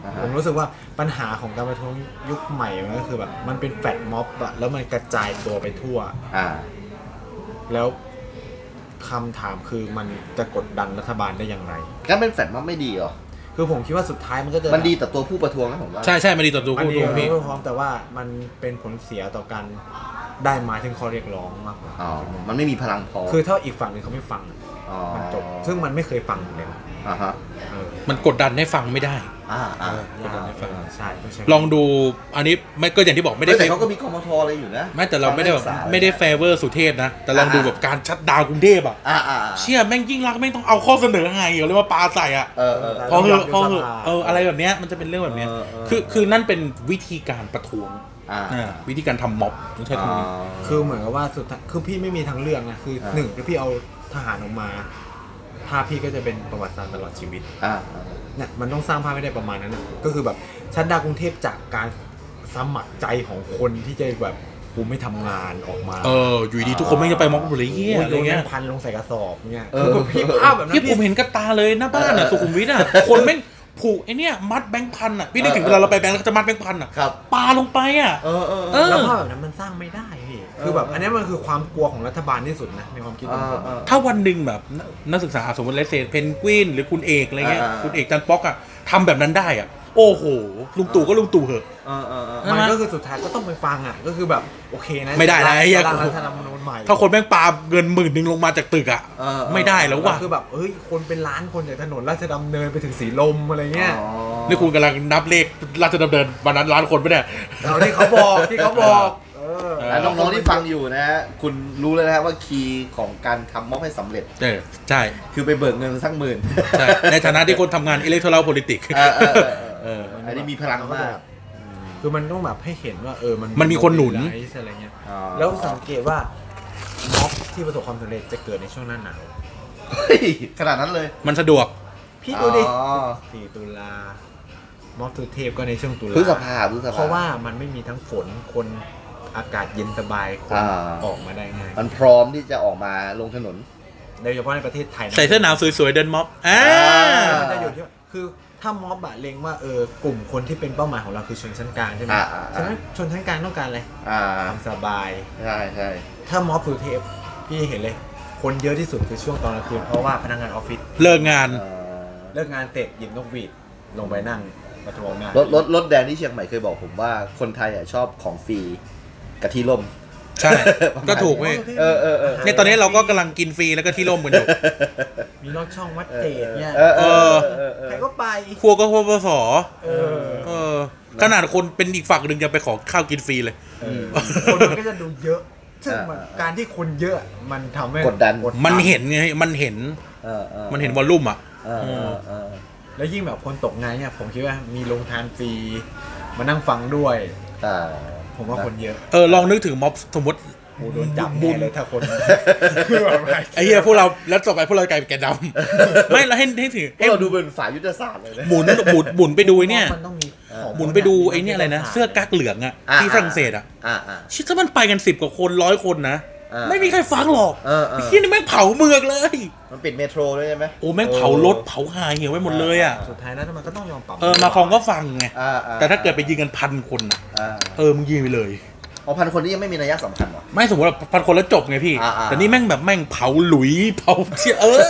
S3: อ่า
S5: ผ
S3: ฮะ
S5: มรู้สึกว่าปัญหาของการประท้วงยุคใหม่มันก็คือแบบมันเป็นแฟลตม็อบอะแล้วมันกระจายตัวไปทั่ว
S3: อ่า
S5: แล้วคำถามคือมันจะกดดันรัฐบาลได้อย่างไร
S3: การเป็นแฟลตมันไม่ดีเหรอ
S5: คือผมคิดว่าสุดท้ายมันก็จะ
S3: มันดีต่อตัวผู้ประท้วงนะผมว่า
S1: ใช่ใช่มาดีต่อตัว
S5: อัน
S1: คู่
S5: นี้
S1: ตัว
S5: ไม่
S1: พี่
S5: พร้อมแต่ว่ามันเป็นผลเสียต่อการได้มาถึงข้อเรียกร้องมากกว่า
S3: อ๋อ มันไม่มีพลังพอ
S5: คือถ้าอีกฝั่งหนึ่งเขาไม่ฟัง
S3: อ๋อ
S5: มันจบซึ่งมันไม่เคยฟังอยู่แล้ว
S3: อ่าฮะ
S5: เออ
S1: มันกดดันให้ฟังไม่ได้
S3: อ่าอ่า
S1: ไม่เคยได้ฟัง
S5: ใช่ต้องใช้
S1: ลองดูอันนี้ไม่ก็อย่างที่บอกไม่ได้
S3: เฮ้ยแต่
S1: ไป
S3: เขาก็มีกมทอะไรอยู่นะ
S1: ไม่แต่เราไม่ได้แบบ
S3: ฟังนักศึกษา
S1: ไม่ได้
S3: อะรนะ
S1: เฟเวอร์สุเทพนะ แต่ลองดู
S3: อ่า
S1: แบบการชัดดาวน์กรุงเทพอ่ะ
S3: อ่าอ่าอ่า
S1: เชี่ยแม่งยิ่งรักษณ์แม่งต้องเอาข้อเสนอไงเอาเลยว่าปลาใส่อ่ะ
S3: เออเออเอ
S1: พอ
S3: อ
S1: เหอะพอเหอะเอออะไรแบบเนี้ยมันจะเป็นเรื่องแบบเนี้ย
S3: เออเออ
S1: คือคือนั่นเป็นวิธีการประท้วง
S3: อ่า
S1: อ่าวิธีการทำม็อบต้องใช้คำนี้
S5: คือเหมือนกับว่าสุดท้ายคือพี่ไม่มีทางเลือกนะคืออา หนึ่งถ้าพี่เอาทหารออกมาภาพพี่ก็จะเป็นประวัติศาสตร์ตลอดชีวิต
S3: อ่า
S5: เนี่ยมันต้องสร้างภาพให้ได้ประมาณนั้นนะก็คือแบบชัดดาวกรุงเทพจากการสมัครใจของคนที่จะแบบกูไม่ทำงานออกมา
S1: เออ อยู่ดีทุกคนไม่งจะไปม็อบหมดเลยเหี้ย
S5: โอ้ย
S1: อะไร
S5: โยน
S1: เงี้
S5: แม่
S1: ย
S5: งพันลงใส่กระสอบเนี่ย
S3: เอ
S5: คือ อแบบพี่ภาพแบบนั้
S1: ที่
S5: น
S1: ผม
S5: พี่
S1: เห็นกับตาเลยหน้าบ้านอ่ะสุขุมวิทอ่ะ คนแม่งผูกไอเนี้ยมัดแบงค์พันอ่ะ พี่นึกถึงเวลาเราไปแบงค์เราจะมัดแบงค์พันอ่ะ
S3: ครับ
S1: ปาลงไปอ่ะ
S3: เออเออ
S1: เอ
S3: เออ
S1: อ
S5: แล้วภาพแบบนั้นมันสร้างไม่ได้พี่คือแบบอันนี้มันคือความกลัวของรัฐบาลที่สุดนะในความคิดของผม
S3: เออ
S1: ถ้าวันหนึ่งแบบนักนักศึกษาสมมติเลสเซนเพนกวินหรือคุณเอกอะไรเงี้ย
S3: อ่าอ่า
S1: คุณเอกจันป๊อกอ่ะทำแบบนั้นได้อ่ะ โอ้โหลุงตู่ก็ลุงตู่เหอะ
S3: เออเออเออ
S5: มัน
S1: ใช่ไหม
S5: ก็คือสุดท้ายก็ต้องไปฟังอ่ะ ก็คือแบบ โอเคนะ
S1: ไม่ได้นะไอ้เหี้ย
S5: ร่างรัฐธรรมนูญใหม่
S1: ถ้าคนแม่งปาเงินหมื่นหนึ่งลงมาจากตึกอ่ะ
S3: เออ
S1: ไม่ได้แล้วว่ะ
S5: คือแบบเอ้ย คนเป็นล้านคนจากถนนราชดำเนินไปถึงสีลมอะไรเงี้ย
S3: อ๋อ
S1: นี่คุณกำลังนับเลขราชดำเนินวันนั้นล้านคนไม่ได้
S5: เอาที่เขาบอกที่เขาบอกเออ
S1: เ
S3: อ่ะน้องๆที่ฟังอยู่นะฮะคุณรู้แล้วนะฮะว่าคีย์ของการทำม็อบให้สำเร็จ
S1: เออใช่
S3: คือไปเบิกเงินสักหมื่น
S1: ใช่ในฐานะที่คนทำงานอิเล็กทรอนิกส์ politics
S3: เออเออเออเอ
S1: เอ
S3: อ
S1: อ
S3: อันนี้มีพลังมาก
S5: คือมันต้องแบบให้เห็นว่าเออมัน
S1: มันมีคนหนุน
S5: ไลฟ์อะไรเงี้ย
S3: อ๋อ
S5: แล้วสังเกตว่าม็อบที่ประสบความสำเร็จจะเกิดในช่วงหน้าหนาว
S3: เฮ้ยขนาดนั้นเลย
S1: มันสะดวก
S5: พี่ดูดิ
S3: อ๋อ
S5: สี่ตุลาม็อบสุเทพก็ในช่วงตุลา
S3: พฤษภาพฤษภา
S5: เพราะว่ามันไม่มีทั้งฝนคนอากาศเย็นสบายคน
S3: อ่า
S5: ออกมาได้ง่าย
S3: มันพร้อมที่จะออกมาลงถนน
S5: โดยเฉพาะในประเทศไทยะ
S1: ใส่เสื้อหนาวสวยๆ เดินม็อบอ่า
S5: มันจะอยู่ที่ว่าคือถ้าม็อบอะเล็งว่าเออกลุ่มคนที่เป็นเป้าหมายของเราคือชนชั้นกลางใช่ไหม
S3: อ่าอ่าอ่า
S5: ฉะนั้นชนชั้นกลางต้องการอะไร
S3: อ่า
S5: ความสบาย
S3: ใช่ใช่
S5: ถ้าม็อบสุเทพพี่เห็นเลย คนเยอะที่สุดคือช่วงตอนกลางคืนเพราะว่าพนักงานออฟฟิศ
S1: เลิกงาน
S3: เอ่อ
S5: เลิกงานเสร็จหยิบนกหวีดลงไปนั่งมาทวงหน้าร
S3: ถรถรถแดงที่เชียงใหม่เคยบอกผมว่าคนไทยอ่ะชอบของฟรีกะทิล่ม
S1: ใช่
S3: ประมาณ
S1: ก็ถูกเว้ย
S3: เออเออเออ
S1: เนี่ยตอนนี้เราก็กำลังกินฟรีแล้วก็ที่ร่ม กันอยู่
S5: มีรถช่องวัดเจดเนี่ย
S3: เออเออเออเออ
S5: ใครก็ไป
S1: ครัวก็ครัวปส
S5: เออ
S1: เออ ขนาดคนเป็นอีกฝั่งหนึ่งยังไปขอข้าวกินฟรีเลย
S5: คนมันก็จะดูเยอะ ซึ่งมัน
S3: อ่าอ่า
S5: การที่คนเยอะมันทำให้
S3: กดดัน
S1: มันเห็นไง มันเห็น
S3: เออออ
S1: มันเห็นวอลลุ่มอ่ะ
S3: เออเออเออ
S5: แล้วยิ่งแบบคนตกงานเนี่ย ผมคิดว่ามีโรงทานฟรีมานั่งฟังด้วย
S3: อ่า
S5: ผมว่าคนเยอะ
S1: เออ ลองนึกถึงม็อบสมมติ
S5: กูโดนจับแน่เลยถ้าคนคือแบบว่า
S1: ไอ้เหี้ยพวกเรา แล้วต่อไปพวกเรากลายเป็นแกนนำ ไม่เราให้ให้ถือ
S3: พวกเราดูเป็นฝ่ายยุทธศาสตร์เลยนะ
S1: หมุนหมุนหมุนไปดูไอ้ เนี่ย
S5: มันต้องมีของ
S1: หมุนไปดูไอ้เนี่ยอะไรนะ เสื้อกั๊กเหลืองอ่ะ
S3: อ่า
S1: ที่ฝรั่งเศสอ่ะ
S3: อ่าอ่า
S1: ชิดถ้ามันไปกันสิบกว่าคนร้อยคนนะ
S3: อ่า
S1: ไม่มีใครฟังหรอก
S3: เออเออ
S1: ที่นี่แม่งเผาเมืองเลย
S3: มันปิดเมโทรด้วยใช่ไหม
S1: โอ้แม่งเผารถเผาหายเหี่ยวไว้หมดเลยอ่ะ
S5: สุดท้ายแล้วมันก็ต้องยอมปรับ
S1: เออมาคองก็ฟังไง
S3: อ่าอ่
S1: แต่ถ้าเกิดไปยิงกันพันคนน่ะ
S3: อ่า
S1: เออมึงยิงไปเลย
S3: เอาพันคนนี้ยังไม่มีนัยสำคัญเหรอ
S1: ไม่สมมติว่าพันคนแล้วจบไงพี่
S3: อ่าอ่า
S1: แต่นี่แม่งแบบแม่งเผาหลุยเผาเชี่ยเอ อ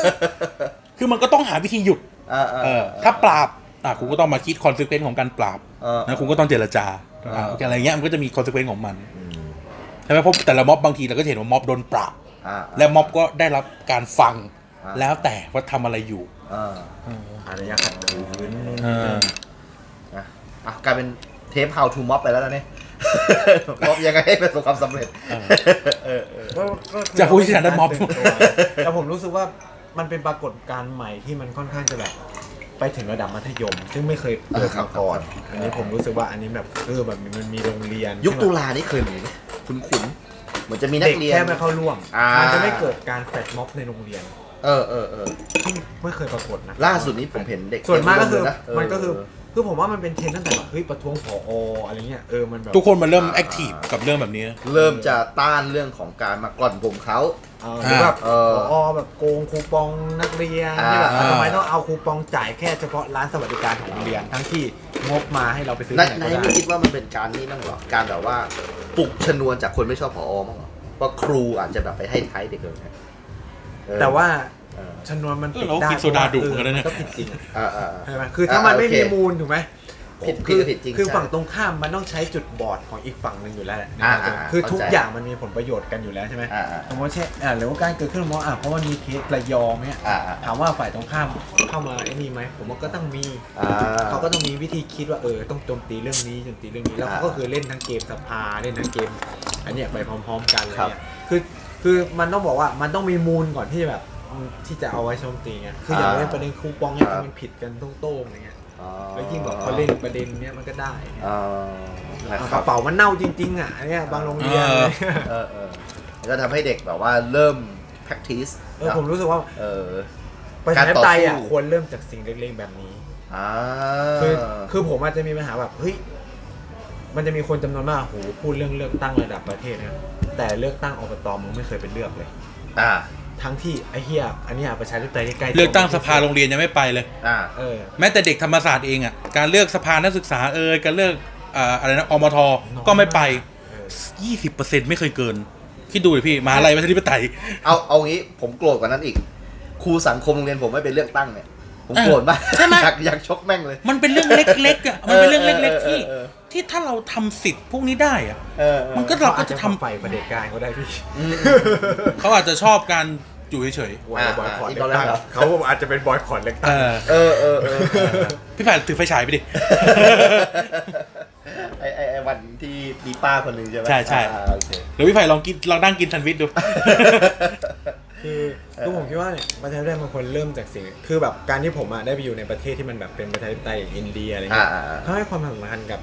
S1: คือมันก็ต้องหาวิธีหยุด
S3: อ่า
S1: เออ ถ้าปราบ อ่ะกูก็ต้องมาคิดคอนซิเควนต์ของการปราบ
S3: เออ
S1: นะกูก็ต้องเจรจา
S3: อ่า
S1: โอเคอะไรเงี้ยมันก็จะมีคอนซิเควนต์ของมันใช่ไหมเพราะแต่ละม็อบบางทีเราก็จะเห็นว่าม็อบโดนปราบ
S3: อ่า
S1: และม็อบก็ได้รับการฟัง
S3: อ่า
S1: แล้วแต่ว่าทำอะไรอยู่
S3: อ่า
S5: อารยะขัดขืนนู่น
S1: เออ
S3: อ่ะอ่ะกลายเป็นเทป how to ม็อบไปแล้วนะเนี่ย ม็อบยังไงให้ประสบความสำเร็จ
S1: เออ
S3: เออเออ
S5: ก็ก็คือ
S1: จากผู้เชี่ยวชาญด้านม็อบ
S5: แต่ผมรู้สึกว่ามันเป็นปรากฏการณ์ใหม่ที่มันค่อนข้างจะแบบ ไปถึงระดับมัธยม ซึ่งไม่เคยเกิดมาก่อน อันนี้ผมรู้สึกว่าอันนี้แบบเออแบบมันมีโรงเรียน
S3: ยุค
S5: ที่แบบ
S3: ตุลานี่เคยมีไหมคุณขุนๆเหมือนจะมีนัก
S5: เด็ก
S3: เรียน
S5: แค่ไม่เข้าร่วม
S3: อ่ามั
S5: มันจะไม่เกิดการแฟลชม็อบในโรงเรียน
S3: เออเออเออ
S5: ที่ไม่เคยปรากฏนะ
S3: ล่าสุดนี้ผมเห็นเด็ก
S5: ส่วนมากก็คือ
S3: เรียะ
S5: มันก็คือ
S3: เ
S5: คือผมว่ามันเป็นเทรนด์ตั้งแต่แบบเฮ้ยประท้วงผออะไรเงี้ยเออมันแบบ
S1: ทุกคนมันเริ่มแอคทีฟกับเรื่องแบบนี้
S3: เริ่มจะต้านเรื่องของการมากล่อนผมเขา
S5: เออหรือแบบ
S3: เออ
S5: ผอแบบโกงคูปองนักเรียน
S3: อ่า
S5: ที่แบบทำไมต้องเอาคูปองจ่ายแค่เฉพาะร้านสวัสดิการของโรงเรียนทั้งที่งบมาให้เราไปซื้อ
S3: ใน
S5: ที่ไห
S3: ใน
S5: นก็
S3: ไม่
S5: ได้
S3: คิดว่ามันเป็นการนี่บ้างเหรอ การแบบว่าปลุกชนวนจากคนไม่ชอบผอมั้างเหรอว่าครูอาจจะแบบไปให้ท้ายเด็กเลยนะเออ
S5: แต่ว่า
S3: เออ
S5: ชนวนมัน
S1: เอ
S5: ติ
S1: อ
S5: ด
S1: เราก็
S5: ได้
S1: กินโซดาดุ
S5: เพ
S1: เหมื
S5: ราะ
S1: อนกั
S5: ว่า
S1: นะ
S5: น
S1: เนี่ย
S5: เออมัก็ผิดจริงอะ
S3: อ่าอ่าอ่า
S5: ใช่ไหมคือถ้ามันไม่มีมูลถูกไหม
S3: ผิด
S5: คือ
S3: ผิดจริง
S5: คือ
S3: ใช่
S5: ฝั่งตรงข้ามมันต้องใช้จุดบอดของอีกฝั่งหนึ่งอยู่แล้วแหละ
S3: อ่า
S5: นะครับ
S3: อ่า
S5: คือทุก
S3: เข้าใจ
S5: อย่างมันมีผลประโยชน์กันอยู่แล้วใช่ไหม
S3: อ่าอ่า
S5: สมมติเช่นอ่าหรือว่าการเกิดขึ้นมองอ่ะเพราะมันมีเคสระยองเนี่ย
S3: อ่าอ่า
S5: ถามว่าฝ่ายตรงข้ามเข้ามาไอ้นี่ไหมผมว่าก็ต้องมี
S3: อ่า
S5: เขาก็ต้องมีวิธีคิดว่าเออต้องโจมตีเรื่องนี้โจมตีเรื่องนี้แล้วเขา
S3: อ่า
S5: ก็คือเล่นทั้งเกมสภาเล่นทั้งเกม อันเนี้ยไปพร้อม ๆ กันอะไร
S3: ครับ
S5: เนี่ยคือคือมันต้องบอกว่ามันต้องมีมูลก่อนที่แบบที่จะเอาไว้โจมตีไงคืออย่างเล่นประเด็นคูปองเนี่ยมันผิดกันโต้งๆอะไรเงี้ย
S3: อ๋อ
S5: แล้วยิ่งแบบเขาเล่นประเด็นเนี้ยมันก็ได้
S3: อ๋อ นะ
S5: ก
S3: ครั
S5: ระ
S3: บ
S5: เป๋ามันเน่าจริง ๆ อ่ะเนี่ยบางโรงเรียน
S1: เออ
S3: เออเออแล้วก็ทำให้เด็กแบบว่าเริ่ม practice
S5: เออผมรู้สึกว่า
S3: เออ
S5: ประชาธิปไตย
S3: การ
S5: อ่ะ
S3: ต่อสู้
S5: ควรเริ่มจากสิ่งเล็กๆแบบนี้
S3: อ่า
S5: คือคือผมอาจจะมีปัญหาแบบเฮ้ยมันจะมีคนจำนวนมากโหพูดเรื่องเลือกตั้งระดับประเทศนะแต่เลือกตั้งอบตมึงไม่เคยเป็นเลือกเลย
S3: อ่า
S5: ทั้งที่ไอ้เฮียอันเนี้ยประชาธิปไตยที่ใกล้
S1: เลือกตั้งสภาโรงเรียนยังไม่ไปเลย
S3: อ่า
S5: เออ
S1: แม้แต่เด็กธรรมศาสตร์เองอ่ะการเลือกสภานักศึกษาเอยการเลือกอ่าอะไรนะอมทก็ไม่ไป
S5: เออ
S1: 20%ไม่เคยเกิน คิดดูเลยพี่มหาอะไรประชาธิปไตย
S3: เอาเอางี้ผมโกรธกว่านั้นอีก ครูสังคมโรงเรียนผมไม่เป็นเรื่องตั้งเนี่ย ผม
S1: เออ
S3: โกรธมาก
S1: ใช่ไหม
S3: อยากอยากชกแม่งเลย
S1: มันเป็นเรื่องเล็ก ๆอ่ะมันเป็นเรื่องเล็กๆที่
S3: เออเออเออ
S1: ที่ถ้าเราทำสิทธิ์พวกนี้ได้อ่ะ
S3: เออเออ
S1: มันก็เรา
S5: อ
S1: ก็
S5: จ
S1: จะ
S5: จะ
S1: ทำ
S5: ทำไปประเด็จการก็ได้พี่
S3: อืม
S1: เขาอาจจะชอบการอยู่เฉย
S5: ว่าเราบอยคอรเลือก
S3: อ่า
S5: ตั้ง
S3: อีกแล้วเหรอ
S5: เขาอาจจะเป็นบอยคอรเลือก
S1: ๆ
S5: ตั้ง
S1: เออ
S3: เออเออเออเออ
S1: พี่ผ่านถือไฟฉายไปดิ
S3: ไอไอไอวันที่มีป้าคนหนึ่งใช่ไหม
S1: ใช่ใช่
S3: อ่าโอเค
S1: เดี๋ยวพี่ผ่านลองกินลองนั่งกินแซนด์วิชดู
S5: คือคือผมคิดว่าเนี่ยประชาธิปไตยมันควรเริ่มจากสิ่งคือแบบการที่ผมอะได้ไปอยู่ในประเทศที่มันแบบเป็นประชาธิปไตยอย่างอินเดียอะไรเงี้ย
S3: อ่าอ่าอ่า
S5: เขาให้ความสำคัญกับ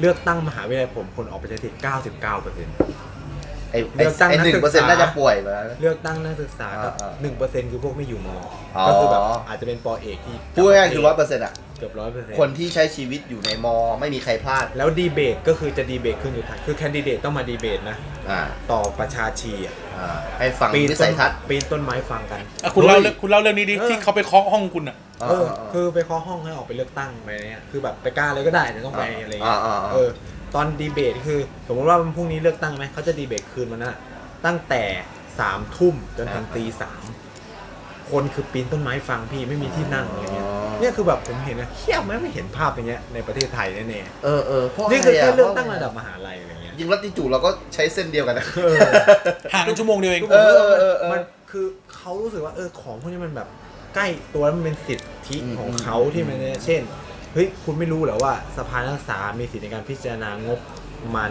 S5: เลือกตั้งมหาวิทยาลัยผมคนออกไปใช้สิทธิ์99เปอร์เซ็นต์
S3: ไอไอ
S5: เลือกตั้ง
S3: ไอ
S5: นัก
S3: หนึ่
S5: ศึ
S3: ง
S5: ก
S3: เปอร์เซ็น
S5: ษา
S3: ต์น่าจะป่วยแล้ว
S5: เลือกตั้งนักศึกษากับ
S3: อ่าอ่า
S5: หนึ่งเปอร์เซ็นต์คือพวกไม่อยู่มอ
S3: อ๋อ
S5: ก็คือแบบอาจจะเป็นปอเอกที่
S3: พูดง่ายๆคือร้อยเปอร์เซ็นต์อ่ะ
S5: เกือบร้อยเปอร์เซ็นต์
S3: คนที่ใช้ชีวิตอยู่ในมอไม่มีใครพลาด
S5: แล้วดีเบตก็คือจะดีเบตขึ้นอยู่ทางคือแคนดิเดตต้องมาดีเบตนะ
S3: อ่า
S5: ต่อประชาชีอะ
S3: อ่า ให้ฟัง
S5: ปีน
S3: วิ
S5: ต้
S3: สั
S5: น
S3: ยทัศน์
S5: ปีนต้นไม้ฟังกัน
S1: อ่ะคุณเล่าเรื่องคุณเล่าเรื่องนี้ดิ
S5: เออ
S1: ที่เขาไปเคาะห้องคุณอ่ะ
S5: เออ
S3: า
S5: คือไปเคาะห้องให้ออกไปเลือกตั้งไปเนี่ยคือแบบไปกล้าเลยก็ได้แต่ต้องไป
S3: อ่า
S5: อะไรเงี้ย
S3: อ่าอ่า
S5: เออ ตอนดีเบตคือ สมมติว่าวันพรุ่งนี้เลือกตั้งไหมเขาจะดีเบตคืนวันนั้นอะตั้งแต่สามทุ่มจนถึงตีสามคนคือปีนต้นไม้ฟังพี่ไม่มีที่นั่งอะไรเงี้ยเนี่ยคือแบบผมเห็นนะเฮี้ยไม่ไม่เห็นภาพอย่างเงี้ยในประเทศไทยแน่
S3: เออเออเพราะ
S5: ๆนี่คือแค่
S3: ะไะ
S5: เลือกตั้งระดับมหาลัยอะไรเงี้ย
S3: ยิงรัตติจูเราก็ใช้เส้นเดียวกันนะ
S5: เออ
S1: ห่างกันชั่วโมงเดียวเอง
S5: ทุกคนรู้สึกว่ามัน
S3: เออเออเออ
S5: มันคือเขารู้สึกว่าเออของพวกนี้มันแบบใกล้ตัวแล้วมันเป็นสิทธิ
S3: อืม
S5: ของเขา
S3: อืม
S5: ที่มันเนี่ยเช่นเฮ้ยคุณไม่รู้เหรอว่าสภานักศึกษามีสิทธิในการพิจารณางบประมาณ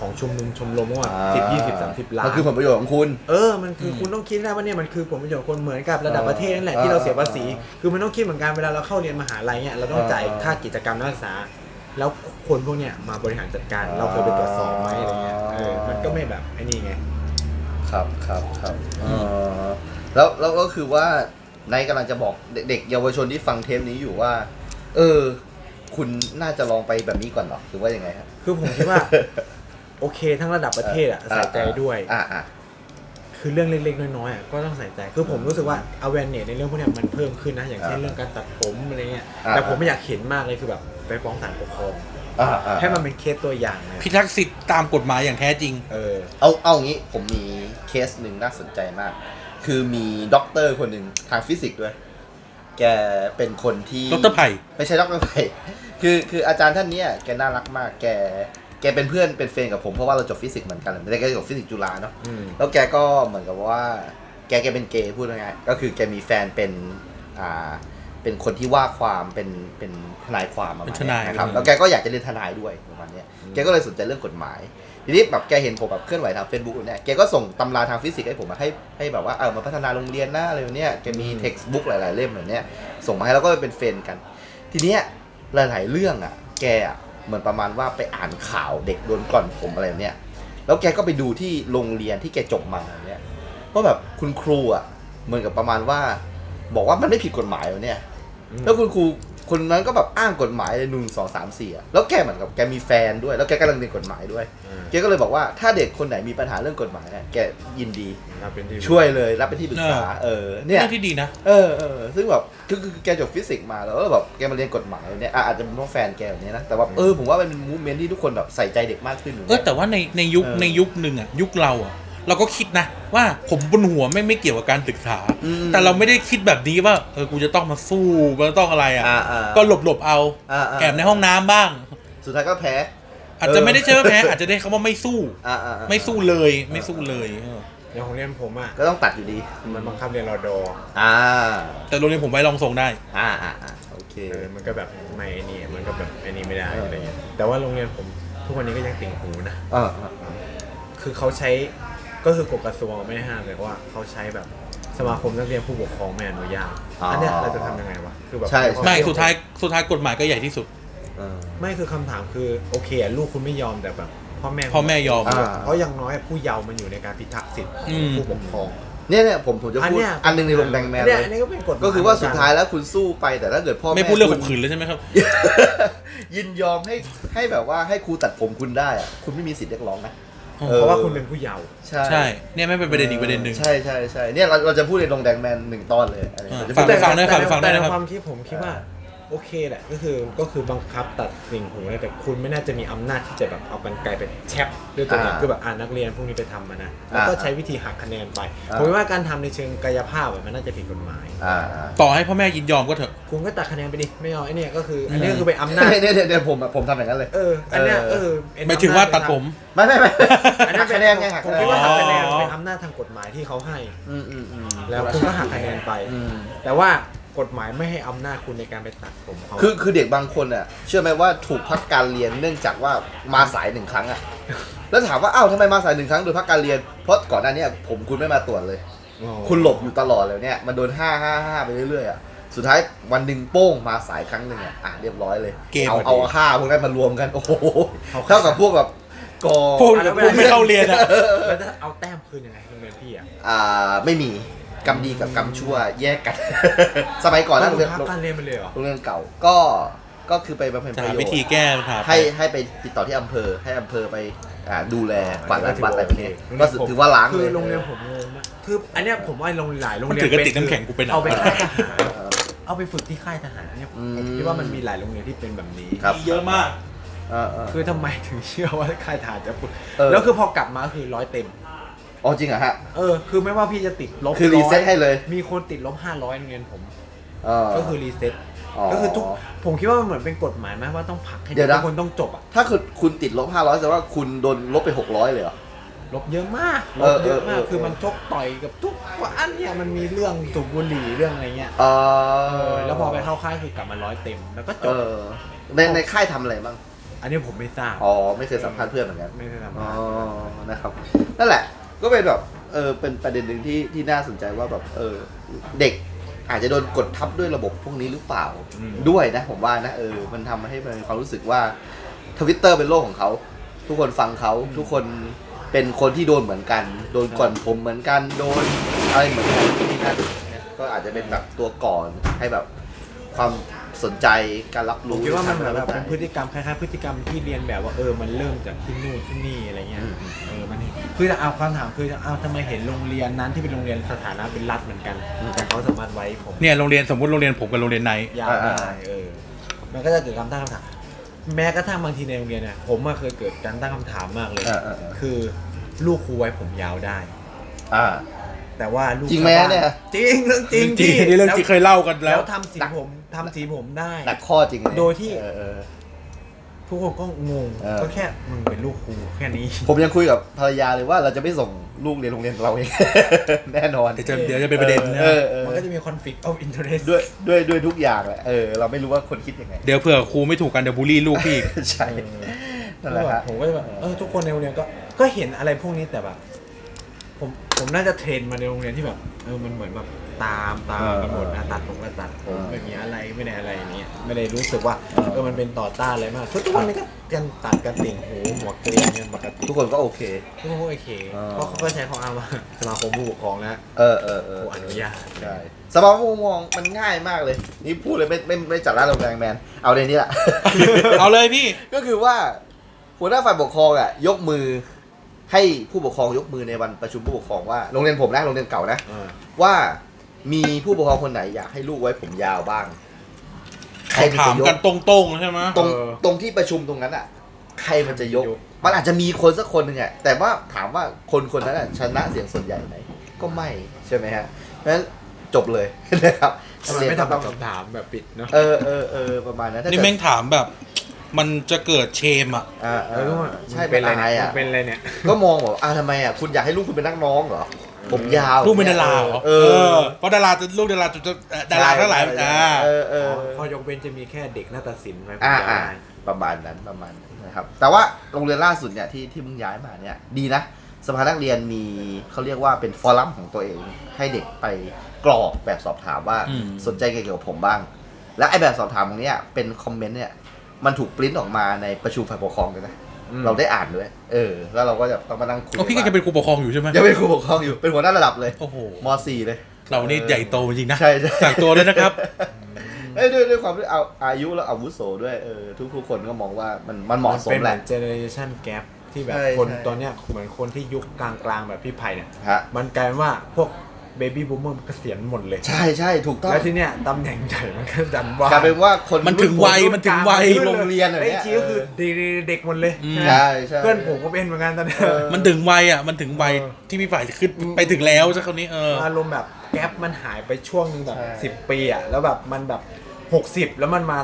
S5: ของชุมนุมชมรมว่าสิบยี่สิบสามสิบล้าน
S3: มันคือผลประโยชน์ของคุณ
S5: เออมันคืออคุณต้องคิดนะว่าเนี่ยมันคือผลประโยชน์คนเหมือนกับระดับประเทศนั่นแหละ
S3: เออ
S5: ที่เราเสียภาษี
S3: เออ
S5: คือมันต้องคิดเหมือนกันเวลาเราเข้าเรียนมหาลัยเนี่ยเราต้องจ่าย
S3: เออ
S5: ค่ากิจกรรมนักศึกษา แล้วคนพวกเนี่ยมาบริหารจัดการเราเคยไปตรวจสอบไหมอะไรเงี้ยเออมันก็ไม่แบบไอ้นี่ไง
S3: ครับครับครับเออแล้วแล้วก็คือว่าในกำลังจะบอกเด็กเด็กเยาวชนที่ฟังเทปนี้อยู่ว่า เออ คุณน่าจะลองไปแบบนี้ก่อนเหรอหรือว่ายังไงครับ
S5: คือผมคิดว่า โอเคทั้งระดับประเทศอ่ะใส่ใจด้วย
S3: อ่าอ่า
S5: คือเรื่องเล็กๆ น้อยๆอ่ะก็ต้องใส่ใจ คือผมรู้สึกว่า awareness ในเรื่องพวกเนี้ยมันเพิ่มขึ้นนะ อย่างเช่น
S3: อ่า
S5: เรื่องการตัดผมอะไรเงี้ย
S3: อ่า
S5: แต่ผมไม่อยากเห็นมากเลยคือแบบไปฟ้องศาลปกครอง
S3: อ่าอ่า
S5: ให้มันเป็นเคสตัวอย่างเลย
S1: พิทักษ์สิทธิ์ตามกฎหมายอย่างแท้จริง
S5: เออ
S3: เอาเอางี้ผมมีเคสหนึ่งน่าสนใจมาก คือมีด็อกเตอร์คนหนึ่งทางฟิสิกส์ด้วย แกเป็นคนที่
S1: ดรไผ่
S3: ไม่ใช่ด็อกเตอร์ไผ่ คือคืออาจารย์ท่านเนี้ยแกน่ารักมาก แกแกเป็นเพื่อนเป็นเฟรนด์กับผมเพราะว่าเราจบฟิสิกส์เหมือนกันแต่แกจบฟิสิกส์จุฬาเนาะ
S5: อืม
S3: แล้วแกก็เหมือนกับว่า แกแกเป็นเกย์พูดง่ายๆก็คือแกมีแฟนเป็นอ่าเป็นคนที่ว่าความเป็นเป็นทนายความประมาณ
S1: เป็นทนาย
S3: นะครับแล้วแกก็อยากจะเรียนทนายด้วยประมาณเนี้ยแกก็เลยสนใจเรื่องกฎหมาย ทีนี้แบบแกเห็นผมแบบเคลื่อนไหวทาง Facebook เนี่ยแกก็ส่งตำราทางฟิสิกส์ให้ผมมาให้ให้แบบว่าเออมาพัฒนาโรงเรียนนะอะไรแบบเนี้ยแกมีเท็กซ์บุ๊กหลาย ๆ เล่มแบบเนี้ยส่งมาให้แล้วก็เป็นเฟรนด์กัน ทีเนี้ยหลาย ๆ เรื่องอ่ะ แกอ่ะเหมือนประมาณว่าไปอ่านข่าวเด็กโดนกล่อนผมอะไรแบบเนี้ย แล้วแกก็ไปดูที่โรงเรียนที่แกจบมาเนี่ยว่าแบบคุณครูอ่ะเหมือนกับประมาณว่า บอกว่ามันไม่ผิดกฎหมายแล้วเนี่ย
S5: อืม
S3: แล้วคุณครูคนนั้นก็แบบอ้างกฎหมายเลยหนึ่งสองสามสี่อะแล้วแกเหมือนกับแกมีแฟนด้วย แล้วแกกำลังเรียนกฎหมายด้วย
S5: อ่า
S3: แกก็เลยบอกว่าถ้าเด็กคนไหนมีปัญหาเรื่องกฎหมายอะแกยินดี
S5: เราเป็นที่
S3: ช่วยเลยรับเป็นที่ปรึกษา เออเนี่ย
S1: เรื่องที่ดีนะ
S3: เออเออซึ่งแบบคือคือคือแกจบฟิสิกส์มาแล้วแล้วแบบแกมาเรียนกฎหมายเนี่ยอ่ะอาจจะเป็นเพราะแฟนแกแบบนี้นะแต่ว่าเออผมว่ามันเป็นมูเมนที่ทุกคนแบบใส่ใจเด็กมากขึ้นอยู่
S1: เออ
S3: เนี่ย
S1: แต่ว่าในในยุค
S3: เออ
S1: ในยุคหนึ่งอ่ะยุคเราอ่ะเราก็คิดนะว่าผมบนหัวไม่ไม่เกี่ยวกับการศึกษา
S3: อืม
S1: แต่เราไม่ได้คิดแบบนี้ว่าเออกูจะต้องมาสู้มันต้องอะไรอ่ะ
S3: อ่าอ่า
S1: ก็หลบหลบเอา
S3: อ่าอ่า
S1: แอบในห้องน้ำบ้าง
S3: สุดท้ายก็แพ้
S1: อาจจะไม่ได้ใช่ว่าแพ้ อาจจะได้คำว่าไม่สู้
S3: อ่าอ่า
S1: ไม่สู้เลยไม่สู้เลยเออ
S5: อย่างของเรียนผมอ่ะ
S3: ก็ต้องตัดอยู่ดี
S5: มันบังคับเรียนรอดอ
S3: อ่า
S1: แต่โรงเรียนผมไว้ลองส่งได้
S3: อ่าอ่าอ่าโอเค
S5: เออมันก็แบบไม่ไอ้นี่มันก็แบบไอ้นี่ไม่ได้อะไรเงี้ยแต่ว่าโรงเรียนผมทุกวันนี้ก็ยังติ่งหูนะ
S3: เออเออ
S5: คือเขาใช้ก็คือกฎกระทรวงไม่ได้ห้ามเลยว่าเขาใช้แบบสมาคมนักเรียนผู้ปกครองไม่อนุญาต
S3: อ๋ออั
S5: อันเนี้ยเราจะทำยังไงวะคือแบบ
S3: ใช่
S5: คว
S1: ไม่สุดท้ายสุดท้ายกฎหมายก็ใหญ่ที่สุด
S3: เออ
S5: ไม่คือคำถามคือโอเคอะลูกคุณไม่ยอมแต่แบบพ่อแม่
S1: พ่อแม่ยอม
S3: อ่า
S5: เพราะอย่างน้อยอะผู้เยาว์มันอยู่ในการพิทักษ์สิทธิ์ขอ
S1: อื
S5: ง
S1: ม
S5: ผู้ปกครอง
S3: เนี่ยเนี่ยผมผมจะ
S5: อัน
S3: พูด
S5: เนี้ย
S3: อันหนึงในโรงแดงแมน
S5: เนี่
S3: เลย ย
S5: อันนี้ก็เป็นกฎหม
S3: ก็คือว่าสุดท้ายแล้วคุณสู้ไปแต่ถ้าเกิดพ่อแม่
S1: ไม่พูดเรื่อง
S3: คุ
S1: ข่
S3: ณ
S1: มขืนเลยใช่ไหมครับ
S3: ยินยอมให้ให้แบบว่าให้ครูตัดผมคุณได้อะคุณไม่มีสิทธิ์เรียกร้องนะ
S1: อ๋อ
S5: เพราะว่าคุณเป็นผู้เยาว์
S3: ใช่
S1: ใช่ เนี่ยไม่เป็นประเด็นอีกประเด็นหนึ่ง
S3: ใช่ใช่ใช่เนี่ยเราเราจะพูดในดงแดงแมนหนึ่งตอนเลยอะไร
S1: อ่า
S3: เราจะ
S1: ฟั
S3: พูด
S1: งฟังได้ครับ
S5: แต่
S1: ฟังได้นะครับ
S5: แต่ในความคิดผมคิดว่าโอเคแหละก็คือก็คือบังคับตัดสิ่งหูนะแต่คุณไม่น่าจะมีอำนาจที่จะแบบเอากันไกลไปแชปด้วยตัวเองคือแบบอ่านักเรียนพวกนี้ไปทำมานะแล้วก็ใช้วิธีหักคะแนนไปผมว่าการทำในเชิงกายภาพอะมันน่าจะผิดกฎหมาย
S3: อ่าอ่า
S1: ต่อให้พ่อแม่ยินยอมก็เถอะ
S5: คุณก็ตัดคะแนนไปดิไม่เอาไอ้เนี่ยก็คืออันนี้ก็คือไปนอำนาจ
S3: เนี่ยเนี่ยเนี่ยผมอะผมทำอย่างนั้นเลย
S5: เอออันเนี้ยเออเป็นอำน
S1: ไม่ถึงว่าตัดผม
S3: ไม่ไม่ไม่
S5: อั
S3: อั
S5: น
S3: น
S5: นั้
S3: นั้น น
S5: เป็
S3: คะ
S5: น
S3: แนนไงหัก
S5: ผ
S3: คะ
S5: ม
S3: แน
S5: คิด
S3: น
S5: ว่าหักคะแนน
S1: อ๋อ
S5: เป็นอำนาจทางกฎหมายที่เขาให้
S3: อืมอืมอืม
S5: แล้วคุณก็หักคะแนนไป
S3: อืม
S5: แต่ว่ากฎหมายไม่ให้อำนาจคุณในการไปตัดผมเขา
S3: คือคือเด็กบางคนอ่ะ เชื่อไหมว่าถูกพักการเรียนเนื่องจากว่ามาสายหนึ่งครั้งอ่ะแล้วถามว่าอ้าวทำไมมาสายหนึ่งครั้งโดยพักการเรียนเพราะก่อนหน้าเนี้ผมคุณไม่มาตรวจเลย คุณหลบอยู่ตลอดเลยเนี่ย มันโดนห้าห้าห้าไปเรื่อยๆอ่ะ สุดท้ายวันหนึ่งโป้งมาสายครั้งหนึ่งอ่ะ อ่ะเรียบร้อยเลย
S1: เกมอ่ะดิ
S3: เอาเอาค่าพวกนั้นมารวมกัน โอ้โห เท่ากับพวกแบบกอ
S1: พูด
S5: อ่ะแล้วเว
S1: พู
S5: ลา
S1: ดไม่เข้าเรียนอ่ะ
S5: แล้วจะเอาแต้มคืนยังไงโรงเรียนพี่อ่ะ
S3: อ่า ไม่มีกรรมดีกับกรรมชั่วแยกกัน สมัยก่อนนะโรงเรียน
S5: พักการเรียนไปเลยเหรอ
S3: โรงเรียนเก่า ก็ก็คือไปบำเพ็ญ
S1: จะ
S3: ประ
S1: หา
S3: โย
S1: วิ
S3: ช
S1: ธี
S3: น์
S1: แก้ปัญหาไป
S3: ให้ให้ไปติดต่อที่อำเภอให้อำเภอไปอ่าดูแลกวาดล้าง
S5: ถือ
S3: วั
S5: ว่า
S3: ดอะไรพวกนี้
S5: โอเค
S3: ก็ถือว่าล้าง
S5: คื
S3: เล
S5: อย โรงเรียนผมงงมากคืออันเนี้ยผมว่าโรงหลายโรง
S1: มัน
S5: เรียน
S1: ถือกระติก
S5: ป็
S1: น้ำแข็งกูไปไหน
S5: เอาไป
S1: วะ
S5: ค่ายทหารเอาไปฝึกที่ค่ายทหารเนี่ย
S3: อืม
S5: ผมคิดว่ามันมีหลายโรงเรียนที่เป็นแบบนี้
S3: ครับ
S1: เยอะมาก
S3: เออเออ
S5: คือทำไมถึงเชื่อว่าค่ายทหารจะฝึก
S3: เออ
S5: แล้วคือพอกลับมาก็คือร้อยเต็ม
S3: อ๋อจริงเหรอฮะ
S5: เออ คือไม่ว่าพี่จะติดลบ
S3: คือรีเซ็ต
S5: 100
S3: ให้เลย
S5: มีคนติดลบ500โรงเรียนผม
S3: เออ
S5: ก็คือรีเซ็ต
S3: อ๋อ
S5: ก็คือทุกผมคิดว่ามันเหมือนเป็นกฎหมายไหมว่าต้องผลักให้
S3: เดี๋ยวนะ
S5: ทุกคนต้องจบอ่ะ
S3: ถ้าคือคุณติดลบห้าร้อยแสดงว่าคุณโดนลบไปหกร้อยเลยเหรอ
S5: ลบเยอะมากล
S3: เอบ อ
S5: เยอะ
S3: เออ
S5: มา
S3: เอก อ
S5: คือมันชกต่อยกับทุกว่าอันเนี่ยมันมีเรื่องสูบบุหรี่เรื่องอะไรเงี้ย
S3: เอ
S5: เออแล้วพอไปเข้าค่ายคือกลับมาร้อยเต็มแล้วก็จ
S3: เอบ อในในค่ายทำอะไรบ้าง
S5: อันนี้ผมไม่ทราบ
S3: อ๋อ ไม่เคยสัมภาษณ์เพื่อนเหมือนกัน
S5: ไม่ได้ทำ
S3: อ๋อ
S5: มา
S3: นะครับ นั่นแหละ ก็เป็นแบบ เออ เป็นประเด็นหนึ่งที่ที่น่าสนใจว่าแบบ เออ เด็กอาจจะโดนกดทับด้วยระบบพวกนี้หรือเปล่า ด้วยนะ ผมว่านะ เออ มันทำให้มันมีความรู้สึกว่าทวิตเตอร์เป็นโลกของเขา ทุกคนฟังเขา ทุกคนเป็นคนที่โดนเหมือนกัน โดนก่อนผมเหมือนกัน โดนอะไรเหมือนกันที่นั่นก็อาจจะเป็นแบบตัวก่อนให้แบบความสนใจการรับ
S5: ผม
S3: รู้
S5: คิดว่ามันเหมือนแบบเป็นพฤ
S3: ทำให้
S5: ติกรรมค
S3: รา
S5: ล้ายๆพฤติกรรมที่เรียนแบบว่าเออมันเริ่มจากที่นู่นที่นี่อะไรเงี้ย
S3: อืม
S5: เออมันคือจะเอาคำถามคือจะเอาทำไมเห็นโรงเรียนนั้นที่เป็นโรงเรียนสถานะเป็นรัฐเหมือนกันแต่เขาสามารถไว้ผม
S1: เนี่ยโรงเรียนสมมติโรงเรียนผมกับโรงเรียนไหน
S5: ยาวได้เออมันก็จะเกิดการตั้งคำถามแม้กระทั่งบางทีในโรงเรียนเนี่ยผมอะเคยเกิดการตั้งคำถามมากเลย
S3: เออเออเออ
S5: คือลูกครูไว้ผมยาวได้
S3: อ่า
S5: แต่ว่าลูก
S3: จริงไหม
S5: ชาวบ้า
S3: เนี่ย
S5: จริงเรื่องจริง
S1: จริง
S5: พี่
S1: นี่เรื่องจริงเคยเล่ากัน
S5: แล้
S1: แล้ว ว
S5: ทำสีผมทำสีผมได้
S3: หนักข้อจริงเลย
S5: โดยที่
S3: เออเออ
S5: ทุกคนก็งง
S3: เออ
S5: ก็แค่มึงเป็นลูกครูแค่นี้
S3: ผมยังคุยกับภรรยาเลยว่าเราจะไม่ส่งลูกเรียนโรงเรียนเราเอง แน่นอน
S1: เดี๋ยวจะเดี๋ยวจะเป็นประเด็นนะ
S3: ออเออ
S5: มันก็จะมี conflict of interest
S3: ด้วยด้วยด้วยทุกอย่างแหละเออเราไม่รู้ว่าคนคิดยังไง
S1: เดี๋ยวเผื่อครูไม่ถูกกันเดี๋ยวบูลลี่ลูกพี่อี ก
S3: ใช่นั่นแห
S5: ก็
S3: ละ
S5: แบ
S3: ครับ บ
S5: ผมก็จะแบบเออทุกคนในโรงเรียนก็ก็เห็นอะไรพวกนี้แต่แบบผมผมน่าจะเทรนมาในโรงเรียนที่แบบเออมันเหมือนแบบตามตาม
S3: เออ
S5: กันหมดนะตัดผมก็ตัดผม
S3: เออ
S5: ไม่มีอะไรไม่ได้อะไรอย่างเงี้ยไม่ได้รู้สึกว่า
S3: เออ
S5: เออมันเป็นต่อต้านอะไรมากคือทุกคนนี้ก็กันตัดกันติ่งหูหัวเกรียนกันปกติ
S3: ทุกคนก็โอเค
S5: ทุกคนก็โอเค
S3: เออ
S5: เพราะเขาก็ใช้ข้ออ้างว่าสมาคมผู้ปกครองนะ
S3: เออเออเออ
S5: ผู้อนุญาต
S3: ใช่สมองมุมมองมันง่ายมากเลย นี่พูดเลยไม่ไม่ไม่จัดร้านโรงแรมแมน เอาในนี้แหละ
S1: เอาเลยพี่
S3: ก็คือว่าหัวหน้าฝ่ายปกครองอ่ะ ยกมือให้ผู้ปกครองยกมือในวันประชุมผู้ปกครองว่าโรงเรียนผมนะโรงเรียนเก่านะ ว่ามีผู้ปกครองคนไหนอยากให้ลูกไว้ผมยาวบ้างใคร
S1: เขา
S3: เป็
S1: ถาม
S3: จะย
S1: กันตรงๆเลยใช่ไหม
S3: ตรง
S5: เออ
S3: ตรงที่ประชุมตรงนั้นอ่ะ ใครมันจะยก
S5: ยก
S3: มันอาจจะมีคนสักคนหนึ่งอ่ะแต่ว่าถามว่าคนคนนั้นอะชนะเสียงส่วนใหญ่ไหมก็ไม่ใช่ไหมฮะเพราะฉะนั้นจบเลย นะครับ
S5: ทำไมไม่ทำตามคำถามแบบปิดเนาะ
S3: เออเออเออประมาณนั้นถ้าเกิ
S1: นี่
S3: ด
S1: แม่งถามแบบ มันจะเกิดเชมอ่ะ
S3: อ่า
S5: แล้วก็ว่า
S3: ใช่
S5: มึง
S3: เป็
S5: เป็น
S3: น
S5: อะไรเนี่ย
S3: อะไรอ่ะ
S5: มึงเป็นอะไรเนี่ย
S3: ก็มองบอกอ่าทำไมอ่ะคุณอยากให้ลูกคุณเป็นนักร้องเหรอผมยาว
S1: ลูกเป็นดาราเหรอ
S3: เออ
S1: เพราะดาราจะลูกดาราจะจะเอ่อดาราทั้งหลายอ่า
S3: เออเออ
S5: ข้อยกเว้นจะมีแค่เด็กนาฏศิลป์ไหม
S3: อ่าอ่าประมาณนั้นประมาณนั้นนะครับแต่ว่าโรงเรียนล่าสุดเนี่ยที่ที่มึงย้ายมาเนี่ยดีนะสภานักเรียนมีเขาเรียกว่าเป็นฟอรัมของตัวเอง ให้เด็กไปกรอกแบบสอบถามว่า
S1: อืม
S3: สนใจเกี่ยวกับผมบ้าง และไอแบบสอบถามตรงเนี้ยเป็นคอมเมนต์เนี่ย มันถูกปริ้นออกมาในประชุมฝ่ายปกครองเลยนะเราได้อ่านด้วย เออ แล้วเราก็จะต้องมานั่งคุย
S1: ก็พี่ก็
S3: ว่า
S1: จะเป็นครูปกครองอยู่ใช่ไหม
S3: ยังเป็นครูปกครองอยู่เป็นหัวหน้าระดับเลย
S1: โอ้โห
S3: ม .4 เลย
S1: เรานี่ใหญ่โตจริงนะ
S3: ใช่ใช่
S1: สั่งตัวเลยนะครับ
S3: เอ้ยด้วยด้วยความที่เอาอายุแล้วอาวุโสด้วยเออทุกทุกๆคนก็มองว่ามันมันเหมาะสม
S5: เป็น
S3: แห
S5: แบ
S3: ละ
S5: บเจเนอเรชันแกปที่แบบ
S3: ใช่
S5: คน
S3: ใช่
S5: ตอนเนี้ยเหมือนคนที่ยุคกลางๆแบบพี่ไผ่เนี่ย
S3: ฮะ
S5: มันกลายเป็นว่าพวกเบบี้บูมเมอร์เกษียณหมดเลย
S3: ใช่ใช่ถูกต้อง
S5: แล้วที่เนี้ยตำแหน่งใหญ่มันก็ดันว่าก
S3: ลายเป็นว่าคน
S1: มันถึงวัยมันถึงวัย
S3: โรงเรียนอะไร
S5: ไอ้
S3: เงี้ย
S5: ทีก็คือเด็กๆหมดเลย
S1: อืม
S3: ใช่ใช่
S5: เพื่อนผมก็เป็นเหมือนกันตอนเนี้ย
S1: มันถึงวัยอ่ะ มันถึงวัย
S5: เออ
S1: ที่พี่ฝ่ายขึ้นไปถึงแล้วสักคราวนี้เออ
S5: อารมณ์แบบแกปมันหายไปช่วงหนึงแบบ
S3: ใช่
S5: สิบปีอ่ะแล้วแบบมันแบบหกสิบแล้วมันมา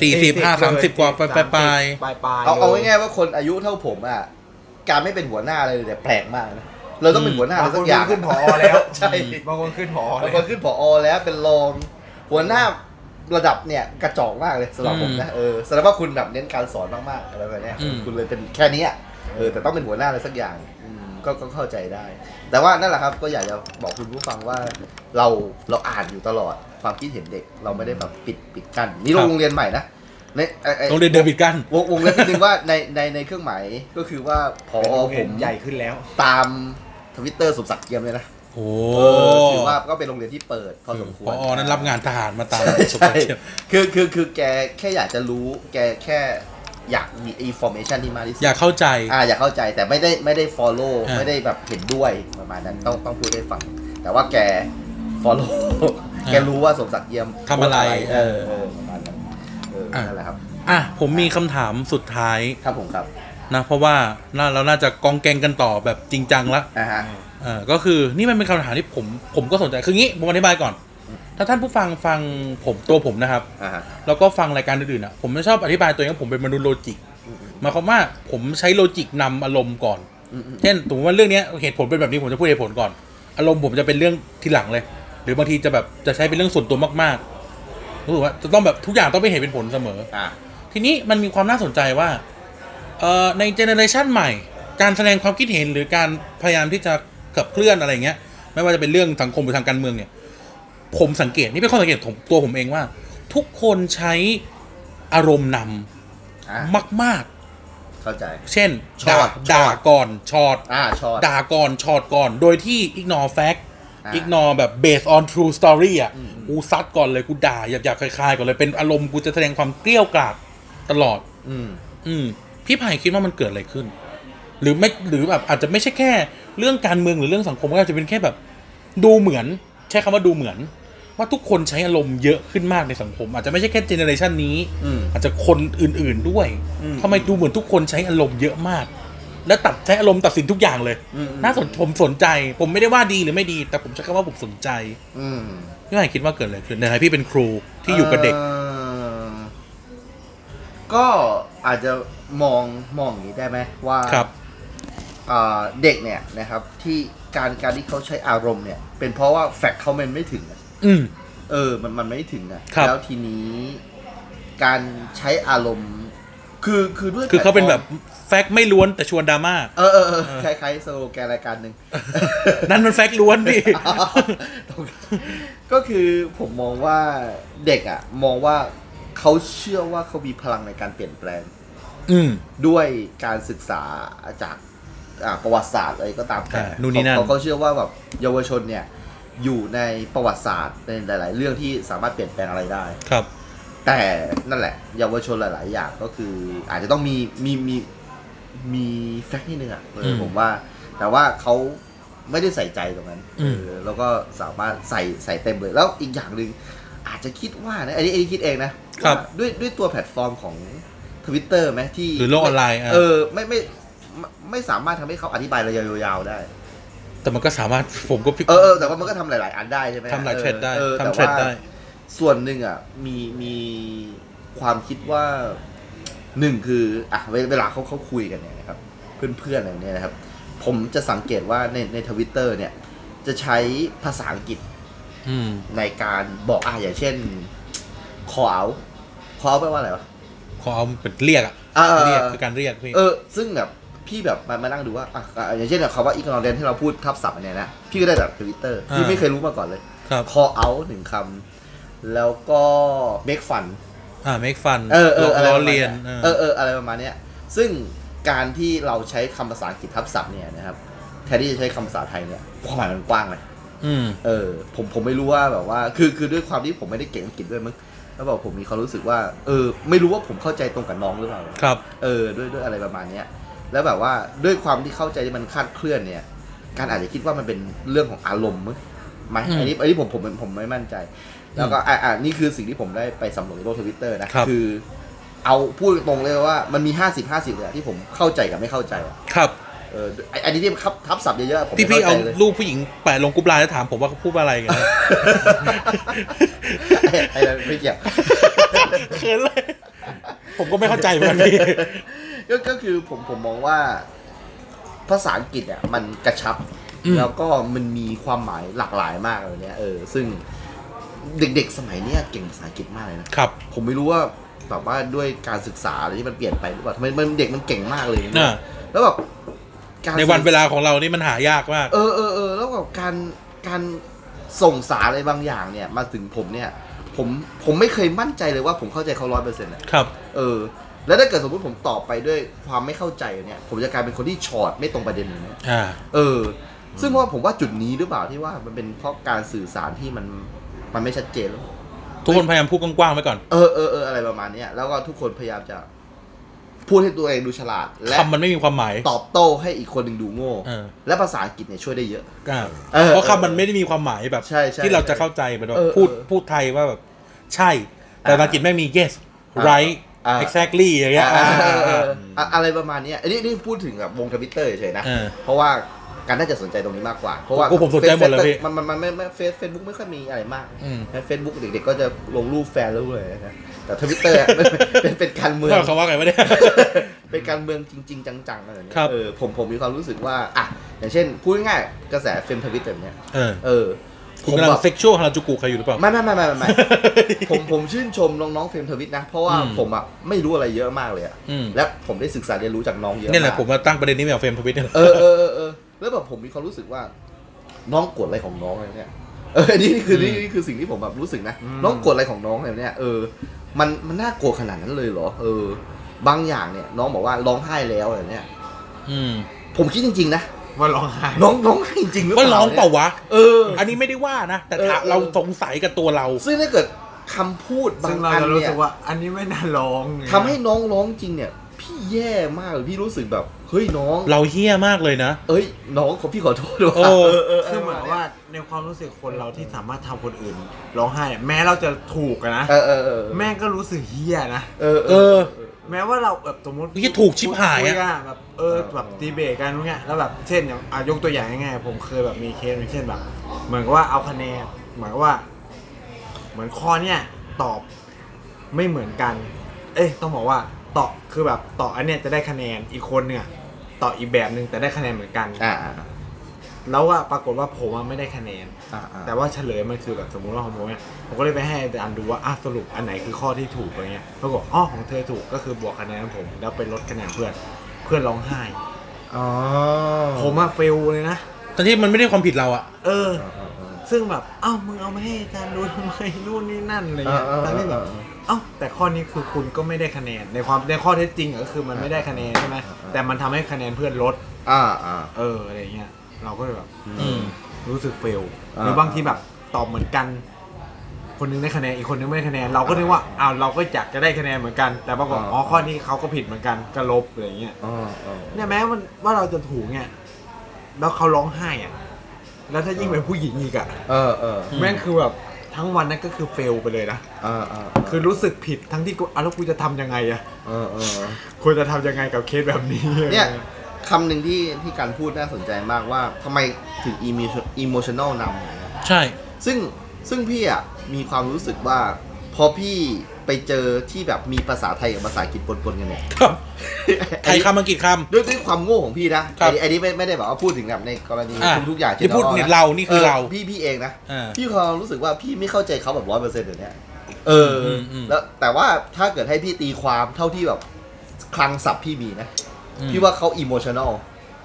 S1: สี่สิบห้าสามสิบกว่าไปไปไป
S5: ปลายปลาย
S3: เอาเอาง่ายๆว่าคนอายุเท่าผมอ่ะการไม่เป็นหัวหน้าเลยเนี่ยแปลกมากนะเราต้องเป็นหัวหน้า
S5: บาง
S3: อะไร
S5: ค
S3: สั
S5: น
S3: กอย่าง
S5: ขึ้นผอแล้ว
S3: ใช่
S5: บางคนขึ้นผอแล้
S3: บาง
S5: ว
S3: คนขึ้นผอแล้วเป็นรองหัวหน้าระดับเนี่ยกระจอกมากเลยสำหรับผมนะเออแสดงว่าคุณแบบเน้นการสอนมากๆอะไรแบบเนี้ย
S1: อืม
S3: คุณเลยเป็นแค่เนี้ยเออแต่ต้องเป็นหัวหน้าอะไรสักอย่างอืมก็ก็เข้าใจได้ แต่ว่านั่นแหละครับก็อยากจะบอกคุณผู้ฟังว่าเราเราอ่านอยู่ตลอดความคิดเห็นเด็กเราไม่ได้แบบปิดปิดกั้นนี่โรงเรียนใหม่นะในไอ้ไอ้
S1: โรงเรียนเดวิดกัน
S3: วงวงเล็บนิดนึงว่าในในในเครื่องหมายก็คือว่าพอ
S5: เป็นโรง
S3: ผ
S5: เรียน
S3: ม
S5: ใหญ่ขึ้นแล้ว
S3: ตามทวิตเตอร์สมศักดิ์เกียมเลยนะ
S1: โอ้
S3: เออถือว่าก็เป็นโรงเรียนที่เปิดพอสมค
S1: พ
S3: วร
S1: อนั้นรับงานทหารมาตามสุภา
S3: ใช่
S1: พเชียว
S3: คือคือคือแกแค่อยากจะรู้แกแค่อยากมีอินโฟเมชันที่มากที่สุด
S1: อยากเข้าใจ
S3: อ่าอยากเข้าใจแต่ไม่ได้ไม่ได้ follow
S1: อ่า
S3: ไม่ได้แบบเห็นด้วยประมาณนั้นต้องต้องพูดให้ฟัง แต่ว่าแก follow แกรู้ว่าสมศักดิ์เยี่ยม
S1: ทำอะไร
S3: เออเออประมาณนั้นเออนั่นแหละครับ
S1: อ่ะ ผมมีคำถามสุดท้าย
S3: ครับผมครับ
S1: นะ เพราะว่าน่าเราน่าจะกองแกงกันต่อแบบจริงจังละ
S3: อ่าฮะ
S1: เอ่อก็คือนี่มันเป็นคำถามที่ผมผมก็สนใจคืองี้ผมอธิบายก่อน ถ้าท่านผู้ฟังฟังผมตัวผมนะครับ
S3: อ่าฮะ
S1: แล้วก็ฟังรายการอื่นๆอ่ะผมจะชอบอธิบายตัวเองว่าผมเป็นมนุษย์โลจิกหมายความว่าผมใช้โลจิกนำอารมณ์ก่อน เช่นสมมติว่าเรื่องเนี้ยเหตุผลเป็นแบบนี้ผมจะพูดเหตุผลก่อน อารมณ์ผมจะเป็นเรื่องทีหลังเลย หรือบางทีจะแบบจะใช้เป็นเรื่องส่วนตัวมากๆรู้สึกว่าจะต้องแบบทุกอย่างต้องเป็นเหตุเป็นผลเสมอ
S3: อ่า
S1: ทีนี้มันมีความน่าสนใจว่าเอ่อในเจเนอเรชันใหม่ การแสดงความคิดเห็นหรือการพยายามที่จะขับเคลื่อนอะไรเงี้ย ไม่ว่าจะเป็นเรื่องสังคมหรือทางการเมืองเนี่ย ผมสังเกตนี่เป็นข้อสังเกตของตัวผมเองว่า ทุกคนใช้อารมณ์นำ
S3: อ่ะ
S1: มาก
S3: เข้าใจ
S1: ๆ เช่น
S3: ช็
S1: ด่า
S3: อตช็
S1: ด่า
S3: อต
S1: ก่อนชอต
S3: อ่าชอต
S1: ด่าก่อนชอตก่อน โดยที่อิกนอแฟก
S3: อ่ะ
S1: อิกนอแบบ based on true story อ่ะ
S3: อืมอืม
S1: กูซัดก่อนเลยกูด่าหยาบๆคลายๆก่อนเลยเป็นอารมณ์กูจะแสดงความเกลี้ยวกล่อมตลอด
S3: อืม
S1: อืมพี่ไผ่คิดว่ามันเกิดอะไรขึ้น หรือไม่หรือแบบอาจจะไม่ใช่แค่เรื่องการเมืองหรือเรื่องสังคมก็อาจจะเป็นแค่แบบ ดูเหมือน ใช้คำว่าดูเหมือน ว่าทุกคนใช้อารมณ์เยอะขึ้นมากในสังคม อาจจะไม่ใช่แค่เจเนอเรชันนี้
S3: อืม
S1: อาจจะคนอื่นๆด้วย
S3: อืม
S1: ทำไมดูเหมือนทุกคนใช้อารมณ์เยอะมาก และตัดใช้อารมณ์ตัดสินทุกอย่างเลย
S3: อืม
S1: น่าสนผมสนใจ ผมไม่ได้ว่าดีหรือไม่ดี แต่ผมใช้คำว่าผมสนใจ
S3: อืม
S1: พี่ไผ่คิดว่าเกิดอะไรขึ้นในฐานะพี่เป็นครูที่อยู่กับเด็ก
S3: อก็อาจจะมองมองอย่างนี้ได้ไหมว่า
S1: ครับ
S3: อ่าเด็กเนี่ยนะครับ ที่การการที่เขาใช้อารมณ์เนี่ย เป็นเพราะว่าแฟกต์เขามันไม่ถึงอะ
S1: อืม
S3: เออ มันมันไม่ถึงนะครับ แล้วทีนี้การใช้อารมณ์ คือคือด้วย
S1: คือเขาเป็นแบบ
S3: ลตฟอร์
S1: แฟกต์ไม่ล้วนแต่ชวนดราม่า
S3: มเออเออเออคล้ายๆสโลแกนรายการ หนึ่ง
S1: นั่นมันแฟกต์ล้วน พี่
S3: ก็คือผมมองว่าเด็กอะมองว่าเขาเชื่อว่าเขามีพลังในการเปลี่ยนแปลง
S1: อืม
S3: ด้วยการศึกษาจากอ่าประวัติศาสตร์อะไรก็ตามแต่
S1: อ่านู่นนี่นั่น
S3: เขาเขาเชื่อว่าแบบเยาวชนเนี่ยอยู่ในประวัติศาสตร์ในหลาย ๆ เรื่องที่สามารถเปลี่ยนแปลงอะไรได้
S1: ครับ
S3: แต่นั่นแหละ เยาวชนหลาย ๆ อย่างก็คือ อาจจะต้องมีมีมีมีแฟกต์นิดนึงอะเออ
S1: ม
S3: ผมว่า แต่ว่าเขาไม่ได้ใส่ใจตรงนั้น
S1: อืม
S3: เออแล้วก็สามารถใส่ใส่เต็มเลย แล้วอีกอย่างหนึ่งอาจจะคิดว่านะอันนี้อันนี้คิดเองนะครับ ว่าด้วยด้วยตัวแพลตฟอร์มของทวิตเตอร์ไหมที่
S1: หรือโลกออนไลน์อะ
S3: เออไม่ไม่ไม่ไม่สามารถทำให้เขาอธิบายระยะยาวๆได้
S1: แต่มันก็สามารถผมก็พิก
S3: เออเออแต่ว่ามันก็ทำหลาย ๆ อันได้ใช่ไหม
S1: ทำหลายเทรดได้
S3: ออออ
S1: ทำ
S3: แต่
S1: เทรด
S3: ว่า
S1: ได้
S3: ส่วนหนึ่งอ่ะมีมีความคิดว่าหนึ่งคืออ่ะเวเวลาเขาเขาคุยกันเนี่ยนะครับ เพื่อนๆอะไรเนี่ยนะครับ ผมจะสังเกตว่าในในทวิตเตอร์เนี่ย จะใช้ภาษาอังกฤษ
S1: อืม
S3: ในการบอกอ่ะอย่างเช่น ขอเอาขอเอาแปลว่าอะไรวะ
S1: ขอเอาเป็นเรียกอะ
S3: เออ
S1: เรียกคือการเรียกพี่
S3: เออ ซึ่งแบบพี่แบบมามานั่งดูว่าอ่ะอ่ะอย่างเช่นแบบคำว่าอีกนอเดนที่เราพูดทับศัพท์อันเนี่ยนะ พี่ก็ได้แบบทวิตเตอร์ที่
S1: อ่า
S3: ไม่เคยรู้มาก่อนเลย
S1: ครับ
S3: call out หนึ่งคำ แล้วก็ make fun
S1: อ่าเมคฟัน
S3: เออเอออะไร
S1: ล้อ
S3: ประมาณ
S1: เลียน
S3: เออเอออะไรประมาณเนี้ยซึ่งการที่เราใช้คำภาษาอังกฤษทับศัพท์เนี่ยนะครับแทนที่จะใช้คำภาษาไทยเนี่ยความหมายมันกว้างเลย
S1: อืม
S3: เออผมผมไม่รู้ว่าแบบว่า คือคือด้วยความที่ผมไม่ได้เก่งอังกฤษด้วยมั้งแล้วแบบผมมีความรู้สึกว่า เออ ไม่รู้ว่าผมเข้าใจตรงกับน้องหรือเปล่า
S1: ครับ
S3: เออด้วยด้วยอะไรประมาณเนี้ยแล้วแบบว่าด้วยความที่เข้าใจที่มันคลาดเคลื่อนเนี่ย การอาจจะคิดว่ามันเป็นเรื่องของอารมณ์มั้งไหม
S1: อืม
S3: อันนี้อันนี้ผมผมผมผมไม่มั่นใจ แล้วก็อ่ะอ่ะนี่คือสิ่งที่ผมได้ไปสำรวจในโลกทวิตเตอร์นะครับ คือ เอาพูดตรงเลยว่ามันมี 50 50เลยอะที่ผมเข้าใจกับไม่เข้าใจอะ
S1: ครับ
S3: เออไอ้อันนี้ที่ทับทับศัพท์เยอะๆผม
S1: ที่
S3: ไม่
S1: พี่
S3: เข้า
S1: เอา
S3: ใจเลย
S1: รูปผู้หญิงแปะลงกรุ๊ปไลน์แล้วถามผมว่าเขาพูดว่าอะไรกันนะ
S3: ไอ้ไม่เกี่ยว
S1: เขินเลย ผมก็ไม่เข้าใจเหมือนกันพี่
S3: ก็ก็คือผมผมมองว่าภาษาอังกฤษอ่ะมันกระชับ
S1: อืม
S3: แล้วก็มันมีความหมายหลากหลายมากเลยเนี่ยเออซึ่งเด็กๆสมัยเนี้ยเก่งภาษาอังกฤษมากเลยนะ
S1: ครับ
S3: ผมไม่รู้ว่าแบบว่าด้วยการศึกษาอะไรที่มันเปลี่ยนไปหรือเปล่าทำไมมันเด็กมันเก่งมากเลย
S1: น่ะ
S3: แล้วแบบการ
S1: ในวันเวลาของเรานี่มันหายากมาก
S3: เออเออเออแล้วแบบการการส่งสารอะไรบางอย่างเนี่ย มาถึงผมเนี่ย ผมผมไม่เคยมั่นใจเลยว่าผมเข้าใจเขาร้อยเปอร์เซ็นต์
S1: ครับ
S3: เออ แล้วถ้าเกิดสมมติผมตอบไปด้วยความไม่เข้าใจเนี่ย ผมจะกลายเป็นคนที่ช็อตไม่ตรงประเด็นเนี่ย
S1: อ่า
S3: เออ ซึ่งว่าผมว่าจุดนี้หรือเปล่าที่ว่ามันเป็นเพราะการสื่อสารที่มันมันไม่ชัดเจนหรือเปล่า
S1: ทุกคนพยายามพูดกว้างๆไว้ก่อน
S3: เออเออเอออะไรประมาณเนี้ยแล้วก็ทุกคนพยายามจะพูดให้ตัวเองดูฉลาด และ
S1: คำมันไม่มีความหมาย
S3: ตอบโต้ให้อีกคนหนึ่งดูโง่
S1: เออ
S3: และภาษาอังกฤษเนี่ยช่วยได้เยอะ
S1: อ่า
S3: เออ
S1: เพราะคำมันไม่ได้มีความหมายแบบ
S3: ใช่ใช่
S1: ที่เราจะเข้าใจแบบ
S3: เออ
S1: พูด
S3: เออ
S1: พูดไทยว่าแบบ ใช่ แต่
S3: อ่า
S1: ภาษาอังกฤษไม่มี yes
S3: อ่า
S1: right
S3: อ่า
S1: exactly อย่างเงี้ย
S3: อ่าเออเอ
S1: อ่า
S3: ออ่ะอะไรประมาณเนี้ยอันนี้นี่พูดถึงแบบวงทวิตเตอร์เฉยๆนะ
S1: เออ
S3: เพราะว่าการน่าจะสนใจตรงนี้มากกว่า เพราะว่า
S1: โอ้ผมสนใจหมดเลยพี่
S3: มันมันมันไม่ไม่เฟซเฟซบุ๊กไม่ค่อยมีอะไรมาก
S1: อืม
S3: เฟซบุ๊กเด็กๆก็จะลงรูปแฟนแล้วเลยนะ แต่ทวิตเตอร์ เป็นเป็นการเมือง
S1: เขาว่าไงวะเนี่ย
S3: เป็นการเมืองจริง ๆ จังๆอะไรอย่างเงี้
S1: ครั
S3: ย
S1: บ
S3: เออผมผมมีความรู้สึกว่าอ่ะอย่างเช่น พูดง่ายๆกระแสเฟมทวิตแบบเนี้ย
S1: เออ
S3: เออ
S1: คุณกำลั
S3: แบ
S1: ง
S3: บ
S1: เซ็กชวลฮาราจูกุใครอยู่หรือเปล่า
S3: ไม่ไม่ไม่ไม่ไม่ ผมผมชื่นชมน้องๆเฟมทวิตนะ เพราะว่า
S1: อืม
S3: ผมอ่ะไม่รู้อะไรเยอะมากเลยอะ
S1: อืม
S3: และผมได้ศึกษาเรียนรู้จากน้องเยอะ
S1: เนี่ยแหละ
S3: มาก
S1: ผมมาตั้งประเด็นนี้มาจากเฟรมทวิตเนี่ยแหละ
S3: เออเออเออเออแล้วแบบผมมีความรู้สึกว่า น้องกดอะไรของน้องอะไรเนี่ยเออนี่นี่คือนี่นี่คือสิ่งที่ผมแบบรู้สึกนะน้องกดอะไรของน้องอะไรเนี่ยเออมันมันน่ากลัวขนาดนั้นเลยเหรอเออ บางอย่างเนี่ย น้องบอกว่าร้องไห้แล้วอะไรเนี่ย
S1: อืม
S3: ผมคิดจริง ๆ นะ
S5: ว่าร้องไห้
S3: น้องน้องไห้จริงหรือเป
S1: ว่า
S3: ล่า
S1: ร้องเปล่าวะ
S3: เออ
S1: อันนี้ไม่ได้ว่านะ แต่
S3: เออ
S1: ถ้า
S3: เออ
S1: เราสงสัยกับตัวเรา
S3: ซึ่งถ้าเกิดคำพูดบา
S5: ซึ่
S3: ง
S5: งเรา
S3: อัน
S5: จะรู้
S3: เนี่
S5: สึ
S3: ย
S5: กว่าอันนี้ไม่น่าร้องไง
S3: ทำให้น้องร้องจริงเนี่ย พี่แย่มากเลยพี่รู้สึกแบบเฮ้ยน้อง
S1: เราเฮี้ยมากเลยนะ
S3: เอ้ย น้องขอพี่ขอโทษด้วย
S1: เออ
S5: คือเหมือนว่าในความรู้สึกคนเราที่สามารถทำคนอื่นร้องไห้อะแม้เราจะถูกอะนะ
S3: เออเออเออ
S5: แม่งก็รู้สึกเฮียนะ
S3: เออ
S1: เอ
S3: เออ
S1: อ
S5: แม้ว่าเราแบบสมมติ
S1: เหี้ยถูกชิบหายอะ
S5: คุกันแบบเออแบบดีเบตกันพวกเนี้ยแล้วแบบเช่นอย่างอ่ะยกตัวอย่างง่ายๆผมเคยแบบมีเคสเช่นแบบ เหมือนกับว่าเอาคะแนนเหมือนกับว่า เหมือนข้อเนี้ยตอบไม่เหมือนกัน เอ้ยต้องบอกว่าตอบคือแบบตอบอันเนี้ยจะได้คะแนนอีกคนเนี่ยตอบอีกแบบหนึ่งแต่ได้คะแนนเหมือนกัน
S3: อ่า
S5: แล้วว่าปรากฏว่าผมอะไม่ได้คะแนน
S3: อ่าอ่า
S5: แต่ว่าเฉลยมันคือแบบสมมติว่าของผมเนี่ยผมก็เลยไปให้อาจารย์ดูว่าอ่ะสรุปอันไหนคือข้อที่ถูกอะไรเงี้ยปรากฏอ๋อของเธอถูกก็คือบวกคะแนนของผม แล้วไปลดคะแนนเพื่อนเพื่อนร้องไห้
S3: อ๋อ
S5: ผมอะเฟลเลยนะ
S1: แต่ที่มันไม่ได้ความผิดเราอะ
S5: เออ ซึ่งแบบเอ้าวมึงเอามาให้อาจารย์ดูทำไมนู่นนี่นั่นอะไร
S3: อ่า
S5: เงี้ยแต่
S3: อ่าอ่า
S5: ไม่แบบเอ้าแต่ข้อนี้คือคุณก็ไม่ได้คะแนนในความในข้อเท็จจริงอะก็คือมันไม่ได้คะแนนใช่ไหมแต่มันทำให้คะแนนเพื่อนลด
S3: อ่าอ่า
S5: เอออะไรเงี้ยเราก็เลยแบบ
S1: อืม
S5: รู้สึกเฟล
S3: อ่า
S5: หรือบางทีแบบตอบเหมือนกัน คนนึงได้คะแนนอีกคนนึงไม่ได้คะแนนเราก็นึกว่าอ้าวเราก็อยากจะได้คะแนนเหมือนกัน แต่ปรากฏอ๋อข้อนี้เขาก็ผิดเหมือนกันก็ลบอะไรอย่างเงี้ย
S3: อ่าอ่า
S5: เนี่ยแม้มันว่าเราจะถูกเนี่ยแล้วเขาร้องไห้อ่ะแล้วถ้ายิ่งเป็นผู้หญิงอีกอ่ะ
S3: เออเออ
S5: แม่งคือแบบทั้งวันนั้นก็คือเฟลไปเลยนะ
S3: อ่าอ่า
S5: คือรู้สึกผิดทั้งที่กูอ้าวแล้วกูจะทำยังไงอ่ะ
S3: เออเออ
S5: ควรจะทำยังไงกับเคสแบบนี้
S3: เนี่ยคำหนึ่งที่ที่การพูดน่าสนใจมากว่าทำไมถึงอีม t อีโมชัน l ลน
S1: ใช่
S3: ำซึ่งซึ่งพี่อ่ะ มีความรู้สึกว่า พอพี่ไปเจอที่แบบมีภาษาไทยกับภาษาอังกฤษปนๆกันเนี่ย
S1: ครับ ไทย
S3: อันนี้
S1: คำอังกฤษค
S3: ด้วยด้วยความโง่ของพี่นะ
S1: ครับ
S3: ไอ้นี่ไอ้นี่ไม่ไม่ได้แบบว่าพูดถึงแบบในกรณี
S1: อ่ะ
S3: ทุกทุกอย่าง
S1: ที่พูด
S3: general
S1: เนี่ยเรานี่คือเรา
S3: พี่พี่เองนะ
S1: ำอ่า
S3: พี่มีความรู้สึกว่าพี่ไม่เข้าใจเขาแบบร้อยเปอร์เซ็นต์เดี๋ยวนี้เอออ
S1: มอืม
S3: แล้วแต่ว่าถ้าเกิดให้พี่ตีความเท่าที่แบบคลังศัพท์พี่มีนะ พี่ว่าเขาอิโมชัน l ล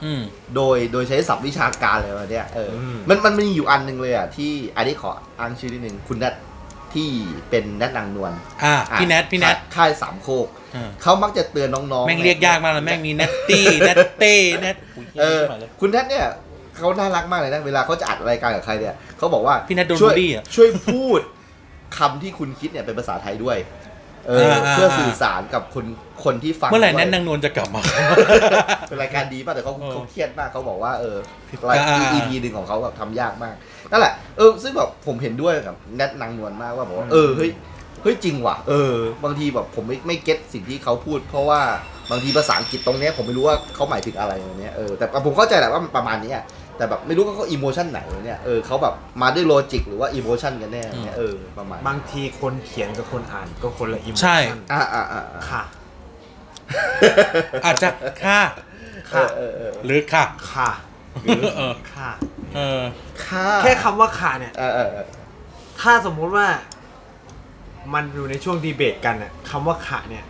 S1: อืม
S3: โดยโดยใช้ศัพท์วิชาการอะไรแบบเนี้ยเอออมันมันมีอยู่อันหนึ่งเลยอ่ะที่อันนี้ขออ้างชื่อนิดนึงคุณนัท ที่เป็นแนทนางนวล
S1: อ่าพี่แนทพี่แนท
S3: ค่ายสามโคก
S1: อืม
S3: เขามักจะเตือนน้องๆ
S1: แม่งเรียกยากมากเลยแม่งมีเนตตี้เนตเต้เนตอุ๊ย
S3: เออ
S1: ไม่ไหวแล้ว
S3: คุณแนทเนี่ยเขาน่ารักมากเลยนะ เวลาเขาจะอัดรายการกับใครเนี่ยเขาบอกว่า
S1: พี่แนทโดน
S3: ช่วย
S1: บูลลี่อะ
S3: ช่วยพูด คำที่คุณคิดเนี่ยเป็นภาษาไทยด้วย เอออา
S1: อ่า
S3: เพื่อสื่อสารกับคนคนที่ฟัง
S1: เมื่อไหร่
S3: ด้ว
S1: แนท
S3: ย
S1: นางนวลจะกลับมา
S3: เป็นรายการดีมากแต่เขา
S1: เออ
S3: เขาเครียดมากเขาบอกว่าเออ
S1: ผิด
S3: รายการ
S1: อ่า
S3: EP หนึ่งของเขาแบบทำยากมากนั่นแหละเออซึ่งแบบผมเห็นด้วยกับแนทนางนวลมากว่าบอกว่าเออเฮ้ยเฮ้ยจริงว่ะเออบางทีแบบผมไม่ไม่เก็ตสิ่งที่เขาพูด เพราะว่าบางทีภาษาอังกฤษตรงเนี้ยผมไม่รู้ว่าเขาหมายถึงอะไรอย่างเนี้ยเออแต่ผมเข้าใจแหละว่ามันประมาณเนี้ยแต่แบบไม่รู้ว่าเขาอิโมชันไหนเนี่ยเออเขาแบบมาด้วยโลจิกหรือว่าอิโมชันกันแน่เนี่ยเออประมาณ
S5: บางทีคนเขียนกับคนอ่านก็คนละอิม
S1: ใช่
S3: อ่าอ่าอ่าอ่า
S5: ค่ะ
S1: อาจจะค่ะ
S5: ค่ะ
S3: เออเออเออ
S1: หรือค่ะ
S5: ค่ะ
S1: หรือเออ
S5: ค่ะ
S1: เออ
S3: ค่ะ
S5: แค่คำว่าค่ะเนี่ย
S3: เออเออเออ
S5: ถ้าสมมุติว่า มันอยู่ในช่วงดีเบตกันอะคำว่าค่ะเนี่ย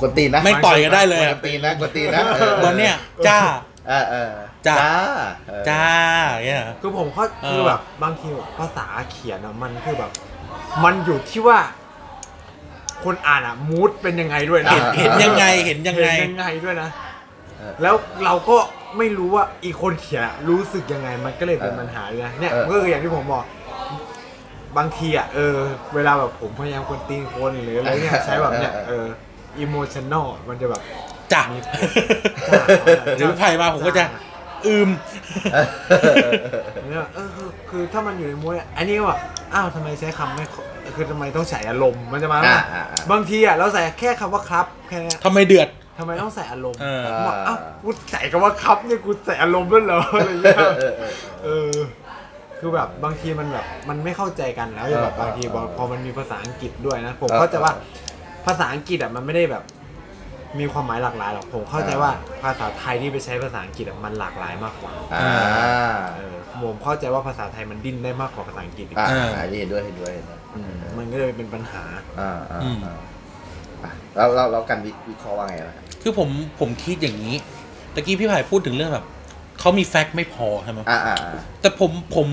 S3: กวนตีนนะ
S1: ไม่ต่อยกันได้เลย
S3: ก
S1: อะ
S3: วนตีนนะกวนตีนนะออ
S1: วันเนี้ยจ้า
S3: เออเออ
S1: จ้า
S3: เออ
S1: จ้าอย่างเงี้ยเหรอ
S5: คือผมก็
S1: เออ
S5: คือแบบบางทีแบบภาษาเขียนอะมันคือแบบ มันอยู่ที่ว่า คนอ่านอะมูดเป็นยังไงด้วยนะ
S1: เห็นเห็นยังไงเห็นยังไง
S5: เห็นยังไงด้วยนะ
S3: เออ
S5: แล้วเราก็ไม่รู้ว่าอีกคนเขียนอะรู้สึกยังไงมันก็เลยเป็น
S3: เออ
S5: ปัญหาเลยนะเนี่ย
S3: เออ
S5: ก็คืออย่างที่ผมบอก บางทีอ่ะเออ เวลาแบบผมพยายามคนตีนคนหรืออะไรเนี่ยใช้แบบเนี่ยเอออิโมชันแนลมันจะแบบ
S1: จ้ะ
S5: มี
S1: หรือไผ่มาผมก็จะ อืม
S5: เนี่ยเออคือคือถ้ามันอยู่ในมูดเนี่ยอันนี้ก็แบบอ้าวทำไมใช้คำไม่ครบคือทำไมต้องใส่อารมณ์มันจะมาว่า
S3: อ่าอ่าอ่า
S5: บางทีอ่ะเราใส่แค่คำว่าครับแค่เนี้ย
S1: ทำไมเดือด
S5: ทำไมต้องใส่อารมณ์
S1: เออ
S5: ผมบอกอ้าวกูใส่คำว่าครับเนี่ยกูใส่อารมณ์ด้วยเหรออะไรเงี้ย
S3: เออเออ
S5: เออ คือแบบบางทีมันแบบมันไม่เข้าใจกันแล้วอย่างแบ
S3: เออ
S5: บา
S3: เออบ
S5: งทีพอ
S3: เออ
S5: พอมันมีภาษาอังกฤษด้วยนะ ผม
S3: เออ
S5: เข้าใจว่า
S3: เออ
S5: ภาษาอังกฤษอ่ะมันไม่ได้แบบ มีความหมายหลากหลายหรอกผมเข้าใจ
S3: เออ
S5: ว่าภาษาไทยที่ไปใช้ภาษาอังกฤษอ่ะมันหลากหลายมากกว่า
S3: อ่า
S5: เออผมเข้าใจว่าภาษาไทยมันดิ้นได้มากกว่าภาษาอังกฤษอีก
S3: อ่า
S1: เออ
S3: อันนี้เห็นด้วยเห็นด้วยเห็นด้วย
S5: อืมมันก็เลยเป็นปัญหา
S3: อ่าอ่า
S1: อืม
S3: อ่าอ่ะแล้วแล้วแล้วกันวิวิเคราะห์ว่าไงล่ะครับ
S1: คือผมผมคิดอย่างนี้ ตะกี้พี่ไผ่พูดถึงเรื่องแบบเขามีแฟกต์ไม่พอใช่ไหม
S3: อ่าอ่าอ่า
S1: แต่ผมผม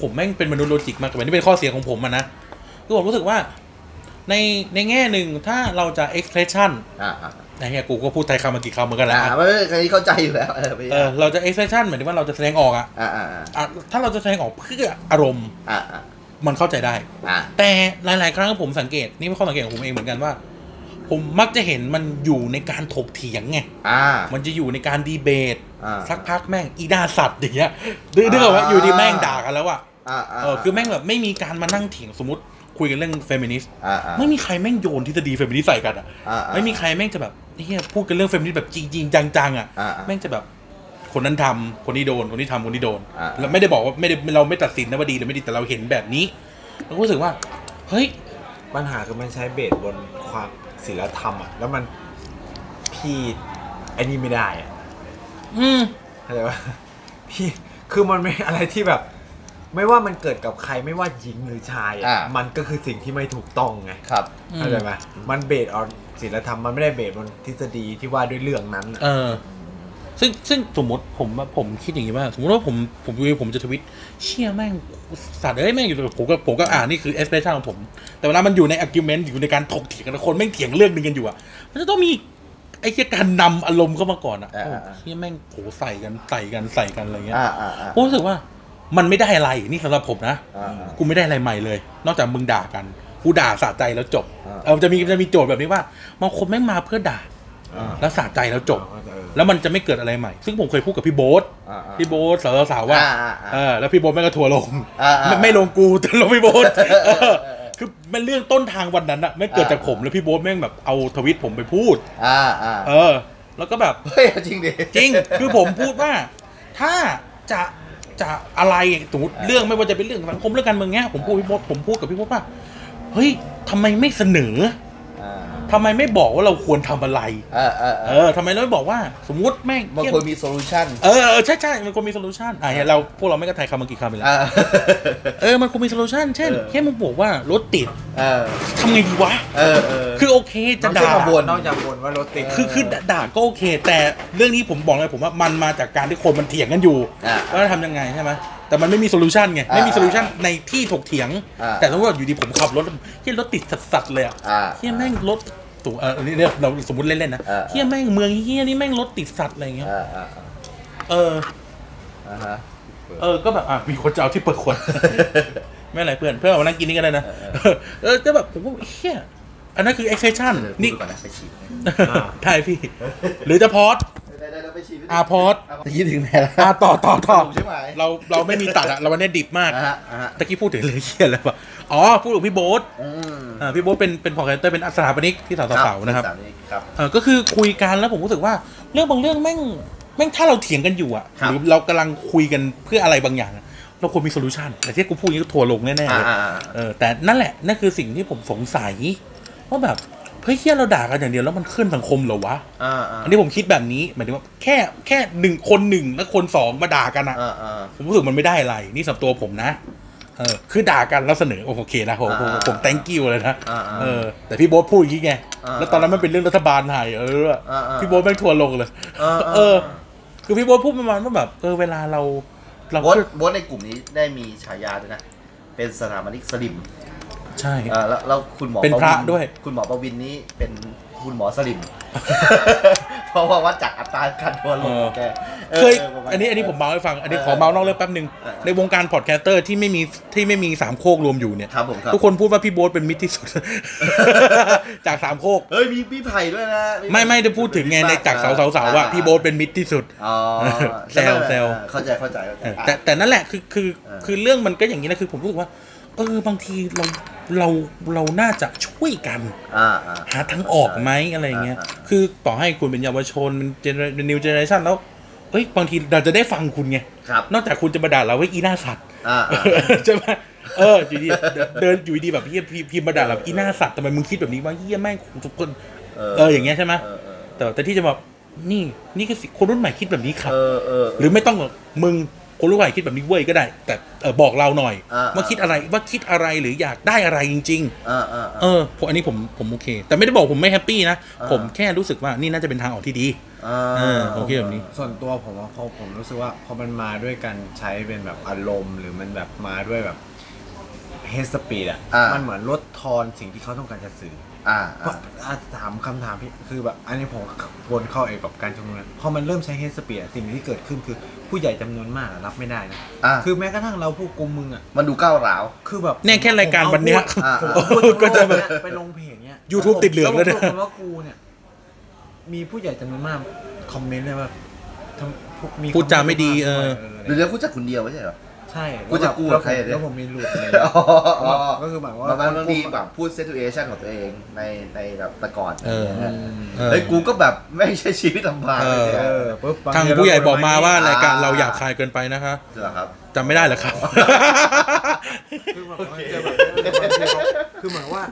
S1: ผมแม่งเป็นมนุษย์โลจิกมากกว่านี่เป็นข้อเสียของผมอะนะคือผมรู้สึกว่าในในแง่หนึ่งถ้าเราจะ expression
S3: อ่าอ่า
S1: นะเฮียกูก็พูดไทยคำมากี่คำเหมือนกันแหละ
S3: อ่าไม่ไม่อันนี้เข้าใจอยู่แล้วเออไม่
S1: เออเราจะ expression หมายถึงว่าเราจะแสดงออกอะ
S3: อ่าอ่าอ่า
S1: อะถ้าเราจะแสดงออกเพื่ออารมณ์
S3: อ่าอ่า
S1: มันเข้าใจได้
S3: อ่า
S1: แต่หลาย ๆ ครั้งผมสังเกตนี่เป็นข้อสังเกตของผมเองเหมือนกันว่า ผมมักจะเห็นมันอยู่ในการถกเถียงไง
S3: อ่า
S1: มันจะอยู่ในการดีเบต
S3: อ่า
S1: สักพักแม่งอีดาสัตว์อย่างเงี้ยดื้อๆแบบว่าอยู่ดีแม่งด่ากันแล้วอะ
S3: าา
S1: เออคือแม่งแบบไม่มีการมานั่งเถียงสมมติคุยกันเรื่องเฟมินิสต์
S3: อ่าอ่า
S1: ไม่มีใครแม่งโยนทฤษฎีเฟมินิสต์ใส่กันอ่ะ
S3: อ่าอ่า
S1: ไม่มีใครแม่งจะแบบเฮียพูดกันเรื่องเฟมินิสต์แบบจริงๆจังๆอ่ะ
S3: อ่าอ่า
S1: แม่งจะแบบคนนั้นทำคนนี้โดนคนนี้ทำคนนี้โดน
S3: อ่าอ่า
S1: แล้วไม่ได้บอกว่าไม่ได้เราไม่ตัดสินนะว่าดีหรือไม่ดีแต่เราเห็นแบบนี้เราก็รู้สึกว่า เฮ้ย
S5: ปัญหาคือมันใช้เบสบนความศิลธรรมอ่ะแล้วมันพี่ไอ้นี่ไม่ได้อ่ะ
S1: อืม
S5: เข้าใจปะ พี่คือมันไม่อะไรที่แบบ ไม่ว่ามันเกิดกับใครไม่ว่าหญิงหรือชาย
S3: อ่า
S5: อะ
S3: มั
S5: มันก็คือสิ่งที่ไม่ถูกต้องไง
S3: ครับ
S5: เข้าใจปะมันเบสออนศีลธรรมมันไม่ได้เบสบนทฤษฎีที่ว่าด้วยเรื่องนั้นอะ
S1: เออ ซึ่งซึ่งสมมติผมว่าผมคิดอย่างนี้ว่า สมมติว่าผมผมอยู่ผมจะทวิตเชี่ยแม่งสัตว์เอ้ยแม่งอยู่ผมก็ผมก็อ่านนี่คือเอสเ s รสชั่นของผม แต่เวลามันอยู่ใน argument อยู่ในการถกเถียงกันคนแม่งเถียงเรื่องหนึงกันอยู่อ่ะ มันจะต้องมีไอ้เหี้ยการนำอารมณ์เข้ามาก่อนอ่ะ
S3: อ่าอ่าอ่า
S1: เชี่ยแม่งโหใส่กันใส่กันใส่กันอะไรเงี้ย
S3: อ่าอ่าอ่า
S1: ผมรู้สึกว่ามันไม่ได้อะไรนี่สำหรับผมนะ
S3: อ่าอ่า
S1: กูไม่ได้อะไรใหม่เลย นอกจากมึงด่ากัน กูด่าสะใจแล้วจบ
S3: อ่า
S1: เออจะมีจะมีโจทย์แบบนี้ว่าบางคนแม่งมาเพื่อด่า
S3: อ่า
S1: แล้วสะใจแล้วจบ
S5: เออ
S1: แล้วมันจะไม่เกิดอะไรใหม่ ซึ่งผมเคยพูดกับพี่โบ๊ท
S3: อ่าอ่า
S1: พี่โบ๊ทสาวสาวๆว่า
S3: อ่าอ่าอ่า
S1: เออแล้วพี่โบ๊ทแม่งก็ทัวร์ลง
S3: อ่าอ่า
S1: ไม่ไม่ลงกูแต่ลงพี่โบ๊ ท
S3: เออเออเออ
S1: เออคือมันเรื่องต้นทางวันนั้นอะไม่เกิดจากผม
S3: อ่า
S1: แล้วพี่โบ๊ทแม่งแบบเอาทวิตผมไปพูด
S3: อ่าอ่า
S1: เออ แล้วก็แบบ
S3: เฮ้ยจริงดิ
S1: จริง คือผมพูดว่า ถ้าจะจะอะไรสมมติเรื่องไม่ว่าจะเป็นเรื่องสังคมเรื่องการเมืองเนี้ยผมพูดพี่โบ๊ทผมพูดกับพี่โบ๊ทว่าเฮ้ยทำไมไม่เสนอ
S3: อ่า
S1: ทำไมไม่บอกว่าเราควรทำอะไร
S3: เออเออเอ
S1: เอ
S3: อ
S1: อทำไมเราไม่บอกว่าสมมติแม่ง
S3: มัน
S1: เหี้ย
S3: ควรมีโซลูชัน
S1: เออเออใช่ใช่มันควรมีโซลูชันอ่ะเนี่ยเราพวกเราไม่กระทายคำมากี่คำไปแล้ว
S3: อ่า
S1: เออมันควรมีโซลูชันเช่น
S3: เออ
S1: แค่มึงบอกว่ารถติด
S3: เออ
S1: ทำไงดีวะ
S3: เออเออ
S1: คือโอเคจะ
S3: มันไม่
S1: ด่า
S3: ใช่มาบ่น
S5: นอกจากบ่นว่ารถติด
S1: คือคือด่าด่าก็โอเค แต่เรื่องนี้ผมบอกเลยผมว่ามันมาจากการที่คนมันเถียงกันอยู่
S3: อ่ะ
S1: ว่าจะทำยังไงใช่ไหม แต่มันไม่มีโซลูชันไง ไม่มี
S3: อ่า
S1: โซลูชันในที่ถกเถียง
S3: อ่า
S1: แต่ต้องบอกอยู่ดีผมขับรถเฮียรถติดสัสๆเลยอะ
S3: อ่า
S1: เฮียแม่งรถตัวเอออันนี้เนี่ยเราสมมติเล่นๆนะ
S3: เออ
S1: เฮียแม่งเมืองเฮียนี่แม่งรถติดสัตว์อะไรเงี้ย
S3: อ่าอ่า
S1: เอ
S3: อ่า
S1: อ
S3: อ่าฮะ
S1: เออก็แบบอ่ะมีคนจะเอาที่เปิดข วด ไม่อะไรเพื่อนเพื่อนเอามานั่งกินนี่ก็ได้นะ
S3: เออ
S1: เออก็แบบผมก็เฮียอันนั้นคือ exception
S3: เดี๋ยว
S1: นี่
S3: พูดก่อนนะไปฉีด
S1: ได้พี่ หรือจะพอด
S3: ได้ได้ได้ไปฉีด
S1: อาพอด
S3: ตะกี้ถึงไหนละ
S1: อ่ะต่อต่อต่อ
S3: ผมใช่ไหม
S1: เราเราไม่มีตัดอะเราวันนี้ดิบมาก
S3: อ่าฮะอ่าฮะ
S1: ตะกี้พูดถึงเลยเฮียอะไรวะอ๋อพูดถึงพี่โบ๊ท
S3: อืม
S1: อ่าพี่โบ๊ทเป็นเป็นพอร์เตอร์เป็นสถาปนิกที่สาวสาวนะครับ
S3: สามครับ
S1: เออก็คือคุยกันแล้วผมรู้สึกว่าเรื่องบางเรื่องแม่งแม่งถ้าเราเถียงกันอยู่อะ
S3: ครั
S1: ห
S3: บ
S1: รือเรากำลังคุยกันเพื่ออะไรบางอย่างอะเราควรมีโซลูชันแต่ที่กูพูดอย่างนี้ก็ทัวร์ลงแน่ๆ
S3: อ่า
S1: เลย
S3: อ่าอ่า
S1: เออแต่นั่นแหละนั่นคือสิ่งที่ผมสงสัยว่าแบบเฮ้ยเฮียเราด่ากันอย่างเดียวแล้วมันขึ้นสังคมเหรอวะ
S3: อ่าอ่า
S1: อันนี้ผมคิดแบบนี้หมายถึงว่าแค่แค่หนึ่งคนหนึ่งแล้วคนสองมาด่ากันอะ
S3: อ่าอ่า
S1: ผมรู้สึกมันไม่ได้อะไรนี่สำหรับตัวผมนะเออคือด่ากันแล้วเสนอโอเคนะผมผม
S3: อ่า
S1: ผม thank you เลยนะ
S3: อ่าอ่า
S1: เออแต่พี่โบ๊ทพูดอย่างนี้ไง
S3: อ่า
S1: แล้วตอนนั้นมันเป็นเรื่องรัฐบาลไทยเออ
S3: อ่าอ่า
S1: พี่โบ๊ทแม่งทัวร์ลงเลย
S3: เออเออ
S1: เออ คือพี่โบ๊ทพูดประมาณว่าแบบ เออ เวลาเรา เรา
S3: โบ๊ท
S1: ก็
S3: โบ๊ทในกลุ่มนี้ได้มีฉายาด้วยนะ เป็นสถาปนิกสลิม
S1: ใช่
S3: เอ่อแล้วแล้วคุณหมอ
S1: เป็นพระ
S3: วิ
S1: ด้วย
S3: คุณหมอประวินนี้เป็นคุณหมอสลิ ม เพราะว่าวัดจากอัตราการทัวร์ลงของแก
S1: เคย
S3: ประาณ
S1: อันนี้ อันนี้ผมเมาให้ฟัง อันนี้
S3: เออ
S1: ขอเมาส์นอกเรื่องแป๊บหนึ่ง
S3: เออ
S1: ในวงการพอดแคสเตอร์ที่ไม่มี ที่ไม่มีสามโคกรวมอยู่เนี่ย
S3: ครับผมครับ
S1: ทุกคนพูดว่าพี่โบ๊ทเป็นมิตร ที่สุด จากสามโคก
S3: เฮ้ย มีพี่ไผ่ด้วยนะพี่
S1: ไม่ไม่จะพูดถึงไงในจากสาวสาวสาวว่าพี่โบ๊ทเป็นมิตรที่สุด
S3: อ๋อ
S1: แซวแซว
S3: เข้าใจเข้าใจเข้าใจ
S1: เออ
S3: อ่ะ
S1: แต่แต่นั่นแหละคือคือ
S3: เออ
S1: คือเรื่องมันก็อย่างนี้นะคือผมรู้สึกว่า เออบางทีเราเราเราน่าจะช่วยกัน
S3: อ่าอ่
S1: หาทางออกไหมอะไรอย่างเงี้ย
S3: อ่าอ่า
S1: คือต่อให้คุณเป็นเยาวชนเป็นเจเนเป็นนิวเจเนอเรชันแล้ว เอ้ย บางทีเราจะได้ฟังคุณไง
S3: ครับ
S1: นอกจากคุณจะมาด่าเราว่าอีหน้าสัตว์
S3: อ่าอ่า
S1: ใช่ไหมเอออยู่ดี เดินอยู่ดีแบบเฮียพิพิมพ์มาด่าเราอีหน้าสัตว์ทำไมมึงคิดแบบนี้วะเฮียแม่งทุกคน
S3: เออ
S1: เอออย่างเงี้ยใช่ไหม
S3: เออเออ
S1: แต่แต่ที่จะแบบนี่นี่คือสิ่งคนรุ่นใหม่คิดแบบนี้ครับ
S3: เออเออ
S1: หรือไม่ต้องหรอกมึงคนรุ่นใหม่คิดแบบนี้เว้ยก็ได้ แต่เออบอกเราหน่อย
S3: อ่า
S1: ว่าคิดอะไรว่าคิดอะไรหรืออยากได้อะไรจริง ๆ
S3: อ่าอ่าอ่า
S1: เออผมอันนี้ผมผมโอเค แต่ไม่ได้บอกผมไม่แฮปปี้นะ
S3: อ่า
S1: ผมแค่รู้สึกว่านี่น่าจะเป็นทางออกที่ดี
S3: อ่า
S1: เออโอเคแบบนี้
S5: ส่วนตัวผมว่าพอผมรู้สึกว่าพอมันมาด้วยกันใช้เป็นแบบอารมณ์ หรือมันแบบมาด้วยแบบเฮสปีดอ่ะ
S3: อ่ามั
S5: มันเหมือนลดทอนสิ่งที่เขาต้องการจะสื่อ
S3: อ่า
S5: ก็
S3: อ่า
S5: อ่ะถามคำถามพี่คือแบบอันนี้ผมวนเข้าไอ้กับการชุมนุมนะพอมันเริ่มใช้เฮสเปียสิ่งที่เกิดขึ้นคือผู้ใหญ่จำนวนมากอะรับไม่ได้นะ
S3: อ่ะ
S5: คือแม้กระทั่งเราผู้กลุมมึงอ่ะ
S3: มันดูก้าวร้าว
S5: คือแบบ
S1: เนี่ยแค่รายการวันเนี้ย
S5: ผมเอา
S3: อ่ะ
S5: พูด
S1: ก็จะแบบ
S5: เนี่ยไปลงเพจเนี่ย
S1: YouTube ติดเหลืองแล้วเนี่ย
S5: ผมว่ากูเนี่ย มีผู้ใหญ่จำนวนมากคอมเมนต์เลยว่าทำพวกมี
S1: พูดจาไม่ดี
S5: คอมเมนต์
S1: เออ
S5: มากด้วย
S3: หรือเรื่องกูจากคนเดียวไม่ใช่เหรอ
S5: ใช่
S3: กูจะกู้กับใครเนี่ย
S5: แล้วผมมีหลุดเลย
S3: อ๋ออ๋อ
S5: ก็คือหมายความ
S3: มัน
S5: ว่า
S3: มันมีแบบพูดเซตูเอชันของตัวเองในในแบบแตะก่อน
S1: เออ
S5: อืม
S1: เออ
S3: เฮ้ยกูก็แบบไม่ใช่ชีวิตลำบากเล
S5: เอ
S3: ยเนี่ย
S5: อปุ๊บ
S1: ทางผู้ใหญ่บอกมาว่า
S5: บงทีเร
S1: รายการเราหยาบคายเกินไปนะคะ
S3: เหรอครับ
S1: จำไม่ได้เหรอครับ
S5: คือแบบว่าเจอแบบคือเหมือนว่า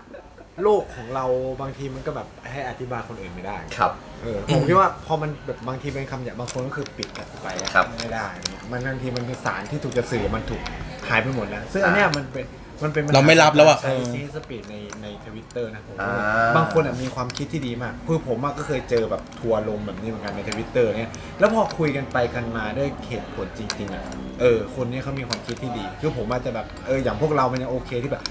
S5: โลกของเราบางทีมันก็แบบให้อธิบายคนอื่นไม่ได้
S3: ครับ
S5: เออผมคิดว่าพอมันแบบบางทีเป็นคำหยาบบางคนก็คือปิดกันไปอะ
S3: ครับ
S5: ไม่ได้ มันบางทีมันเป็นสารที่ถูกจะสื่อมันถูกหายไปหมดแล้ว ซึ่งอันเนี้ยมันเป็นมันเป็นญห
S1: เราไม่รับแล้วอะ
S5: ใช้ซีสปีดในในทวิตเตอร์นะผมว่า
S3: อ่า
S5: บางคนอะมีความคิดที่ดีมากคือผมอะก็เคยเจอแบบทัวร์ลงแบบนี้เหมือนกันในทวิตเตอร์เนี่ยแล้วพอคุยกันไปกันมาด้วยเหตุผลจริงๆอะเออคนเนี้ยเขามีความคิดที่ดี คือผมอาจจะแบบเอออย่างพวกเรามันยังโอเคที่แบบ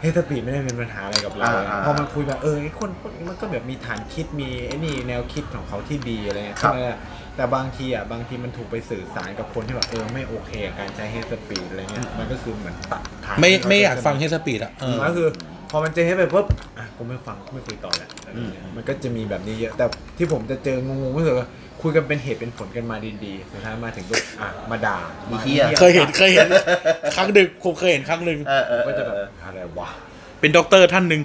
S5: เฮสปีดไม่ได้เป็นปัญหาอะไรกับเราอะ
S3: อ่าๆ
S5: พอมัน คุยแบบเออไอ้คนพวกนี้มันก็แบบมีฐานคิดมีไอ้นี่แนวคิดของเขาที่ดีอะไรเงี้ย
S3: ครับ
S5: ใช่ไหมล่ะแต่บางทีอ่ะบางทีมันถูกไปสื่อสารกับคนที่แบบเออไม่โอเคกับการใช้เฮสปีดอะไรเงี้ยมันก็คือเหมือนตัดทาง
S1: ไม่
S5: ที่เร
S1: ไม่อยาก
S5: จะ
S1: ฟังให้สปีดอ่ะเออ
S5: มันก็คือ พอมันเจอให้ไปปุ๊บอ่ะกูไม่ฟังกูไม่คุยต่อแหละอะไรเงี้ยมันก็จะมีแบบนี้เยอะแต่ที่ผมจะเจองงๆก็คือว่าคุยกันเป็นเหตุเป็นผลกันมาดีๆสุดท้ายมาถึงก็อ่ะมาด่า
S3: อี
S5: มา
S3: เหี้ย
S1: เคยเห็นเคยเห็น ครั้งหนึ่งผมเคยเห็นครั้งหนึ่ง
S3: เออเออ
S5: ก็
S3: เอ
S5: จะ
S3: อ
S5: แบบ
S3: เออ
S5: อะไรวะ
S1: เป็นด็อกเตอร์ท่านหนึ่ง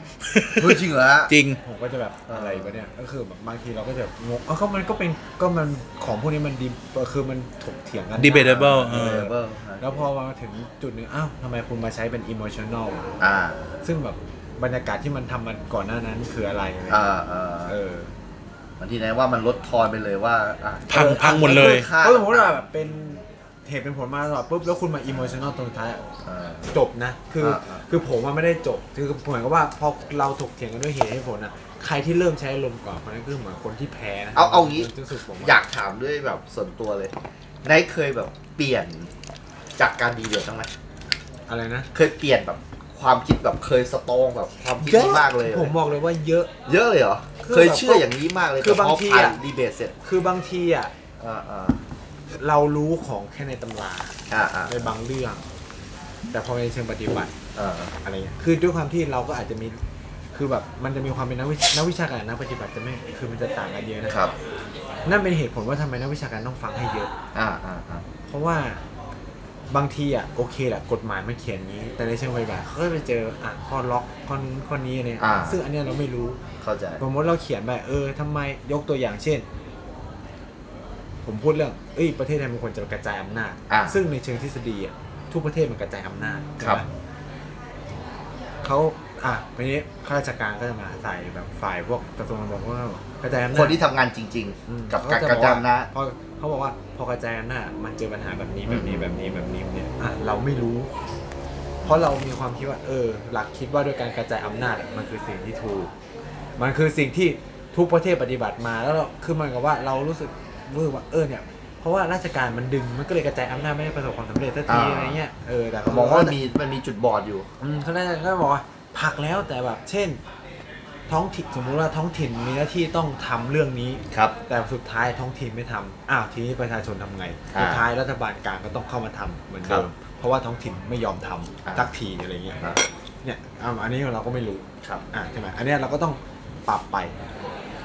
S3: เฮ้ยจริงเหรอฮะ
S1: จริง
S5: ผมก็จะแบบอะไรวะเนี่ยก็คือแบบบางทีเราก็จะงงเอ้าก็มันก็เป็นก็มันของพวกนี้มันดีคือมันถกเถียงกัน
S1: debatable เออ
S3: Available นะ
S5: แล้วพอมาถึงจุดหนึงอ้าวทำไมคุณมาใช้เป็น emotional อะ
S3: อ่า
S5: ซึ่งแบบบรรยากาศที่มันทำมันก่อนหน้านั้นคืออะไรอะไร
S3: อ่า
S5: เงี้ย
S3: อ่า
S5: เออบ
S3: างทีนะว่ามันลดทอนไปเลยว่าอ่ะ
S1: พังพังหมดเลย
S3: ค่า
S5: เพราะสมมติว่าแบบเป็นเหตุเป็นผลมาตลอดปุ๊บแล้วคุณมา emotional ตรงท้ายอะ
S3: เออ
S5: จบนะ คืออคือผมว่าไม่ได้จบ คือเหมือนกับว่าพอเราถกเถียงกันด้วยเหตุให้ผลอ่ะใครที่เริ่มใช้ลมณ์ก่อนคนนั้นคือเหมือนคนที่แพ้นะ
S3: เอาเอางี้
S5: ที่สุดผมว่
S3: อยากถามด้วยแบบส่วนตัวเลยไนท์เคยแบบเปลี่ยน จากการดีเดือดบ้างไหม
S5: อะไรนะ
S3: เคยเปลี่ยนแบบความคิดแบบเคยสตรองแบบความคิดมากเลย
S5: ผมบอกเลยว่าเยอะ
S3: เยอะเลยเหรอ
S5: คือ
S3: เคยเชื่ออย่างนี้มากเลย
S5: คือบาง
S3: แต่พ
S5: ที
S3: ผ่าน
S5: อะ
S3: ดีเบตเสร็จ
S5: คือบางทีอ่ะ
S3: อ่าอ่า
S5: เรารู้ของแค่ในตำรา
S3: อ่าอ่า
S5: ในบางเรื่อง แต่พอในเชิงปฏิบัติ
S3: อ่า
S5: อะไรเงี้ย คือด้วยความที่เราก็อาจจะมี คือแบบ มันจะมีความเป็นนักวินักวิชาการกับนักปฏิบัติจะไม่ คือมันจะต่างกันเยอะนะ
S3: ครับ
S5: นั่นเป็นเหตุผลว่าทำไมนักวิชาการต้องฟังให้เยอะ
S3: อ่าอ่าอ่า
S5: เพราะว่าบางทีอ่ะโอเคแหละกฎหมายมันเขียนอย่างนี้ แต่ในเชิงปฏิบัติเขาก็ไปเจออ่ะข้อล็อกข้อนู้นข้อนี้อะไรเงี้ยซึ่งอันเนี้ยเราไม่รู้
S3: เข้าใจ
S5: สมมติเราเขียนไปเออทำไมยกตัวอย่างเช่น ผมพูดเรื่อง เอ้ยประเทศไทยมันควรจะกระจายอำนาจ
S3: อ่า
S5: ซึ่งในเชิงทฤษฎีอ่ะทุกประเทศมันกระจายอำนาจ
S3: ครับ
S5: ใช่ไหมเขาอ่ะทีนี้ข้าราชการก็จะมาใส่แบบฝ่ายพวกกระทรวงบอกว่ากระจายอำนาจ
S3: คนที่ทำงานจริง
S5: อืม
S3: ๆ กับ
S5: เข
S3: การ
S5: จ
S3: กระจายนะ
S5: พอเขาบอกว่าพอกระจายอำนาจมันเจอปัญหาแบบนี้แบบนี้แบบนี้แบบนี้แบบนี้อ่ะเราไม่รู้ เพราะเรามีความคิดว่า เออ หลักคิดว่าด้วยการกระจายอำนาจอ่ะมันคือสิ่งที่ถูก มันคือสิ่งที่ทุกประเทศปฏิบัติมาแล้วเราคือเหมันกับว่าเรารู้สึกรู้สึกว่าเออเนี่ย เพราะว่าราชการมันดึงมันก็เลยกระจายอำนาจไม่ได้ประสบความสำเร็จสักทีอะไรเงี้ยเออแต่
S3: มองว่ามันมีมันมีจุดบอดอยู่
S5: อืมเขาน่าจะก็บอกว่าผลักแล้วแต่แบบ เช่น ท้องถิ่นสมมุติว่าท้องถิ่นมีหน้าที่ต้องทำเรื่องนี้
S3: ครับ
S5: แต่สุดท้ายท้องถิ่นไม่ทำอ้าวทีนี้ประชาชนทำไง
S3: อ่า
S5: สุดท้ายรัฐบาลกลางก็ต้องเข้ามาทำเหมือน
S3: ครั
S5: เดิ
S3: บ
S5: มเพราะว่าท้องถิ่นไม่ยอมทำ
S3: อ่า
S5: สักทีอะไรเงี้ยเนี่ยอ่ะอันนี้เราก็ไม่รู้
S3: ครับ
S5: อ่าใช่ไหมอันเนี้ยเราก็ต้องปรับไป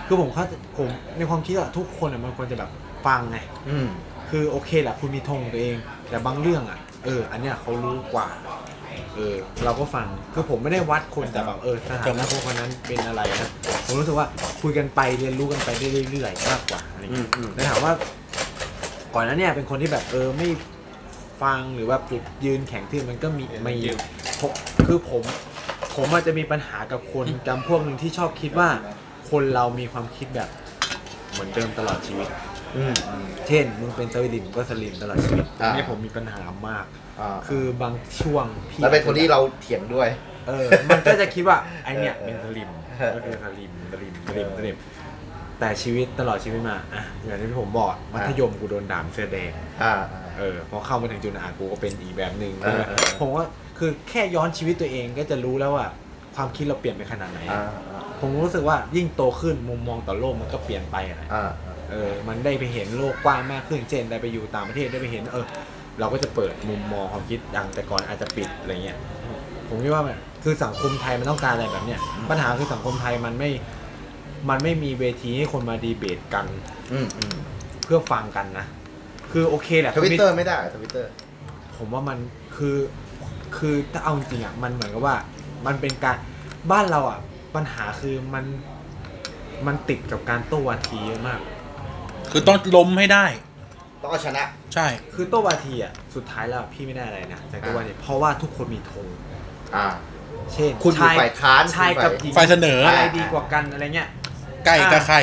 S5: คือผมเข้าใจผมในความคิดอะทุกคนอะมันควรจะแบบฟังไง
S3: อืม
S5: คือโอเคแหละคุณมีธงตัวเอง แต่บางเรื่องอะเออ อันเนี้ยเขารู้กว่า เออ เราก็ฟัง คือผมไม่ได้วัดคนแต่แบบเออสถานะพวกคนนั้นเป็นอะไรนะ ผมรู้สึกว่าคุยกันไปเรียนรู้กันไปได้เรื่อยๆมากกว่าอะไรเงี้ย
S3: อืมอืม
S5: แต่ถามว่า ก่อนหนั้นเนี่ยเป็นคนที่แบบเออไม่ฟังหรือว่าจุดยืนแข็งทื่มันก็มีไม่ผมคือผม ผมอาจจะมีปัญหากับคนจำพวกหนึ่งที่ชอบคิดว่า คนเรามีความคิดแบบเหมือนเดิมตลอดชีวิต
S3: อืม
S5: เช่น มึงเป็นสลิมก็สลิมตลอดชีวิต
S3: อ่า
S5: เนี่ยผมมีปัญหามาก
S3: อ่า
S5: คือบางช่วงพี่
S3: แล้วเป็นคนที่เราเถียงด้วย
S5: เออ มันก็จะคิดว่าไอเนี่ย
S3: เออ
S5: เป็นสลิม
S3: เออ
S5: ก็คือสลิมสลิมสลิมสลิมแต่ชีวิตตลอดชีวิตมาอ่ะอย่างที่ผมบอกมัธยมกูโดนด่ามเสื้อแดง
S3: ่า
S5: เออพอเข้ามาถึงจุฬากูก็เป็นอีกแบบหนึ่ง
S3: เออเออ
S5: ผมว่าคือแค่ย้อนชีวิตตัวเองก็จะรู้แล้วว่า ความคิดเราเปลี่ยนไปขนาดไหน
S3: อ่า
S5: ผมรู้สึกว่ายิ่งโตขึ้นมุมมองต่อโลกมันก็เปลี่ยนไปอะนะ
S3: อ่า
S5: เออ มันได้ไปเห็นโลกกว้างมากขึ้น เช่นได้ไปอยู่ต่างประเทศได้ไปเห็น เออ เราก็จะเปิดมุมมองความคิดดังแต่ก่อนอาจจะปิดอะไรเงี้ย ผมคิดว่ามันคือสังคมไทยมันต้องการอะไรแบบเนี้ย ปัญหาคือสังคมไทยมันไม่ มันไม่มีเวทีให้คนมาดีเบตกัน
S3: อืมอืม
S5: เพื่อฟังกันนะ คือโอเคแหละ
S3: ทวิตเตอร์ไม่ได้ทวิตเตอร์
S5: ผมว่ามันคือ คือถ้าเอาจริงๆอ่ะ มันเหมือนกับว่า มันเป็นการ บ้านเราอ่ะ ปัญหาคือมัน มันติดกับการโต้วาทีเยอะมาก
S1: คือต้องล้มให้ได้
S3: ต้องเอาชนะ
S1: ใช่
S5: คือโตวาทีอ่ะสุดท้ายแล้วพี่ไม่ได้อะไรนะจากโตวาทีเพราะว่าทุกคนมีธง
S3: อ่า
S5: เช่น
S3: คุณอยู่
S5: ชาย
S3: ฝ่ายค้าน
S5: ชายกับห
S3: คุณ
S5: ญิง
S1: ฝ่ายเสนอ
S5: อะไรดีกว่ากันอะไรเงี้ย
S1: ไก่กับไข่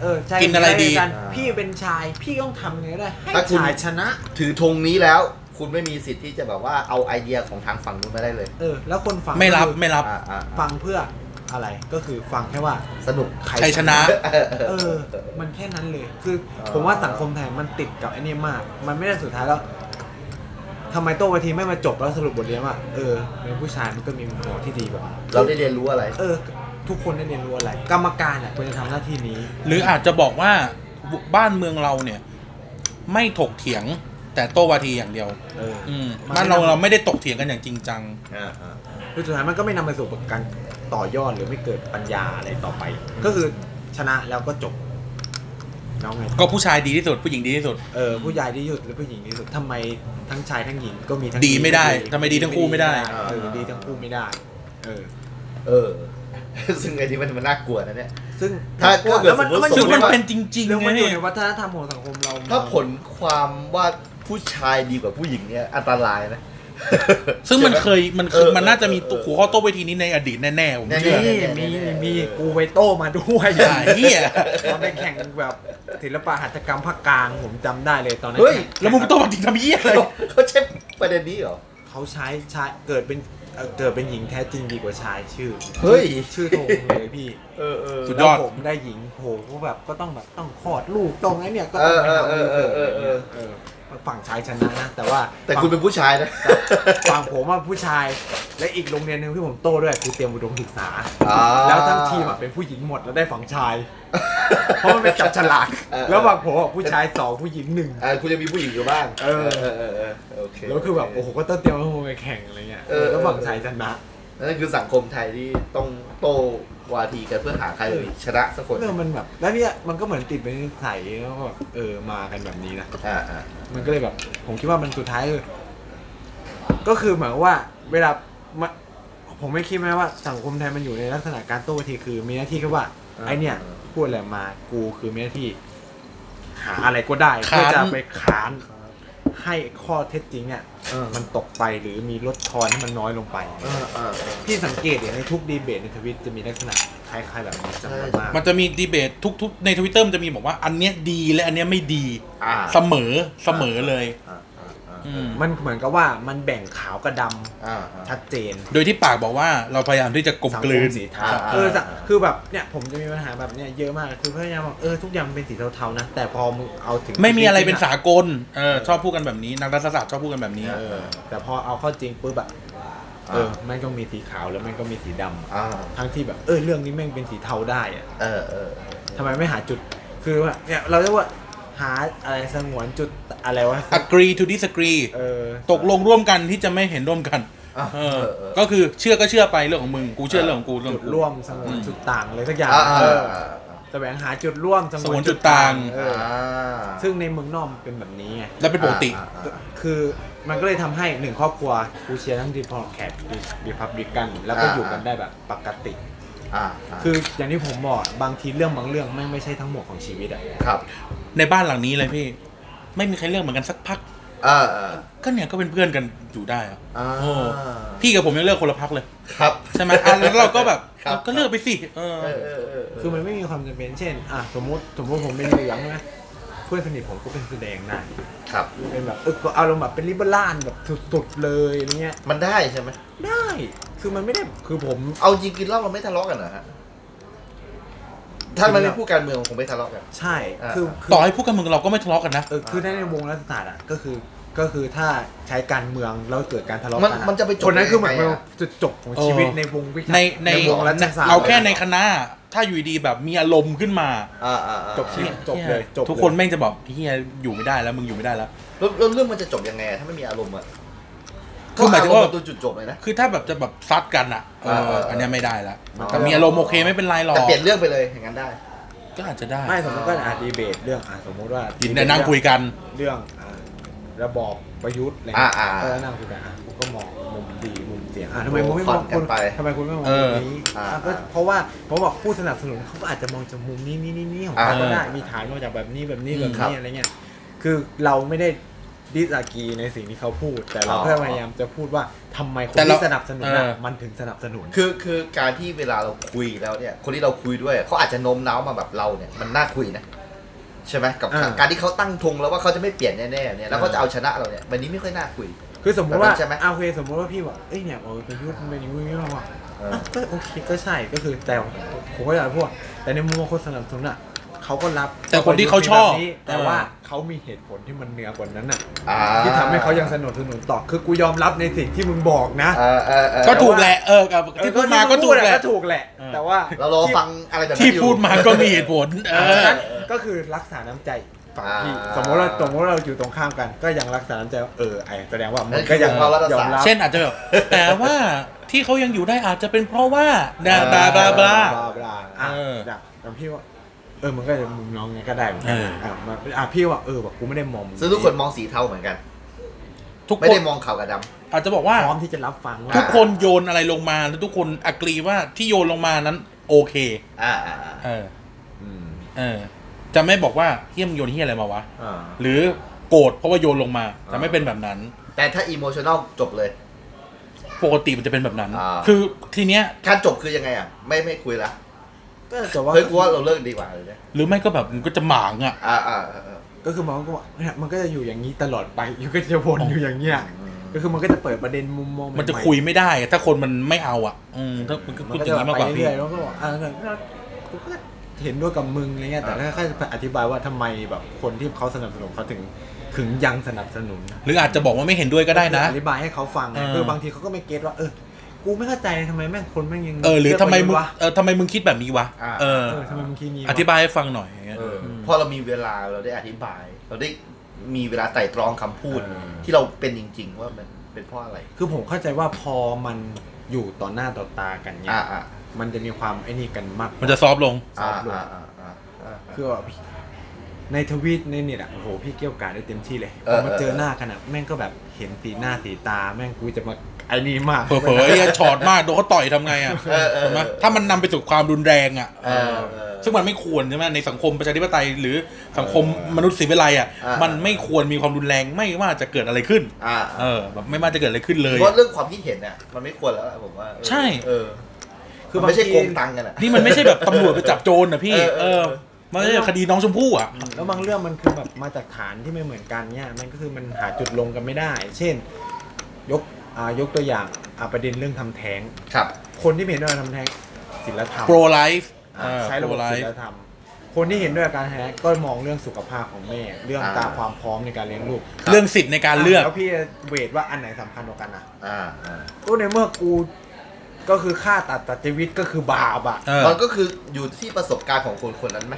S5: เออชาย
S1: กินอะไรดี
S5: ชายกัน
S3: อ่า
S5: พี่เป็นชายพี่ต้องทำไงก็ได้ให้
S3: ถ้าคุณ
S5: ชายชนะ
S3: ถือธงนี้แล้ว คุณไม่มีสิทธิ์ที่จะแบบว่าเอาไอเดียของทางฝั่งนู้นมาได้เลย
S5: เออ แล้วคนฟัง
S1: ไม่รับ
S5: ก็คือ
S1: ไม่รับ
S3: อ่าอ่าอ่า
S5: ฟังเพื่ออะไรก็คือฟังแค่ว่า
S3: สนุก
S5: ใคร
S1: ใครชนะ
S5: เออ มันแค่นั้นเลย คือ ผมว่าสังคมไทยมันติดกับไอ้เนี่ยมาก มันไม่ได้สุดท้ายแล้วทำไมโตวาทีไม่มาจบแล้วสรุปบทเรียนว่าเออเป็นผู้ชายมันก็มีมุมมองที่ดีกว่า
S3: เราได้เรียนรู้อะไร
S5: เออ ทุกคนได้เรียนรู้อะไร กรรมการอ่ะควรจะทำหน้าที่นี้
S1: หรืออาจจะบอกว่าบ้านเมืองเราเนี่ย ไม่ถกเถียง แต่โต้วาทีอย่างเดียว
S5: เออ
S1: อืม
S5: มัน
S1: บ้านเราเราไม่ได้ตกเถียงกันอย่างจริงจัง
S3: อ่าอ่า
S5: คือสุดท้ายมันก็ไม่นำไปสู่การต่อยอดหรือไม่เกิดปัญญาอะไรต่อไป ก็คือชนะแล้วก็จบน้องไง
S1: ก็ผู้ชายดีที่สุดผู้หญิงดีที่สุด
S5: เออผู้ชายที่หยุดหรือผู้หญิงที่สุดทำไมทั้งชายทั้งหญิงก็มีทั้ง
S1: ดีไม่ได้ทำไมดีทั้งคู่ไม่ได้
S5: เออดีทั้งคู่ไม่ได้ เออ
S3: เออ ซึ่งไอ้นี่มันมันน่ากลัวนะเนี่ย
S5: ซึ่ง
S3: ถ้าเกิด
S5: แล้วมัน
S3: สมมุ
S1: ซึ่ง
S5: มันอยู่
S3: ติ
S1: มัน
S5: ในวั
S1: เป็
S5: ฒ
S1: นจริง
S5: แล้ว
S1: ๆ
S5: มัน
S1: นะ
S5: อยู่
S1: เนี่ย
S5: ในวัฒนธรรมของสังคมเรา
S3: ถ้าผลความว่าผู้ชายดีกว่าผู้หญิงเนี่ยอันตรายนะ
S1: ซึ่งมันเคยมันเคย
S3: เออ
S1: มันน่าจะมี
S3: เออ
S1: หัวข้อโต้เวทีนี้ในอดีตแน่ๆผมเชื่อ
S3: แน่
S5: นี่มีมีกูไปโต้มาด้วย
S1: อย่าเหี้ย
S5: ตอนไปแข่งแบบศิลปะหัตถกรรมภาคกลางผมจำได้เลยตอนนั้น
S3: เฮ้ย
S1: แล้วมึงโต้มาถึงทำเหี้ยอะไร
S3: เขาเขาใช้ประเด็นนี้เหรอ
S5: เขาใช้ชายเกิดเป็นเอ่อเกิดเป็นหญิงแท้จริงดีกว่าชายชื่อ
S3: เฮ้ย
S5: ชื่อโทงเลยพี่
S3: เออเออ
S1: สุดยอด
S5: แล้วผมได้หญิงโหก็แบบก็ต้องแบบต้องคลอดลูกตรงไอ้เนี่ยก็
S3: เอ
S5: ต้อง
S3: อ
S5: ไป
S3: เออ
S5: หา
S3: เออเออเออ
S5: เออ ฝั่งชายชนะนะแต่ว่า
S3: แต่คุณเป็นผู้ชายนะ
S5: ฝั่งผมว่าผู้ชาย และอีกโรงเรียนหนึ่งที่ผมโต้ด้วยคือเตรียมอุดมศึกษา
S3: อ่า
S5: แล้วทั้งทีมอะเป็นผู้หญิงหมดแล้วได้ฝั่งชาย เพราะมันเป็นจับฉลาก
S3: เออ
S5: แล้วฝั่งผมอะผู้ชายสองผู้หญิงหนึ่ง
S3: เออคุณจะมีผู้หญิงอยู่บ้าง
S5: เออ
S3: เออเออเออโอเค
S5: แล้วคือแบบโอ้โหก็ต้องเตรียมให้ผมไปแข่งอะไรเงี้ย
S3: เออ
S5: แล้วฝั่งชายชนะ
S3: นั่นคือสังคมไทยที่ต้องโตวาทีกันเพื่อหาใครชนะสักคน
S5: เออมันแบบแล้วเนี่ยมันก็เหมือนติดเป็นนิสัยแล้วก็แบบเออมากันแบบนี้นะ
S3: อ่าอ่า
S5: มันก็เลยแบบ ผมคิดว่ามันสุดท้ายคือก็คือหมายความว่าเวลามาผมไม่คิดไหมว่าสังคมไทยมันอยู่ในลักษณะการโต้เทีคือ มีหน้าที่แค่ว่า
S3: เออ
S5: ไอเนี่ย
S3: เออ
S5: พูดอะไรมากูคือมีหน้าที่ หาอะไรก็ได้
S1: ค้าน
S5: เพื่อจะไปค้าน ให้ข้อเท็จจริงเนี่ยมันตกไปหรือมีลดทอนให้มันน้อยลงไป
S3: อ่าอ่าอ่า
S5: พี่สังเกตเนี่ยในทุกดีเบตในทวิตจะมีลักษณะคล้ายๆแบบนี้จำนวนมาก
S1: มันจะมีดีเบตทุกๆ ในทวิตเตอร์มันจะมีบอกว่าอันเนี้ยดีและอันเนี้ยไม่ดี
S3: อ่า
S1: เสมอเสมอเลย
S3: อ่าอ่าอ่า
S1: อืม
S5: มันเหมือนกับว่ามันแบ่งขาวกับด
S3: อ่าอ่า
S5: ำชัดเจน
S1: โดยที่ปากบอกว่าเราพยายามที่จะกลม
S5: สัง
S1: ก
S5: ค
S1: ลืน
S5: มสีเทา
S3: อ่า
S5: เออสัง
S3: อ่า
S5: คือแบบเนี่ยผมจะมีปัญหาแบบเนี่ยเยอะมากคือพยายามบอกเออทุกอย่างมันเป็นสีเทาๆนะ แต่พอมึงเอาถึง
S1: ไม่มีอะไรเป็น
S5: จงๆ
S1: สากลเออชอบพูดกันแบบนี้ นักรัฐศาสตร์ชอบพูดกันแบบนี้
S5: เออแต่พอเอาเข้าจริงปุ๊บอะเออแม่งก็มีสีขาวแล้วแม่งก็มีสีดำ
S3: อ่า
S5: ทั้งที่แบบเออเรื่องนี้แม่งเป็นสีเทาได้อะ
S3: เออเออ
S5: ทำไมไม่หาจุดคือว่าเนี่ยเราเรียกว่าหาอะไรสงวนจุดอะไรวะ
S1: agree to disagree
S5: เออ
S1: ตกลงร่วมกันที่จะไม่เห็นร่วมกัน
S3: อ่า
S1: เอ
S3: เอ
S1: อ
S3: อเออ
S1: ก็คือเชื่อก็เชื่อไปเรื่องของมึงกูเชื่อเรื่องของกูเรื่องข
S5: จุ
S1: อ
S5: ด
S1: งกู
S5: ร่วมสงวนจุดต่างอะไรสักอย่าง
S3: อ่าอ่า
S5: เออ
S3: อ่า
S5: แสวงหาจุดร่วม
S1: สงวนจุดต่าง
S5: เออ
S3: อ่า
S5: ซึ่งในเมืองนอกมันเป็นแบบนี้ไง
S1: และเป็นปกติ
S3: อ่าอ่าอ่า
S5: คือมันก็เลยทำให้หนึ่งครอบครัวกูเชียร์ทั้งดีพอแคดดีพับดิกัน แล้วก็
S3: อ่า
S5: อยู่กันได้แบบปกติ
S3: อ่าอ่า
S5: คืออย่างที่ผมบอกบางทีเรื่องบางเรื่องไม่งไม่ใช่ทั้งหมดของชีวิตอะ
S3: ครับ
S1: ในบ้านหลังนี้เลยพี่ ไม่มีใครเลือกเหมือนกันสักพัก
S3: เออเออ
S1: ก็เนี่ยก็เป็นเพื่อนกันอยู่ได้อะ
S3: อ่า
S1: โอ้พี่กับผมยังเลือกคนละพักเลย
S3: ครับ
S1: ใช่ไหมอ่ะแล้วเราก็แบบ
S3: ครับ
S1: เราก็เลือกไปสิเออ
S3: เออเออเออ
S5: คือมันไม่มีความจำเป็นเช่นอ่ะสมมติสมมติผมเป็นเหลืองนะเพื่อนสนิทผมก็เป็นแสดงได้
S3: ครับ
S5: เป็นแบบเออเอาลงแบบเป็นลิเบอรานแบบสุดๆเลยอะไรเงี้ย
S3: มันได้ใช่ไหม
S5: ได้คือมันไม่ได้คือผม
S3: เอาจริงกินเหล้าเราไม่ทะเลาะกันเหรอฮะ ถ้ามันไม่พูดการเมืองคงไม่ทะเลาะกัน
S5: ใช่
S3: อ่า
S5: คือคื
S1: ต่อให้พูดกันเมืองเราก็ไม่ทะเลาะกันนะ
S5: เออคือในในวงรัฐศาสตร์อ่ะก็คือก็คือถ้าใช้การเมืองแล้วเกิดการทะเลาะ
S3: มัน
S5: กั
S3: มันจะไปจบ
S5: คนนั้นคือเหมือน
S3: ยังไงอะ
S5: ว่าจุดจบของชีวิต
S1: เออ
S5: ในวงวิชา
S1: ในใน
S5: วงรัฐศาสตร์
S1: เราแค่ในคณะ ถ้าอยู่ดีแบบมีอารมณ์ขึ้นมา
S3: อ่าอ่าอ่า
S5: จบชีวิตจบเลยจบ
S1: ทุกคนแม่งจะบอกเฮียอยู่ไม่ได้แล้วมึงอยู่ไม่ได้แล้ว
S3: แล้วแล้วเรื่องมันจะจบยังไงอะถ้าไม่มีอารมณ์อะ
S1: คือหมายถึงว่า
S3: เรณ์นตัวจุดจบเลยนะ
S1: คือถ้าแบบจะแบบซัดกันอ่ะเออ
S3: เอออั
S1: อันเนี้ยไม่ได้ละแต่มีอารมณ์โอเคไม่เป็นไรหรอ
S3: แต่
S1: ก
S3: เปลี่ยนเรื่องไปเลยอย่างนั้นได้
S1: ก็อาจจะได้
S5: ไม่สมมติก็อาจดีเบตเรื่องอ่ะสมมติว่า
S1: ยินดีนั่งคุยกัน
S5: เรื่องอ่ะระบอบประยุทธ์อะไรเงี้ย
S3: อ่าอ่า
S5: เออนั่งคุยกันอ่ะผมก็มองมุมดีมุมเสียงอ่ะทำไมมึงไม่ม
S3: ผ่
S5: อ
S3: อง
S5: ค
S3: นกัน นไป
S5: ทำไมคุณไม่มอง
S1: เอ
S5: มุ
S1: อ
S5: มนี้
S3: อ่า
S5: อ่ะก็เพราะว่าผมบอกผู้สนับสนุนเขาก็อาจจะมองจากมุมนี้นี่นี่นี่ของเขา
S3: อ่า
S5: ก็ได้มีฐานมาจากแบบนี้แบบนี้
S1: อืม
S5: แบบ
S3: ครับ
S5: นี้อะไรเงี้ยคือเราไม่ได้ดิสอากีในสิ่งที่เขาพูด แต่เราแค่พยายามจะพูดว่าทำไมคน
S1: แต่เรา
S5: ที่สนับสนุนน่ะ
S1: เออ
S5: มันถึงสนับสนุน
S3: คือคือการที่เวลาเราคุยแล้วเนี่ย คนที่เราคุยด้วยเขาอาจจะโน้มน้าวมาแบบเราเนี่ยมันน่าคุยนะใช่ไหมกับ
S5: อ่า
S3: การที่เขาตั้งธงแล้วว่าเขาจะไม่เปลี่ยนแน่ๆเนี่ยแล้วเขาจะเอาชนะเราเนี่ยวันนี้ไม่ค่อยน่าคุย
S5: คือสมมติว่า
S3: แบบนั้นใช่ไหม
S5: อ่ะโอเคสมมติว่าพี่บอกเอ้ยเนี่ยโอ้ยประยุทธ์มันเป็นอย่างนี้ไม่ว่ะ
S3: เออ
S5: อ่ะก็โอเคก็ใช่ก็คือแต่ผมก็อยากพูดว่าแต่ในมุมของคนสนับสนุนอ่ะเขาก็รับ
S1: แต่คนที่เขาชอบ
S5: แบบนี้แต่
S1: เออ
S5: ว่าเขามีเหตุผลที่มันเหนือกว่านั้นอ่ะ
S3: อ่า
S5: ที่ทำให้เขายังสนับสนุนต่อคือกูยอมรับในสิ่งที่มึงบอกนะ
S3: เออเออเออ
S1: ก็ถูกแหละเออกับที่พูดมาก็ถูกแหละ
S5: ก็ถูกแหละ
S1: เออ
S5: แต่ว่า
S3: เรารอฟังอะไรแบบนั้น
S1: ที่
S3: อยู่
S1: พูดมาก็มีเหตุผลเอ
S5: เออ
S1: อ
S5: นั้นก็คือรักษาน้ำใจฝั่งที่
S3: อ่า
S5: สมมติเราสมมติเราอยู่ตรงข้ามกัน ก็ยังรักษาน้ำใจว่าเออไอ้แสดงว่ามึงก็ยัง
S3: เออ
S5: ยอมรับ
S1: เช่นอาจจะแบบ แต่ว่าที่เขายังอยู่ได้อาจจะเป็นเพราะว่า
S3: อ่า
S1: บลาบลาบลา
S5: บลาบลาอ่ะ
S1: เออ
S5: แบบแล้วพี่ว่า เออ มันก็จะมุมน้องไงก็ได้เหมือนกัน
S1: เออ
S5: อ่ะมันอ่ะพี่ว่า เออแบบกูไม่ได้มองมึง
S3: ซึ่งทุกคนมองสีเทาเหมือนกัน
S1: ทุก
S3: ไม่
S1: คน
S3: ได้มองขาวกับดำ
S1: อาจจะบอกว่า
S5: พร้อมที่จะรับฟังว่า
S1: ทุกคนโยนอะไรลงมาแล้วทุกคนอักรีว่าที่โยนลงมานั้นโอเค
S3: อ่าอ่าอ่า
S1: เออ
S5: อืม
S1: เออ จะไม่บอกว่าเฮี้ยมงโยนเฮี้ยอะไรมาวะ
S5: อ่า
S1: หรือโกรธเพราะว่าโยนลงมา จะไม่เป็นแบบนั้น
S3: แต่ถ้าอิโมชันอลจบเลย
S1: ปกติมันจะเป็นแบบนั้น
S3: อ่า
S1: คือทีเนี้ย
S3: การจบคือยังไงอ่ะ ไม่ไม่คุยละ
S5: ก็แต่ว่า
S3: เฮ้ยกูว่าเราเลิกดีกว่าเลยนะ
S1: หรือไม่ก็แบบมันก็จะหมางอ่ะ
S3: อ่าอ่าอ่าอ่า
S5: ก็คือมองก็ว่าเนี่ยมันก็จะอยู่อย่างนี้ตลอดไปอยู่ก็จะวนอยู่อย่างเงี้ย ก็คือมันก็จะเปิดประเด็นมุมมองใหๆ
S1: มันจะคุยไม่ได้ถ้าคนมันไม่เอาอ่ะ อืมถ้ามันก็
S5: มั
S1: คุย
S5: นก็
S1: อ
S5: จะ
S1: ย่างนี้มากกว่า
S5: ไป
S1: พี่
S5: เรื่อยๆแล้วก็บอกอ่ะแล้วก็กูก็เห็นด้วยกับมึงอะไรเงี้ยแต่
S3: อ่า
S5: ถ้าค่อยๆอธิบายว่าทำไมแบบคนที่เขาสนับสนุนเขาถึง ถึงยังสนับสนุน
S1: หรืออาจจะบอกว่าไม่เห็นด้วยก็ได้นะ
S5: อธิบายให้เขาฟัง
S1: เออ
S5: เออบางทีเขาก็ไม่เก็ตว่าเออกูไม่เข้าใจเลยทำไมแม่งคนแม่งยัง
S1: เออหรือทำไมมึง
S5: เยะกว่า
S1: เออทำไมมึงคิดแบบนี้วะ
S3: อ่า
S1: เออ
S5: เออทำไมมึงคิดงี้วะ
S1: อธิบายให้ฟังหน่อยอย่างเงี้ย
S3: เออพอเรามีเวลาเราได้อธิบาย เราได้มีเวลาไต่ตรองคำพูด ที่เราเป็นจริง ๆ ว่ามันเป็นเพราะอะไร
S5: คือผมเข้าใจว่าพอมันอยู่ต่อหน้าต่อตากันเนี่
S3: อ่าย อ่า
S5: มันจะมีความไอ้นี่กันมาก
S1: มันจะซอฟต์ลง
S5: ซอ
S3: อ่า
S5: ฟต์ลง
S3: อ่าอ่าอ่าอ่า
S5: คือแบบในทวีตในเน็ตอ่ะโอ้โหพี่เกี่ยวกาดได้เต็มที่เลยพ
S3: เอ
S5: อ
S3: อ
S5: มา
S3: เออ
S5: เจอหน้ากันอ่ะแม่งก็แบบเห็นสีหน้าสีตา แม่งกูจะมาไอ้นี่มาก
S1: เผลอๆไอ้ช็อตมากโดนเขาต่อยทำไงอ่ะ
S3: เออเออ
S1: ใช่ไหมถ้ามันนำไปสู่ความรุนแรงอ่ะ
S3: เออเออ
S1: ซึ่งมันไม่ควรใช่ไหมในสังคมประชาธิปไตยหรือสังคมมนุษย์สิวิไลอ่ะ
S3: อ่ามั
S1: มันไม่ควรมีความรุนแรงไม่ว่าจะเกิดอะไรขึ้น
S3: อ่า
S1: เออแบบไม่ว่าจะเกิดอะไรขึ้นเลย
S3: เพราะเรื่องความคิดเห็นน่ะมันไม่ควรแล้วล่ะผมว่าเออ
S1: ใช่
S3: เออ
S5: คื
S3: คือ อไม่ใช่
S5: บางที
S3: โกงตังค์กันอ่ะ
S1: นี่มันไม่ใช่แบบต ำรวจไปจับโจรนะพี่เอ
S3: เออเอ
S1: อ
S3: อ
S1: มันไม่ใช่คดีน้องชมพู่อ่ะ
S5: แล้วบางเรื่องมันคือแบบมาจากฐานที่ไม่เหมือนกันเนี่ยมันก็คือมันหาจุดลงกันไม่ได้ เช่น ยกอ่ายกตัวอย่างอ่าประเด็นเรื่องทำแท้ง
S3: ครับ
S5: คนที่ไม่เห็นด้วยการทำแท้งศิลธรรม
S1: pro life
S5: อ่าใช้ระบบศีล
S1: ฟ์
S5: ธรรม คนที่เห็นด้วยกับการแฮกก็มองเรื่องสุขภาพของแม่ เรื่อง
S3: อ่า
S5: ตามความพร้อมในการเลี้ยงลูก
S1: เรื่องสิทธิ์ในการเลือก
S5: แล้วพี่จะเวทว่าอันไหนสำคัญกว่ากันอ่ะ
S3: อ่าอ่า
S5: ก็ในเมื่อกูก็คือฆ่าตัดตัดชีวิตก็คือบาปอ่ะ
S1: เออ
S3: มันก็คืออยู่ที่ประสบการณ์ของคนคนนั้นไหม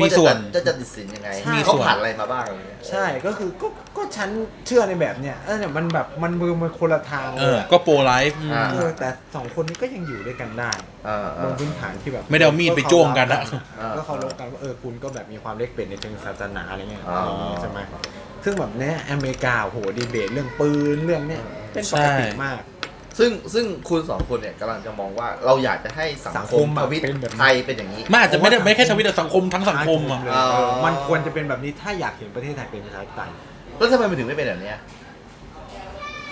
S1: มีส่วน
S3: าจะจะตัดสินยังไง
S5: ใช่
S3: เขาผ่านอะไรมาบ้างอะไรเงี้ย
S5: ใช่ก็คือก็ก็ฉันเชื่อในแบบเนี้ยเออเนี่ยมันแบบมันมือมันคนละทาง
S1: เอ
S5: เลย
S1: อ
S5: อะ
S1: ก็ pro life อืม
S3: อ่า
S5: เออแต่สองคนนี้ก็ยังอยู่ด้วยกันได้
S3: อ่า
S5: บ
S3: อ่าน
S5: พื้นฐานที่แบบ
S1: ไม่ได้เอามีดไปจ้วงกันอะ
S5: ก็เคารพกันว่าเออคุณก็แบบมีความเล็กเป็นในเชิงศาสนาอะไรเงี้ย
S3: อ่า
S5: อะไรอย่างงี้ใช่ไหม ซึ่งแบบเนี้ยอเมริกาโหดีเบตเรื่องปืนเรื่องเนี้ยเป็นปกติมาก
S3: ซึ่งซึ่งคุณสองคนเนี่ยกำลังจะมองว่าเราอยากจะให้สัง
S5: สัง
S3: ค
S5: ค
S3: ม
S5: ม
S3: ท
S5: อะ
S3: วิต
S5: เป็นแบบนี้
S3: ไทยเป็นอย่างนี้
S1: มันอาจจะไม่ได้ไม่แค่ทวิตแต่สังคมทั้งสังคมอ่ะ
S5: เลย
S3: อ่า
S5: เออมันควรจะเป็นแบบนี้ถ้าอยากเห็นประเทศไทยเป็นประชาธิปไตย
S3: แล้วทำไมมันถึงไม่เป็นแบบเนี้ย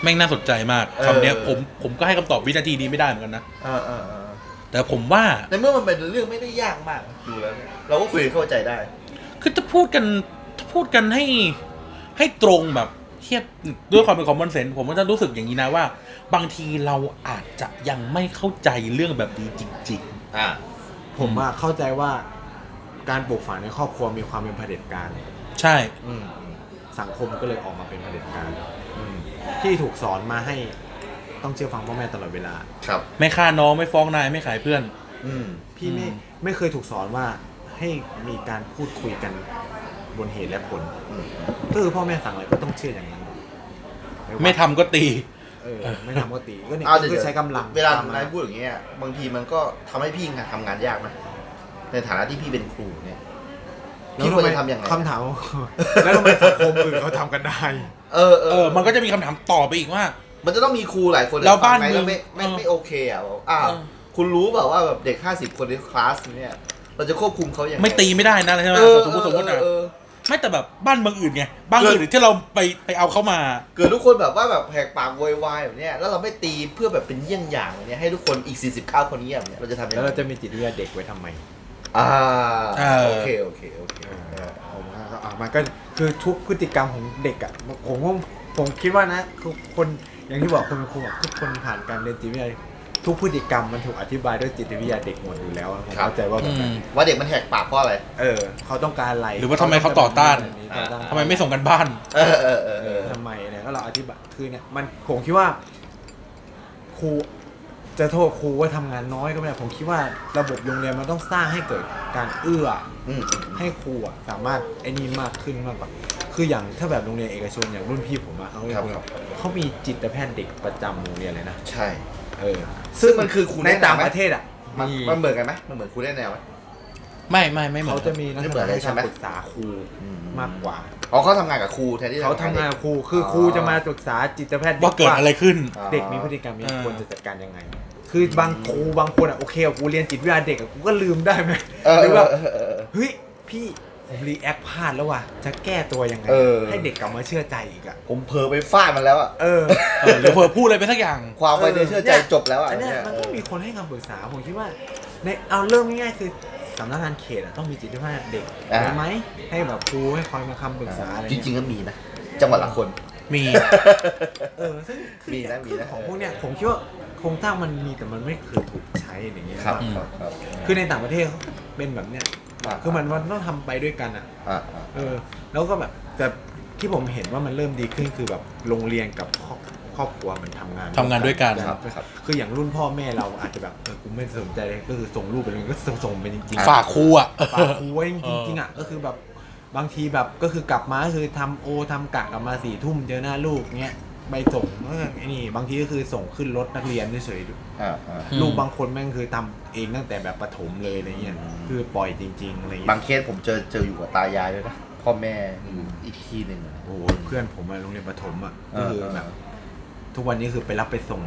S1: แม่งน่าสนใจมาก
S3: เออ
S1: คำเนี้ยผมผมก็ให้คำตอบวินาทีนี้ไม่ได้เหมือนกันนะ
S3: เออเออเออ
S1: แต่ผมว่า
S3: ในเมื่อมันเป็นเรื่องไม่ได้ยากมากดูแล้วเนี่ยเราก็คุยกันเข้าใจได้
S1: คือจะพูดกันถ้าพูดกันให้ให้ตรงแบบเทียบด้วยความเป็นคอมมอนเซนส์ผมก็จะรู้สึกอย่างนี้นะว่า บางทีเราอาจจะยังไม่เข้าใจเรื่องแบบนี้จริง
S3: อ่า
S5: ผมว่าเข้าใจว่าการปลูกฝังในครอบครัวมีความเป็นเผด็จการ
S1: ๆ ใช่
S3: อืม
S5: สังคมก็เลยออกมาเป็นเผด็จการที่ถูกสอนมาให้ต้องเชื่อฟังพ่อแม่ตลอดเวลา
S3: ครับ
S1: ไม่ฆ่าน้องไม่ฟ้องนายไม่ขายเพื่อน
S3: อืม
S5: พี่ไม่
S1: อืม
S5: ไม่เคยถูกสอนว่าให้มีการพูดคุยกันบนเหตุและผล
S3: อืม
S5: ก็คือพ่อแม่สั่งอะไรก็ต้องเชื่ออย่างนั้น
S1: ไม่ทำก็ตี
S5: เออไม่ทำก็ตีก็เนี่ย
S3: เอา
S5: ก็
S3: เดี๋ยว
S5: คือใช้กำลัง
S3: เวลา
S5: ตมม
S3: นายพูดอย่างเงี้ย บางทีมันก็ทำให้พี่งานทำงานยากไหมในฐานะที่พี่เป็นครูเนี่ย พี่ควรจะทำยังไง
S5: คำถาม แล้วทำไมสังคมอื่นเขาทำกันได้
S3: เออ
S1: เอ
S3: เอ
S1: อ
S3: อ
S1: มันก็จะมีคำถามต่อไปอีกว่า
S3: มันจะต้องมีครูหลายคน
S1: แล้วบ้าน
S3: ฟังไปแล้วไม่
S1: เมื
S3: ไม่
S1: อง
S3: ไม่
S1: เออ
S3: โอเคอ่ะบอกอ้าว
S1: เออ
S3: คุณรู้เปล่าว่าแบบเด็ก 50 คนในคลาสเนี่ย เราจะควบคุมเขาอย่าง
S1: ไม่ตีไม่ได้นะใช่ไหม
S3: เออ
S1: สมมติสมมติ
S3: เอ
S1: อะ
S3: อเออ
S1: ไม่แต่แบบบ้านเมืองอื่นไงบ้านเมืองอื่นที่เราไปไปเอาเข้ามา
S3: เกิดทุกคนแบบว่าแบบแหกปากโวยวายแบบเนี้ยแล้วเราไม่ตีเพื่อแบบเป็นเยี่ยงอย่างแบบเนี้ยให้ทุกคนอีก 49 คนเงียบเนี่ยเราจะทำยัง
S5: แล้ว
S3: ไง
S5: เราจะมีจิตวิทยาเด็กไว้ทำไม
S3: อ่า
S1: เออ
S3: โอเคโอเคโอเคเออ
S5: ผมว่าก็อ่ะมันก็คือทุกพฤติกรรมของเด็กอ่ะผมว่าผมคิดว่านะทุกคนอย่างที่บอกคนเป็นครูอะทุกคนผ่านการเรียนจิตวิทยาทุกพฤติกรรมมันถูกอธิบายด้วยจิตวิทยาเด็กหมดอยู่แล้วอะผมเข้าใจว่าแบ
S1: อื
S5: บนั้น
S1: ม
S3: ว่าเด็กมันแหกปากเพราะอะไร
S5: เออ เขาต้องการอะไร
S1: หรือว่าทำไมเขาต่อต้าน
S5: ต่อต้าน
S1: ทำไมไม่ส่งกันบ้าน
S3: เออเออเออเออ
S5: ทำไมเนี่ยก็เราอธิบายคือเนี่ยมันผมคิดว่าครูจะโทษครูว่าทำงานน้อยก็ไม่ได้ผมคิดว่าระบบโรงเรียนมันต้องสร้างให้เกิดการเอื้อ
S3: อืม
S5: ให้ครูอะสามารถไอ้นี่มากขึ้นมากกว่าคืออย่างถ้าแบบโรงเรียนเอกชนอย่างรุ่นพี่ผมอะเขา
S3: ครับ
S5: แบบเขามีจิตแพทย์เด็กประจำโรงเรียนเลยนะ
S3: ใช่
S5: เออ
S3: ซึ่งมันคือครู
S5: ใน
S3: แนะนำไหม
S5: ต่างประเทศอะ
S3: มัน
S5: มี
S3: มันเหมือนกันไหมมันเหมือนครูแนะแนวไหม
S1: ไม่ไม่ไม่เหมือ
S5: เขา
S1: น
S5: จะมีนัก
S3: ไม่
S5: ศึกษา
S3: เหมือนเลยใช่
S5: ให้
S3: ไหม
S5: คำปรึกษาครูมากกว่า
S3: อ๋อเขาทำงานกับครูแทนที่จะ
S5: เขาทำงานกับครูคือครูจะมาปรึกษาจิตแพทย์ด็
S1: ว่าเกิดอะไรขึ้น
S3: อ๋อ
S5: เด็กมีพฤติกรรมนี้
S1: อ่า
S5: ควรจะจัดการยังไง คือบางครูบางคนอ่ะโอเคอะกูเรียนจิตวิทยาเด็กอะกูก็ลืมได้ไหม
S3: เออ
S5: หรือแบบ
S3: เออเออเออ
S5: เฮ้ยพี่ผมรีแอคพลาดแล้วว่ะจะแก้ตัวยังไง
S3: เออ
S5: ให้เด็กกลับมาเชื่อใจอีกอ่ะ
S3: ผมเผลอไปฟาดมันแล้วอะ
S5: เออ
S1: เออหรือเผลอพูดอะไรไปสักอย่าง
S3: ความไว้เนื้อเชื่อใจจบแล้วอะ
S5: อันเนี้ยมันก็มีคนให้คำปรึกษาผมคิดว่าในเอาเริ่มง่ายๆคือสำนักงานเขตอะต้องมีจิตวิทยาเด็ก
S3: อ่า
S5: ได้ไหมให้แบบครูให้คอยมาคำปรึกษาอะไร
S3: จริง
S5: เงี้ย
S3: ๆก็มีนะ จังหวัดละคน
S1: มี
S5: เออซึ่งคือ
S3: มีนะมีนะ
S5: ของพวกเนี้ยผมคิดว่าโครงสร้างมันมีแต่มันไม่เคยถูกใช้อย่างเงี้ย
S3: ครับ
S1: อืม
S3: ครับครับ
S5: คือในต่างประเทศเขาเป็นแบบเนี้ย คือมันมันต้องทำไปด้วยกันอ่ะ
S3: อ่าอ่า
S5: เออ แล้วก็แบบแต่ ที่ผมเห็นว่ามันเริ่มดีขึ้นคือแบบโรงเรียนกับครอบครอบครัวมันทำงาน
S1: ทำงานด้วยกัน
S5: ครับครับคืออย่างรุ่นพ่อแม่เราอาจจะแบบเออกูไม่สนใจเลยก็คือส่งรูปไปเลยก็ส่งส่งไปจริงๆ
S1: ฝากครูอ่ะ
S5: ปากคุ้ยจริงๆอ่ะก็คือแบบบางทีแบบก็คือกลับมาก็คือทำโอทำกะกลับมาสี่ทุ่มเจอหน้าลูกเงี้ยไปส่งเออไอ้นี่บางทีก็คือส่งขึ้นรถนักเรียนเฉยๆดู
S3: อ่าอ่า
S1: อืม
S5: ลูกบางคนแม่งคือทำเองตั้งแต่แบบประถมเลยอะไรเงี้ยคือปล่อยจริงๆอะไร
S3: บา
S5: เงี้
S3: ง
S5: ย
S3: เคสผมเจอเจออยู่กับตายายด้วยนะพ่อแม่อยู่อีกที่หนึ่งอะนะ
S5: โอ้โหเพื่อนผมอะโรงเรียนประถมอ่ะ
S3: เอ
S5: ก็
S3: อ
S5: คือแบบทุกวันนี้คือไปรับไปส่ง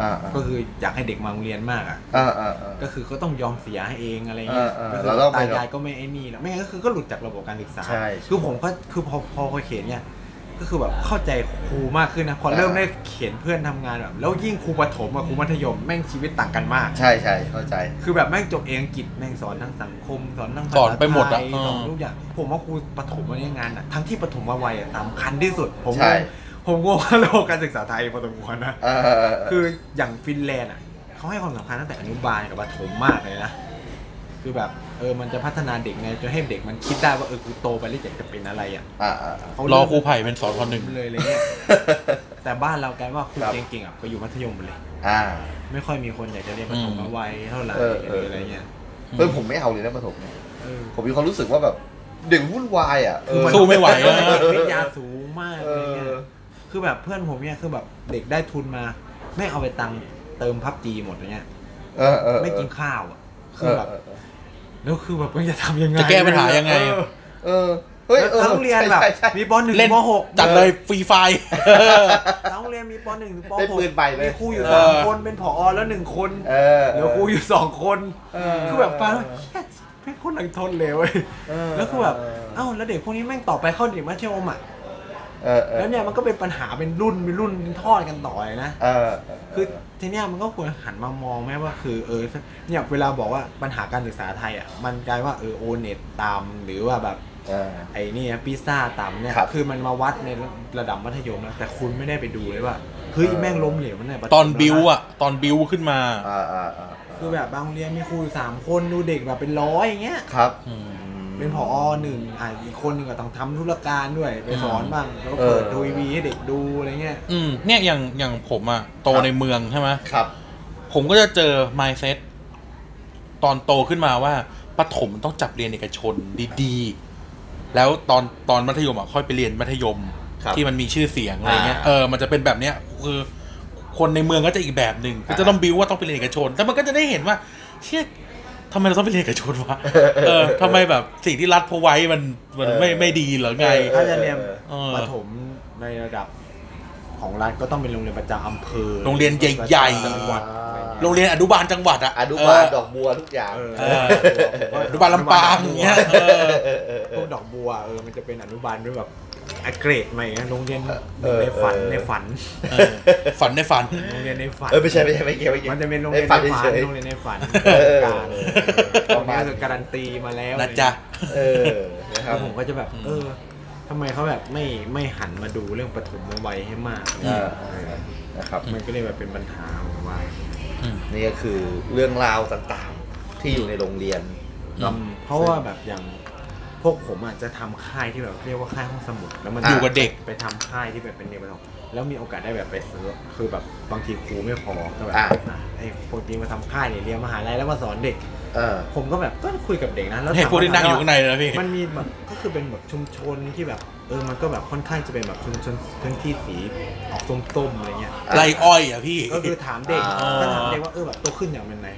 S3: อ่าอ่า
S5: ก็คืออยากให้เด็กมาโรงเรียนมากอ่ะ
S3: อ่าอ่าอ่า
S5: ก็คือก็ต้องยอมเสียให้เองอะไรเงี้ย
S3: เออเออ
S5: ก็คื
S3: เราต้องไป
S5: ตายายก็ไม่ไอ้นี่แล้วไม่งั้นก็คือก็หลุดจากระบบการศึกษา
S3: ใช่ใช่
S5: คือผมก็คือพอพอพอเขียนเนี่ยก็คือแบบเข้าใจครูมากขึ้นนะพอเริ่มได้เขียนเพื่อนทำงานแบบแล้วยิ่งครูประถมกับครูมัธยมแม่งชีวิตต่างกันมาก
S3: ใช่ใช่เข้าใจ
S5: คือแบบแม่งจบเองอังกิจแม่งสอนทั้งสังคมสอนทั้งภาษา
S1: สอนไปหมดอะ
S5: ไทย
S1: เออ
S5: สอนทุกอย่างผมว่าครูประถมวันนี้งานอะทั้งที่ประถมวัยอะสำคัญที่สุด ผม
S3: ใช่
S5: ว่าผมว่าโลกการศึกษาไทยพอสมควรนะ
S3: เออเออเออ
S5: คืออย่างฟินแลนด์อ่ะเขาให้ความสำคัญตั้งแต่อนุบาลกับประถมมากเลยนะ คือแบบเออมันจะพัฒนาเด็กไงจนให้เด็กมันคิดได้ว่าเออกูโตไปแล้วอยากจะเป็นอะไรอ่ะ
S3: อ่าอ่าอ่า
S5: เขา
S1: ร
S5: เม
S1: อครูไผ่เป็นสอนคนหนึ่ง
S5: เลยอะไรเงี้ยแต่บ้านเรากลายว่าครู
S3: ครับ
S5: เก่งๆอ่ะไปอยู่มัธยมหมดเลย
S3: อ่า
S5: ไม่ค่อยมีคนอยากจะเรียนประถม
S1: อืม
S5: วัยเท่าไหร่
S3: เออ
S5: ห
S3: เอ
S5: รือ ออะไรเงี้ย
S3: เฮ้ยผมไม่เอาเลยนะประถมเนี่ย
S5: เออ
S3: ผมมีความรู้สึกว่าแบบเด็กวุ่นวายอ่ะเออ
S1: สู้ไม่ไหวอะ
S5: วิทยาสูงมากอะไรเงี้ย
S3: เออ
S5: คือแบบเพื่อนผมเนี่ยคือแบบเด็กได้ทุนมาไม่เอาไปตังค์เติมพับจีหมดอะไรเงี้ย
S3: เออเออ
S5: ไม่กินข้าวอ่ะ
S3: เอ
S5: คือ
S3: อ
S5: แบบ
S3: เออเออ
S5: แล้วคือแบบมันจะทำยังไง
S1: จะแก้ปัญหายังไง
S5: เออ
S3: เออเฮ้ยเออ
S5: ทั้งโรงเรียนแบบ
S3: ใช่ใช่ใช่
S5: มีปหนึ่ง
S1: เล่น
S5: ปหก
S1: จัดเลยฟรีไฟ
S5: ทั้งโรงเรียนมีปหนึ่งถึงปหก
S3: ได้ปืนไปเลย
S5: มีครูอยู่
S1: เออ
S5: สามคนเป็นผอแล้วหนึ่งคน
S3: เออ
S5: แล้วครูอยู่สองคน
S3: เออ
S5: คือแบบฟังแล้วแค่แม่งโคนหลังทนเลยเว้ย
S3: เอ
S5: แล้วคือแบบ
S3: เ
S5: เอ้าแล้วเด็กพวกนี้แม่งต่อไปเข้าเด็กมัธยมอ่ะ
S3: เออเออ
S5: แล้วเนี่ยมันก็เป็นปัญหาเป็นรุ่นเป็นรุ่นเป็นทอดกันต่อเลยนะ
S3: เออ
S5: คือทีเนี้ยมันก็ควรหันมามองไหมว่าคือเออเนี่ยเวลาบอกว่าปัญหาการศึกษาไทยอ่ะมันกลายว่าเออโอเน็ตตามหรือว่าแบบ
S3: เออ
S5: ไอ้นี่พิซซ่าต่ำเนี่ย
S3: ครับ
S5: อมันมาวัดในระดับมัธยมแล้วแต่คุณไม่ได้ไปดูเลยว่าเฮ้ย
S3: เออ
S5: แม่งล้มเหลวมันเนี่ยประถม
S1: ตอนบิว
S5: แล้น
S1: อ่ะ ตอนบิวขึ้นมา
S3: อ่าอ่าอ่า
S5: คือแบบบางโรงเรียนมีครูอยู่สามคนดูเด็กแบบเป็นร้อยอย่างเงี้ย
S3: ครับ
S1: อืม
S5: เป็นผอหนึ่งอ่ะอีกคนหนึ่งก็ต้องทำธุรการด้วยไปสอนบ้างแล้วก็เปิดทีวีให้เด็กดูอะไรเงี้ย
S1: อืมเนี่ยอย่างอย่างผมอะโตในเมืองใช่ไหม
S3: ครับ
S1: ผมก็จะเจอ mindset ตอนโตขึ้นมาว่าประถมต้องจับเรียนเอกชนดีๆ แล้วตอนตอนมัธยมอะค่อยไปเรียนมัธยม
S3: ครับ
S1: ที่มันมีชื่อเสียงอะไรเงี้ย
S3: อ่า
S1: เออมันจะเป็นแบบเนี้ยคือคนในเมืองก็จะอีกแบบหนึ่งก็จะต้องบิวว่าต้องไปเรียนเอกชนแต่มันก็จะได้เห็นว่า เชี่ยทำไมเราต้องไปเรียนเอกชนวะเออทำไมแบบสิ่งที่รัฐพไว้มันมันไม่
S3: เออ
S1: ไม่ดีเหรอไง
S5: ถ้าจะเรียน
S1: เออ
S5: ประถมในระดับของรัฐก็ต้องเป็นโรงเรียนประจำอำเภอ
S1: โรงเรียนใหญ่
S5: จังหวัด
S1: ๆโรงเรียนอนุบาลจังหวัดอะ
S3: อนุบาลดอกบัวทุกอย่าง
S5: เออ
S1: เออ อนุบาลลำปางอย่างเงี้ยเออ
S3: เออเออเอ
S5: พว
S3: อ
S5: กดอกบัวเออมันจะเป็นอนุบาลด้วยแบบอเกรดมาอย่างเงี้ยโรงเรียน
S3: เออ
S5: ในฝัน
S3: เออ
S5: ในฝัน
S1: เออฝันในฝัน
S5: โรงเรียนในฝัน
S3: เออไม่ใช่ไม่ใช่ไม่เกี่ยวไม่เกี่ยว
S5: มันจะเป็นโรงเรียนใน
S3: ฝัน
S5: ฝัน
S3: เฉย
S5: โรงเรียนในฝัน
S3: เออ
S5: การโรงเรียนก็การันตีมาแล้ว
S1: นะจ๊ะ
S3: ๆเออนะค
S5: แล้
S3: รับ
S5: วผมก็จะแบบ
S1: อืม
S5: เออทำไมเขาแบบไม่ไม่หันมาดูเรื่องปฐมวัยให้มาก
S3: เออนะครับ
S5: มันก็เลยแบบเป็นปัญหาของว่า
S3: นี่ก็คือเรื่องราวต่างๆ ที่อยู่ในโรงเรียนเนาะ
S5: อืมเพราะว่าแบบอย่างพวกผมอาจจะทำค่ายที่แบบเรียกว่าค่ายห้องสมุดแล้วมัน
S1: อยู่กับเด็ก
S5: ไปทำค่ายที่แบบเป็นเด็กประถมแล้วมีโอกาสได้แบบไปซื้อคือแบบบางทีครูไม่พอก็แบบ
S3: อ่ะ
S5: อ่ะไอ้พวกนี้มาทำค่ายเนี่ยเรียนมหาลัยแล้วมาสอนเด็ก
S3: เออ
S5: ผมก็แบบก็คุยกับเด็กนะแล้ว
S1: เฮ้ย
S5: ถาม
S1: พวกที่นั่งอยู่ข้างในนะพี่
S5: มันมีแบบก็คือเป็นแบบชุมชนที่แบบ เออมันก็แบบค่อนข้างจะเป็นแบบชุมชนพื้นที่สีออกส้มๆอะไรเงี้ย
S1: ไรอ้อยอ่ะพี่
S5: ก็คือถามเด็ก
S3: อ่า
S5: ก็ถามเด็กว่าเออแบบโตขึ้นอยากเป็นไหน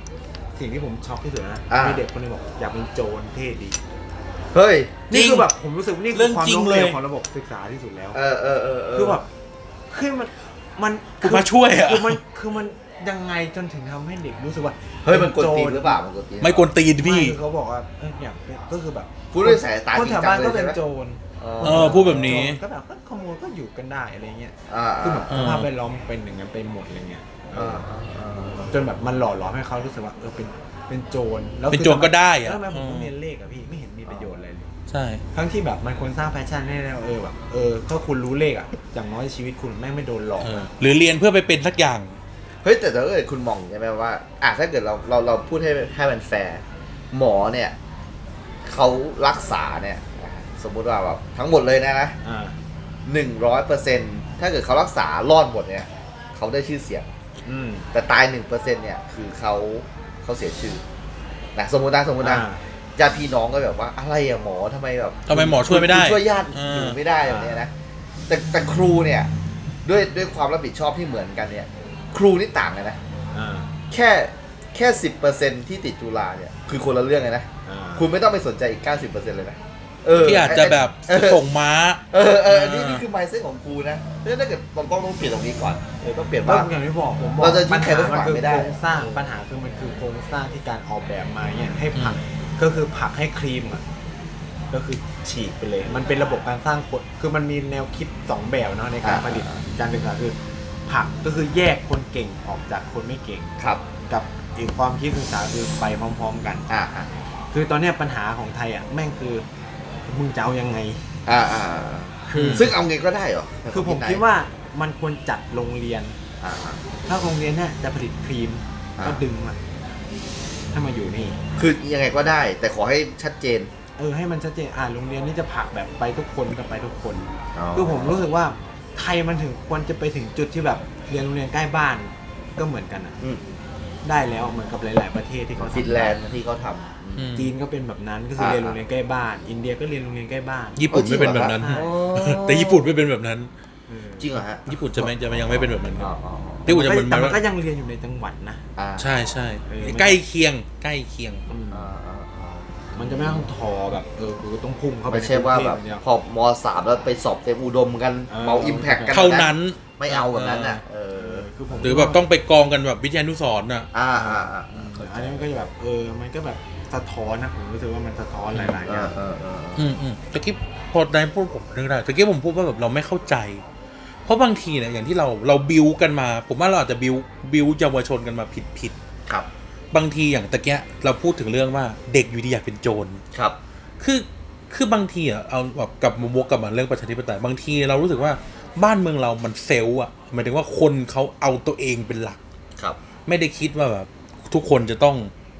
S5: สิ่งที่ผมช็อกที่สุดนะ
S3: อ่ามี
S5: มีเด็กคนหนึงบอกอยากเป็นโจรเท่ดี
S3: เฮ้ย
S1: จริง
S5: นี่คือแบบผมรู้สึกว่านี่
S1: เรื่อง
S5: คือความ
S1: จริง
S5: ล้มเหลว
S1: เลย
S5: ของระบบศึกษาที่สุดแล้ว
S3: เออเออเออเ
S5: คือแบบคือมันมัน
S1: กูมาช่วยอะ
S5: คือมันคือมันยังไงจนถึงทำให้เด็กรู้สึกว่า
S3: เฮ้ยมันกวน
S5: โจ
S3: ตีนหรือเปล่ามันกวนตีน
S1: ไม่กวนตีนพี่
S5: ไม่คือเขาบอกว่าเอออยากเป็นก็คือแบบ
S3: พูดด้วยสายตา
S5: คน
S3: จริ
S5: แถ
S3: ง
S5: ว
S3: จั
S5: บ้าง น
S3: เล
S5: ก็
S3: ย
S5: เป็
S3: ใช่
S5: น
S3: ไหม
S5: โจร
S1: เออพูดแบบนี้
S5: ก็แบบก็ขโมยก็อยู่กันได้อะไรเงี้ย
S3: อ่า
S5: คือแบบสภาพแวดล้อมเป็นอย่างนั้นไปหมดอะไรเงี้ย
S3: อ่า
S5: จนแบบมันหล่อหลอมให้เขารู้สึกว่าเออเป็นเป็นโจรแล้ว
S1: เป็นโจรก็ได้อะ
S5: แล้วทำไมผมต้องเรียนเลขอะพี่ไม่เห็นมีประโยชน์อะไรเลย
S1: ใช่
S5: ทั้งที่แบบมันควรสร้างแพชชั่นให้เราเออแบบเออถ้าคุณรู้เลขอะอย่างน้อยชีวิตคุณแม่งไม่โดนหลอก
S1: เออ หรือเรียนเพื่อไปเป็นสักอย่าง
S3: เฮ้ยแต่ถ้าเกิดคุณมองใช่ไหมว่าอ่ะถ้าเกิดเราเราเราพูดให้ให้มันแฟร์หมอเนี่ยเขารักษาเนี่ยอ่ะสมมุติว่าแบบทั้งหมดเลยนะนะ
S5: อ่า
S3: หนึ่งร้อยเปอร์เซ็นถ้าเกิดเขารักษารอดหมดเนี่ย เขาได้ชื่อเสียง
S5: อืม
S3: แต่ตายหนึ่งเปอร์เซ็นเนี่ยคือเขาเขาเสียชื่อนะสมมตินะสมมตินะ
S5: อ่า
S3: ญาติพี่น้องก็แบบว่าอะไรอะหมอทำไมแบบ
S1: ทำไมหมอช่วยไม่ได้
S3: คุณช่วยญาติ
S1: อ่า
S3: อยู่ไม่ได้แบบเนี้ยนะแต่แต่ครูเนี่ยด้วยด้วยความรับผิดชอบที่เหมือนกันเนี่ย ครูนี่ต่างกันนะ
S5: อ่า
S3: แค่แค่สิบเปอร์เซ็นที่ติดจุฬาเนี่ย คือคนละเรื่องเลยนะ
S5: อ่า
S3: คุณไม่ต้องไปสนใจอีกเก้าสิบเปอร์เซ็นเลยนะเ
S1: ที่อาจจะแบบ
S3: เออ
S1: ส่งม้า
S3: เออเออนี่
S1: อ่านี่
S3: นี่คือไมซ์เซ็ตของกูนะเพราะฉะนั้นถ้าเกิดเราต้องต้องเปลี่ยนตรงนี้ก่อนเออต้องเปลี่ยน
S5: ก็
S3: ว่า
S5: อย่างที่บอกผมบอก
S3: เราจะทิ้
S5: ปั
S3: ง
S5: ญ
S3: ใคร
S5: หา
S3: ไว้
S5: มัน
S3: ก่อน
S5: คือ
S3: ไม่ได้
S5: โครงสร้างปัญหาคือมันคือโครงสร้างที่การออกแบบมาเนี่ยให้ผลักก็คือผลักให้ครีมอ่ะก็คือฉีกไปเลย มันเป็นระบบการสร้างคนคือมันมีแนวคิดสองแบบเนาะในการ
S3: อ่า
S5: ผลิตการศึกษาคือผลักก็คือแยกคนเก่งออกจากคนไม่เก่ง
S3: ครับ
S5: กับอีกความคิดศึกษาคือไปพร้อม ๆ กัน
S3: อ่าอ่า
S5: คือตอนเนี้ยปัญหาของไทยอ่ะแม่งคือมึงจะเอายังไง
S3: อ่าอ่า
S1: อืม
S3: ซึ่งเอาไงก็ได้เหรอ
S5: คือผมคิดว่ามันควรจัดโรงเรียน
S3: อ่าอ่า
S5: ถ้าโรงเรียนน่ะจะผลิตครีม
S3: อ่า
S5: ก็ดึงมาถ้ามาอยู่นี่
S3: คือยังไงก็ได้ แต่ขอให้ชัดเจน
S5: เออให้มันชัดเจนอ่าโรงเรียนนี่จะผลักแบบไปทุกคนก็ไปทุกคน คือผมรู้สึกว่าไทยมันถึงควรจะไปถึงจุดที่แบบเรียนโรงเรียนใกล้บ้านก็เหมือนกันอ่ะ
S3: อืม
S5: ได้แล้วเหมือนกับหลาย ๆ ประเทศที่เขา
S3: ฟิน
S5: ทำ
S3: แลนด์ที่เขาทำอืม
S5: จีนก็เป็นแบบนั้นก็คือ
S3: อ่า
S5: เรียนโรงเรียนใกล้บ้าน อินเดียก็เรียนโรงเรียนใกล้บ้าน
S1: ญี่ปุ่นไม่เป็นแบบนั้น แต่ญี่ปุ่นไม่เป็นแบบนั้น
S5: เออ
S3: จริงเหรอฮะ
S1: ญี่ปุ่นจะไม่จะยังไม่เป็นแบบนั้นค
S3: อ๋
S1: รั
S3: อบ อ๋ออ๋อ
S1: ญี่ปุ่นจะเป็นแบ
S5: แต่
S1: บ
S5: มันก็
S1: ว่า
S5: ยังเรียนอยู่ในจังหวัดนะ
S3: อ่า
S1: ใช่ใช่
S5: เออมัน
S1: ใกล้เคียงใกล้เคียง
S5: อืม
S3: อ่าอ่าอ่า
S5: มันจะไม่ต้องทอแบบเออกูต้องพุ่งเข้าไป
S3: ไม่ใช่ว่าแบบ
S5: ในกรุงเทพอย่งเดีย
S3: พอมสามแล้วไปสอบเต็มอุดมกัน
S5: เออ
S3: เมาอิมแพคกัน
S1: เท่านั้น
S3: ไม่เอาแบบนั้นน่ะเอ
S5: เอ
S3: อ
S5: อคือผม
S1: หรือแบบต้องไปกองกันแบบวิทยานุสรณ์น่ะ
S3: อ่าอ่าอ่า
S5: อืมอันนี้มันก็จะแบบเออ มันก็แบบสะท้อนนะผมรู้สึกว่ามันสะท้อนหลายๆอ
S3: อ่า
S5: ย่าง
S3: อ่าอ่า
S1: อืมอืมตะกี้พอนายพูดผมนึกได้ตะกี้ผมพูดว่าแบบเราไม่เข้าใจ เพราะบางทีเนี่ยอย่างที่เราเราบิวกันมา ผมว่าเราอาจจะบิวบิวเยาวชนกันมาผิดผิด
S3: ครับ
S1: บางทีอย่างตะเกียเราพูดถึงเรื่องว่าเด็กอยู่ดีอยากเป็นโจร
S3: ครับ
S1: คือคือบางทีอ่ะเอาแบบกลับมาวกกลับมาเรื่องประชาธิปไตยบางทีเรารู้สึกว่าบ้านเมืองเรามันเซลล์อ่ะหมายถึงว่าคนเขาเอาตัวเองเป็นหลัก
S3: ครับ
S1: ไม่ได้คิดว่าแบบทุกคนจะต้อง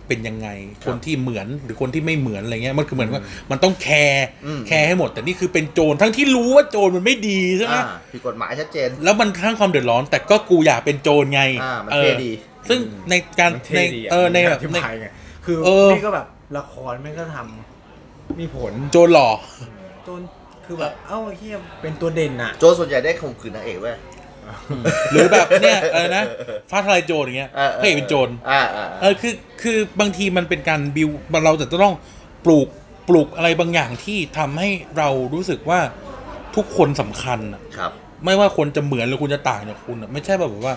S1: เป็นยังไง คนที่เหมือนหรือคนที่ไม่เหมือนอะไรเงี้ยมันคือเหมือนว่ามันต้องแคร์
S3: อืม
S1: แคร์ให้หมด แต่นี่คือเป็นโจรทั้งที่รู้ว่าโจรมันไม่ดีใช่ไหม
S3: อ่าผิดกฎหมายชัดเจน
S1: แล้วมันสร้างความเดือดร้อน แต่ก็กูอยากเป็นโจรไง
S3: อ่ามัน
S1: เอ
S3: เท่
S1: อ
S3: ดี
S1: ซึ่งในการ
S5: มัน
S1: ใน
S5: เท่ดีะ
S1: เออในแบบ
S5: มั
S1: ใน
S5: ธิายไงคือ
S1: เออ
S5: นี่ก็แบบละครแม่งก็ทำมีผล
S1: โจรหล่อ
S5: จนคือแบบเอ้าไอ้เฮียเป็นตัวเด่นน่ะ
S3: โจส่วนใหญ่ได้ข่มขืนนางเอกเว้ย
S1: หรือแบบเนี่ยอะไรนะฟ้าทลายโจรอย่างเงี้ย
S3: ออ
S1: พระเอกเป็นโจร
S3: อ่าอ่า
S1: เออคือคือบางทีมันเป็นการบิวเราจะต้องปลูกปลูกอะไรบางอย่างที่ทำให้เรารู้สึกว่าทุกคนสำคัญอะ
S3: ครับ
S1: ไม่ว่าคนจะเหมือนหรือคุณจะต่างจากคุณอะไม่ใช่แบบว่า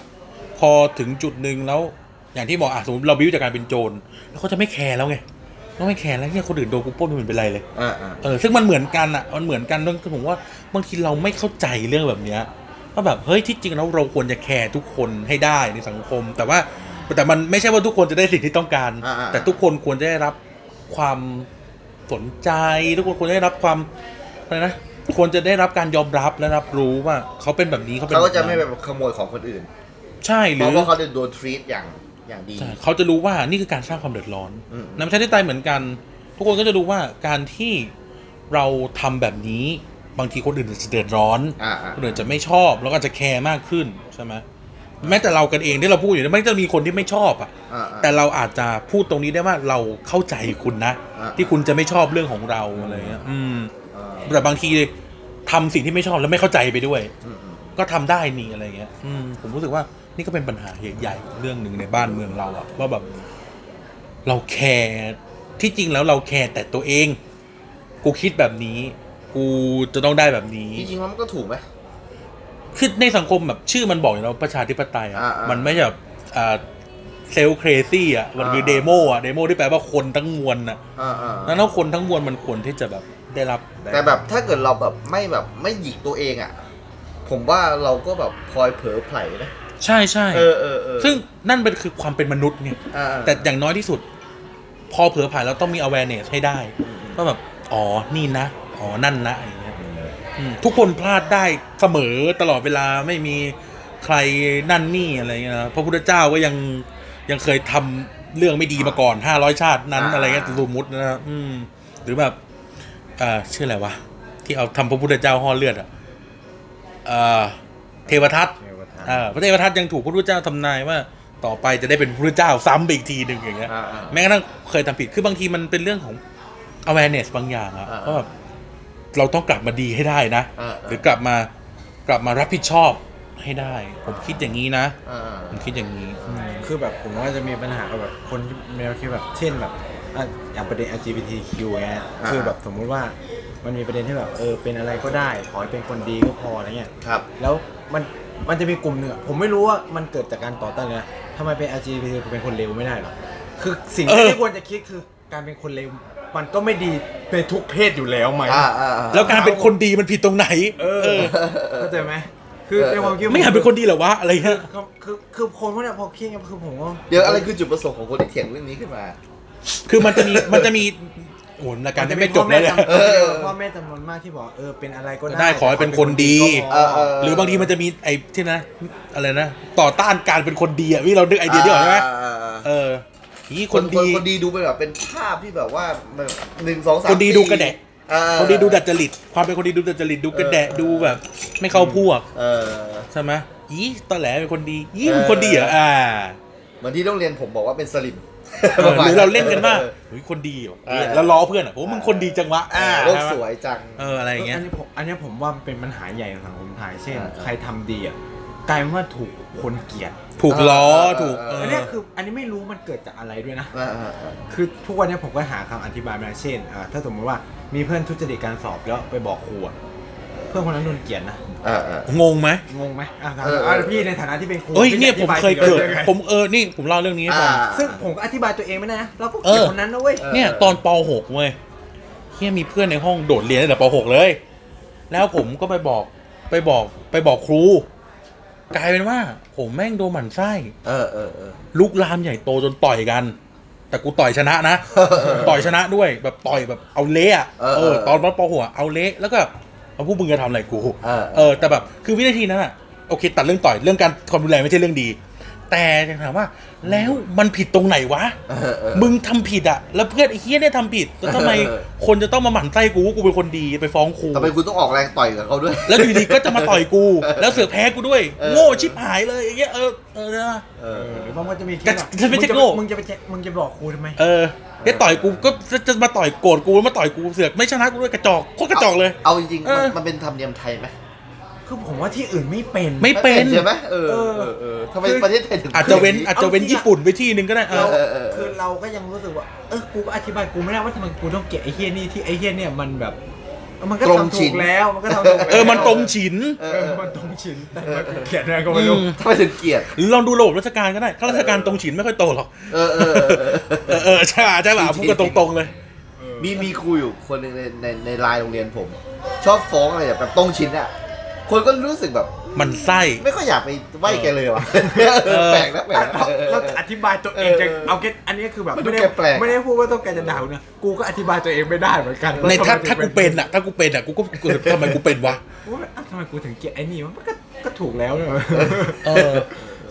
S1: พอถึงจุดหนึ่งแล้วอย่างที่บอกอ่ะสมมติเราบิวจากการเป็นโจรแล้วเขาจะไม่แคร์แล้วไงเขาไม่แคร์แล้วเนี่ยคนอื่นโดนกูปล้นมันเป็นไรเลย
S3: อ่าอ่า
S1: เออซึ่งมันเหมือนกันอ่ะมันเหมือนกันเรื่องผมว่าบางทีเราไม่เข้าใจเรื่องแบบเนี้ยว่าแบบเฮ้ยที่จริงแล้วเราควรจะแคร์ทุกคนให้ได้ในสังคม แต่ว่าแต่มันไม่ใช่ว่าทุกคนจะได้สิ่งที่ต้องการ
S3: อ่าอ่า
S1: แต่ทุกคนควรจะได้รับความสนใจ ทุกคนควรจะได้รับความอะไรนะควรจะได้รับการยอมรับและรับรู้ว่าเขาเป็นแบบนี้เขาเป็น
S3: เขาก็จะไม่
S1: แบ
S3: แบบ บ
S1: นั้น
S3: ขโมยของคนอื่น
S1: ใช่ห
S3: เพ
S1: รือ
S3: ราะว่าเขาจะโดนทรีตอย่างอย่างดี
S1: ใช่เขาจะรู้ว่านี่คือการสร้างความเดือดร้อน
S3: อืม
S1: น้ำชาที่ตายเหมือนกัน ทุกคนก็จะรู้ว่าการที่เราทำแบบนี้ บางทีคนอื่นจะเดือดร้อน
S3: อ่าอ่า
S1: คนอื่นจะไม่ชอบแล้วก็อาจจะแคร์มากขึ้นใช่ไหมแม้แต่เรากันเองที่เราพูดอยู่เนี่ยมันก็จะมีคนที่ไม่ชอบอ่ะ
S3: อ่าอ่า
S1: แต่เราอาจจะพูดตรงนี้ได้ว่าเราเข้าใจคุณนะ
S3: อ่า
S1: ที่คุณจะไม่ชอบเรื่องของเราอะไรเงี้ยอืม
S3: อ่า
S1: แต่บางทีทำสิ่งที่ไม่ชอบแล้วไม่เข้าใจไปด้วย
S3: อืมอืม
S1: ก็ทำได้นี่อะไรเงี้ยอืมผมรู้สึกว่านี่ก็เป็นปัญหาใหญ่ๆเรื่องหนึ่งในบ้านเมืองเราอะว่าแบบ เราแคร์ที่จริงแล้วเราแคร์แต่ตัวเอง กูคิดแบบนี้ กูจะต้องได้แบบนี้
S3: จริงๆแล้วมันก็ถูกไหม
S1: คือในสังคมแบบชื่อมันบอกอยู่แล้วประชาธิปไตยอ่ะ
S3: อ่าอ่ามั
S1: มันไม่ใช่แบบเซลครซี่อ่ะมันคือ
S3: อ่า
S1: เดโมอ่ะเดโมที่แปลว่าคนทั้งมวลน่ะ
S3: อ่าอ่า
S1: แล้วคนทั้งมวลมันควรที่จะแบบได้รับ
S3: แต่แบบถ้าเกิดเราแบบไม่แบบไม่หยิกตัวเองอ่ะ ผมว่าเราก็แบบพลอยเผลอไผลนะ
S1: ใช่ใช่
S3: เออเออเออ
S1: ซึ่งนั่นเป็นคือความเป็นมนุษย์ไง
S3: อ่าอ่า
S1: แต่อย่างน้อยที่สุด พอเผลอผ่านแล้วต้องมี awareness ให้ได้ว่าแบบ อ๋อ นี่นะ อ๋อ นั่นนะอย่างเงี้ยอืมทุกคนพลาดได้เสมอตลอดเวลาไม่มีใครนั่นนี่อะไรเงี้ยนะพระพุทธเจ้าก็ยังยังเคยทำเรื่องไม่ดีมาก่อนห้าร้อยชาตินั้นอะไรเงี้ยสมมตินะครับอืม หรือแบบเอ่อชื่ออะไรวะ ที่เอาทำพระพุทธเจ้าห่อเลือดอะ เอ่อเทวทัต
S5: เทวทัต
S1: เออพระเทวทัตยังถูกพระพุทธเจ้าทำนายว่า ต่อไปจะได้เป็นพระพุทธเจ้าซ้ำไปอีกทีหนึ่งอย่างเงี้ย
S4: อ่าอ่า
S1: แม้กระทั่งเคยทำผิด คือบางทีมันเป็นเรื่องของ awareness บางอย่างอะ
S3: อ่า
S1: ว่าแบบเราต้องกลับมาดีให้ได้นะ
S3: อ่า
S1: หรือกลับมากลับมารับผิดชอบให้ได้ ผมคิดอย่างนี้นะ
S3: อ่า
S1: ผมคิดอย่างนี้
S5: คือแบบผมว่าจะมีปัญหากับแบบคนที่แนวคิดแบบเช่นแบบอ่ะอย่างประเด็น LGBTQ เงี้ยคือแบบสมมุติว่ามันมีประเด็นที่แบบเออเป็นอะไรก็ได้ ขอให้เป็นคนดีก็พออะไรเงี้ย
S3: ครับ
S5: แล้วมันมันจะมีกลุ่มหนึ่งอะผมไม่รู้ว่ามันเกิดจากการต่อต้านเลยนะทำไมเป็น LGBT เป็นคนเลวไม่ได้หรอคือสิ่ง
S1: เอ
S5: ที่
S1: อ
S5: ไม่ควรจะคิดคือการเป็นคนเลวมันก็ไม่ดีในทุกเพศอยู่แล้วไหม
S3: อ่าอ่าอ่า
S1: แล้วการเป็นคนดีมันผิดตรงไหน
S5: เออเข้าใจไหมคือ
S3: เออ
S5: ในความคิดผ
S1: ไม่อยากเป็นคนดีเหรอวะ อะไรเงี้ย
S5: คือคือคือคนพวกเนี้ยพอคิดกันคือผมก็
S3: เดี๋ยวอะไรคือจุดประสงค์ของคนที่เถียงเรื่องนี้ขึ้นมา
S1: คือมันจะมี มันจะมีโอ้โหรายการจะไม่จบแล้วเนี่ย
S5: เออพ่อแม่จำนวนมากที่บอกเออเป็นอะไรก็
S1: ได้
S5: ได้
S1: ขอให้เป็นคนดี
S5: เออเออ
S1: หรือบางทีมันจะมีไอ้ที่นะ อะไรนะ ต่อต้านการเป็นคนดีอะพี่เรานึกไอเดียนี้ออกใช่ไหมเออนี่
S3: ค
S1: คน น
S3: คน
S1: ดี
S3: คนดีดูเป็นแบบเป็นภาพที่แบบว่ามันหนึ่งสองสาม
S1: คนดีดูกระแดะ
S3: เออ
S1: คนดีดูดัดจริต ความเป็นคนดีดูดัดจริตดูกระแดะ
S3: เออ
S1: ดูแบบ ไม่เข้าพวก
S3: เออ
S1: ใช่ไหมอีตอแหลเป็นคนดีอี
S3: เออ
S1: มึงคนดีเหรออ่า
S3: เหมือนที่ต้องเรียนผมบอกว่าเป็นสลิม
S1: เออหรือเราเล่นกันว่าเฮ้ยคนดีเหรอ
S3: เออ
S1: แล้วล้อเพื่อนอ่ะโอ้มึงคนดีจังวะอ่า
S3: โลกสวยจัง
S1: เอออะไรอย่างเงี้ย
S5: อันนี้ผมอันนี้ผมว่ามันเป็นปัญหาใหญ่ของสังคมไทยเช่น
S3: เออเออ
S5: ใครทำดีอ่ะกลายเป็นว่าถูกคนเกลียด
S1: ถูกล้อ
S3: เออเออ
S1: ถูกเอ
S5: อั
S1: อน
S5: เนี้ยคืออันนี้ไม่รู้มันเกิดจากอะไรด้วยนะ
S3: อ่าอ่าอ่า
S5: คือทุกวันเนี้ยผมก็หาคำอธิบายไมาเช่นอ่าถ้าสมมติว่ามีเพื่อนทุจริตการสอบแล้วไปบอกครูอะเพื่อนคนนั้นโดนเกลียดนะ
S3: อ่าอ่า
S1: งงไหม
S5: งงไหมอ่ะถาม
S3: เออเออ
S5: อ่ะพี่ในฐานะที่เป็นครู
S1: เอ้ย
S5: พี่
S1: เนี่ย
S5: จะ
S1: ผม
S5: อธิบา
S1: เคยเกิด
S5: งไง
S1: ผมเออนี่ผมเล่าเรื่องนี้ให้ฟัง
S5: ซึ่งผมก็อธิบายตัวเองไม่ได้นะเราก็เกลียด
S1: เออ
S5: คนนั้นนะเว้ย
S3: เออ
S1: เนี่ยตอนป .6 เว้ยเฮียมีเพื่อนในห้องโดดเรียนตั้งแต่ป .6 เลย แล้วผมก็ไปบอกไปบอกไปบอกครู กลายเป็นว่า ผมแม่งโดนหมั่นไส้
S3: เออเออเออ
S1: ลุกลามใหญ่โตจนต่อยกัน แต่กูต่อยชนะ นะ ต่อยชนะด้วยแบบต่อยแบบเอาเละอะ
S3: เออ
S1: เออ
S3: เออ
S1: ตอนปหัวเอาเละแล้วก็แบบเอาพวกมึงจะทำอะไรกู
S3: เออ
S1: เออแต่แบบคือวินาทีนั้นอะโอเค ตัดเรื่องต่อยเรื่องการความรุนแรงไม่ใช่เรื่องดี แต่ถามว่า แล้วมันผิดตรงไหนวะ
S3: เออเออ
S1: มึงทำผิดอะแล้วเพื่อนไอ้เฮียเนี่ยทำผิดแล้วทำไม
S3: เออ
S1: คนจะต้องมาหมั่นไส้กูว่ากูเป็นคนดีไปฟ้องครู
S3: ทำไมคุณต้องออกแรงต่อยกับเขาด้วย
S1: แล้วอยู่ดีก็จะมาต่อยกู แล้วเสือกแพ้กูด้วย
S3: เออ
S1: โง่ชิบหายเลยไอ้เงี้ยเออเออนะ
S3: เออ
S5: เออหรือบางคนจะมีคิดว่า
S1: จะไม่ใช่โง่
S5: มึงจะไปแจ้งมึงจะไปบอกครูทำไม
S1: เออเนี่ยต่อยกูก็จะจะมาต่อยโกรธกูมาต่อยกูเสือกไม่ชนะกูด้วยกระจอกโคตรกระจอกเลย
S3: เอาจริงๆ
S1: เอ
S3: มัน
S1: อ
S3: มันเป็นธรรมเนียมไทยไหม
S5: คือผมว่าที่อื่นไม่เป็น
S1: ไม่เป็น
S3: ใช่ไหมเออ
S5: เอ
S3: เอ
S5: อ
S3: อเออทำไมประเทศไทยถึง
S1: อาจจะเว้น
S3: ป็ย่ง
S1: อาจจะเว้นญี่ปุ่นไปที่หนึ่งก็ได้เอ
S5: เรา
S1: อ
S3: เออเออ
S5: คือเราก็ยังรู้สึกว่า เออ กูก็อธิบายกูไม่ได้ว่าทำไมกูต้องเกลียดไอ้เฮี้ยนี่ที่ไอ้เฮี้ยเนี่ยมันแบบเออมันก็
S3: ตรง
S5: ทำ
S3: ฉิ
S5: ถู
S3: น
S5: กแล้ว มันก็ทำถูกแล้ว
S1: เออมันตรงฉิน
S3: เออ
S5: เอ
S3: เอ
S5: อ
S3: อ
S5: มันตรงฉินแต่มันเกลียดอะไรก็ไม่รู้
S3: ทำไมถึงเกลียด
S1: หรือลองดูระบบราชการก็ได้ข้าราชการตรงฉินไม่ค่อยโตหรอก
S3: เออเออเออเอ
S1: เอ
S3: อ
S1: อเออใช่ป่ะใช่ป่ะพูดกันตรงๆเลย
S3: มีมีครูอยู่คนหนึ่งในในในไลน์โรงเรียนผม ชอบฟ้องอะไรแบบตรงชิ้นอ่ะ คนก็รู้สึกแบบ
S1: มันไส้
S3: ไม่ค่อยอยากไปไหว้แกเลยว่ะ
S1: เออ
S3: แปลกนะแปลกนะ
S5: เราอธิบายตัวเองจะ
S3: เออ
S5: เอาเก็ตอันนี้คือแบบ
S3: มันดู
S5: ไม่ได้
S3: แปลกๆ
S5: ไม่ได้พูดว่าต้องการจะด่ากูนะกูก็อธิบายตัวเองไม่ได้เหมือนกันว่
S1: ในถ้า
S5: ทำไม
S1: ถ้ากูเป็นอ่ะ ถ้ากูเป็นอ่ะกูก็เกิดทำไมกูเป็นวะ
S5: กูว่าอ้าวทำไมกูถึงเกลียดไอ้นี่วะมันก็ก็ถูกแล้วเนี่ย
S1: เออ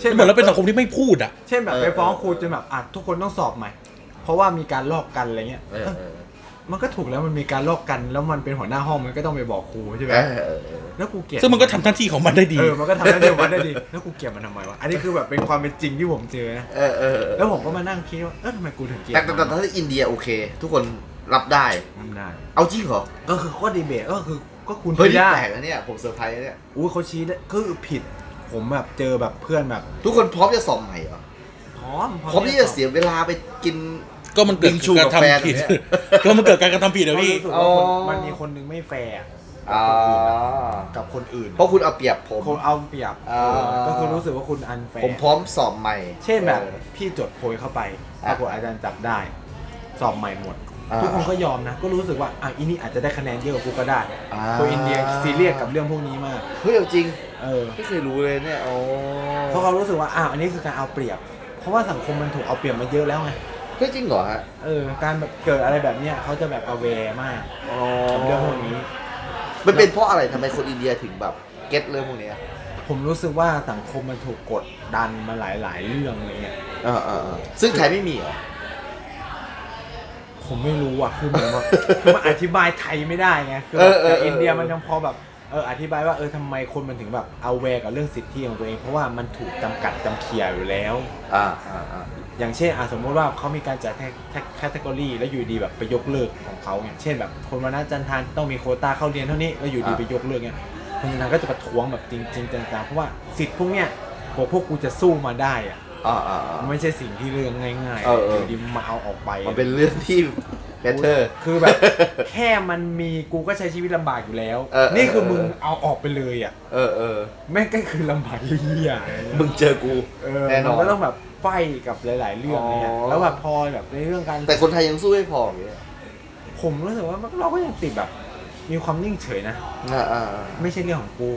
S5: เช่น
S1: เห
S5: แบ
S1: มือน
S5: บ
S1: เราเป็นสังคมที่ไม่พูดอ่ะ
S5: เช่นแบบ
S3: เออ
S5: ไปฟ้องครูจนแบบอ่ะทุกคนต้องสอบใหม่ เพราะว่ามีการลอกกันอะไรเงี้ย
S3: เออเออ
S5: มันก็ถูกแล้วมันมีการลอกกันแล้วมันเป็นหัวหน้าห้องมันก็ต้องไปบอกครูใช่ไหม
S3: เออเออเออ
S5: แล้วกูเกลียด
S1: ซึ่งมันก็ทำหน้าที่ของมันได้ดี
S5: เออมันก็ทำได้เดียวมันได้ดี แล้วกูเกลียดมันทำไมวะอันนี้คือแบบเป็นความเป็นจริงที่ผมเจอนะ
S3: เออเออเออ
S5: แล้วผมก็มานั่งคิดว่าเออทำไมกูถึงเกลียด
S3: แต่
S5: มัน
S3: แต่แต่ถ้าอินเดียโอเค ทุกคนรับได้
S5: ทำได้
S3: เอาจริงเหรอ
S5: ก็คือข้อดีเบตก็คือก็คุณ
S3: เฮ้ย
S5: ไม่
S3: นี่
S5: ได้
S3: แปลกนะเนี่ย ผมเซอร์ไพรส์นะเนี่ย
S5: อุ้ยเขาชี้ได้ก็คือผิด ผมแบบเจอแบบเพื่อนแบบ
S3: ทุกคนพร้อมจะสอบใหม่เหรอ
S5: พร้อม
S3: พร้อมที่จะเสียเวลาไปกิน
S1: ก็มันเกิด
S3: บิงชูกั
S1: การ
S3: บแฟน
S1: ทำผิด
S3: เนี่ย
S1: ก็มันเกิดการกระทำผิด
S5: เขา
S1: นะพี่
S5: รู้สึกว่าคน
S3: อ๋อ
S5: มันมีคนนึงไม่แฟร์อะ
S3: อ่า
S5: กับคนอื่น
S3: เพราะคุณเอาเปรียบผม
S5: คนเอาเปรียบ
S3: อ่า
S5: ก็คือรู้สึกว่าคุณอันแฟร์
S3: ผมพร้อมสอบใหม่
S5: เช่นแบบพี่จดโพยเข้าไปปรากฏอาจารย์จับได้ สอบใหม่หมด
S3: อ่า
S5: ทุกคนก็ยอมนะ ก็รู้สึกว่าอ่ะอีนี่อาจจะได้คะแนนเยอะกว่ากูก็ได้
S3: อ่า
S5: คนอินเดียซีเรียสกับเรื่องพวกนี้มาก
S3: เฮ้ยเอาจริง
S5: เออ
S3: ไม่เคยรู้เลยเนี่ยโอ้
S5: เพราะเขารู้สึกว่าอ้าวอันนี้คือการเอาเปรียบ เพราะว่าสังคมมันถูกเอาเปรียบมาเยอะแล้วไง
S3: เฮ้ยจริงเหรอฮะ
S5: เออการแบบเกิดอะไรแบบเนี้ยเขาจะแบบเอาเวมาก
S3: อ๋อ
S5: กับเรื่องพวกนี้
S3: มันเป็นเพราะอะไรทำไมคนอินเดียถึงแบบเก็ตเรื่องพวกเนี้ย
S5: ผมรู้สึกว่าสังคมมันถูกกดดันมาหลาย ๆ เรื่องอะไรเงี้ย
S3: เออเออเออซึ่งไทยไม่มีเหรอ
S5: ผมไม่รู้อ่ะคือเหมือนว่าคือมันอธิบายไทยไม่ได้ไงคือแบบ
S3: เออเออ
S5: แต่
S3: เออ
S5: อินเดียมันยังพอแบบ เอออธิบายว่าเออทำไมคนมันถึงแบบเอาแวร์กับเรื่องสิทธิของตัวเอง เพราะว่ามันถูกจำกัดจำเขียอยู่แล้ว
S3: อ่าอ่าอ่า
S5: อย่างเช่นอ่ะสมมติว่าเขามีการจัดแคตตากรีแล้วอยู่ดีแบบไปยกเลิกของเขาเนี่ยเช่นแบบคนวันจันทานต้องมีโควต้าเข้าเรียนเท่านี้แล้วอยู่ดี
S3: อ่ะ
S5: ไปยกเลิกเนี่ยคนวันทานก็จะประท้วงแบบจริงจริงจังๆเพราะว่าสิทธิ์พวกเนี้ยพวกพวกกูจะสู้มาได้อ่ะ
S3: อ่าอ่า
S5: มัน
S3: อ่า
S5: ไม่ใช่สิ่งที่เรื่องง่ายๆ
S3: เออเออ
S5: ยู่ดีมาเอาออกไป
S3: มันเป็นเรื่องที่แมทเทอร์
S5: คือแบบ แค่มันมีกูก็ใช้ชีวิตลำบากอยู่แล้ว
S3: เออเออ
S5: นี่คือมึงเอาออกไปเลยอ่ะ
S3: เออเออ
S5: แม่งก็คือลำบากเหี้ย
S3: มึงเจอกู
S5: เออ
S3: แน่นอ
S5: มัน นก็ต้องแบบไฟกับหลาย ๆ เรื่องเนี่ย
S3: อ๋อ
S5: แล้วแบบพอแบบในเรื่องการ
S3: แต่คนไทยยังสู้ไม่พออย่างเงี้ย
S5: ผมรู้สึกว่ามันเราก็ยังติดแบบ มีความนิ่งเฉยนะ
S3: อ่าอ่า
S5: ไม่ใช่เรื่องของกู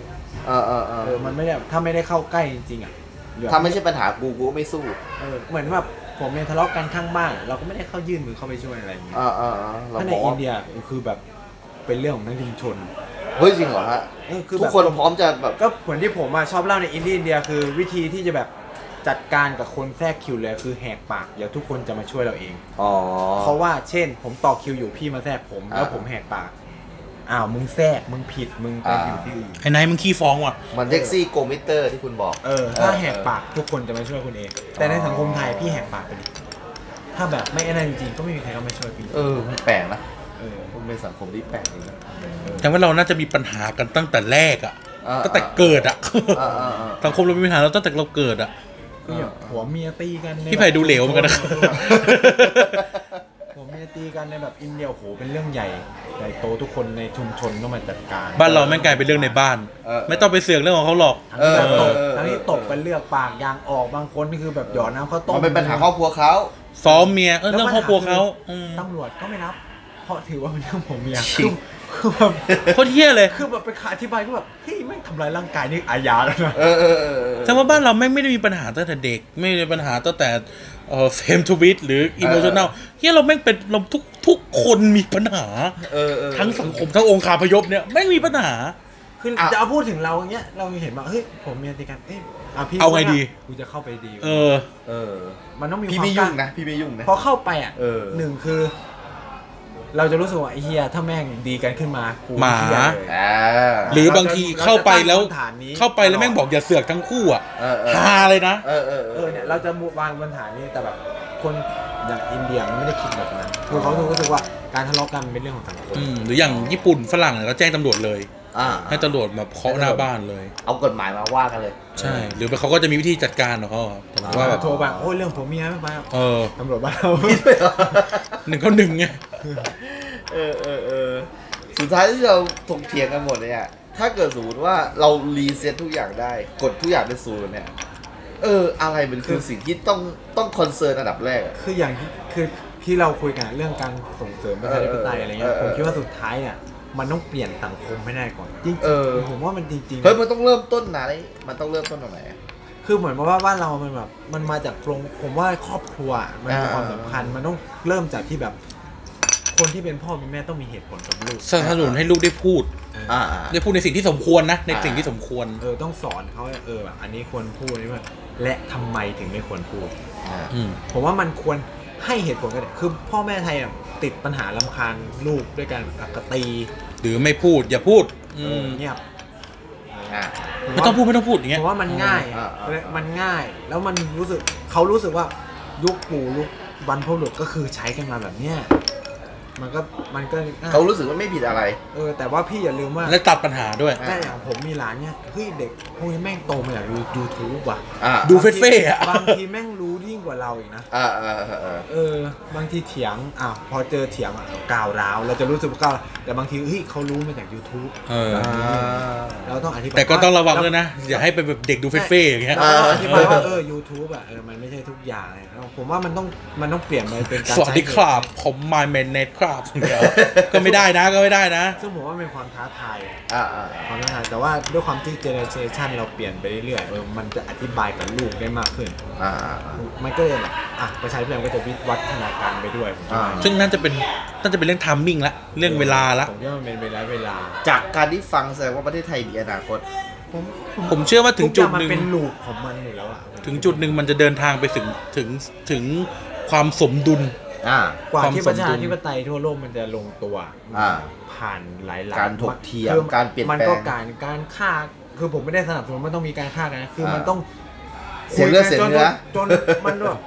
S3: อ่าอ่าอ่า
S5: เออ มันไม่ได้แบบถ้าไม่ได้เข้าใกล้จริง ๆ อ่ะหรือ
S3: ถ้าไม่ใช่ปัญหากูกูก็ไม่สู้
S5: เออเหมือนแบบผมเนี่ยทะเลาะกันข้างบ้าน เราก็ไม่ได้เข้ายื่นมือเข้าไปช่วยอะไรอย่างเงี้ย
S3: อ่าอ่าอ่าเรา
S5: ถ้า
S3: บ
S5: ใน
S3: อก
S5: อิ
S3: ว่าน
S5: เดียคือแบบเป็นเรื่องของทั้งชุมชน
S3: เฮ้ยจริงเหรอฮะ
S5: เออคือ
S3: ทุ
S5: แบ
S3: ก
S5: บ
S3: คนพร้อมจะแบบ
S5: ก็เหมือนที่ผมอะชอบเล่าในอินเดียอินเดียคือวิธีที่จะแบบจัดการกับคนแทรกคิวเลยคือแหกปากเดี๋ยวทุกคนจะมาช่วยเราเอง
S3: อ๋อ
S5: เพราะว่าเช่น ผมต่อคิวอยู่พี่มาแทรกผม
S3: อ่า
S5: แล้วผมแหกปาก อ้าวมึงแทรกมึงผิดมึงไป
S3: อ่า
S5: อยู่ที่อื่น
S1: ไอ้นายมึงขี้ฟ้องว่ะ
S3: มันแท็กซี่โกมิเตอร์ที่คุณบอก
S5: เออถ้าแหกปากทุกคนจะมาช่วยคุณเอง แต่ในสังคมไทยพี่แหกปากไปดิถ้าแบบไม่แน่นจริงๆก็ไม่มีใครเข้ามาช่วยพี่
S3: เออมันแปลกนะ
S5: เออ
S3: มันเป็นสังคมที่แปลกจริงนะ
S1: แต่ว่าเราน่าจะมีปัญหากันตั้งแต่แรกอะ
S3: อ่า
S1: ตั้งแต่เกิดอะ
S3: อ่าอ่าอ่า
S1: สังคมเรามีปัญหาเราตั้งแต่เราเกิดอะ
S5: ก็แบบผัวเมียตีกันใน
S1: พี่ไผ่ดูเหลวเหมือน กันนะ
S5: ผัวเมียตีกันในแบบอินเดียโอ้โหเป็นเรื่องใหญ่ใหญ่โตทุกคนในชุมชนต้องมาจัดการ
S1: บ้านเราแม่งกลายเป็นเรื่องในบ้าน
S3: เออ
S1: ไม่ต้องไปเสือกเรื่องของเขาหรอก
S5: ทั้งที่แบบตบ
S3: เออ
S5: ทั้งที่ตบไปเลือกปากยางออกบางคนนี่คือแบบหยอดน้ำข้าวต้ม
S3: มันเป็นปัญหาครอบครัวเขา
S1: ซ้อมเมียเออเรื่องครอบครัวเขาอืม
S5: ตำรวจก็ไม่รับ เพราะถือว่าเป็นเรื่องผมเมีย
S1: ชิ
S5: คือคือแบบ
S1: โคตรเฮี้ยเลย
S5: คือแบบไปอธิบายก็แบบเฮ้ยแม่งทำร้ายร่างกายนี่อาญาแล้วนะ
S3: เออเออเออเออ
S1: แต่ว่าบ้านเราแม่งไม่ได้มีปัญหาตั้งแต่เด็ก ไม่ได้ปัญหาตั้งแต่เอ่อเฟมทวิตหรืออิ o มชั n a น
S3: เออ
S1: เฮี้ยเราแม่งเป็นเราทุกทุกคนมีปัญหา
S3: เออเออ
S1: ทั้งสังคมทั้งองค์คาพยพเนี่ยแม่งมีปัญหา
S5: คือ
S3: อ่ะ
S5: จะเอาพูดถึงเราอย่างเงี้ยเราเห็นว่าเฮ้ยผมเมียตีกันเอ้ยอ่ะพี่
S1: เอาไงดี
S5: กูจะเข้าไปดี
S1: เออ
S3: เออ
S5: มันต้องมีค
S3: พี่
S5: วา
S3: ไม่
S5: มก
S3: ยุ่
S5: ล้าง
S3: นะ พี่ไม่ยุ่งนะ
S5: พอเข้าไปอ่ะ
S3: เออ
S5: หนึ่งคือ เราจะรู้สึกว่าไอ้เฮียถ้าแม่งดีกันขึ้นมากู
S1: หมา
S5: เหี้ยเลย
S3: อ่า
S1: หรือบางทีเข้าไปแล้ว
S5: เราจะตั้งบนฐานนี้
S1: เข้าไปแล้วแม่งบอกอย่าเสือกทั้งคู่อ่ะ
S3: เออเออ
S1: ฮาเลยนะ
S3: เออเออ
S5: เออเนี่ยเราจะวางปัญหานี้แต่แบบคนอย่างอินเดียมันไม่ได้คิดแบบนั้นคือเขารู้สึกว่าการทะเลาะกันเป็นเรื่องของสังคม
S1: อืมหรืออย่างญี่ปุ่นฝรั่งเนี่ยก็แจ้งตำรวจเลย
S3: อ่า
S1: ให้ตำรวจแบบเคาะหน้าบ้านเลย
S3: เอากฎหมายมาว่ากันเลย
S1: ใช่ หรือเขาก็จะมีวิธีจัดการของเขาอะแต่ผมว่าแบบ
S5: โทรไปโอ้ยเรื่องผมเมียไม่ไปหรอก
S1: เออ
S5: ตำรวจบ้านเรา
S1: หนึ่งเขาหนึ่งไง
S3: เออเออเออสุดท้ายที่เราถกเถียงกันหมดเนี่ย ถ้าเกิดสมมติว่าเรารีเซ็ตทุกอย่างได้ กดทุกอย่างเป็นศูนย์เนี่ย เออ อะไรมันคือสิ่งที่ต้องต้องคอนเซิร์นอันดับแรกอะ
S5: คืออย่างที่คือที่เราคุยกันเรื่องการส่งเสริมประชาธิปไตยอะไรเงี้ย
S3: เออ
S5: ผ
S3: เออ
S5: มคิดว่าสุดท้ายเนี่ยมันต้องเปลี่ยนสังคมให้ได้ก่อนจริง
S3: เออ
S5: ผมว่ามันจริงๆ
S3: เฮ้ย มันต้องเริ่มต้นไหน มันต้องเริ่มต้นตรงไหนอะ
S5: คือเหมือนว่าบ้านเรามันแบบมันมาจากโครงผมว่าครอบครัวอะมันมีความสำคัญมันต้องเริ่มจากที่แบบ คนที่เป็นพ่อเป็นแม่ต้องมีเหตุผลกับลูก
S1: สนับสนุนให้ลูกได้พูด
S3: อ่า
S1: ได้พูดในสิ่งที่สมควรนะ ใน
S3: อ่า
S1: สิ่งที่สมควร
S5: เออต้องสอนเขาเออแบบอันนี้ควรพูดอันนี่ว่าและทำไมถึงไม่ควรพูด
S3: อ่า
S1: อืม
S5: ผมว่ามันควรให้เหตุผลกันเนี่ยคือพ่อแม่ไทยอ่ะติดปัญหาลำคาญลูกด้วยการอักตี
S1: หรือไม่พูด อย่าพูด อืม
S5: เงียบ
S3: อ่า
S1: ไม่ต้องพูดไม่ต้องพูดอย่างเงี้
S5: ผ
S1: ย
S5: มว่ามันง่าย
S3: อ่าอ่าอ่า
S5: มันง่าย แล้วมันรู้สึกเขารู้สึกว่ายุคปู่ยุคบรรพบุรุษก็คือใช้กันมาแบบเนี้ยมันก็มันก็ง่ย
S3: เขารู้สึกว่าไม่ผิดอะไร
S5: เออแต่ว่าพี่อย่าลืมว่า
S1: และตัดปัญหาด้วย
S5: แต่อย่างผมมีหลานเนี่ยเฮ้ยเด็กพวกนี้แม่งโตมาจากยูทูบว่ะ
S3: อ่า
S1: ดูเฟ่ๆอ่ะ
S5: บางทีแม่งรู้ยิ่งกว่าเราอีกนะ
S3: อ่าอ่าอ่าอ่า
S5: เออบางทีเถียงอ่ะพอเจอเถียงอ่ะกล่าวร้าวเราจะรู้สึกว่าก้าวร้าวแต่บางทีเฮ้ยเขารู้มาจาก YouTube
S1: เออ
S5: เราต้องอธิบาย
S1: แต่ก็ต้องระวังด้วยนะ อย่าให้เป็นแบบเด็กดูเฟ่ๆอย่างเงี้ย
S5: เราก็ต้องอธิบายว่า
S3: เออ
S5: เออ YouTube อ่ะเออมันไม่ใช่ทุกอย่างเลยผมว่ามันต้องมันต้องเปลี่ยนไปเป็นการ
S1: สวัสดีครับผมมายเมนเนตครับเดี๋ ยวก็ไม่ได้นะก็ไม่ได้นะ
S5: ซึ่งผมว่ามันเป็นความท้าทาย
S3: อ่าอ่าอ่า
S5: ความท้าทายแต่ว่าด้วยความที่เจเนอเรชันเราเปลี่ยนไปเรื่อยๆเออมันจะอธิบายกับลูกได้มากขึ้น
S3: อ่าอ่าอ่า
S5: มันก็เลยแบบอ่ะประชาธิปไตยมันก็จะวิวัฒนาการไปด้วยผมว่า
S3: อ่า
S1: ซึ่งน่าจะเป็นน่าจะเป็นเรื่องทามมิ่งละเรื่องเวลาละ
S5: ผมว่ามันเป็นเวลาเวลา
S3: จากการที่ฟังแสดงว่าประเทศไทยมีอนาคต
S5: ผม
S1: ผมเชื่อว่าถึงจุดหนึ่ง
S5: ทุกอย่ามัเป็นลูกของมันอยู่แล้วอ่ะ
S1: ถึงจุดหนึ่งมันจะเดินทางไปถึงถึงถึงความสมดุล
S3: อ่า
S5: กว่า
S1: ความ
S5: ที่
S1: ส
S5: ป
S1: ม
S5: ระ
S1: ดุล
S5: ชาธิปไตยทั่วโลกมันจะลงตัว
S3: อ่า
S5: ผ่านหลายๆ
S3: การถกเถียง
S5: คือ
S3: การเปลี่ยนแปลง
S5: มันก็การการฆ่าคือผมไม่ได้สนับสนุนมันต้องมีการฆ่ากันนะคือมัน
S3: อ่า
S5: ต้อง
S3: เสียเลือด
S5: คุกั
S3: เสียเนื้อ
S5: จนจนมันแบบ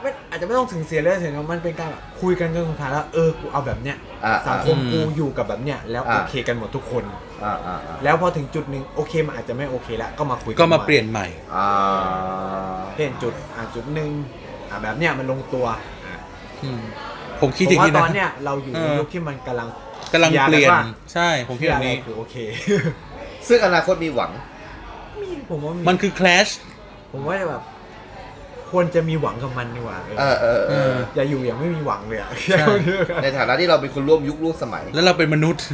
S5: ไม่อาจจะไม่ต้องถึงเสียเลือดเสียเนื้อมันเป็นการแบบคุยกันจนสุดท้ายแล้วเออกูเอาแบบเนี้ย
S3: อ่า
S5: สั
S3: อ่า
S5: งคมกูอยู่กับแบบเนี้ยแล้ว
S3: อ่า
S5: โอเคกันหมดทุกคน
S3: อ่าอ่าอ่า
S5: แล้วพอถึงจุดหนึ่งโอเคมันอาจจะไม่โอเคแล้วก็มาคุยน
S1: ก็มา
S5: ให
S1: เปลี่ยนใหม่
S3: อ่า
S5: เปลี่ยนจุดอ่ะจุดหนึ่งอ่ะแบบเนี้ยมันลงตัวอ่ะ
S1: อืมผมคิด
S5: ผ
S1: อ
S5: ม
S1: ย่าง
S5: ว่า
S1: นี้นะ
S5: ตอนเนี้ยเราอยู่ใน
S1: เออ
S5: ยุคที่มันกำลัง
S1: กำลังเปลี่ยน
S5: อย่าแบบว่า
S1: ใช่ ผมคิดอย่
S5: อา
S1: ย่าง
S5: ไร
S1: นี้
S5: คือโอเค
S3: ซึ่งอนาคตมีหวัง
S5: มีผมว่า
S1: มั
S5: มัน
S1: คือ clash
S5: ผมว่าแบบ ควรจะมีหวังกับมันดีกว่าเออ
S3: เออเออเอ
S1: เอ
S3: อ
S1: อ
S5: อย่าอยู่อย่างไม่มีหวังเลยอ่ะ
S1: ใช่
S3: ในฐานะที่เราเป็นคนร่วมยุคร่วมสมัย
S1: แล้วเราเป็นมนุษย์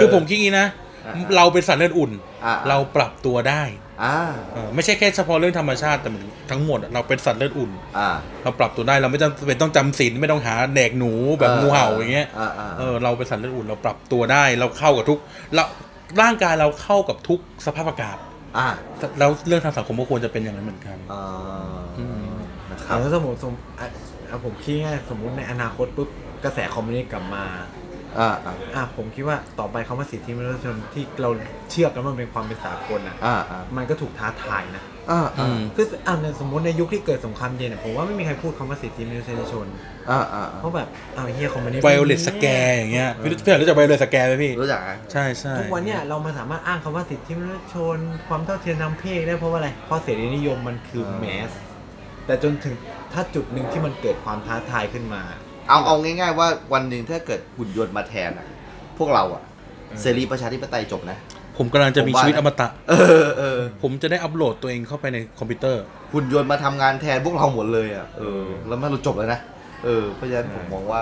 S1: คือผมคิดอย่างนี้นะ
S3: อ่า
S1: เราเป็นสัตว์เลือดอุ่น
S3: อ่า
S1: เราปรับตัวได้
S3: อ่า
S1: เออไม่ใช่แค่เฉพาะเรื่องธรรมชาติแต่เหมือนทั้งหมดอะเราเป็นสัตว์เลือดอุ่น
S3: อ่า
S1: เราปรับตัวได้เราไม่จำเป็นต้องจำศีลไม่ต้องหาแดกหนูแบบงูเห่าอย่างเงี้ย
S3: อ่าอ่า
S1: เออเราเป็นสัตว์เลือดอุ่นเราปรับตัวได้เราเข้ากับทุกเราร่างกายเราเข้ากับทุกสภาพอากาศ
S3: อ่า
S1: แล้วเรื่องทางสังคมก็ควรจะเป็นอย่างนั้นเหมือนกัน
S3: อ่า
S1: อืม
S3: นะครับ
S5: เอาถ้าสมมติสมมติอ่ะอ่ะผมคิดง่ายๆสมมติในอนาคตปุ๊บกระแสคอมมิวนิสต์กลับมา
S3: อ่าอ่า
S5: อ่ะผมคิดว่าต่อไปคำว่าสิทธิมนุษยชนที่เราเชื่อกันว่ามันเป็นความเป็นสากลนะ
S3: อ่าอ่า
S5: มันก็ถูกท้าทายนะ
S3: อ่า
S1: อื
S3: อ่าม
S5: คืออ่ะในสมมติในยุคที่เกิดสงครามเย็นอะผมว่าไม่มีใครพูดคำว่าสิทธิมนุษยชน
S3: อ่าอ่า
S5: เพราะแบบอ้าวเฮียคอมมิวนิสต์
S1: ไวโอเลตสแกร์อย่างเงี้ยพี่พี่อ่านรู้จักไวโอเลตสแกร์ไหมพี่
S3: รู้จักไหม
S1: ใช่ใช่
S5: ทุกวันเนี่ยเรามาสามารถอ้างคำว่าสิทธิมนุษยชน ความเท่าเทียมทางเพศได้เพราะว่าอะไร เพราะเสรีนิยมมันคือแมส แต่จนถึงถ้าจุดหนึ่งที่มันเกิดความท้าทายขึ้นมา
S3: เอาเอาง่ายๆว่าวันหนึ่งถ้าเกิดหุ่นยนต์มาแทนอ่ะ พวกเราอ่ะ เสรีประชาธิปไตยจบนะ
S1: ผมกำลังจะมี
S3: ผมว่า
S1: ชีวิตอมตะ
S3: เออเออ
S1: ผมจะได้อัปโหลดตัวเองเข้าไปในคอมพิวเตอร์
S3: หุ่นยนต์มาทำงานแทนพวกเราหมดเลยอ่ะ เออ แล้วมันเราจบแล้วนะ เออ เพราะฉะนั้นผมมองว่า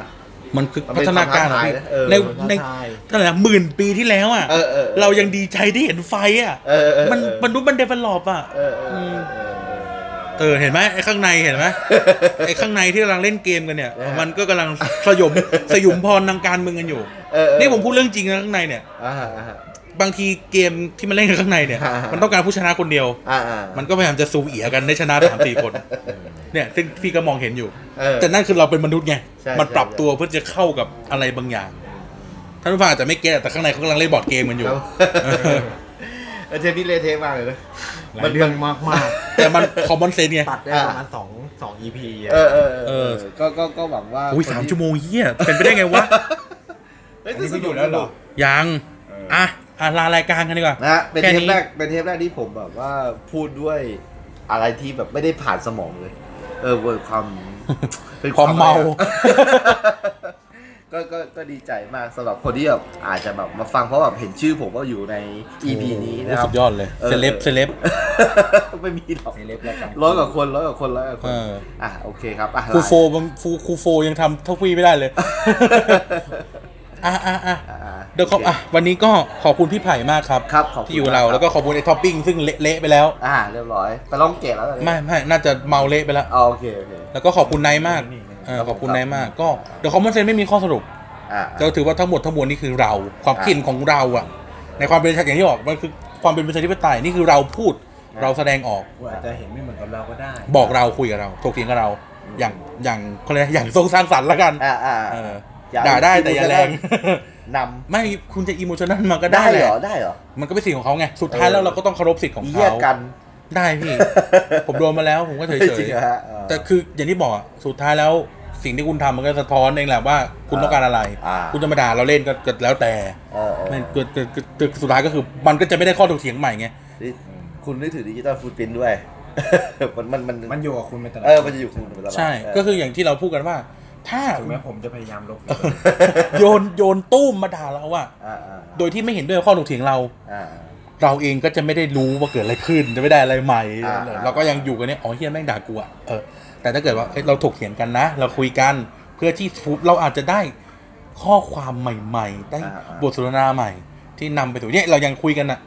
S3: นะ
S1: มันคือ
S3: มันเป็
S1: พั
S3: น
S1: ฒนาการ
S3: ความท้าทาย
S1: พี่
S3: นะเออ
S1: ใน
S5: ความท้า
S1: ใน
S5: ทาย
S1: ตั้งแต่หมื่นปีที่แล้วอ่ะ
S3: เออเออออ
S1: เรายังดีใจที่เห็นไฟอ่ะ
S3: เออเออเออ
S1: มันมนุษย์มันเดเวลลอปอ่ะ
S3: เออเออเออเออ
S1: เออเห็นไหมไอ้ข้างในเห็นไหม ไอ้ข้างในที่กำลังเล่นเกมกันเนี่ย
S3: เออ
S1: มันก็กำลังสยมสยุมพรทางการเมืองกันอยู่
S3: เออเออ
S1: นี่ผมพูดเรื่องจริงนะข้างในเนี่ย
S3: อ่าอ่า
S1: บางทีเกมที่มันเล่นกันข้างในเนี่ย
S3: ฮะฮะ
S1: มันต้องการผู้ชนะคนเดียว
S3: อ่าอ่า
S1: มันก็พยายามจะซูเอียกันได้ชนะ สามสี่คน เนี่ยซึ่งพี่ก็มองเห็นอยู่
S3: เออ
S1: แต่นั่นคือเราเป็นมนุษย์ไง
S3: ใช่
S1: มันปรับ
S3: ใช่
S1: ตัวเพื่อจะเข้ากับอะไรบางอย่าง ท่านผู้ฟังอาจจะไม่เก็ตแต่ข้างในเขากำลังเล่นบอร์ดเกมกันอยู่
S3: ครับเออเทปนี้เละเทะมากเลยนะ
S5: หลายเรื่องมากมาก
S1: แต่มันคอมมอนเซนไง
S5: ๆตัดได้ประมาณสองสอง EP อะ
S3: เออเออ
S1: เอ
S3: เอ
S1: อ
S3: อ ก็ก็ก็หวังว่า
S1: อุ้ย
S3: คน
S1: สาม
S3: ที่
S1: ชั่วโมงเฮียเป็นไปได้ไงวะ
S3: เฮ้ย
S5: อัน
S3: แต่
S5: นี้
S3: ส
S5: ก็อ
S3: นุ
S5: ยู่
S3: ก
S5: แล้ว
S3: ส
S5: เหร
S3: นุ
S5: อก
S1: ยัง อ่ะอ่ะลารายการกันดีกว่า
S3: นะฮะเป็น
S1: แค่
S3: เท
S1: นี้
S3: ปแรกเป็นเทปแรกที่ผมแบบว่าพูดด้วยอะไรที่แบบไม่ได้ผ่านสมองเลย เออเวิร์ความ เป็น
S1: ความเมา
S3: อะไรอะ ก็ก็ก็ดีใจมากสำหรับคนที่แบบอาจจะแบบมาฟังเพราะแบบเห็นชื่อผมว่าอยู่ใน EP นี้นะครั
S1: สุ
S3: บ
S1: ดยอดเลย
S3: เออ
S1: เซเลบเซเลบ
S3: ไม่มีหรอก
S5: ในเล็บแล้วกัน
S3: ร้อยกว่าคนร้อยกว่าคนร้อยกว่าคน
S1: เออ
S3: อ่ะโอเคครับอ่ะ
S1: ครูโฟบางฟูครูโฟยังทำเท่าพี่ไม่ได้เลย อ่ะอ่ะอ่ะ
S3: อ่ะอ่ะ
S1: เดี๋ยวขอบอ่ะวันนี้ก็ขอบคุณพี่ไผ่มากครับ
S3: ครับขอบคุณ
S1: ที่อยู่เรา
S3: มคบ
S1: แล้วก็ขอบคุณไอ้ท็อปปิ้งซึ่งเละๆไปแล้ว
S3: อ่าเรียบร้อยไปร้องเกตแล้วตอนนี้
S1: ไม่ไม่น่าจะเมาเละไปแล้ว
S3: อ๋อโอเคโอเค
S1: แล้วก็ขอบคุณไนท์มากเออขอบคุณไนท์มาก ก็เดี๋ยวคอมมอนเซนไม่มีข้อสรุป
S3: อ่า
S1: เราถือว่าทั้งหมดทั้งมวลนี่คือเรา ความ
S3: อ่ะ
S1: คิดเห็นของเราอะในความเป็นอย่างที่บอกมันคือความเป็นประชาธิปไตยนี่คือเราพูด
S3: อ่ะ
S1: เราแสดงออก
S5: อาจจะเห็นไม่เหมือนกับเราก็ได้
S1: บอกเราคุยกับเราถกเถียงกับเรา อย่างอย่างเขาเรียกอะไร อย่างทรงสร้างสรรค์ละกัน
S3: อ่าอ่า
S1: เอออย่
S3: า
S1: ด่าได้แต่
S3: อิ
S1: อ
S3: โม
S1: ย่า
S3: ชันแนล
S1: แรง
S3: น
S1: ไม่คุณจะอิโมชันนั่นมาก็
S3: ำ
S1: ได้แห
S3: เหร
S1: ละ
S3: อได้เหรอ
S1: มันก็เป็นสิทธิ์ของเขาไงสุดท้ายแล้ว
S3: เออ
S1: เราก็ต้องเคารพสิทธิ์ของ
S3: เยี่ย
S1: เขา
S3: กัน
S1: ได้พี่ ผมโดนมาแล้วผมก็เฉย
S3: จ
S1: เฉ
S3: ริง
S1: ย
S3: เหรอฮะเออ
S1: แต่คืออย่างที่บอกอะสุดท้ายแล้วสิ่งที่คุณทำมันก็สะท้อนเองแหละว่า คุณต้องการอะไร
S3: อ่า
S1: คุณจะมาด่าเราเล่นก็ก็แล้วแต่
S3: เออเออ
S1: มันเกิดเกิดเกิดเกิดสุดท้ายก็คือมันก็จะไม่ได้ข้อถกเถียงใหม่ไง
S3: นี่คุณนึกถึงดิจิตอลฟูดพินด้วย มันมันมัน
S5: มันอยู่กับคุณเป็นตลอด
S3: เออมันจะอยู่คุณไปตลอด
S1: ใช่
S3: เ
S1: ก็คืออย่างที่เราพูดกันว่า ถ้า
S5: ถึงแม้ผมจะพยายามลบมัน
S1: โยนโยนตู้มมาด่าเราอะ
S3: อ่าอ่า
S1: โดยที่ไม่เห็นด้วยกับข้อถกเถียงเรา
S3: อ่า
S1: เราเองก็จะไม่ได้รู้ว่าเกิดอะไรขึ้นจะไม่ได้อะไรใหม่
S3: อ่าอ่า
S1: เราก็ยังอยู่กันเนี่ยอ๋อเฮียแม่งด่ากูอะเออแต่ถ้าเกิดว่าเอ้ยเราถกเถียงกันนะ เราคุยกันเพื่อที่เราอาจจะได้ข้อความใหม่ๆ ได้บทสนทนาใหม่ ที่นำไปสู่เนี่ยเรายังคุยกันอะ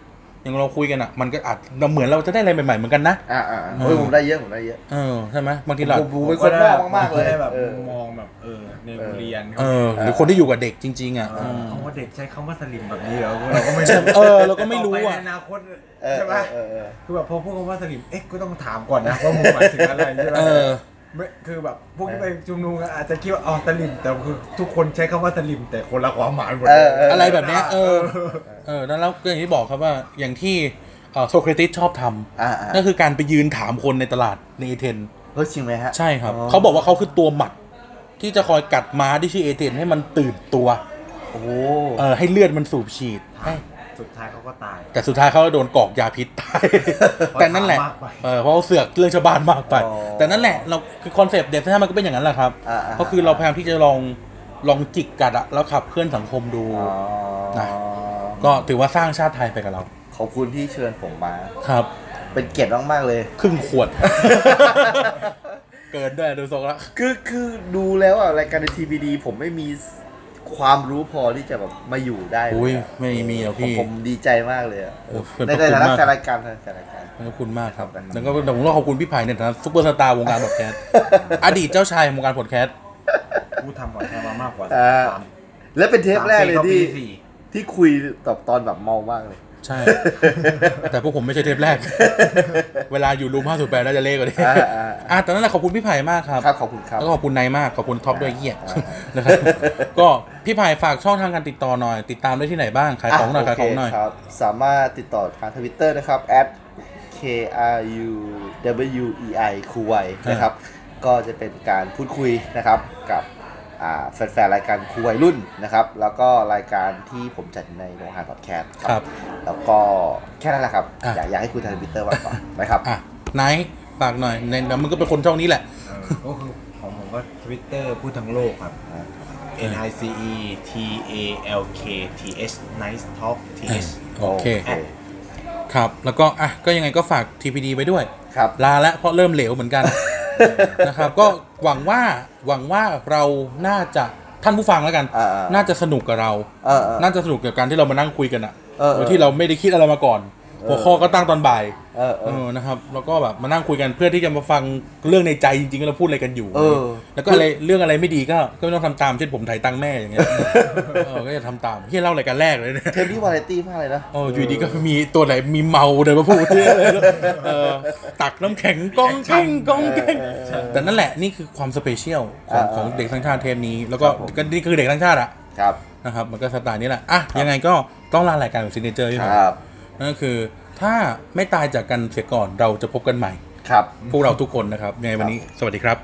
S1: ยังเราคุยกันอะมันก็อาจเราเหมือนเราจะได้อะไรใหม่ๆเหมือนกันนะ
S3: อ่าอ่าโอ้ยผมได้เยอะผมได้เยอะ
S1: เออใช่ไหมบางทีเรา
S3: ผมรู้เป็นคนมากมากๆเลย
S5: แบบ
S3: เออ
S5: มองแบบเออในโรงเรียน
S1: เออหรือคนที่อยู่กับเด็กจริง ๆอะเออ
S5: เขาว่าเด็กใช้คำว่าสลิมแบบนี้เหรอเราก็ไม่
S1: เออเราก็ไม่รู้
S5: ต่ป
S1: อะ
S5: ในอนาคต
S3: เออ
S5: ใช่ปะ
S3: เออเออเออ
S5: คือแบบพอพูดคำว่าสลิม เอ๊ะ ก็ต้องถามก่อนนะว่ามึงหมายถึงอะไรใช่ไหม
S1: เออ
S5: ไม่คือแบบพวกที่ไปชุมนุมกันอาจจะคิดว่าอ๋อสลิมแต่คือทุกคนใช้คำว่าสลิมแต่คนละความหมายหมด
S3: เอ
S5: เลย
S3: อเออ
S1: อะไรแบบเนี้ยเออ เออแล้วแล้วก็อย่างที่บอกครับว่าอย่างที่เอ่อโซเครติสชอบทำ
S3: อ่าอ่า
S1: นั่นคือการไปยืนถามคนในตลาดในเอเธน
S3: เฮ้ยจริงไหมฮะ
S1: ใช่ครับ เขาบอกว่าเขาคือตัวหมัด ที่จะคอยกัดม้าที่ชื่อเอเธนให้มันตื่นตัว
S3: โอ้โห
S1: เออให้เลือดมันสูบฉีด
S5: สุดท้ายเขาก็ตาย
S1: แต่สุดท้ายเขาโดนกรอกยาพิษตาย แต่นั่นแหละ
S5: มากไป
S1: เออเพราะเขาเสือกเรื่องชาวบ้านมากไป แต่นั่นแหละเราคือคอนเซปต์เด็กท่ามันก็เป็นอย่างนั้นแหละครับ
S3: อ่าฮะ
S1: ก็คือเราพยายามที่จะลองลองจิกกัดอะแล้วขับเคลื่อนสังคมดู
S3: อ๋อ
S1: นะ ก็ถือว่าสร้างชาติไทยไปกับเรา
S3: ขอบคุณที่เชิญผมมา
S1: ครับ
S3: เป็นเกียรติมากๆเลย
S1: ครึ่งขวด เกินด้วยดูทรงละ
S3: คือคือดูแล้วอ่ะ รายการในทีวีดีผมไม่มีความรู้พอที่จะแบบมาอยู่ได้
S1: อุ้ย
S3: เลยอะ
S1: ไม่มีหรอก
S3: ผม
S1: พี่
S3: ผมดีใจมากเลยอะ
S1: โอ้ขอบ
S3: ใน
S1: คุณ
S3: ในฐานะ
S1: มาก
S3: แฟนรายการแฟนรายการ
S1: ขอบคุณมากครับ
S3: ขอบคุณ
S1: แล้วก็ผมต้องขอบคุณพี่ไผ่ในฐานะซุปเปอร์สตาร์วงการพอดแคสต์ อดีตเจ้าชายของวงการพอดแคสต์
S5: กูทำก่อนแค่มามากกว่า
S3: อ่า
S5: สาม
S3: และเป็นเทปแรกเลย
S5: สามปี
S3: ที่
S5: สี่
S3: ที่คุยแบบตอนแบบเมามากเลย
S1: ใช่ แต่พวกผมไม่ใช่เทปแรก เวลาอยู่รูม508น่าจะเละกว่านี้
S3: อ่าอ่า
S1: อ่ะแต่นั่นแหละขอบคุณพี่ไผ่มากครับ
S3: ครับ ขอบคุณครับ
S1: แล้วก็ขอบคุณนายมาก ขอบคุณท็อปด้วยเหี้ย นะครับ ก็พี่ไผ่ฝากช่องทางการติดต่อหน่อย ติดตามได้ที่ไหนบ้าง ขายของหน่อยขายของหน่อย
S3: โเคครับ สามารถติดต่อทางทวิตเตอร์นะครับ k r u w e i คูไวนะครับ ก็จะเป็นการพูดคุยนะครับกับอ่าแฟนๆ รายการครูวัยรุ่นนะครับ แล้วก็รายการที่ผมจัดในโรงอาหารพอดแคสต์
S1: ครับ
S3: แล้วก็แค่นั้นแหละครับ
S1: อ่ะ
S3: อยากอยากให้คุยทางทวิตเตอร์มากกว่านะครับ
S1: อ่ะนายฝากหน่อยในแล้วมันก็เป็นคนช่องนี้แหละ
S5: เออก็คือของผมก็ทวิตเตอร์พูดทั้งโลกครับ N I C E T A L K T H Nice Talk T H
S1: โอเค ครับ แล้วก็อ่ะก็ยังไงก็ฝาก TPD ไว้ด้วย
S3: ครับ
S1: ลาแล้วเพราะเริ่มเหลวเหมือนกัน นะครับ ก็หวังว่าหวังว่าเราน่าจะท่านผู้ฟังแล้วกัน
S3: อ่าๆ
S1: น่าจะสนุกกับเรา
S3: เออเออ
S1: น่าจะสนุกกับการที่เรามานั่งคุยกันอะ
S3: เออเอ
S1: โด
S3: อ
S1: ยที่เราไม่ได้คิดอะไรมาก่อน
S3: ออ
S1: หัวข้อก็ตั้งตอนบ่าย
S3: เออเอ
S1: เอ
S3: อ
S1: อนะครับ แล้วก็แบบมานั่งคุยกันเพื่อที่จะมาฟังเรื่องในใจจริงๆว่าเราพูดอะไรกันอยู่
S3: เออ
S1: แล้วก็อะไรเรื่องอะไรไม่ดีก็ก็ไม่ต้องทำตามเช่นผมถ่ายตังค์แม่อย่างเงี้ย เออก็จะทำตามที่เล่ารายการแรกเลยเนี่ย
S3: เทปนี้วาไรตี้มากเลยนะ
S1: โอ้อยู่ดีก็มีตัวไหนมีเมาเดินมาพูด เออตักน้ำแข็งก้องแก้งก้องแก้งแต่นั่นแหละนี่คือความสเปเชียลของ
S3: เออ
S1: ของเด็กทั้งชาติเทปนี้ แล้วก็
S3: ครับผม
S1: ก็นี่คือเด็กทั้งชาติอะ
S3: ครับ
S1: นะครับมันก็สไตล์นี้แหละอ่ะยังไงก็ต้องลารายการของซินเจอร์อยู่
S3: ค
S1: นะ
S3: รับ
S1: นั่นก็คือถ้าไม่ตายจากกันเสียก่อนเราจะพบกันใหม่
S3: ครับ
S1: พวกเราทุกคนนะครับยังไงวันนี้สวัสดีครับ